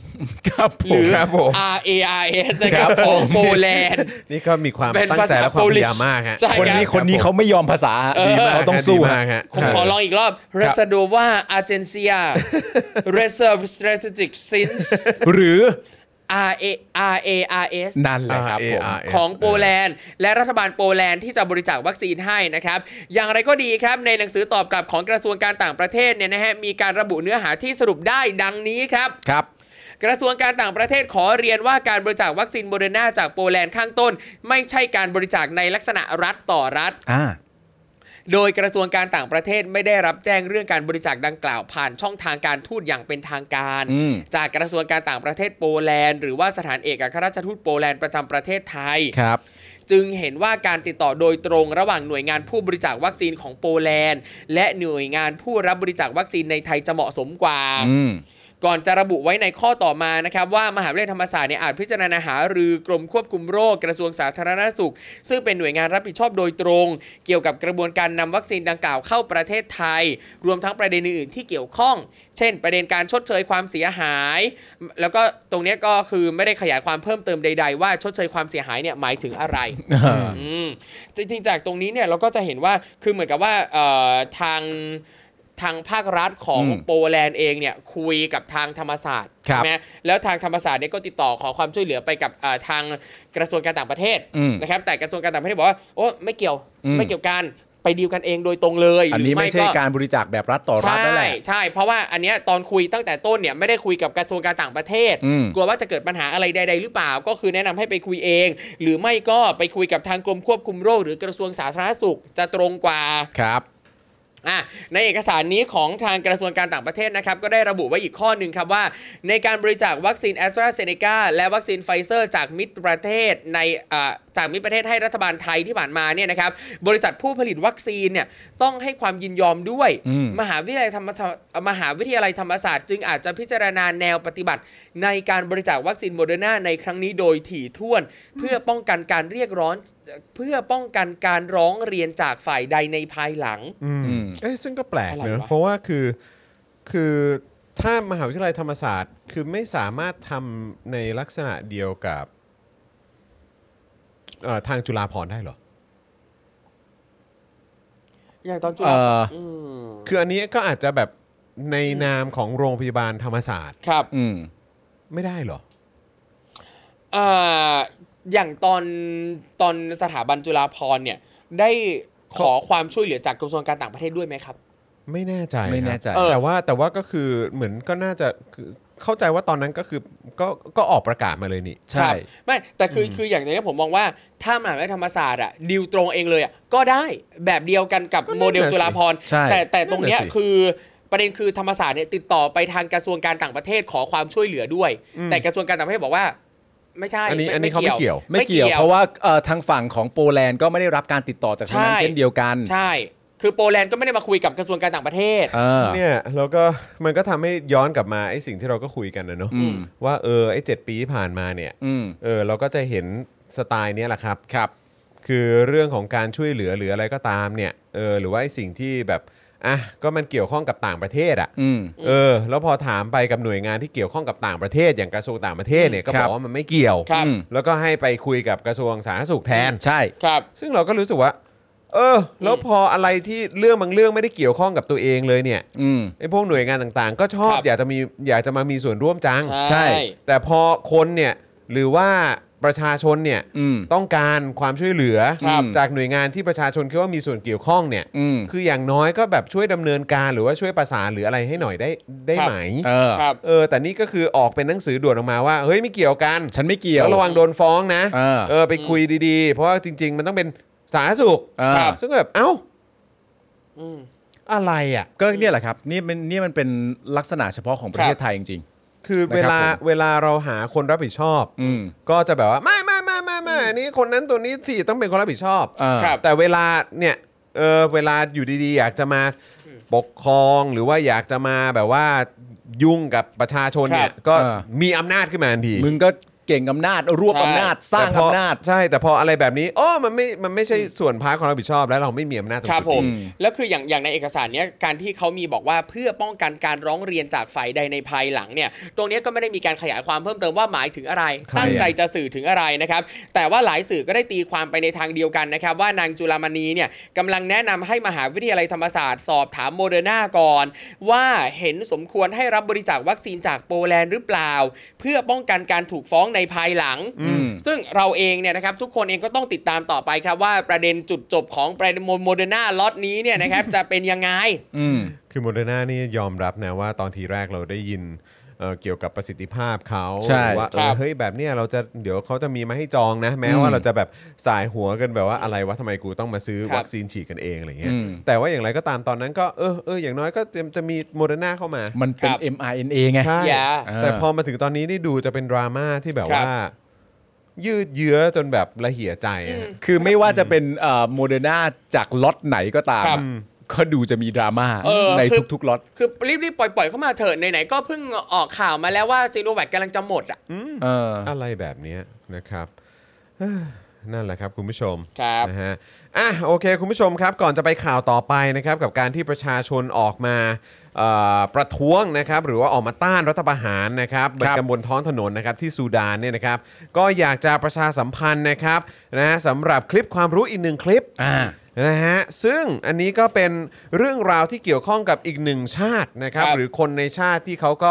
[SPEAKER 3] ครับผ
[SPEAKER 5] หรื
[SPEAKER 3] ม
[SPEAKER 5] อ
[SPEAKER 2] ครับผม
[SPEAKER 5] R A R S นะครับของโปแลนด์
[SPEAKER 2] นี่ก็มีความ
[SPEAKER 5] เป็น
[SPEAKER 2] ตั้งใจและความพยายามมากฮะ
[SPEAKER 5] ใช่
[SPEAKER 3] คนนี้
[SPEAKER 2] ครับ
[SPEAKER 3] คนนี้เขาไม่ยอมภาษาฮะ
[SPEAKER 5] เออ
[SPEAKER 2] ดีมาก
[SPEAKER 3] เขาต้อง
[SPEAKER 2] ฮะ
[SPEAKER 3] สู้
[SPEAKER 2] ดี
[SPEAKER 3] ฮะ
[SPEAKER 2] มากฮะ
[SPEAKER 5] ผมขอลองอีกรอบ r e s a d o v a Agencia Reserve Strategic Strings
[SPEAKER 3] หรือ
[SPEAKER 5] R A R A R S
[SPEAKER 3] นั่นแหละครับผม
[SPEAKER 2] า ARS
[SPEAKER 5] ของโปแลนด์ และรัฐบาลโปแลนด์ที่จะบริจาควัคซีนให้นะครับ อย่างไรก็ดีครับในหนังสือตอบกลับของกระทรวงการต่างประเทศเนี่ยนะฮะมีการระบุเนื้อหาที่สรุปได้ดังนี้ครับ
[SPEAKER 3] ครับ
[SPEAKER 5] กระทรวงการต่างประเทศขอเรียนว่าการบริจาควัคซีนโมเดอร์นาจากโปแลนด์ข้างต้น ไม่ใช่การบริจาคในลักษณะรัฐต่อรัฐ
[SPEAKER 3] อ่า
[SPEAKER 5] โดยกระทรวงการต่างประเทศไม่ได้รับแจ้งเรื่องการบริจาคดังกล่าวผ่านช่องทางการทูตอย่างเป็นทางการ
[SPEAKER 3] อืม
[SPEAKER 5] จากกระทรวงการต่างประเทศโปแลนด์หรือว่าสถานเอกอัครราชทูตโปแลนด์ประจำประเทศไทย
[SPEAKER 3] ครับ
[SPEAKER 5] จึงเห็นว่าการติดต่อโดยตรงระหว่างหน่วยงานผู้บริจาควัคซีนของโปแลนด์ และหน่วยงานผู้รับบริจาควัคซีนในไทยจะเหมาะสมกว่า
[SPEAKER 3] อืม
[SPEAKER 5] ก่อนจะระบุไว้ในข้อต่อมานะครับว่ามหาวิทยาลัยธรรมศาสตร์เนี่ยอาจพิจารณาหารือกรมควบคุมโรคกระทรวงสาธารณสุข ซึ่งเป็นหน่วยงานรับผิดชอบโดยตรง เกี่ยวกับกระบวนการนำวัคซีนดังกล่าวเข้าประเทศไทย รวมทั้งประเด็นอื่นๆที่เกี่ยวข้อง เช่น ประเด็นการชดเชยความเสียหาย แล้วก็ตรงเนี้ยก็คือไม่ได้ขยายความเพิ่มเติมใด ๆ ว่าชดเชยความเสียหายเนี่ยหมายถึง อะไร อืมจริงๆจากตรงนี้เนี่ยเราก็จะเห็นว่าคือเหมือนกับว่าเอ่อทางทางภาครัฐของ
[SPEAKER 3] อืม
[SPEAKER 5] โปแลนด์เองเนี่ยคุยกับทางธรรมศาสตร์
[SPEAKER 3] ครับ
[SPEAKER 5] ใช่ไหมแล้วทางธรรมศาสตร์เนี่ยก็ติดต่อขอความช่วยเหลือไปกับเอ่อทางกระทรวงการต่างประเทศ
[SPEAKER 3] อืม
[SPEAKER 5] นะครับแต่กระทรวงการต่างประเทศบอกว่าโอ้ไม่เกี่ยว
[SPEAKER 3] อืม
[SPEAKER 5] ไม่เกี่ยวกันไปดีลกันเองโดยตรงเลย
[SPEAKER 3] อัน
[SPEAKER 5] หรื
[SPEAKER 3] นี้ไม่ใช่
[SPEAKER 5] ก็
[SPEAKER 3] การบริจาคแบบรัฐต่อรัฐนั่นแหละ
[SPEAKER 5] ใช่ใช่เพราะว่าอันเนี้ยตอนคุยตั้งแต่ต้นเนี่ยไม่ได้คุยกับกระทรวงการต่างประเทศ
[SPEAKER 3] อืม
[SPEAKER 5] กลัวว่าจะเกิดปัญหาอะไรใด ๆ หรือเปล่า ก็คือแนะนำให้ไปคุยเอง หรือไม่ก็ไปคุยกับทางกรมควบคุมโรค หรือกระทรวงสาธารณสุขจะตรงกว่า
[SPEAKER 3] ครับ
[SPEAKER 5] อ่ะในเอกสารนี้ของทางกระทรวงการต่างประเทศนะครับก็ได้ระบุไว้อีกข้อหนึ่งครับว่า ในการบริจาควัคซีนแอสตราเซเนกาและวัคซีนไฟเซอร์ จากมิตรประเทศในอ่าจากมิตรประเทศให้รัฐบาลไทยที่ผ่านมาเนี่ยนะครับบริษัทผู้ผลิตวัคซีนเนี่ยต้องให้ความยินยอมด้วย
[SPEAKER 3] อืม
[SPEAKER 5] มหาวิทยาลัยธรรมศาสตร์มหาวิทยาลัยธรรมศาสตร์จึงอาจจะพิจารณาแนวปฏิบัติ ในการบริจาควัคซีนโมเดอร์นาในครั้งนี้โดยถี่ถ้วน เพื่อป้องกันการเรียกร้องเพื่อป้องกันการร้องเรียนจากฝ่ายใดในภายหลัง
[SPEAKER 3] อืม
[SPEAKER 2] เอ้ยซึ่งก็แปลก
[SPEAKER 5] อะไร
[SPEAKER 2] เนอะ
[SPEAKER 5] วะ
[SPEAKER 2] เพราะว่าคือคือถ้ามหาวิทยาลัยธรรมศาสตร์ คือไม่สามารถทำในลักษณะเดียวกับเอ่อทางจุฬาภรณ์ได้เหรอ
[SPEAKER 5] อย่างตอนจุ
[SPEAKER 3] เอ่
[SPEAKER 5] ฬา
[SPEAKER 3] อ
[SPEAKER 5] ม
[SPEAKER 2] คืออันนี้ก็อาจจะแบบในนามของโรงพยาบาลธรรมศาสตร์
[SPEAKER 5] ครับ
[SPEAKER 3] อืม
[SPEAKER 2] ไม่ได้เหรอ
[SPEAKER 5] เอ่ออย่างตอนตอนสถาบันจุฬาภรณ์เนี่ยได้ขอความช่วยเหลือจากกระทรวงการต่างประเทศด้วยไหมครับ
[SPEAKER 2] ไม่แน่ใจ
[SPEAKER 3] ไม่แน่ใจ
[SPEAKER 2] ครับเออแต่ว่าแต่ว่าก็คือเหมือนก็น่าจะคือเข้าใจว่าตอนนั้นก็คือก็ก็ออกประกาศมาเลยนี่
[SPEAKER 3] ใช่
[SPEAKER 5] ครับไม่แต่คืออคืออย่างนี้ผมมองว่าถ้ามหาวิทยาลัยธรรมศาสตร์อะดิวตรงเองเลยอะก็ได้แบบเดียวกันกับ
[SPEAKER 2] ก็นั่น
[SPEAKER 5] โมเดล
[SPEAKER 2] น่ะสิ
[SPEAKER 5] จุฬาภรณ์
[SPEAKER 3] ใช่
[SPEAKER 5] แต่แต่ตรงเนี้ย
[SPEAKER 2] นั่นน่ะสิ
[SPEAKER 5] คือประเด็นคือธรรมศาสตร์เนี่ยติดต่อไปทางกระทรวงการต่างประเทศขอความช่วยเหลือด้วย แต่กระทรวงการต่างประเทศบอกว่า ไม่ใช่
[SPEAKER 2] อันนี้อันนี้เขา
[SPEAKER 5] ไม่
[SPEAKER 2] ไม่
[SPEAKER 5] เกี่
[SPEAKER 2] เกี่
[SPEAKER 5] ย
[SPEAKER 2] ยว ว
[SPEAKER 3] ไม่เกี่ยวเพราะว่าเอ่อทางฝั่งของโปแลนด์ก็ไม่ได้รับการติดต่อจากทางนั้น
[SPEAKER 5] ใช่
[SPEAKER 3] เช่นเดียวกัน
[SPEAKER 5] ใช่ คือโปแลนด์ก็ไม่ได้มาคุยกับกระทรวงการต่างประเทศ
[SPEAKER 3] เออ
[SPEAKER 2] เนี่ยแล้วก็มันก็ทำให้ย้อนกลับมาไอ้สิ่งที่เราก็คุยกันนะเนอะ
[SPEAKER 3] อืม
[SPEAKER 2] ว่าเออไอ้เจ็ดปีที่ผ่านมาเนี่ย
[SPEAKER 3] อืม
[SPEAKER 2] เออเราก็จะเห็นสไตล์เนี้ยแหละครับครับ คือเรื่องของการช่วยเหลือหรืออะไรก็ตามเนี่ยเออหรือว่าไอ้สิ่งที่แบบอ่ะก็มันเกี่ยวข้องกับต่างประเทศอ่ะ
[SPEAKER 3] อืม
[SPEAKER 2] เออแล้วพอถามไปกับหน่วยงานที่เกี่ยวข้องกับต่างประเทศ อย่างกระทรวงต่างประเทศเนี่ยก็
[SPEAKER 3] ครั
[SPEAKER 2] อ
[SPEAKER 3] บ
[SPEAKER 2] บ กว่ามันไม่เกี่ยว
[SPEAKER 5] ครับ
[SPEAKER 3] อืม
[SPEAKER 2] แล้วก็ให้ไปคุยกับกระทรวงสาธารณสุขแทน
[SPEAKER 3] ใช่
[SPEAKER 5] ครับ
[SPEAKER 2] ซึ่งเราก็รู้สึกว่า เออ แล้วพออะไรที่เรื่องบางเรื่องไม่ได้เกี่ยวข้องกับตัวเองเลยเนี่ย
[SPEAKER 3] อืม
[SPEAKER 2] ไอ้พวกหน่วยงานต่างๆ ก็ชอบ
[SPEAKER 5] ครับ
[SPEAKER 2] อยากจะมีอยากจะมามีส่วนร่วมจัง
[SPEAKER 3] ใช่
[SPEAKER 2] แต่พอคนเนี่ยหรือว่าประชาชนเนี่ย
[SPEAKER 3] อืม
[SPEAKER 2] ต้องการความช่วยเหลือ
[SPEAKER 3] ครับ
[SPEAKER 2] จากหน่วยงานที่ประชาชนคิดว่ามีส่วนเกี่ยวข้องเนี่ย
[SPEAKER 3] อืม
[SPEAKER 2] คืออย่างน้อยก็แบบช่วยดำเนินการหรือว่าช่วยประสานหรืออะไรให้หน่อยได้ได้ไหม
[SPEAKER 3] เออ
[SPEAKER 5] ครับ
[SPEAKER 2] เออแต่นี่ก็คือออกเป็นหนังสือด่วนออกมาว่าเฮ้ยไม่เกี่ยวกัน
[SPEAKER 3] ฉันไม่เกี่ยว
[SPEAKER 2] แล้วระวังโดนฟ้องนะ
[SPEAKER 3] เออ
[SPEAKER 2] ไปคุยดีๆ เพราะว่าจริง ๆ มันต้องเป็นสาธารณสุข
[SPEAKER 3] เออ
[SPEAKER 2] ครับซึ่งก็แบบเอ้า
[SPEAKER 5] อืม
[SPEAKER 2] อะไรอ่ะ
[SPEAKER 3] ก็เนี่ยแหละครับนี่มันนี่มันเป็นลักษณะเฉพาะของประเทศไทยจริง
[SPEAKER 2] คือเวลา
[SPEAKER 3] นะครับผม
[SPEAKER 2] เวลาเราหาคนรับผิดชอบ
[SPEAKER 3] ๆ อืม
[SPEAKER 2] ก็จะแบบว่าไม่ไม่ไม่ไม่ไม่อันนี่คนนั้นตัวนี้สี่ต้องเป็นคนรับผิดชอบ
[SPEAKER 3] เออ
[SPEAKER 5] ครับ
[SPEAKER 2] แต่เวลาเนี่ยเออเวลาอยู่ดีๆ อยากจะมาปกครองหรือว่าอยากจะมาแบบว่ายุ่งกับประชาชนเนี่ย
[SPEAKER 5] ครับ
[SPEAKER 2] ก็
[SPEAKER 3] เออ
[SPEAKER 2] มีอำนาจขึ้นมาทันที
[SPEAKER 3] มึงก็เก่งอำนาจรวบอำนาจสร้าง
[SPEAKER 2] แต่พ
[SPEAKER 3] อำนาจ
[SPEAKER 2] ใช่แต่พออะไรแบบนี้โอ้อมันไม่มันไม่ใช่ส่วนพาร์ทของรับผิดชอบ แล้วเราไม่มีอำนาจตรง
[SPEAKER 5] ครับ
[SPEAKER 2] จุด
[SPEAKER 5] ผ
[SPEAKER 2] นี้
[SPEAKER 5] ม
[SPEAKER 3] อืม
[SPEAKER 5] แล้วคืออย่างอย่างในเอกสารเนี้ยการที่เขามีบอกว่าเพื่อป้องกันการร้องเรียนจากฝ่ายใดในภายหลังเนี่ย ตรงเนี้ยก็ไม่ได้มีการขยายความเพิ่มเติมว่าหมายถึงอะไร ตั้งใจจะสื่อถึงอะไรนะครับ แต่ว่าหลายสื่อก็ได้ตีความไปในทางเดียวกันนะครับ ว่านางจุลามณีเนี่ยกำลังแนะนำให้มหาวิทยาลัยธรรมศาสตร์สอบถามโมเดอร์นาก่อน ว่าเห็นสมควรให้รับบริจาควัคซีนจากโปแลนด์หรือเปล่า เพื่อป้องกันการถูกฟ้องในภายหลัง
[SPEAKER 3] อืม
[SPEAKER 5] ซึ่งเราเองเนี่ยนะครับทุกคนเองก็ต้องติดตามต่อไปครับว่าประเด็นจุดจบของประเด็นโมเดอร์นาล็อตนี้เนี่ยนะครับ จะเป็นยังไง
[SPEAKER 3] อืม
[SPEAKER 2] คือโมเดอร์นานี่ยอมรับนะว่าตอนทีแรกเราได้ยินเอ่อเกี่ยวกับประสิทธิภาพเขา
[SPEAKER 3] ใช่
[SPEAKER 2] หรือว่าเอ
[SPEAKER 5] ครั
[SPEAKER 2] อบ เฮ้ยแบบเนี้ยเราจะเดี๋ยวเขาจะมีมาให้จองนะ แม้ว่า
[SPEAKER 3] อืม
[SPEAKER 2] เราจะแบบสายหัวกันแบบว่าอะไรวะทำไมกูต้องมาซื้อวัคซีนฉีดกันเองอะไรเงี้ย
[SPEAKER 3] อืม
[SPEAKER 2] แต่ว่าอย่างไรก็ตามตอนนั้นก็เออเอออย่างน้อยก็เตรียมจะมีโมเดอร์นาเข้ามา
[SPEAKER 3] มันเป็น
[SPEAKER 5] ครับ
[SPEAKER 3] mRNA ไง
[SPEAKER 2] ใช่
[SPEAKER 5] อย่า
[SPEAKER 3] เออ
[SPEAKER 2] แต่พอมาถึงตอนนี้นี่ดูจะเป็นดราม่าที่แบบ
[SPEAKER 5] ครับ
[SPEAKER 2] ว่า ยืดเยื้อจนแบบละเหี่ยใจอะฮะ
[SPEAKER 3] คือไม่ว่าจะเป็นโมเดอร์นาจากล็อตไหนก็ตาม
[SPEAKER 5] ครับ
[SPEAKER 3] ก็ดูจะมีดราม่า
[SPEAKER 5] เออ
[SPEAKER 3] ใน
[SPEAKER 5] คือ
[SPEAKER 3] ทุกๆล็อต
[SPEAKER 5] คือรีบๆ ปล่อยๆ เข้ามาเถอะไหนๆก็เพิ่งออกข่าวมาแล้วว่าซีโนแวคกำลังจะหมดอ่ะ
[SPEAKER 3] เออ
[SPEAKER 2] อะไรแบบเนี้ยนะครับ เอ้อนั่นแหละครับคุณผู้ชม
[SPEAKER 5] ครับ
[SPEAKER 2] นะฮะ อ่ะโอเค คุณผู้ชมครับ ก่อนจะไปข่าวต่อไปนะครับกับการที่ประชาชนออกมาเอ่อประท้วงนะครับหรือว่าออกมาต้านรัฐประหารนะครับบนกันบนท้องถนนนะครับที่ซูดานเนี่ยนะครับก็อยากจะประชาสัมพันธ์นะครับนะฮะสำหรับคลิปความรู้อีกหนึ่งคลิป
[SPEAKER 3] อ่า
[SPEAKER 2] นะฮะซึ่งอันนี้ก็เป็นเรื่องราวที่เกี่ยวข้องกับอีกหนึ่งชาตินะครับ
[SPEAKER 5] ครับ
[SPEAKER 2] หรือคนในชาติที่เขาก็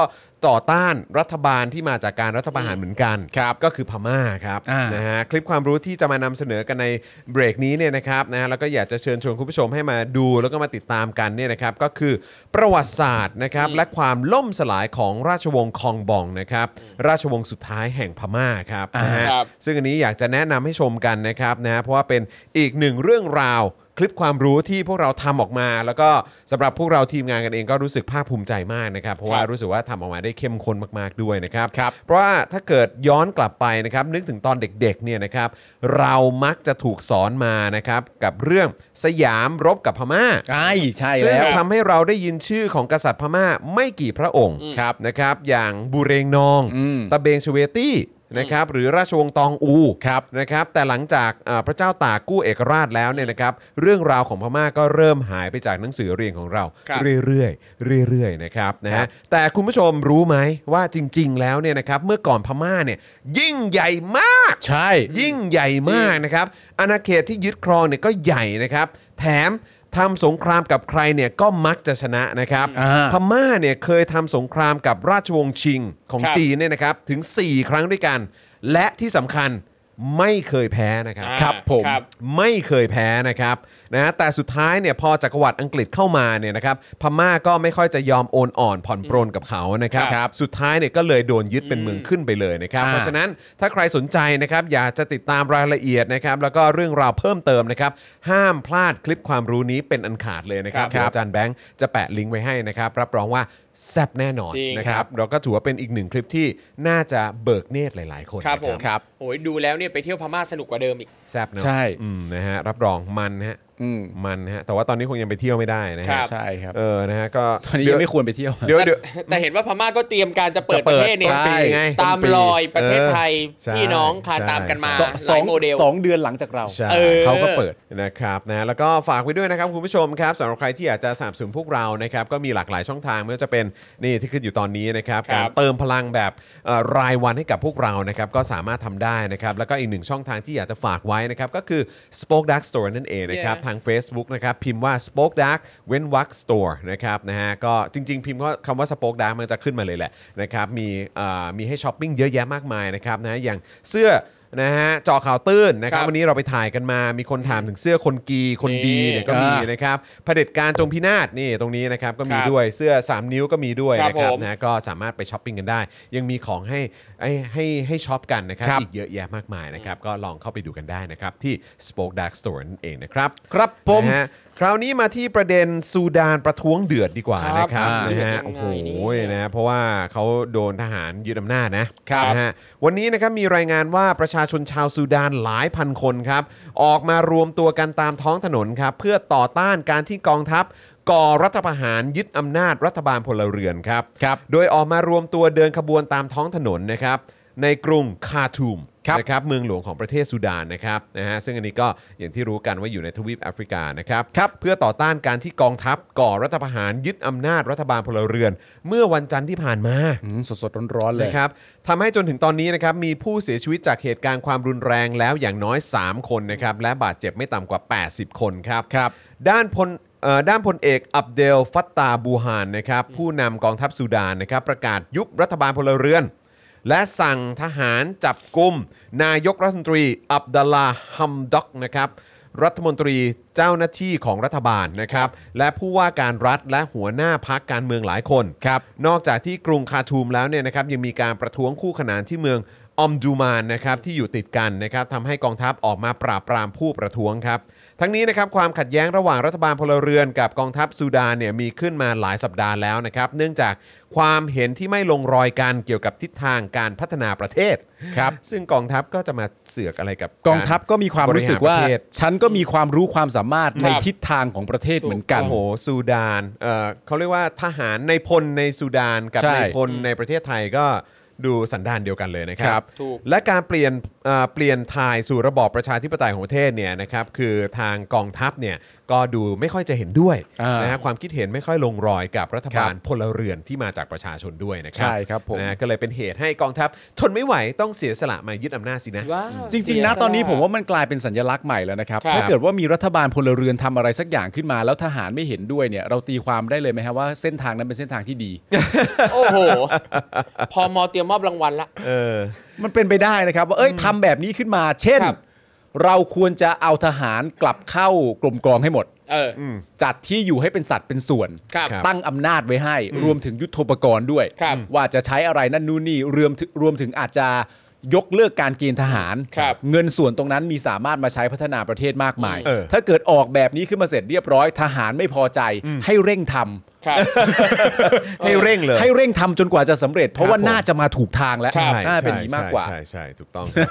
[SPEAKER 2] ต่อต้านรัฐบาลที่มาจากการรัฐประหารเหมือนกันก็คือพม่าครับ
[SPEAKER 3] อ่าน
[SPEAKER 2] นะฮะคลิปความรู้ที่จะมานำเสนอกันในเบรกนี้เนี่ยนะครับนะฮะแล้วก็อยากจะเชิญชวนคุณผู้ชมให้มาดูแล้วก็มาติดตามกันเนี่ยนะครับก็คือประวัติศาสตร์นะครับและความล่มสลายของราชวงศ์คองบองนะครับราชวงศ์สุดท้ายแห่งพม่าครับนะฮะ
[SPEAKER 5] ครับ
[SPEAKER 2] ซึ่งอันนี้อยากจะแนะนำให้ชมกันนะครับนะฮะเพราะว่าเป็นอีกหนึ่งเรื่องราว คลิปความรู้ที่พวกเราทำออกมา แล้วก็สำหรับพวกเราทีมงานกันเองก็รู้สึกภาคภูมิใจมากนะครับ เพราะว่ารู้สึกว่าทำออกมาได้เข้มข้นมาก ๆ ด้วยนะครับ เพราะว่าถ้าเกิดย้อนกลับไปนะครับนึกถึงตอนเด็กๆเนี่ยนะครับเรามักจะถูกสอนมานะครับกับเรื่องสยามรบกับพม่า
[SPEAKER 3] ใช่ใช่
[SPEAKER 2] ซึ่ง
[SPEAKER 3] แล้ว
[SPEAKER 2] ทำให้เราได้ยินชื่อของกษัตริย์พม่าไม่กี่พระองค์ครับนะครับ อย่างบูเรงนอง
[SPEAKER 3] อืม
[SPEAKER 2] ตะเบงชเวตี้นะครับหรือราชวงศ์ตองอู
[SPEAKER 3] ครับ
[SPEAKER 2] นะครับแต่หลังจากอ่าพระเจ้าตากกู้เอกราชแล้วเนี่ยนะครับเรื่องราวของพม่าก็เริ่มหายไปจากหนังสือเรียนของเรา
[SPEAKER 5] ครับ
[SPEAKER 2] เรื่อยๆเรื่อยๆนะครับนะ
[SPEAKER 3] ครั
[SPEAKER 2] ฮะ
[SPEAKER 3] บ
[SPEAKER 2] แต่คุณผู้ชมรู้ไหมว่าจริง ๆ แล้วเนี่ยนะครับเมื่อก่อนพม่าเนี่ยยิ่งใหญ่มาก
[SPEAKER 3] ใช่
[SPEAKER 2] ยิ่งใหญ่มากนะครับ อาณาเขตที่ยึดครองเนี่ยก็ใหญ่นะครับ แถมทำสงครามกับใครเนี่ยก็มักจะชนะนะครับ
[SPEAKER 3] อ่า
[SPEAKER 2] พม่าเนี่ยเคยทำสงครามกับราชวงศ์ชิงของ
[SPEAKER 5] ครับ
[SPEAKER 2] จีนเนี่ยนะครับถึง 4 ครั้งด้วยกัน และที่สำคัญไม่เคยแพ้นะครับ
[SPEAKER 5] อ่าครับผมครับ
[SPEAKER 2] ไม่เคยแพ้นะครับนะแต่สุดท้ายเนี่ยพอจักรวรรดิอังกฤษเข้ามาเนี่ยนะครับพม่าก็ไม่ค่อยจะยอมโอนอ่อนผ่อนปรนกับเขานะครับ
[SPEAKER 5] ครับ
[SPEAKER 2] สุดท้ายเนี่ยก็เลยโดนยึดเป็นเมืองขึ้นไปเลยนะครับ
[SPEAKER 3] อ่า
[SPEAKER 2] เพราะฉะนั้นถ้าใครสนใจนะครับอยากจะติดตามรายละเอียดนะครับแล้วก็เรื่องราวเพิ่มเติมนะครับห้ามพลาดคลิปความรู้นี้เป็นอันขาดเลยนะครับ
[SPEAKER 5] ครับ
[SPEAKER 2] เดี๋ยวอาจารย์แบงค์จะแปะลิงก์ไว้ให้นะครับรับรองว่าแซ่บแน่นอน
[SPEAKER 5] จริง
[SPEAKER 2] นะครับเราก็ถือว่าเป็นอีกหนึ่งคลิปที่น่าจะเบิกเนตรหลาย ๆ คน
[SPEAKER 5] ครับผม
[SPEAKER 2] นะ
[SPEAKER 5] โอ้ยดูแล้วเนี่ยไปเที่ยวพม่าสนุกกว่าเดิมอีก
[SPEAKER 2] แซ่บเนอะ
[SPEAKER 3] ใช่
[SPEAKER 2] อืมนะฮะรับรองมันนะฮะ
[SPEAKER 3] อืม
[SPEAKER 2] มันนะฮะแต่ว่าตอนนี้คงยังไปเที่ยวไม่ได้นะ
[SPEAKER 5] ค
[SPEAKER 2] ฮะ
[SPEAKER 5] รับ
[SPEAKER 3] ใช่ครับ
[SPEAKER 2] เออนะฮะก็
[SPEAKER 3] ตอนนี้
[SPEAKER 2] เดี๋
[SPEAKER 3] ยั
[SPEAKER 2] ยว
[SPEAKER 3] งไม่ควรไปเที่ยว
[SPEAKER 2] เดี๋ยว
[SPEAKER 5] แต่
[SPEAKER 2] เดี๋ยว
[SPEAKER 5] แต่เห็นว่าพม่าก็เตรียมการจะเปิด
[SPEAKER 2] จะ
[SPEAKER 5] ป
[SPEAKER 2] เปิด
[SPEAKER 5] ระเทศเนี่ย
[SPEAKER 2] ต้นปีไง
[SPEAKER 5] ตาม
[SPEAKER 3] ต้นปี
[SPEAKER 5] รอยประเทศไทย
[SPEAKER 2] ใช่
[SPEAKER 5] พี่น้องคานตามกันมา
[SPEAKER 2] ใช่
[SPEAKER 5] หลายโมเดล
[SPEAKER 3] สองเดือนหลังจากเรา
[SPEAKER 2] ใช่
[SPEAKER 5] เออ
[SPEAKER 2] เขาก็เปิดนะครับนะแล้วก็ฝากไว้ด้วยนะครับคุณผู้ชมครับสำหรับใครที่อยากจะสนับสนุนพวกเรานะครับก็มีหลากหลายช่องทางไม่ว่าจะเป็นนี่ที่ขึ้นอยู่ตอนนี้นะครับ
[SPEAKER 5] ครั
[SPEAKER 2] กา
[SPEAKER 5] บ
[SPEAKER 2] รเติมพลังแบบเอ่อรายวันให้กับพวกเรานะครับก็สามารถทำได้นะครับแล้วก็อีกหนึ่งช่องทางที่อยากจะฝากไว้นะครับก็คือ Spoke Dark Store นั่นเองนะครับ
[SPEAKER 5] Yeah
[SPEAKER 2] ทาง Facebook นะครับพิมพ์ว่า Spoke Dark เว้นวรรค Store นะครับนะฮะก็จริง ๆ พิมพ์ว่าคำว่า Spoke Dark มันจะขึ้นมาเลยแหละนะครับมีเอ่อมีให้ช้อปปิ้งเยอะแยะมากมายนะครับนะอย่างเสื้อนะฮะเจอข่าวตื้นนะครับ
[SPEAKER 5] ครับ
[SPEAKER 2] วันนี้เราไปถ่ายกันมา มีคนถามถึงเสื้อคนกีคนดีเนี่ยก็มี
[SPEAKER 3] อ่าน
[SPEAKER 2] นะครับเผด็จการจงพินาศนี่ตรงนี้นะครับก็มี
[SPEAKER 5] ครับ
[SPEAKER 2] ด้วยเสื้อ 3 นิ้วก็มีด้วย
[SPEAKER 5] ครับ
[SPEAKER 2] นะครับ
[SPEAKER 5] ผม
[SPEAKER 2] นะก็สามารถไปช้อปปิ้งกันได้ ยังมีของให้ให้ให้ให้ช็อปกันนะครับอีกเยอะแยะมากมายนะครับก็ลองเข้าไปดูกันได้นะครับที่ Spoke Dark Store นั่นเองนะครับ
[SPEAKER 3] ครับผม
[SPEAKER 2] นะฮะคราวนี้มาที่ประเด็นซูดานประท้วงเดือดดีกว่า
[SPEAKER 5] ครับ
[SPEAKER 2] นะครับ
[SPEAKER 5] อ่าน
[SPEAKER 2] นะฮะ
[SPEAKER 5] ยั
[SPEAKER 2] โอ้
[SPEAKER 5] ง
[SPEAKER 2] โห
[SPEAKER 5] ไงเนี่ย
[SPEAKER 2] นะฮะเพราะว่าเขาโดนทหารยึดอำนาจนะครับ นะฮะวันนี้นะครับมีรายงานว่าประชาชนชาวซูดานหลายพันคนครับ ออกมารวมตัวกันตามท้องถนนครับ เพื่อต่อต้านการที่กองทัพก่อรัฐประหารยึดอำนาจรัฐบาลพลเรือนครับ
[SPEAKER 3] ครับ
[SPEAKER 2] โดยออกมารวมตัวเดินขบวนตามท้องถนนนะครับ ในกรุงคาทูม
[SPEAKER 3] ครับ
[SPEAKER 2] นะครับเมืองหลวงของประเทศสุดานนะครับนะฮะซึ่งอันนี้ก็อย่างที่รู้กันว่าอยู่ในทวีปแอฟริกานะครับ
[SPEAKER 3] ครับ
[SPEAKER 2] เพื่อต่อต้านการที่กองทัพก่อรัฐประหารยึดอำนาจรัฐบาลพลเรือน เมื่อวันจันทร์ที่ผ่านมา
[SPEAKER 3] สดสดร้อนๆเลย
[SPEAKER 2] นะครับทำให้จนถึงตอนนี้นะครับมีผู้เสียชีวิตจากเหตุการณ์ความรุนแรงแล้วอย่างน้อย 3 คนนะครับและบาดเจ็บไม่ต่ำกว่า 80 คนครับ
[SPEAKER 3] ครับ
[SPEAKER 2] ด้านพลเอ่อด้านพลเอกอับเดลฟัตตาบูฮานนะครับผู้นำกองทัพซูดานนะครับประกาศยุบรัฐบาลพลเรือน และสั่งทหารจับกลุ่มนายกรัฐมนตรีอับดัลลาฮัมด็อกนะครับรัฐมนตรีเจ้าหน้าที่ของรัฐบาลนะครับและผู้ว่าการรัฐและหัวหน้าพักการเมืองหลายคน
[SPEAKER 3] ครับ
[SPEAKER 2] นอกจากที่กรุงคาทูมแล้วเนี่ยนะครับยังมีการประท้วงคู่ขนานที่เมืองออมดูมานนะครับที่อยู่ติดกันนะครับทำให้กองทัพออกมาปราบปรามผู้ประท้วงครับ ทั้งนี้นะครับความขัดแย้งระหว่างรัฐบาลพลเรือนกับกองทัพซูดานเนี่ยมีขึ้นมาหลายสัปดาห์แล้วนะครับ เนื่องจากความเห็นที่ไม่ลงรอยกันเกี่ยวกับทิศทางการพัฒนาประเทศ
[SPEAKER 3] ครับ
[SPEAKER 2] ซึ่งกองทัพก็จะมาเสือกอะไรกับ
[SPEAKER 3] กองทัพก็มีความรู้สึกว่า
[SPEAKER 2] บหรประเทศ
[SPEAKER 3] ฉันก็มีความรู้ความสามารถในทิศทางของประเทศเหมือนกัน
[SPEAKER 2] โอ้โหซูดานเอ่อเขาเรียกว่าทหารในพลในซูดานกับ
[SPEAKER 3] ใช่
[SPEAKER 2] ในพลในประเทศไทยก็ดูสันดานเดียวกันเลยนะค
[SPEAKER 3] ค
[SPEAKER 2] รั
[SPEAKER 3] รับ บ
[SPEAKER 5] ถูก
[SPEAKER 2] และการเปลี่ยนเอ่อเปลี่ยนทายสู่ระบอบประชาธิปไตยของประเทศเนี่ยนะครับคือทางกองทัพเนี่ยก็ดูไม่ค่อยจะเห็นด้วย
[SPEAKER 3] อ่าน
[SPEAKER 2] นะฮะความคิดเห็นไม่ค่อยลงรอยกับรัฐบาลพลเรือนที่มาจากประชาชนด้วยนะครั
[SPEAKER 3] ใช่ครับผม
[SPEAKER 2] นะฮะก็เลยเป็นเหตุให้กองทัพทนไม่ไหวต้องเสียสละมายึดอำนาจสินะ
[SPEAKER 5] ว้าว
[SPEAKER 3] จริง ๆ นะตอนนี้ผมว่ามันกลายเป็นสัญลักษณ์ใหม่แล้วนะครับ
[SPEAKER 5] ครับ
[SPEAKER 3] ถ้าเกิดว่ามีรัฐบาลพลเรือนทำอะไรสักอย่างขึ้นมา แล้วทหารไม่เห็นด้วยเนี่ย เราตีความได้เลยไหมฮะว่าเส้นทางนั้นเป็นเส้นทางที่ดี
[SPEAKER 5] โอ้โห พอมอเตรียมมอบรางวัลละ
[SPEAKER 2] เออ
[SPEAKER 3] มันเป็นไปได้นะครับ ว่าเอ้ยทำแบบนี้ขึ้นมา เช่น
[SPEAKER 5] ครับ
[SPEAKER 3] เราควรจะเอาทหารกลับเข้ากลมกรองให้หมด
[SPEAKER 5] เออ
[SPEAKER 3] จัดที่อยู่ให้เป็นสัตว์เป็นส่วน
[SPEAKER 5] ครับ
[SPEAKER 2] ครับ
[SPEAKER 3] ตั้งอำนาจไว้ให้ รวมถึงยุทโธปกรณ์ด้วย
[SPEAKER 5] ครับ
[SPEAKER 3] ว่าจะใช้อะไรนั่นนู่นนี่รวมถึงรวมถึงอาจจะ ยกเลิกการเกณฑ์ทหาร
[SPEAKER 5] ครับ
[SPEAKER 3] เงินส่วนตรงนั้นมีสามารถมาใช้พัฒนาประเทศมากมาย
[SPEAKER 2] เออ
[SPEAKER 3] ถ้าเกิดออกแบบนี้ขึ้นมาเสร็จเรียบร้อยทหารไม่พอใจให้เร่งทำ
[SPEAKER 5] ครับ
[SPEAKER 2] ให้เร่งเลย
[SPEAKER 3] ให้เร่งทำจนกว่าจะสำเร็จ เพราะว่า
[SPEAKER 2] ครับผม
[SPEAKER 3] น่าจะมาถูกทางแล้ว
[SPEAKER 2] ใช่
[SPEAKER 3] น่า
[SPEAKER 2] ใช่
[SPEAKER 3] เป็นอย่างนี้มากกว่า
[SPEAKER 2] ใช่ใช่ใช่ถูกต้อง ครับ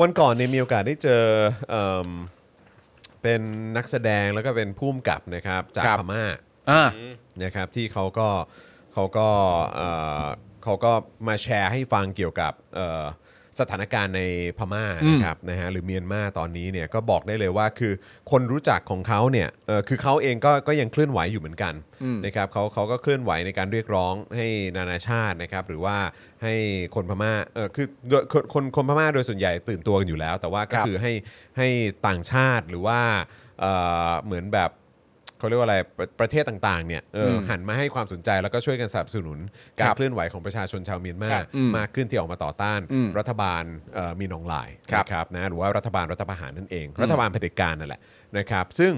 [SPEAKER 2] วันก่อนเนี่ยมีโอกาสได้เจอเอิ่มเป็นนักแสดงแล้วก็เป็นผู้กำกับนะครับจาก
[SPEAKER 3] ครับ
[SPEAKER 2] พม่า
[SPEAKER 3] อ่า
[SPEAKER 2] นะครับที่เขาก็เขาก็เอ่อเขาก็มาแชร์ให้ฟังเกี่ยวกับเอ่อสถานการณ์ในพม่านะครับนะฮะหรือเมียนมาตอนนี้เนี่ยก็บอกได้เลยว่าคือคนรู้จักของเขาเนี่ยเอ่อคือเขาเองก็ก็ยังเคลื่อนไหวอยู่เหมือนกันนะครับเขาเขาก็เคลื่อนไหวในการเรียกร้องให้นานาชาตินะครับหรือว่าให้คนพม่าเออคือโดยคนคนคนพม่าโดยส่วนใหญ่ตื่นตัวกันอยู่แล้ว แต่ว่าก็
[SPEAKER 3] ครับ
[SPEAKER 2] คือให้ให้ต่างชาติหรือว่าเอ่อเหมือนแบบ เขาเรียกว่าอะไรประประเทศต่างๆเนี่ยเอออหันมาให้ความสนใจแล้วก็ช่วยกันสนับสนุน การ
[SPEAKER 3] ครับ
[SPEAKER 2] เคลื่อนไหวของประชาชนชาวเมียนมา
[SPEAKER 5] ครับ
[SPEAKER 3] อืม
[SPEAKER 2] มากขึ้นที่ออกมาต่อต้าน
[SPEAKER 3] อืม
[SPEAKER 2] รัฐบาลเอ่อมีนองหลาย
[SPEAKER 3] ครับ
[SPEAKER 2] นะครับนะหรือว่ารัฐบาลรัฐประหารนั่นเอง รัฐบาลเผด็จการนั่นแหละนะครับ ซึ่ง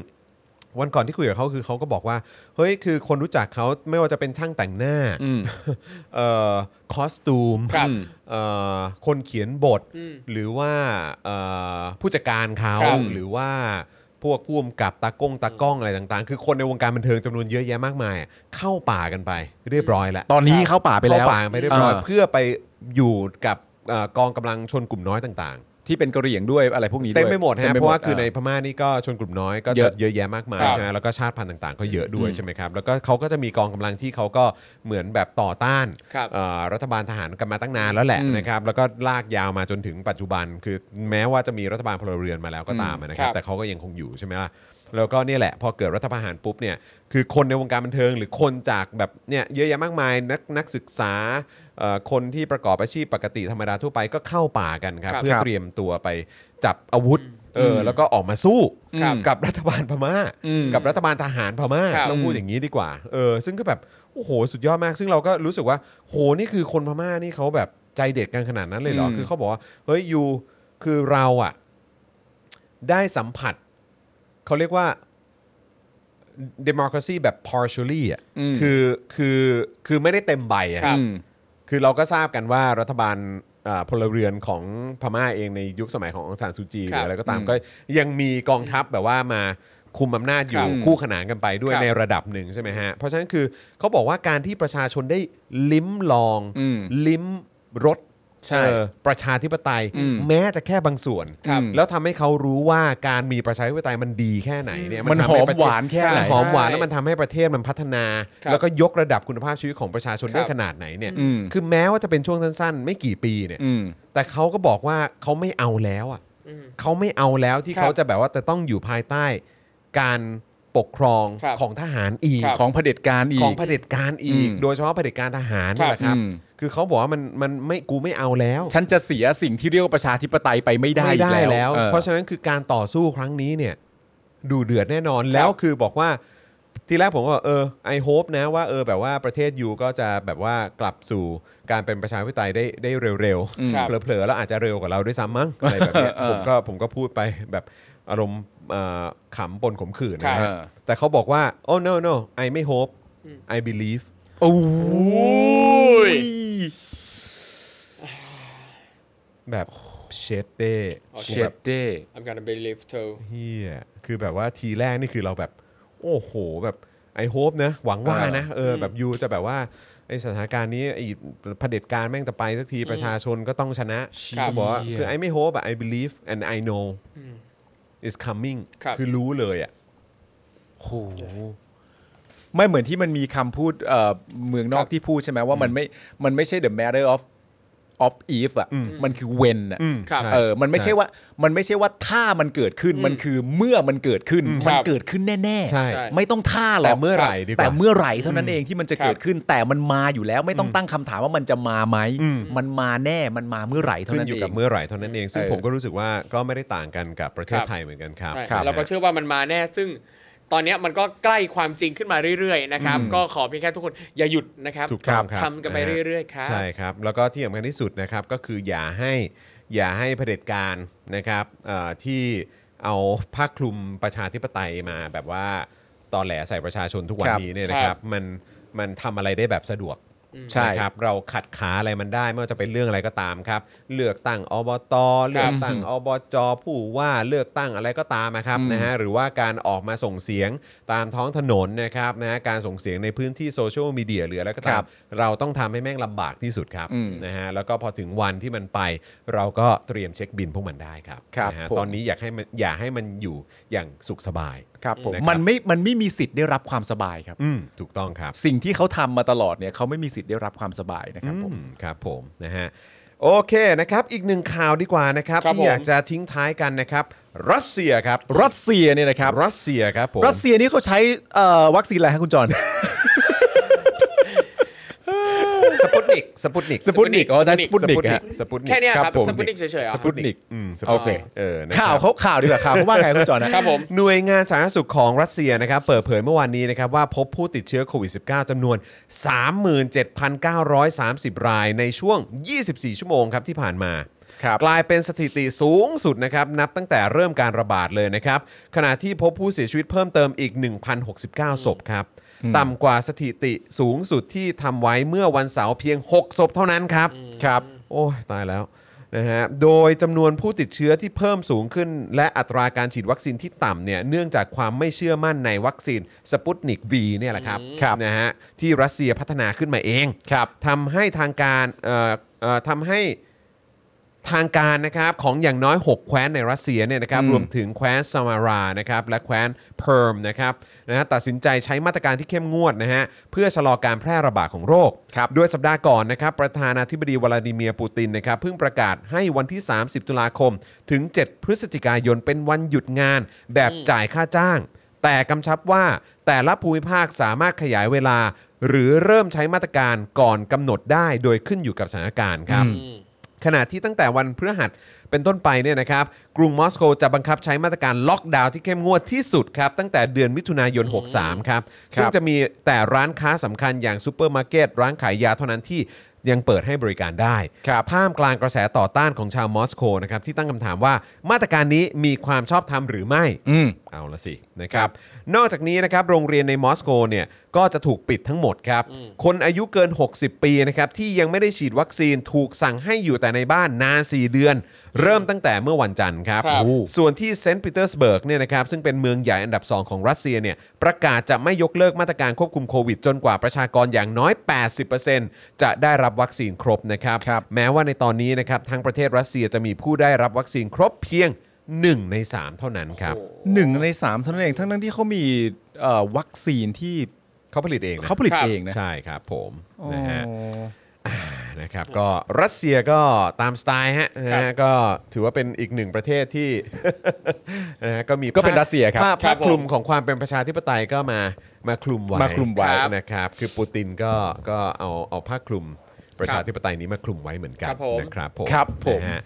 [SPEAKER 2] วันก่อนที่คุยกับเขาคือเขาก็บอกว่าเฮ้ยคือคนรู้จักเขาไม่ว่าจะเป็นช่างแต่งหน้า
[SPEAKER 3] อืม
[SPEAKER 2] เอ่อคอสตูม
[SPEAKER 5] ครับ
[SPEAKER 2] เอ่อคนเขียนบท
[SPEAKER 5] อืม
[SPEAKER 2] หรือว่าเอ่อผู้จัดการเขา
[SPEAKER 5] ครับ
[SPEAKER 2] หรือว่า พวกพ่วมกับตากล้องตากล้องอะไรต่างๆ คือคนในวงการบันเทิงจำนวนเยอะแยะมากมายอะเข้าป่ากันไปเรียบร้อยแล้ว
[SPEAKER 3] ตอนนี้เข้าป่าไปแล้ว
[SPEAKER 2] เข้าป่ากันไปเรียบร้อย
[SPEAKER 3] เออ
[SPEAKER 2] เพื่อไปอยู่กับเอ่อกองกำลังชนกลุ่มน้อยต่าง
[SPEAKER 3] ที่เป็นกระเหรี่ยงด้วยอะไรพวกนี้
[SPEAKER 2] ๆ
[SPEAKER 3] ด้วย
[SPEAKER 2] เต็มไปหมด
[SPEAKER 3] ต็
[SPEAKER 2] ฮะเพราะว่า
[SPEAKER 3] หมด
[SPEAKER 2] คือในพม่านี่ก็ชนกลุ่มน้อยก็
[SPEAKER 3] เย
[SPEAKER 2] จะ
[SPEAKER 3] อะ
[SPEAKER 2] เยอะแยะมากมาย
[SPEAKER 5] ครับ
[SPEAKER 2] ใช่ไหมแล้วก็ชาติพันธุ์ต่างๆ ก็เยอะด้วย
[SPEAKER 3] อืม
[SPEAKER 2] ใช่ไหมครับแล้วก็เขาก็จะมีกองกำลังที่เขาก็เหมือนแบบต่อต้าน
[SPEAKER 5] ครับ
[SPEAKER 2] เอ่อรัฐบาลทหารกันมาตั้งนานแล้วแหละ
[SPEAKER 3] อืม
[SPEAKER 2] นะครับแล้วก็ลากยาวมาจนถึงปัจจุบัน คือแม้ว่าจะมีรัฐบาลพลเรือนมาแล้วก็ตามนะครั
[SPEAKER 5] ครับ บ
[SPEAKER 2] แต่เขาก็ยังคงอยู่ใช่ไหมล่ะแล้วก็เนี่ยแหละพอเกิดรัฐประหารปุ๊บเนี่ยคือคนในวงการบันเทิง หรือคนจากแบบเนี่ยเยอะแยะมากมายนักนักศึกษาเอ่อคนที่ประกอบอาชีพปกติธรรมดาทั่วไปก็เข้าป่ากันครับ
[SPEAKER 5] ครับ
[SPEAKER 2] เพื่อ
[SPEAKER 3] ครับ
[SPEAKER 2] เตรียมตัวไปจับอาวุธเอออ
[SPEAKER 3] ม
[SPEAKER 2] แล้วก็ออกมาสู้
[SPEAKER 5] ครับ
[SPEAKER 2] กับรัฐบาลพม่า
[SPEAKER 3] อืม
[SPEAKER 2] กับรัฐบาลทหารพม่า
[SPEAKER 5] ครับ
[SPEAKER 2] ต้องพูดอย่างนี้ดีกว่า เออ ซึ่งก็แบบ โอ้โห สุดยอดมาก ซึ่งเราก็รู้สึกว่า โห นี่คือคนพม่านี่เขาแบบใจเด็ดกันขนาดนั้นเลยเหรอ
[SPEAKER 3] อืม
[SPEAKER 2] คือเขาบอกว่า เฮ้ย ยู คือเราอะได้สัมผัส เขาเรียกว่า democracy แบบ partially อะ
[SPEAKER 3] ม
[SPEAKER 2] คือ คือ คือไม่ได้เต็มใบอะ
[SPEAKER 5] ครับ
[SPEAKER 3] อืม
[SPEAKER 2] คือเราก็ทราบกันว่ารัฐบาลเอ่อพลเรือนของพม่าเองในยุคสมัยขององซานซูจีห
[SPEAKER 5] ค
[SPEAKER 2] รื
[SPEAKER 5] รับ
[SPEAKER 2] ออะไรก็ตาม
[SPEAKER 3] อืม
[SPEAKER 2] ก็ยังมีกองทัพแบบว่ามาคุมอำนาจอยู่
[SPEAKER 5] ครับ
[SPEAKER 2] คู่ขนานกันไปด้วย
[SPEAKER 5] ครับ
[SPEAKER 2] ในระดับหนึ่งใช่ไหมฮะ เพราะฉะนั้นคือเขาบอกว่าการที่ประชาชนได้ลิ้มลอง
[SPEAKER 3] อืม
[SPEAKER 2] ลิ้มรส
[SPEAKER 3] ใช่
[SPEAKER 2] เอ่อประชาธิปไตย
[SPEAKER 3] อืม
[SPEAKER 2] แม้จะแค่บางส่วน
[SPEAKER 5] ครับ
[SPEAKER 2] แล้วทำให้เขารู้ว่าการมีประชาธิปไตยมันดีแค่ไหนเนี่ย
[SPEAKER 3] มัน
[SPEAKER 2] ทำ
[SPEAKER 3] หอม
[SPEAKER 2] ใประเทศ
[SPEAKER 3] หวานแค่ไหน
[SPEAKER 2] มันหอมหวาน
[SPEAKER 5] ใช่
[SPEAKER 2] แล้วมันทำให้ประเทศมันพัฒนา
[SPEAKER 5] ครับ
[SPEAKER 2] แล้วก็ยกระดับคุณภาพชีวิตของประชาชน
[SPEAKER 5] ครับ
[SPEAKER 2] ได้ขนาดไหนเนี่ย
[SPEAKER 3] อืม
[SPEAKER 2] คือแม้ว่าจะเป็นช่วงสั้นๆ ไม่กี่ปีเนี่ย
[SPEAKER 3] อืม
[SPEAKER 2] แต่เขาก็บอกว่าเขาไม่เอาแล้วอ่ะ
[SPEAKER 5] อืม
[SPEAKER 2] เขาไม่เอาแล้วที่
[SPEAKER 5] ครับ
[SPEAKER 2] เขาจะแบบว่าจะต้องอยู่ภายใต้การปกครอง
[SPEAKER 5] ครับ
[SPEAKER 2] ของทหารอีก
[SPEAKER 5] ครับ
[SPEAKER 3] ของเผด็จการอีก
[SPEAKER 2] ของเผด็จการอีก
[SPEAKER 3] อืม
[SPEAKER 2] โดยเฉพาะเผด็จการทหารนี่แหละครับ
[SPEAKER 3] อืม
[SPEAKER 2] คือเขาบอกว่ามันมันไม่กูไม่เอาแล้ว
[SPEAKER 3] ฉันจะเสียสิ่งที่เรียกว่าประชาธิปไตยไปไม่ได้
[SPEAKER 2] ไม่ได้
[SPEAKER 3] อีก
[SPEAKER 2] แล้ว
[SPEAKER 3] ออ
[SPEAKER 2] เพราะฉะนั้นคือการต่อสู้ครั้งนี้เนี่ยดูเดือดแน่นอนแล้วคือบอกว่าทีแรกผมก็บอกเออไอโฮปนะว่าเออแบบว่าประเทศยูก็จะแบบว่ากลับสู่การเป็นประชาธิปไตยได้ได้เร็ว
[SPEAKER 5] อืมครับ
[SPEAKER 2] เผลอๆแล้วอาจจะเร็วกว่าเราด้วยซ้ำมั้งอะไรแบบเนี้ย
[SPEAKER 3] เอ
[SPEAKER 2] ผ
[SPEAKER 3] อ
[SPEAKER 2] มก็ผมก็พูดไปแบบอารมณ์เอ่อขำปนขมขื่นนะค
[SPEAKER 3] ค
[SPEAKER 2] รั
[SPEAKER 3] รั
[SPEAKER 2] บบ แต่เขาบอกว่า โอ้ no no ไอไม่โฮป I believe
[SPEAKER 3] โอ้ย
[SPEAKER 2] แบบ เชดเด้
[SPEAKER 3] เชดเด้
[SPEAKER 5] I'm gonna believe too
[SPEAKER 2] เฮียคือแบบว่าทีแรกนี่คือเราแบบ โอ้โหแบบไอโฮปนะ หวังว่า
[SPEAKER 3] อ่าน
[SPEAKER 2] นะเออแบบยูจะแบบว่าไอสถานการณ์นี้ไอเผด็จการแม่งจะไปสักทีประชาชนก็ต้องชนะครับก็บอกว่าคือไอไม่โฮปอะ I believe and I know is coming
[SPEAKER 5] ครับ
[SPEAKER 2] คือรู้เลยอะ
[SPEAKER 3] โหไม่เหมือนที่มันมีคำพูดเอ่อเมืองนอกที่พูดใช่ไหมว่ามันไม่มันไม่ใช่ the matter of of if อ่ะมันคือ when อ่ะ
[SPEAKER 5] ครับ
[SPEAKER 3] เออมันไม่ใช่ว่ามันไม่ใช่ว่าถ้ามันเกิดขึ้น
[SPEAKER 5] อืม
[SPEAKER 3] มันคือเมื่อมันเกิดขึ้น
[SPEAKER 5] ครั
[SPEAKER 3] มั
[SPEAKER 5] บ
[SPEAKER 3] นเกิดขึ้นแน่
[SPEAKER 2] ใช่
[SPEAKER 3] ๆ ไม่ต้องท่าหร
[SPEAKER 2] แต่
[SPEAKER 3] อก
[SPEAKER 2] เมื่อไหร่ดีก
[SPEAKER 3] แต่
[SPEAKER 2] ว่า
[SPEAKER 3] เมื่อไหร่เท่านั้นเองที่มันจะ
[SPEAKER 5] ครับ
[SPEAKER 3] เกิดขึ้น แต่มันมาอยู่แล้วไม่ต้องตั้งคำถามว่ามันจะมาไหม
[SPEAKER 2] อืม
[SPEAKER 3] มันมาแน่มันมาเมื่อไหร่เท่า
[SPEAKER 2] ขึ้น
[SPEAKER 3] นั้น
[SPEAKER 2] อยู่
[SPEAKER 3] เอ
[SPEAKER 2] กั
[SPEAKER 3] ง
[SPEAKER 2] บเมื่อไหร่เท่านั้นเอง ซึ่ง
[SPEAKER 3] เออ
[SPEAKER 2] ผมก็รู้สึกว่าก็ไม่ได้ต่างกันกับประเทศไทยเหมือนกันครับ
[SPEAKER 5] ใช่
[SPEAKER 2] ครับ
[SPEAKER 5] เราก็เชื่อว่ามันมาแน่ซึ่งตอนเนี้ยมันก็ใกล้ความจริงขึ้นมาเรื่อยๆนะครับ ก็ขอเพียงแค่ทุกคนอย่าหยุดนะครับ
[SPEAKER 2] ถูกต้องครับ
[SPEAKER 5] ทำกันไป
[SPEAKER 2] นะฮะ
[SPEAKER 5] เรื่อยๆครับ
[SPEAKER 2] ใช่ครับ แล้วก็ที่สำคัญที่สุดนะครับก็คืออย่าให้อย่าให้เผด็จการนะครับเอ่อที่เอาผ้าคลุมประชาธิปไตยมาแบบว่าตอแหลใส่ประชาชนทุกวัน
[SPEAKER 3] ครับ
[SPEAKER 2] นี้เนี่ยนะครับมันมันทำอะไรได้แบบสะดวก
[SPEAKER 3] ใช่
[SPEAKER 2] นะครับเราขัดขาอะไรมันได้ไม่ว่าจะเป็นเรื่องอะไรก็ตามครับ เลือกตั้งอบต เลือกตั้งอบจผู้ว่าเลือกตั้งอะไรก็ตามนะครับนะฮะหรือว่าการออกมาส่งเสียงตามท้องถนนนะครับนะฮะการส่งเสียงในพื้นที่โซเชียลมีเดียหรืออะไรก็ตา
[SPEAKER 3] ครั
[SPEAKER 2] ม
[SPEAKER 3] บ
[SPEAKER 2] เราต้องทำให้แม่งลำบากที่สุดครับ
[SPEAKER 3] อืม
[SPEAKER 2] นะฮะแล้วก็พอถึงวันที่มันไป เราก็เตรียมเช็คบินพวกมันได้ครับ
[SPEAKER 3] ครับ
[SPEAKER 2] นะฮะ
[SPEAKER 3] ผม
[SPEAKER 2] ตอนนี้อยากให้มันอย่าให้มันอยู่อย่างสุขสบาย
[SPEAKER 3] ครับผม
[SPEAKER 2] นะครับ
[SPEAKER 3] มันไม่มันไม่มีสิทธิ์ได้รับความสบายครับ
[SPEAKER 2] อืมถูกต้องครับ
[SPEAKER 3] สิ่งที่เขาทำมาตลอดเนี่ยเขาไม่มีสิทธิ์ได้รับความสบายนะครับผม
[SPEAKER 2] อืมครับผมนะฮะโอเคนะครับ อีกหนึ่งข่าวดีกว่านะครับ
[SPEAKER 5] ครับ
[SPEAKER 2] ที่อยาก
[SPEAKER 5] ผม
[SPEAKER 2] จะทิ้งท้ายกันนะครับ รัสเซียครับ
[SPEAKER 3] รัสเซียเนี่ยนะครับ
[SPEAKER 2] รัสเซียครับผม
[SPEAKER 3] รัสเซียนี่เขาใช้เอ่อวัคซีนอะไรครับคุณจ อน
[SPEAKER 2] สปุตนิกสปุตนิก
[SPEAKER 3] สปุตนิกอ๋อใช้สปุตนิกฮะ
[SPEAKER 2] สปุตนิก
[SPEAKER 5] แค่เนี้ยครับ
[SPEAKER 2] ผม
[SPEAKER 5] สปุตนิกเฉยๆเหรอ
[SPEAKER 2] สปุตนิกอืมสปุตนิก
[SPEAKER 3] โอเค
[SPEAKER 2] เออนะครับ
[SPEAKER 3] ข่าวเขาข่าวดีกว่าข่าวเขาว่าไงคุณจอนนะ
[SPEAKER 5] ครับผม
[SPEAKER 2] หน่วยงานสาธารณสุขของรัสเซียนะครับเปิดเผยเมื่อวานนี้นะครับว่าพบผู้ติดเชื้อโควิด -19 จำนวน 37,930 รายในช่วง 24 ชั่วโมงครับที่ผ่านมา
[SPEAKER 3] ครับ
[SPEAKER 2] กลายเป็นสถิติสูงสุดนะครับนับตั้งแต่เริ่มการระบาดเลยนะครับ ขณะที่พบผู้เสียชีวิตเพิ่มเติมอีก 1,069 ศพครับ ต่ำกว่าสถิติสูงสุดที่ทำไว้เมื่อวันเสาร์เพียง 6 ศพเท่านั้นครับ
[SPEAKER 3] ครับ
[SPEAKER 2] โอ้ยตายแล้วนะฮะ โดยจำนวนผู้ติดเชื้อที่เพิ่มสูงขึ้น และอัตราการฉีดวัคซีนที่ต่ำเนี่ยเนื่องจากความไม่เชื่อมั่นในวัคซีนสปุตนิก V เนี่ยแหละครับ
[SPEAKER 3] ครับ
[SPEAKER 2] นะฮะที่รัสเซียพัฒนาขึ้นมาเอง
[SPEAKER 3] ครับ
[SPEAKER 2] ทำให้ทางการเอ่อเอ่อทำให้ทางการนะครับของอย่างน้อย 6 แคว้นในรัสเซียเนี่ยนะครับ
[SPEAKER 3] อืม
[SPEAKER 2] รวมถึงแคว้นซามารานะครับและแคว้นเพิร์มนะครับนะฮะตัดสินใจใช้มาตรการที่เข้มงวดนะฮะเพื่อชะลอการแพร่ระบาดของโรค
[SPEAKER 3] ครับ
[SPEAKER 2] ด้วยสัปดาห์ก่อนนะครับ ประธานาธิบดีวลาดิเมียร์ปูตินนะครับเพิ่งประกาศให้วันที่ 30 ตุลาคม ถึง 7 พฤศจิกายนเป็นวันหยุดงาน แบบจ่ายค่าจ้าง แต่กำชับว่าแต่ละภูมิภาคสามารถขยายเวลา หรือเริ่มใช้มาตรการก่อนกำหนดได้โดยขึ้นอยู่กับสถานการณ์ครับ
[SPEAKER 3] อืม
[SPEAKER 5] อืม
[SPEAKER 2] ขณะที่ตั้งแต่วันพฤหัสเป็นต้นไปเนี่ยนะครับ กรุงมอสโกจะบังคับใช้มาตรการล็อกดาวน์ที่เข้มงวดที่สุดครับ ตั้งแต่เดือนมิถุนายน 63 ครับ
[SPEAKER 3] ครับ
[SPEAKER 2] ซึ่งจะมีแต่ร้านค้าสำคัญอย่างซูเปอร์มาร์เก็ตร้านขายยาเท่านั้นที่ยังเปิดให้บริการได้
[SPEAKER 3] ครับ
[SPEAKER 2] ท่ามกลางกระแสต่อต้านของชาวมอสโกนะครับที่ตั้งคำถามว่ามาตรการนี้มีความชอบธรรมหรือไม่
[SPEAKER 3] อืม
[SPEAKER 2] เอาละสินะครับ นอกจากนี้นะครับโรงเรียนในมอสโกเนี่ยก็จะถูกปิดทั้งหมดครับ คนอายุเกิน 60 ปีนะครับที่ยังไม่ได้ฉีดวัคซีนถูกสั่งให้อยู่แต่ในบ้านนาน 4 เดือน เริ่มตั้งแต่เมื่อวันจันทร์ครับ
[SPEAKER 5] ครับ
[SPEAKER 2] ส่วนที่เซนต์ปีเตอร์สเบิร์กเนี่ยนะครับซึ่งเป็นเมืองใหญ่อันดับ 2 ของรัสเซียเนี่ยประกาศจะไม่ยกเลิกมาตรการควบคุมโควิด จนกว่าประชากรอย่างน้อย 80%จะได้รับวัคซีนครบนะครับ
[SPEAKER 3] ครับ
[SPEAKER 2] แม้ว่าในตอนนี้นะครับทั้งประเทศรัสเซียจะมีผู้ได้รับวัคซีนครบเพียง 1 ใน 3 เท่านั้นครับ
[SPEAKER 5] โอ้โห
[SPEAKER 3] หนึ่งในสามเท่านั้นเองทั้งทั้งๆที่เขามีเอ่อวัคซีนที่
[SPEAKER 2] เขาผลิตเองนะ
[SPEAKER 3] เขาผลิต
[SPEAKER 5] ครับ
[SPEAKER 3] เองนะ
[SPEAKER 2] ใช่ครับผม
[SPEAKER 3] อ๋อ
[SPEAKER 2] นะฮะนะครับก็รัสเซียก็ตามสไตล์ฮะนะฮะก็ถือว่าเป็นอีกหนึ่งประเทศที่ นะฮะก็มี
[SPEAKER 3] ก็เป็นรัสเซียครับ
[SPEAKER 2] ผ้า
[SPEAKER 5] ครั
[SPEAKER 2] ผ้า
[SPEAKER 5] บผม
[SPEAKER 2] คลุมของความเป็นประชาธิปไตยก็มามาคลุมไว้
[SPEAKER 3] มาคลุมไว้
[SPEAKER 2] นะครับ คือปูตินก็ก็เอาเอาผ้าคลุมประชาธิปไตยนี้มาคลุมไว้เหมือนกันนะครับผม
[SPEAKER 3] ครับผม
[SPEAKER 2] นะฮะ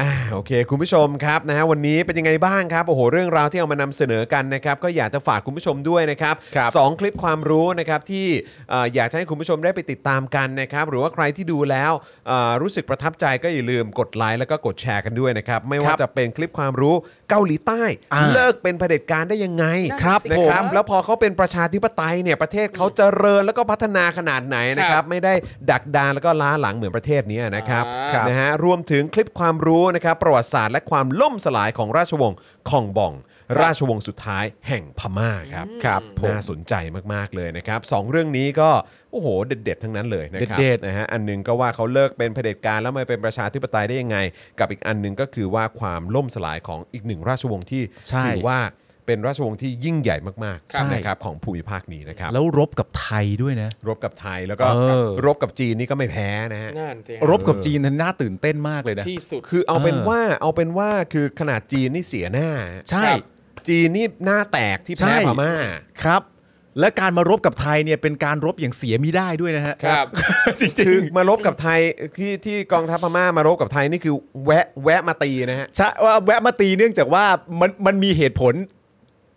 [SPEAKER 2] อ่าโอเค คุณผู้ชมครับนะฮะวันนี้เป็นยังไงบ้างครับโอ้โหเรื่องราวที่เอามานำเสนอกันนะครับก็อยากจะฝากคุณผู้ชมด้วยนะครับ
[SPEAKER 3] ครับ
[SPEAKER 2] สองคลิปความรู้นะครับที่เอ่ออยากจะให้คุณผู้ชมได้ไปติดตามกันนะครับหรือว่าใครที่ดูแล้วเอ่อรู้สึกประทับใจก็อย่าลืมกดไลค์แล้วก็กดแชร์กันด้วยนะครับไม่ว่า
[SPEAKER 3] ครับ
[SPEAKER 2] จะเป็นคลิปความรู้เกาหลีใต้
[SPEAKER 3] อ่า
[SPEAKER 2] เลิกเป็นเผด็จการได้ยังไง
[SPEAKER 3] ครับ
[SPEAKER 2] นะครับ
[SPEAKER 3] ผม
[SPEAKER 2] แล้วพอเขาเป็นประชาธิปไตยเนี่ยประเทศเขาเจริญแล้วก็พัฒนาขนาดไหนนะครับไม่ได้ดักดานแล้วก็ล้าหลังเหมือนประเทศนี้นะครับ
[SPEAKER 3] ครับ
[SPEAKER 2] นะฮะรวมถึงคลิปความรู้นะครับประวัติศาสตร์และความล่มสลายของราชวงศ์คองบอง ราชวงศ์สุดท้ายแห่งพม่าครับ
[SPEAKER 3] ครับผม
[SPEAKER 2] น่าสนใจมาก ๆ เลยนะครับสองเรื่องนี้ก็ โอ้โห เด็ด ๆ ทั้งนั้นเลยนะครั
[SPEAKER 3] เด็ดๆ
[SPEAKER 2] นะฮะอันหนึงก็ว่าเขาเลิกเป็นเผด็จการแล้วมาเป็นประชาธิปไตยได้ยังไง กับอีกอันหนึงก็คือว่าความล่มสลายของอีกหนึ่งราชวงศ์ที่
[SPEAKER 3] ใช่
[SPEAKER 2] ถือว่าเป็นราชวงศ์ที่ยิ่งใหญ่มาก
[SPEAKER 3] ใช่
[SPEAKER 2] ๆนะครับของภูมิภาคนี้นะครับ
[SPEAKER 3] แล้วรบกับไทยด้วยนะ
[SPEAKER 2] รบกับไทยแล้วก็
[SPEAKER 3] เออ
[SPEAKER 2] รบกับจีนนี่ก็ไม่แพ้นะฮะ
[SPEAKER 5] นั่นสิ
[SPEAKER 3] รบกับจีนน่าตื่นเต้นมากเลยนะ
[SPEAKER 5] ที่สุด
[SPEAKER 2] คือเอาเป็น
[SPEAKER 3] เออ
[SPEAKER 2] ว่าเอาเป็นว่าคือขนาดจีนนี่เสียหน้า
[SPEAKER 3] ใช่
[SPEAKER 5] ครับ
[SPEAKER 2] จีนนี่หน้าแตกที่
[SPEAKER 3] ใช่
[SPEAKER 2] แพ้พม่า
[SPEAKER 3] ครับ และการมารบกับไทยเนี่ยเป็นการรบอย่างเสียมิได้ด้วยนะฮะ
[SPEAKER 5] ครับ
[SPEAKER 3] จริง
[SPEAKER 2] คือมารบกับไทยที่ที่กองทัพพม่ามารบกับไทยนี่คือแวะแวะมาตีนะฮะ
[SPEAKER 3] ๆใช่ว่าแวะมาตีเนื่องจากว่ามันมันมีเหตุผล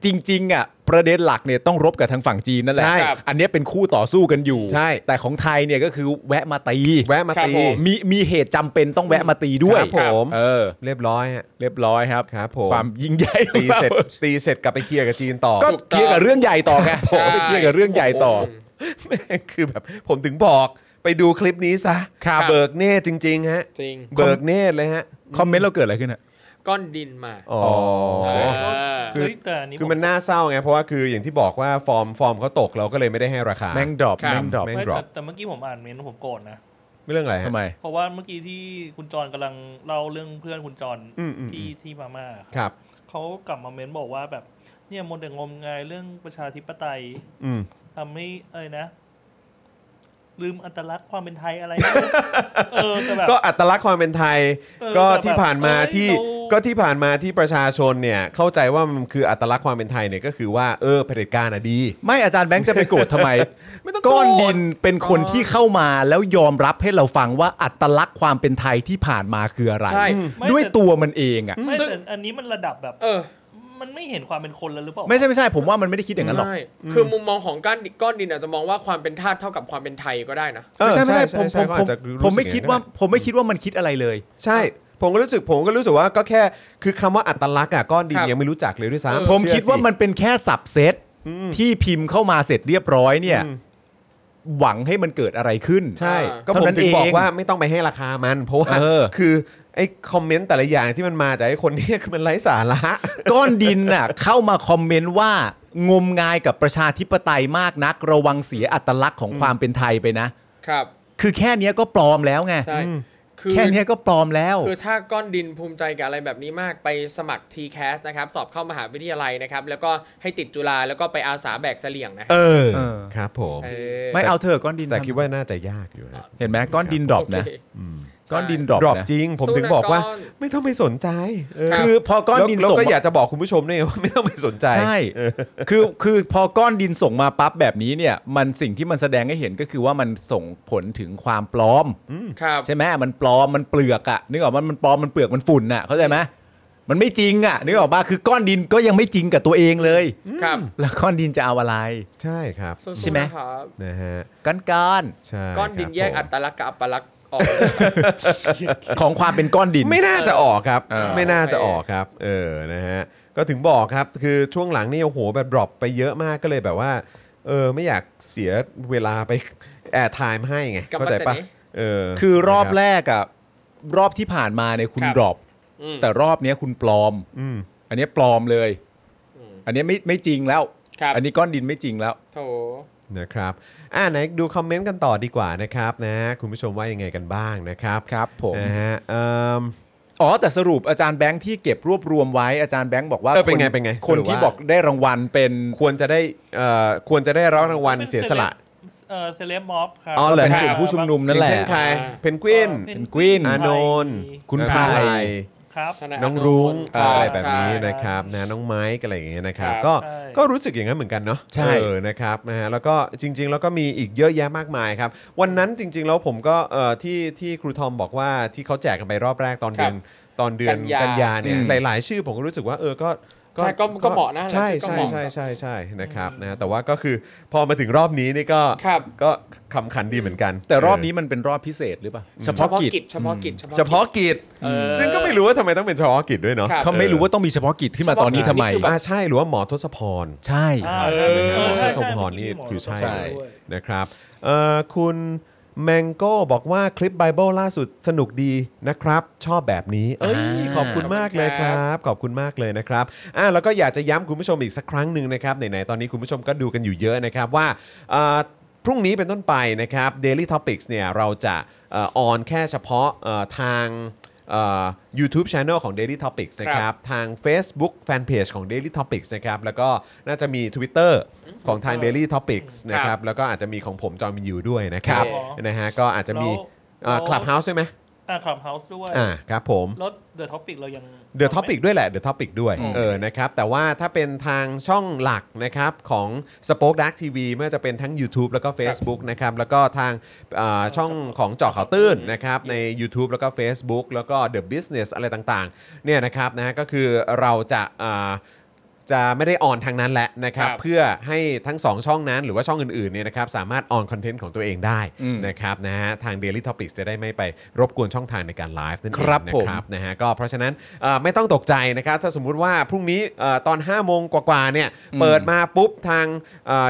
[SPEAKER 3] จริง ๆ อ่ะ ประเด็นหลักเนี่ยต้องรบกับทางฝั่งจีนนั่นแหละ
[SPEAKER 2] ใช่
[SPEAKER 5] ครับ
[SPEAKER 3] อันเนี้ยเป็นคู่ต่อสู้กันอยู่
[SPEAKER 2] ใช่
[SPEAKER 3] แต่ของไทยเนี่ยก็คือแวะมาตี
[SPEAKER 2] แวะมาตี
[SPEAKER 5] ครับผม
[SPEAKER 3] มีมีเหตุจำเป็นต้องแวะมาตีด้วย
[SPEAKER 2] ครับผม
[SPEAKER 3] เออ
[SPEAKER 2] เรียบร้อยฮะ
[SPEAKER 3] เรียบร้อยครับ
[SPEAKER 2] ครับผม
[SPEAKER 3] ความยิ่งใหญ่
[SPEAKER 2] ตีเสร็จ
[SPEAKER 3] ของา
[SPEAKER 2] ตีเสร็จกลับไปเคลียร์กับจีนต่อ
[SPEAKER 3] ก็
[SPEAKER 5] ถูกต้อง
[SPEAKER 3] เคลียร์กับเรื่องใหญ่ต่อไง
[SPEAKER 5] ใช่
[SPEAKER 3] ไปเคลียร์กับเรื่องใหญ่ต่อ
[SPEAKER 2] แม่งคือแบบผมถึงบอก ไปดูคลิปนี้ซะ
[SPEAKER 5] ครับ
[SPEAKER 2] เบิกเน่จริงๆฮะ
[SPEAKER 5] จริง
[SPEAKER 2] เบิกเน่เลยฮะ
[SPEAKER 3] คอมเมนต์เราเกิดอะไรขึ้นอ่ะ
[SPEAKER 5] ก้อนดินมา
[SPEAKER 2] อ๋อ
[SPEAKER 3] อ๋อ
[SPEAKER 2] อ
[SPEAKER 5] า
[SPEAKER 2] คือ
[SPEAKER 4] เฮ้ยแต่อันนี้
[SPEAKER 2] คือมันน่าเศร้าไงเพราะว่าคืออย่างที่บอกว่าฟอร์มฟอร์มเขาตกเราก็เลยไม่ได้ให้ราคา
[SPEAKER 3] แม่งดรอป
[SPEAKER 5] ครับ
[SPEAKER 3] แม่งดรอป
[SPEAKER 2] แม่
[SPEAKER 4] ไม่
[SPEAKER 2] drop
[SPEAKER 4] แต่แต่เมื่อกี้ผมอ่านเมนต์ผมโกรธนะ
[SPEAKER 2] ไม่เรื่องอะไรฮะ
[SPEAKER 3] ทำไม
[SPEAKER 4] เพราะว่าเมื่อกี้ที่คุณจรกำลังเล่าเรื่องเพื่อนคุณจร
[SPEAKER 2] อืมอืม
[SPEAKER 4] ที่ที่มาม่า
[SPEAKER 2] ครับ
[SPEAKER 4] เขากลับมาเม้นบอกว่าแบบเนี่ยมนแต่งมงายเรื่องประชาธิปไตย
[SPEAKER 2] อืม
[SPEAKER 4] ทำให้เอ้ยนะ ลืมอัตลักษณ์ความเป็นไทยอะไร เออแต่แบบ
[SPEAKER 2] ก็อัตลักษณ์ความเป็นไทย
[SPEAKER 4] เออ
[SPEAKER 2] ก็
[SPEAKER 4] แต่แบบ
[SPEAKER 2] ที่ผ่านมา
[SPEAKER 4] เอ้ย
[SPEAKER 2] ที่
[SPEAKER 4] เรา
[SPEAKER 2] ก็ที่ผ่านมาที่ประชาชนเนี่ยเข้าใจว่ามันคืออัตลักษณ์ความเป็นไทยเนี่ยก็คือว่าเออเผด็จการอ่ะดี
[SPEAKER 3] ไม่อาจารย์แบงค์จะไปโกรธทำไม
[SPEAKER 2] ไม่ต้อง
[SPEAKER 3] ก้อนดิ
[SPEAKER 2] โรธ
[SPEAKER 3] นเป็นคนที่เข้ามาแล้วยอมรับให้เราฟังว่าอัตลักษณ์ความเป็นไทยที่ผ่านมาคืออะไร
[SPEAKER 5] ใช่
[SPEAKER 3] ด้วยตัวมันเองอ่ะ
[SPEAKER 4] ไม่
[SPEAKER 5] ซึ่ง
[SPEAKER 4] แต่อันนี้มันระดับแบบ
[SPEAKER 5] เออ
[SPEAKER 4] มันไม่เห็นความเป็นคนแล้วหรือเปล่า
[SPEAKER 3] ไม่ใช่ไม่ใช่ผมว่ามันไม่ได้คิดอย่างนั้นหรอก
[SPEAKER 5] ไม่คือมุมมองของก้อนดินก้อนดินอาจจะมองว่าความเป็นธาตุเท่ากับความเป็นไทยก็ได้นะ
[SPEAKER 2] เออ
[SPEAKER 3] ไม่ใช่ไม่ใช่ผมผม
[SPEAKER 2] ก็
[SPEAKER 3] ผ
[SPEAKER 2] อาจ
[SPEAKER 3] ม
[SPEAKER 2] จะรู้สึก
[SPEAKER 3] ผมไม่คิด
[SPEAKER 2] อ
[SPEAKER 3] ว่า
[SPEAKER 2] ย่งนั้น
[SPEAKER 3] ผมไม่คิดว่ามันคิดอะไรเลย
[SPEAKER 2] ใช่ ผมก็รู้สึกผมก็รู้สึกว่าก็แค่คือคำว่าอัตลักษณ์อ่ะก้อนดิน
[SPEAKER 5] ครับ
[SPEAKER 2] ยังไม่รู้จักเลยด้วย
[SPEAKER 5] เออ
[SPEAKER 2] ซ้ำ
[SPEAKER 3] ผมคิด
[SPEAKER 2] เชื่อสิ
[SPEAKER 3] ว่ามันเป็นแค่สับเซตที่พิมพ์เข้ามาเสร็จเรียบร้อยเนี่ย
[SPEAKER 2] อืม
[SPEAKER 3] หวังให้มันเกิดอะไรขึ้น
[SPEAKER 2] ใช่
[SPEAKER 5] อ่า
[SPEAKER 2] ก็
[SPEAKER 3] เท่า
[SPEAKER 2] ผม
[SPEAKER 3] นั้น
[SPEAKER 2] ถึงบอก
[SPEAKER 3] เอง
[SPEAKER 2] ว่าไม่ต้องไปให้ราคามัน เพราะว่า
[SPEAKER 3] เออ
[SPEAKER 2] คือไอ้คอมเมนต์แต่ละอย่างที่มันมาจากไอ้คนเนี้คือมันไร้สาระ
[SPEAKER 3] ก้อนดินน่ะ เข้ามาคอมเมนต์ว่า งมงายกับประชาธิปไตยมากนัก ระวังเสียอัตลักษณ์ของความเป็นไทยไปนะ
[SPEAKER 5] ครับ
[SPEAKER 3] คือแค่เนี้ยก็ปลอมแล้วไง
[SPEAKER 5] ใช่คือ
[SPEAKER 3] แค่เนี้ยก็ปลอมแล้ว
[SPEAKER 5] คือถ้าก้อนดินภูมิใจกับอะไรแบบนี้มากไปสมัคร TCAS นะครับ สอบเข้ามหาวิทยาลัยนะครับ แล้วก็ให้ติดจุฬาแล้วก็ไปอาสาแบกเสลี่ยงนะ
[SPEAKER 2] เออ
[SPEAKER 3] เออ
[SPEAKER 2] ครับผม
[SPEAKER 5] เออ
[SPEAKER 3] ไม่เอาเธอะก้อนดิน
[SPEAKER 2] แต่
[SPEAKER 3] ทำ
[SPEAKER 2] คิดว่าน่าจะยากอยู่นะ
[SPEAKER 3] เห็นไหมก้อนดินดรอปนะ
[SPEAKER 5] โเค
[SPEAKER 3] ก้อนดินดรอป
[SPEAKER 2] ดรอป
[SPEAKER 3] นะ
[SPEAKER 2] จริง ผม
[SPEAKER 5] สู้
[SPEAKER 2] ถึง
[SPEAKER 5] นะ
[SPEAKER 2] บอกว่า
[SPEAKER 5] ก้อน
[SPEAKER 2] ไม่ต้องไปสนใจเออ
[SPEAKER 3] คือพอก้อนดิน
[SPEAKER 2] แล้ว
[SPEAKER 3] ส่ง
[SPEAKER 2] ก็
[SPEAKER 3] มา
[SPEAKER 2] อยากจะบอกคุณผู้ชมด้วยว่าไม่ต้องไป สนใจ
[SPEAKER 3] ใช่ คือคือพอก้อนดินส่งมาปั๊บแบบนี้เนี่ย มันสิ่งที่มันแสดงให้เห็นก็คือว่ามันส่งผลถึงความปลอม
[SPEAKER 5] ครับ
[SPEAKER 3] ใช่ไหมมันปลอมมันเปลือกอะนึกออกมันมันปลอมมันเปลือกมันฝุ่นอะเข้าใจไหมมันไม่จริงอะนึกออกปะคือก้อนดินก็ยังไม่จริงกับตัวเองเลย
[SPEAKER 5] ครับ
[SPEAKER 3] แล้วก้อนดินจะเอาอะไร
[SPEAKER 2] ใช่ครับ
[SPEAKER 5] สู้ๆ
[SPEAKER 3] ใช่ไหม
[SPEAKER 5] นะครับ
[SPEAKER 2] นะฮะ
[SPEAKER 3] ก้อนก้อน
[SPEAKER 2] ใช่
[SPEAKER 5] ก้อนดินแยก
[SPEAKER 2] ค
[SPEAKER 5] อั
[SPEAKER 2] รับผม
[SPEAKER 5] ตลักษณ์กับอัปลักษณ์ออก
[SPEAKER 3] ของความเป็นก้อนดิน
[SPEAKER 2] ไม่น่าจะออกครับ
[SPEAKER 3] เออ
[SPEAKER 2] ไม่น่าจะ
[SPEAKER 5] โอเค
[SPEAKER 2] ออกครับ เออนะฮะก็ถึงบอกครับคือช่วงหลังนี่โอ้โหแบบดรอปไปเยอะมากก็เลยแบบว่าเออไม่อยากเสียเวลาไป แอร์ไทม์ให้ไง
[SPEAKER 5] กลับมา
[SPEAKER 2] เข้าใจ
[SPEAKER 5] แต่
[SPEAKER 2] ปะ
[SPEAKER 5] นี้
[SPEAKER 2] เออ
[SPEAKER 3] คือรอบ
[SPEAKER 2] นะค
[SPEAKER 3] แรกอะรอบที่ผ่านมาเนี่ยคุณ
[SPEAKER 5] ครั
[SPEAKER 3] ด
[SPEAKER 5] บ
[SPEAKER 3] รอป
[SPEAKER 5] อืม
[SPEAKER 3] แต่รอบเนี้ยคุณปลอม
[SPEAKER 2] อืม
[SPEAKER 3] อันเนี้ยปลอมเลย อันเนี้ยไม่ไม่จริงแล้ว
[SPEAKER 5] ครับ
[SPEAKER 3] อันนี้ก้อนดินไม่จริงแล้ว
[SPEAKER 5] โถ
[SPEAKER 2] นะครับอ่าไหนดูคอมเมนต์กันต่อดีกว่านะครับนะคุณผู้ชมว่ายังไงกันบ้างนะครับ
[SPEAKER 3] ครับผม
[SPEAKER 2] นะฮะเอิ่ม
[SPEAKER 3] อ๋อ แต่สรุปอาจารย์แบงค์ที่เก็บรวบรวมไว้อาจารย์แบงค์บอกว่า
[SPEAKER 2] เออเป็นไง
[SPEAKER 3] ค
[SPEAKER 2] เป็นไง
[SPEAKER 3] คน
[SPEAKER 2] สรุป
[SPEAKER 3] ที่
[SPEAKER 2] ว่า
[SPEAKER 3] บอกได้รางวัลเป็น
[SPEAKER 2] ควรจะได้เอ่อควรจะได้รับรางวัลเสียสละ
[SPEAKER 4] เออเซเลบม็อบครับ
[SPEAKER 2] อ๋อเหรอ
[SPEAKER 3] เป็น
[SPEAKER 2] ฮะ
[SPEAKER 3] กลุ่มผู้ชุมนุมนั่น
[SPEAKER 2] อ
[SPEAKER 3] แห
[SPEAKER 2] ย่าง
[SPEAKER 3] ละ
[SPEAKER 2] เช่นใคร
[SPEAKER 5] อ่า
[SPEAKER 2] เพนกวิน
[SPEAKER 4] เ
[SPEAKER 3] เพนกวิน
[SPEAKER 2] อานนท์
[SPEAKER 3] คุณ
[SPEAKER 2] เอ่อ
[SPEAKER 3] ไพาย
[SPEAKER 4] ครับ
[SPEAKER 5] ธา
[SPEAKER 2] น้องรุ้ง
[SPEAKER 5] า
[SPEAKER 2] อะไร
[SPEAKER 5] ใช่
[SPEAKER 2] แบบนี้นะครับนะน้องไม้กันอะไรอย่างเงี้ยนะครับ
[SPEAKER 5] ครับ
[SPEAKER 2] ก็
[SPEAKER 4] ใช่
[SPEAKER 2] ก็รู้สึกอย่างนั้นเหมือนกันเนาะ
[SPEAKER 3] ใช่
[SPEAKER 2] เออนะครับนะฮะแล้วก็จริง ๆ แล้วก็มีอีกเยอะแยะมากมายครับ วันนั้นจริง ๆ แล้วผมก็เอ่อที่ที่ครูทอมบอกว่าที่เขาแจกกันไปรอบแรกตอนเดือนตอนเดือนกั
[SPEAKER 5] กันยา
[SPEAKER 2] นยาเนี่ย
[SPEAKER 3] อืม
[SPEAKER 2] หลาย ๆ ชื่อผมก็รู้สึกว่าเออก็
[SPEAKER 5] ใช่ก็ก็เหมาะนะ
[SPEAKER 2] ใช่
[SPEAKER 5] หลายชื่อก็
[SPEAKER 2] ใช่
[SPEAKER 5] เหมาะ
[SPEAKER 2] ใช่ใช่ใช่นะครับนะแต่ว่าก็คือพอมาถึงรอบนี้นี่ก็
[SPEAKER 5] ครับ
[SPEAKER 2] ก็ขำขันดีเหมือนกัน
[SPEAKER 3] แต่รอบนี้มันเป็นรอบพิเศษหรือเปล่าเฉ
[SPEAKER 5] เฉ
[SPEAKER 3] พาะ
[SPEAKER 5] พาะ
[SPEAKER 3] กิจ
[SPEAKER 5] กิจเฉพาะกิจ
[SPEAKER 2] เฉพาะกิจ
[SPEAKER 5] เออ
[SPEAKER 2] ซึ่งก็ไม่รู้ว่าทำไมต้องเป็นเฉพาะกิจด้วยเนาะ
[SPEAKER 5] ครับ
[SPEAKER 3] เขาไม่รู้ว่าต้องมีเฉพาะกิจขึ้นมาตอนนี้ทำไม
[SPEAKER 5] เฉพาะกิจนี่คือแบบ
[SPEAKER 2] อ่าใช่หรือว่าหมอทศพร
[SPEAKER 3] ใช่
[SPEAKER 4] อ่า
[SPEAKER 2] ใช่ไหมฮะหมอ
[SPEAKER 4] เออ
[SPEAKER 2] ท
[SPEAKER 4] ใช่
[SPEAKER 2] ศ
[SPEAKER 4] ใช่
[SPEAKER 2] พรนี่คือใช่
[SPEAKER 4] ใช่
[SPEAKER 2] เลยนะครับเอ่อคุณแมงโก้บอกว่าคลิปไบเบิลล่าสุดสนุกดีนะครับ ชอบแบบนี้ เอ้ยขอบคุณมากเลยครับ ขอบคุณมากเลยนะครับอ่าแล้วก็อยากจะย้ำคุณผู้ชมอีกสักครั้งหนึ่งนะครับไหนๆตอนนี้คุณผู้ชมก็ดูกันอยู่เยอะนะครับว่าเอ่อ พรุ่งนี้เป็นต้นไปนะครับ Daily Topics เนี่ยเราจะเออนแค่เฉพาะเอ่อทางเอ่อ YouTube Channel ของ Daily Topics นะครับทาง Facebook Fanpage ของ Daily Topics นะครับแล้วก็น่าจะมี Twitter ของทาง Daily Topics นะค
[SPEAKER 5] ครั
[SPEAKER 2] รับบ แล้วก็อาจจะมีของผมจอมยูด้วยนะครับ
[SPEAKER 5] ครับ
[SPEAKER 2] นะฮะก็อาจจะมีคลับเฮาส์ใช่ไหม
[SPEAKER 4] อ่าคลับเฮาส์ด้วย
[SPEAKER 2] อ่าครับผม
[SPEAKER 4] แล้วเดอะท็อปิกเรายัง
[SPEAKER 2] เดอะท็อปิกด้วยแหละเดอะท็อปิกด้วยเออนะครับแต่ว่าถ้าเป็นทางช่องหลักนะครับของ Spoke Dark TV เมื่อจะเป็นทั้ง YouTube แล้วก็ Facebook นะครับแล้วก็ทางอ่าช่องของเจาะข่าวตื้นนะครับใน YouTube แล้วก็ Facebook แล้วก็ The Business อะไรต่างๆเนี่ยนะครับนะฮะก็คือเราจะอ่า จะไม่ได้ออนทางนั้นแหละนะครับ
[SPEAKER 5] ครับ
[SPEAKER 2] เพื่อให้ทั้งสองช่องนั้นหรือว่าช่องอื่นๆเนี่ยนะครับสามารถออนคอนเทนต์ของตัวเองได้
[SPEAKER 3] อืม
[SPEAKER 2] นะครับนะฮะทาง Daily Topics จะได้ไม่ไปรบกวนช่องทางในการไลฟ์นั่นเอง
[SPEAKER 3] ครับ
[SPEAKER 2] นะ
[SPEAKER 3] ผม
[SPEAKER 2] ครับนะฮะก็เพราะฉะนั้นเอ่อไม่ต้องตกใจนะครับ ถ้าสมมุติว่าพรุ่งนี้เอ่อตอน5โมงกว่าๆเนี่ยเปิดมาปุ๊บทาง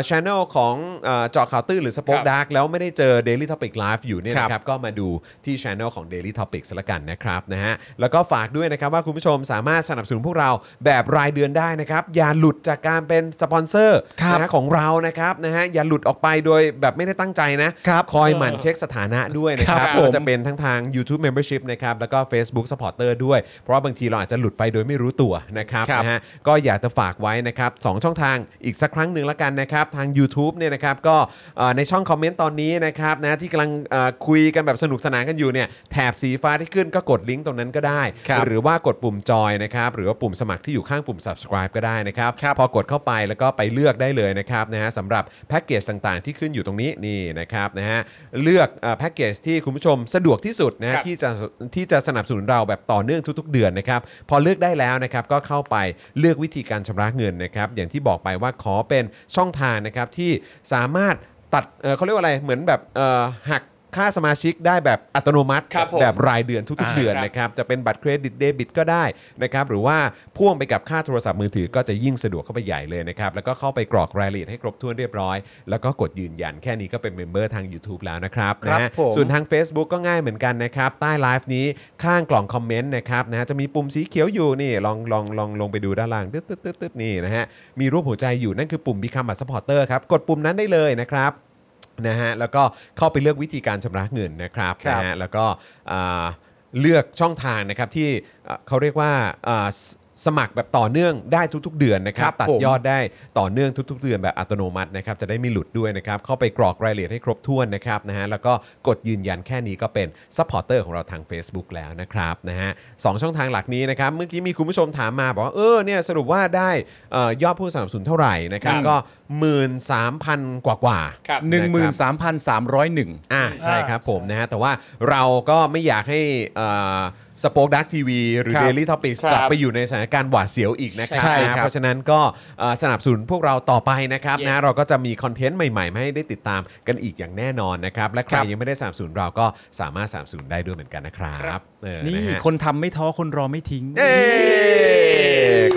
[SPEAKER 2] ช่องของเอ่อเจาะข่าวตื้นหรือสป็อ
[SPEAKER 5] ค
[SPEAKER 2] ค
[SPEAKER 5] รับ
[SPEAKER 2] ดาร์กแล้วไม่ได้เจอ Daily Topic Live อยู่เนี่ย
[SPEAKER 3] ครับ
[SPEAKER 2] นะครับ นะครับก็มาดูที่ช anel ของ Daily Topics ละกันนะครับนะฮะแล้วก็ฝากด้วยนะครับว่าคุณผู้ชมสามารถสนับสนุนพวกเราแบบรายเดือนได้นะครับ อย่าหลุดจากการเป็นสปอนเซอร์
[SPEAKER 3] ครับ
[SPEAKER 2] นะฮะของเรานะครับนะฮะอย่าหลุดออกไปโดยแบบไม่ได้ตั้งใจนะครับ คอยหมั่นเช็คสถานะด้วยนะครั
[SPEAKER 3] ครับ บผม
[SPEAKER 2] ไม่ว่าจะเป็นทั้งทาง YouTube Membership นะครับแล้วก็ Facebook Supporter ด้วย เพราะว่าบางทีเราอาจจะหลุดไปโดยไม่รู้ตัวนะครับ
[SPEAKER 3] ครับ
[SPEAKER 2] นะฮะ นะฮะก็อยากจะฝากไว้นะครับสองช่องทางอีกสักครั้งหนึ่งละกันนะครับ ทาง u t u b e เนี่ยนะครับก็เอ่อในช่องคอมเมนต์ตอนนี้นะครับนะที่กำลังเอ่อคุยกันแบบสนุกสนานกันอยู่เนี่ยแถบสีฟ้าที่ขึ้นก็กดลิงก์ตรงนั้นก็ได้
[SPEAKER 3] ครับ
[SPEAKER 2] หรือว่ากดปุ่มจอยนะครับหรือว่าปุ่มสมัครที่อยู่ข้างปุ่ม subscribe ก็ได้นะครับ
[SPEAKER 3] ครับ
[SPEAKER 2] พอกดเข้าไปแล้วก็ไปเลือกได้เลยนะครับนะฮะสำหรับแพ็กเกจต่างๆ ที่ขึ้นอยู่ตรงนี้นี่นะครับนะฮะเลือกเอ่อแพ็กเกจที่คุณผู้ชมสะดวกที่สุดนะฮะ
[SPEAKER 5] ครับ
[SPEAKER 2] ที่จะที่จะสนับสนุนเราแบบต่อเนื่องทุก ๆ เดือนนะครับพอเลือกได้แล้วนะครับก็เข้าไปเลือกวิธีการชำระเงินนะครับอย่างที่บอกไปว่าขอเป็นช่องทางนะครับที่สามารถตัดเอ่อเขาเรียกว่าอะไรเหมือนแบบเอ่อหักค่าสมาชิกได้แบบอัตโนมัติ
[SPEAKER 5] ครับผม
[SPEAKER 2] แบบรายเดือนทุกๆ
[SPEAKER 3] อ่า
[SPEAKER 2] เดือน นะครับจะเป็นบัตรเครดิตเดบิตก็ได้นะครับหรือว่าพ่วงไปกับค่าโทรศัพท์มือถือก็จะยิ่งสะดวกเข้าไปใหญ่เลยนะครับแล้วก็เข้าไปกรอกรายละเอียดให้ครบถ้วนเรียบร้อย แล้วก็กดยืนยันแค่นี้ก็เป็นเมมเบอร์ทาง YouTube แล้วนะครับ
[SPEAKER 3] ครับ
[SPEAKER 2] นะฮะ
[SPEAKER 3] ผม
[SPEAKER 2] ส่วนทาง Facebook ก็ง่ายเหมือนกันนะครับใต้ไลฟ์นี้ข้างกล่องคอมเมนต์นะครับนะฮะจะมีปุ่มสีเขียวอยู่นี่ลองลองลองลงไปดูด้านล่างตึ๊ดตึ๊ดตึ๊ดตึ๊ดนี่นะฮะมีรูปหัวใจอยู่นั่นคือปุ่ม Become a supporter ครับกดปุ่มนั้นได้เลยนะครับ นะฮะแล้วก็เข้าไปเลือกวิธีการชำระเงินนะครับ
[SPEAKER 3] ครับ
[SPEAKER 2] นะฮะแล้วก็อ่าเลือกช่องทางนะครับที่อ่าเขาเรียกว่าอ่าสสมัครแบบต่อเนื่องได้ทุก ๆ เดือนนะครับ
[SPEAKER 3] ครับ
[SPEAKER 2] ตัด
[SPEAKER 3] ผม
[SPEAKER 2] ยอดได้ต่อเนื่องทุก ๆ เดือนแบบอัตโนมัตินะครับจะได้ไม่หลุดด้วยนะครับเข้าไปกรอกรายละเอียดให้ครบถ้วนนะครับนะฮะแล้วก็กดยืนยันแค่นี้ก็เป็นซัพพอร์เตอร์ของเราทาง Facebook แล้วนะครับนะฮะสองช่องทางหลักนี้นะครับเมื่อกี้มีคุณผู้ชมถามมาบอกว่าเออเนี่ยสรุปว่าได้เอ่อยอดผู้สนับสนุนเท่าไหร่นะครับ
[SPEAKER 3] ครับ
[SPEAKER 2] ก็หมื่นสามพันกว่ากว่าๆ
[SPEAKER 5] ครับ
[SPEAKER 3] หนึ่งหมื่นสามพันสามร้อยหนึ่ง
[SPEAKER 2] อ่าใช่ครับผมนะฮะแต่ว่าเราก็ไม่อยากให้สป็อคดักทีวีหรือ
[SPEAKER 3] ครับ
[SPEAKER 2] Daily Topics
[SPEAKER 5] ครับ
[SPEAKER 2] กลับไปอยู่ในสถานการณ์หวาดเสียวอีกนะครับ
[SPEAKER 3] ใช่
[SPEAKER 2] นะฮะ
[SPEAKER 3] ครับ
[SPEAKER 2] เพราะฉะนั้นก็เอ่อสนับสนุนพวกเราต่อไปนะครับ
[SPEAKER 5] Yes
[SPEAKER 2] นะเราก็จะมีคอนเทนต์ใหม่ๆมาให้ได้ติดตามกันอีกอย่างแน่นอนนะครับ และใคร
[SPEAKER 3] ครับ
[SPEAKER 2] ยังไม่ได้สนับสนุนเราก็สามารถสนับสนุนได้ด้วยเหมือนกันนะครับ
[SPEAKER 5] ครับ
[SPEAKER 2] เออ
[SPEAKER 3] นี่
[SPEAKER 2] ะฮะ
[SPEAKER 3] คนทำไม่ท้อคนรอไม่ทิ้ง
[SPEAKER 2] เอ้ย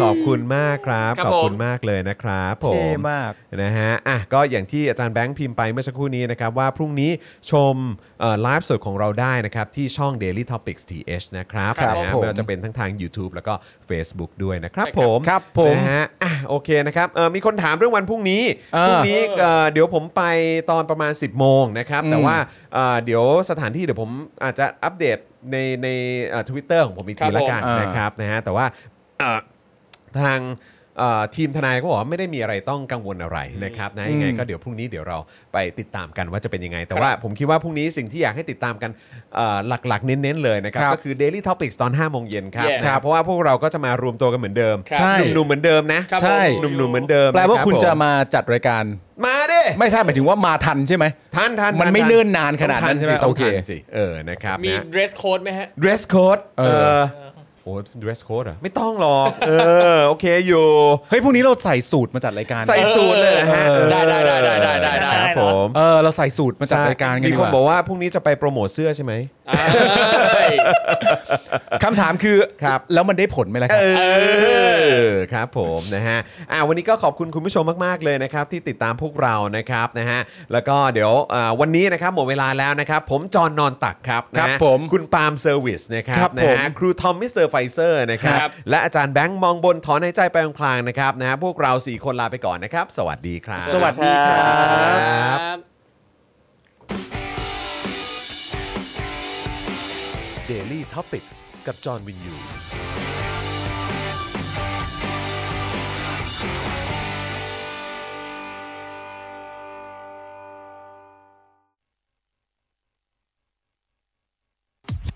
[SPEAKER 2] ขอบคุณมากครับ
[SPEAKER 5] ครับ
[SPEAKER 2] ขอบคุ
[SPEAKER 5] ผ
[SPEAKER 2] ณ
[SPEAKER 5] ม
[SPEAKER 2] มากเลยนะครับผม
[SPEAKER 3] เท่มาก
[SPEAKER 2] นะฮะอ่ะก็อย่างที่อาจารย์แบงค์พิมพ์ไปเมื่อสักครู่นี้นะครับ ว่าพรุ่งนี้ชมเอ่อไลฟ์สดของเราได้นะครับ ที่ช่อง Daily Topics TH นะครับ
[SPEAKER 3] ครับ
[SPEAKER 2] นะฮะ
[SPEAKER 3] ผม
[SPEAKER 2] ไม่ว่าจะเป็นทั้งทาง YouTube แล้วก็ Facebook ด้วยนะครับ
[SPEAKER 5] ใช่
[SPEAKER 2] ผ
[SPEAKER 5] ครับ
[SPEAKER 2] ม
[SPEAKER 3] ครับผม
[SPEAKER 2] นะฮะอ่ะโอเคนะครับเอ่อมีคนถามเรื่องวันพรุ่งนี้
[SPEAKER 3] เออ
[SPEAKER 2] พรุ่งนี้เอ่อเดี๋ยวผมไปตอนประมาณ 10 โมงนะครับแต่
[SPEAKER 3] อืม
[SPEAKER 2] ว่าเอ่อเดี๋ยวสถานที่เดี๋ยวผมอาจจะอัปเดตในในทวิตเตอร์ของผมอีกทีละกัน
[SPEAKER 3] ครับผม
[SPEAKER 2] นะครับนะฮะแต่ว่าเอ่อทางเอ่อทีมทนายก็บอกว่าไม่ได้มีอะไรต้องกังวลอะไรนะครับนะยังไงก็เดี๋ยวพรุ่งนี้เดี๋ยวเราไปติดตามกันว่าจะเป็นยังไง แต่ว่าผมคิดว่าพรุ่งนี้สิ่งที่อยากให้ติดตามกันเอ่อหลักๆ เน้นๆเลยนะครับ
[SPEAKER 3] ครับ
[SPEAKER 2] ก็คือ Daily Topics ตอน5โมงเย็นครับ
[SPEAKER 5] แย่
[SPEAKER 2] นะครับเพราะว่าพวกเราก็จะมารวมตัวกันเหมือนเดิม
[SPEAKER 5] ครับ
[SPEAKER 3] ใช่
[SPEAKER 2] หนุ่มๆเหมือนเดิมนะครับ
[SPEAKER 3] ใช่
[SPEAKER 5] ผม
[SPEAKER 2] หนุ่มๆเหมือนเดิม
[SPEAKER 3] แปลว่าคุณ
[SPEAKER 2] นรับ
[SPEAKER 3] จะ
[SPEAKER 2] ผม
[SPEAKER 3] มาจัดรายการ
[SPEAKER 2] มาดิ
[SPEAKER 3] ไม่ใช่หมายถึงว่ามาทันใช่ไหม
[SPEAKER 2] ท่านท่าน
[SPEAKER 3] มันไม่เนิ่นนานขนาดนั้นใช่ไหม
[SPEAKER 2] โอ
[SPEAKER 3] โอ
[SPEAKER 2] เค
[SPEAKER 3] เค
[SPEAKER 2] สิเออนะครับ
[SPEAKER 5] มี
[SPEAKER 2] นะ
[SPEAKER 5] dress code ไหมฮะ
[SPEAKER 2] dress code
[SPEAKER 3] เอ
[SPEAKER 2] เอ
[SPEAKER 3] อ
[SPEAKER 2] อโอ้ dress code เหรอ่ะไม่ต้องหรอกเออโอเคอยู่
[SPEAKER 3] เฮ้ยพรุ่งนี้เราใส่สูตรมาจัดรายการ
[SPEAKER 2] ใส่สูตรเลยนะฮะ
[SPEAKER 3] เออ
[SPEAKER 5] ได้ได้ได้ได้ได้ได้
[SPEAKER 2] ครับผม
[SPEAKER 3] เออเราใส่สูตรมาจัดรายการกัน
[SPEAKER 2] มี
[SPEAKER 3] ดี
[SPEAKER 2] คน
[SPEAKER 3] กว่า
[SPEAKER 2] บอกว่าพรุ่งนี้จะไปโปรโมทเสื้อใช่ไหม
[SPEAKER 5] เอ้ย
[SPEAKER 3] คำถามคือ
[SPEAKER 2] ครับ
[SPEAKER 3] แล้วมันได้ผลไหมล่ะครับ
[SPEAKER 2] เออครับผมนะฮะอ่าวันนี้ก็ขอบคุณคุณผู้ชมมาก ๆ เลยนะครับที่ติดตามพวกเรานะครับนะฮะแล้วก็เดี๋ยวอ่าวันนี้นะครับหมดเวลาแล้วนะครับ ผมจอห์นนอนตักครับ
[SPEAKER 3] ครั
[SPEAKER 2] นะ
[SPEAKER 3] บ
[SPEAKER 2] ฮะ
[SPEAKER 3] ผม
[SPEAKER 2] คุณปาล์มเซอร์วิสนะครั
[SPEAKER 3] ครับ บ
[SPEAKER 2] นะ
[SPEAKER 3] ผม
[SPEAKER 2] ฮะครูทอมมิสเตอร์ไฟเซอร์นะครับ
[SPEAKER 5] ครับ
[SPEAKER 2] และอาจารย์แบงค์มองบนถอนหายใจไปพลางๆนะครับนะฮะพวกเราสี่คนลาไปก่อนนะครับ สวัสดีครับ
[SPEAKER 3] สวัสดี ครับ
[SPEAKER 5] บ
[SPEAKER 2] Daily Topics กับจอห์นวินยู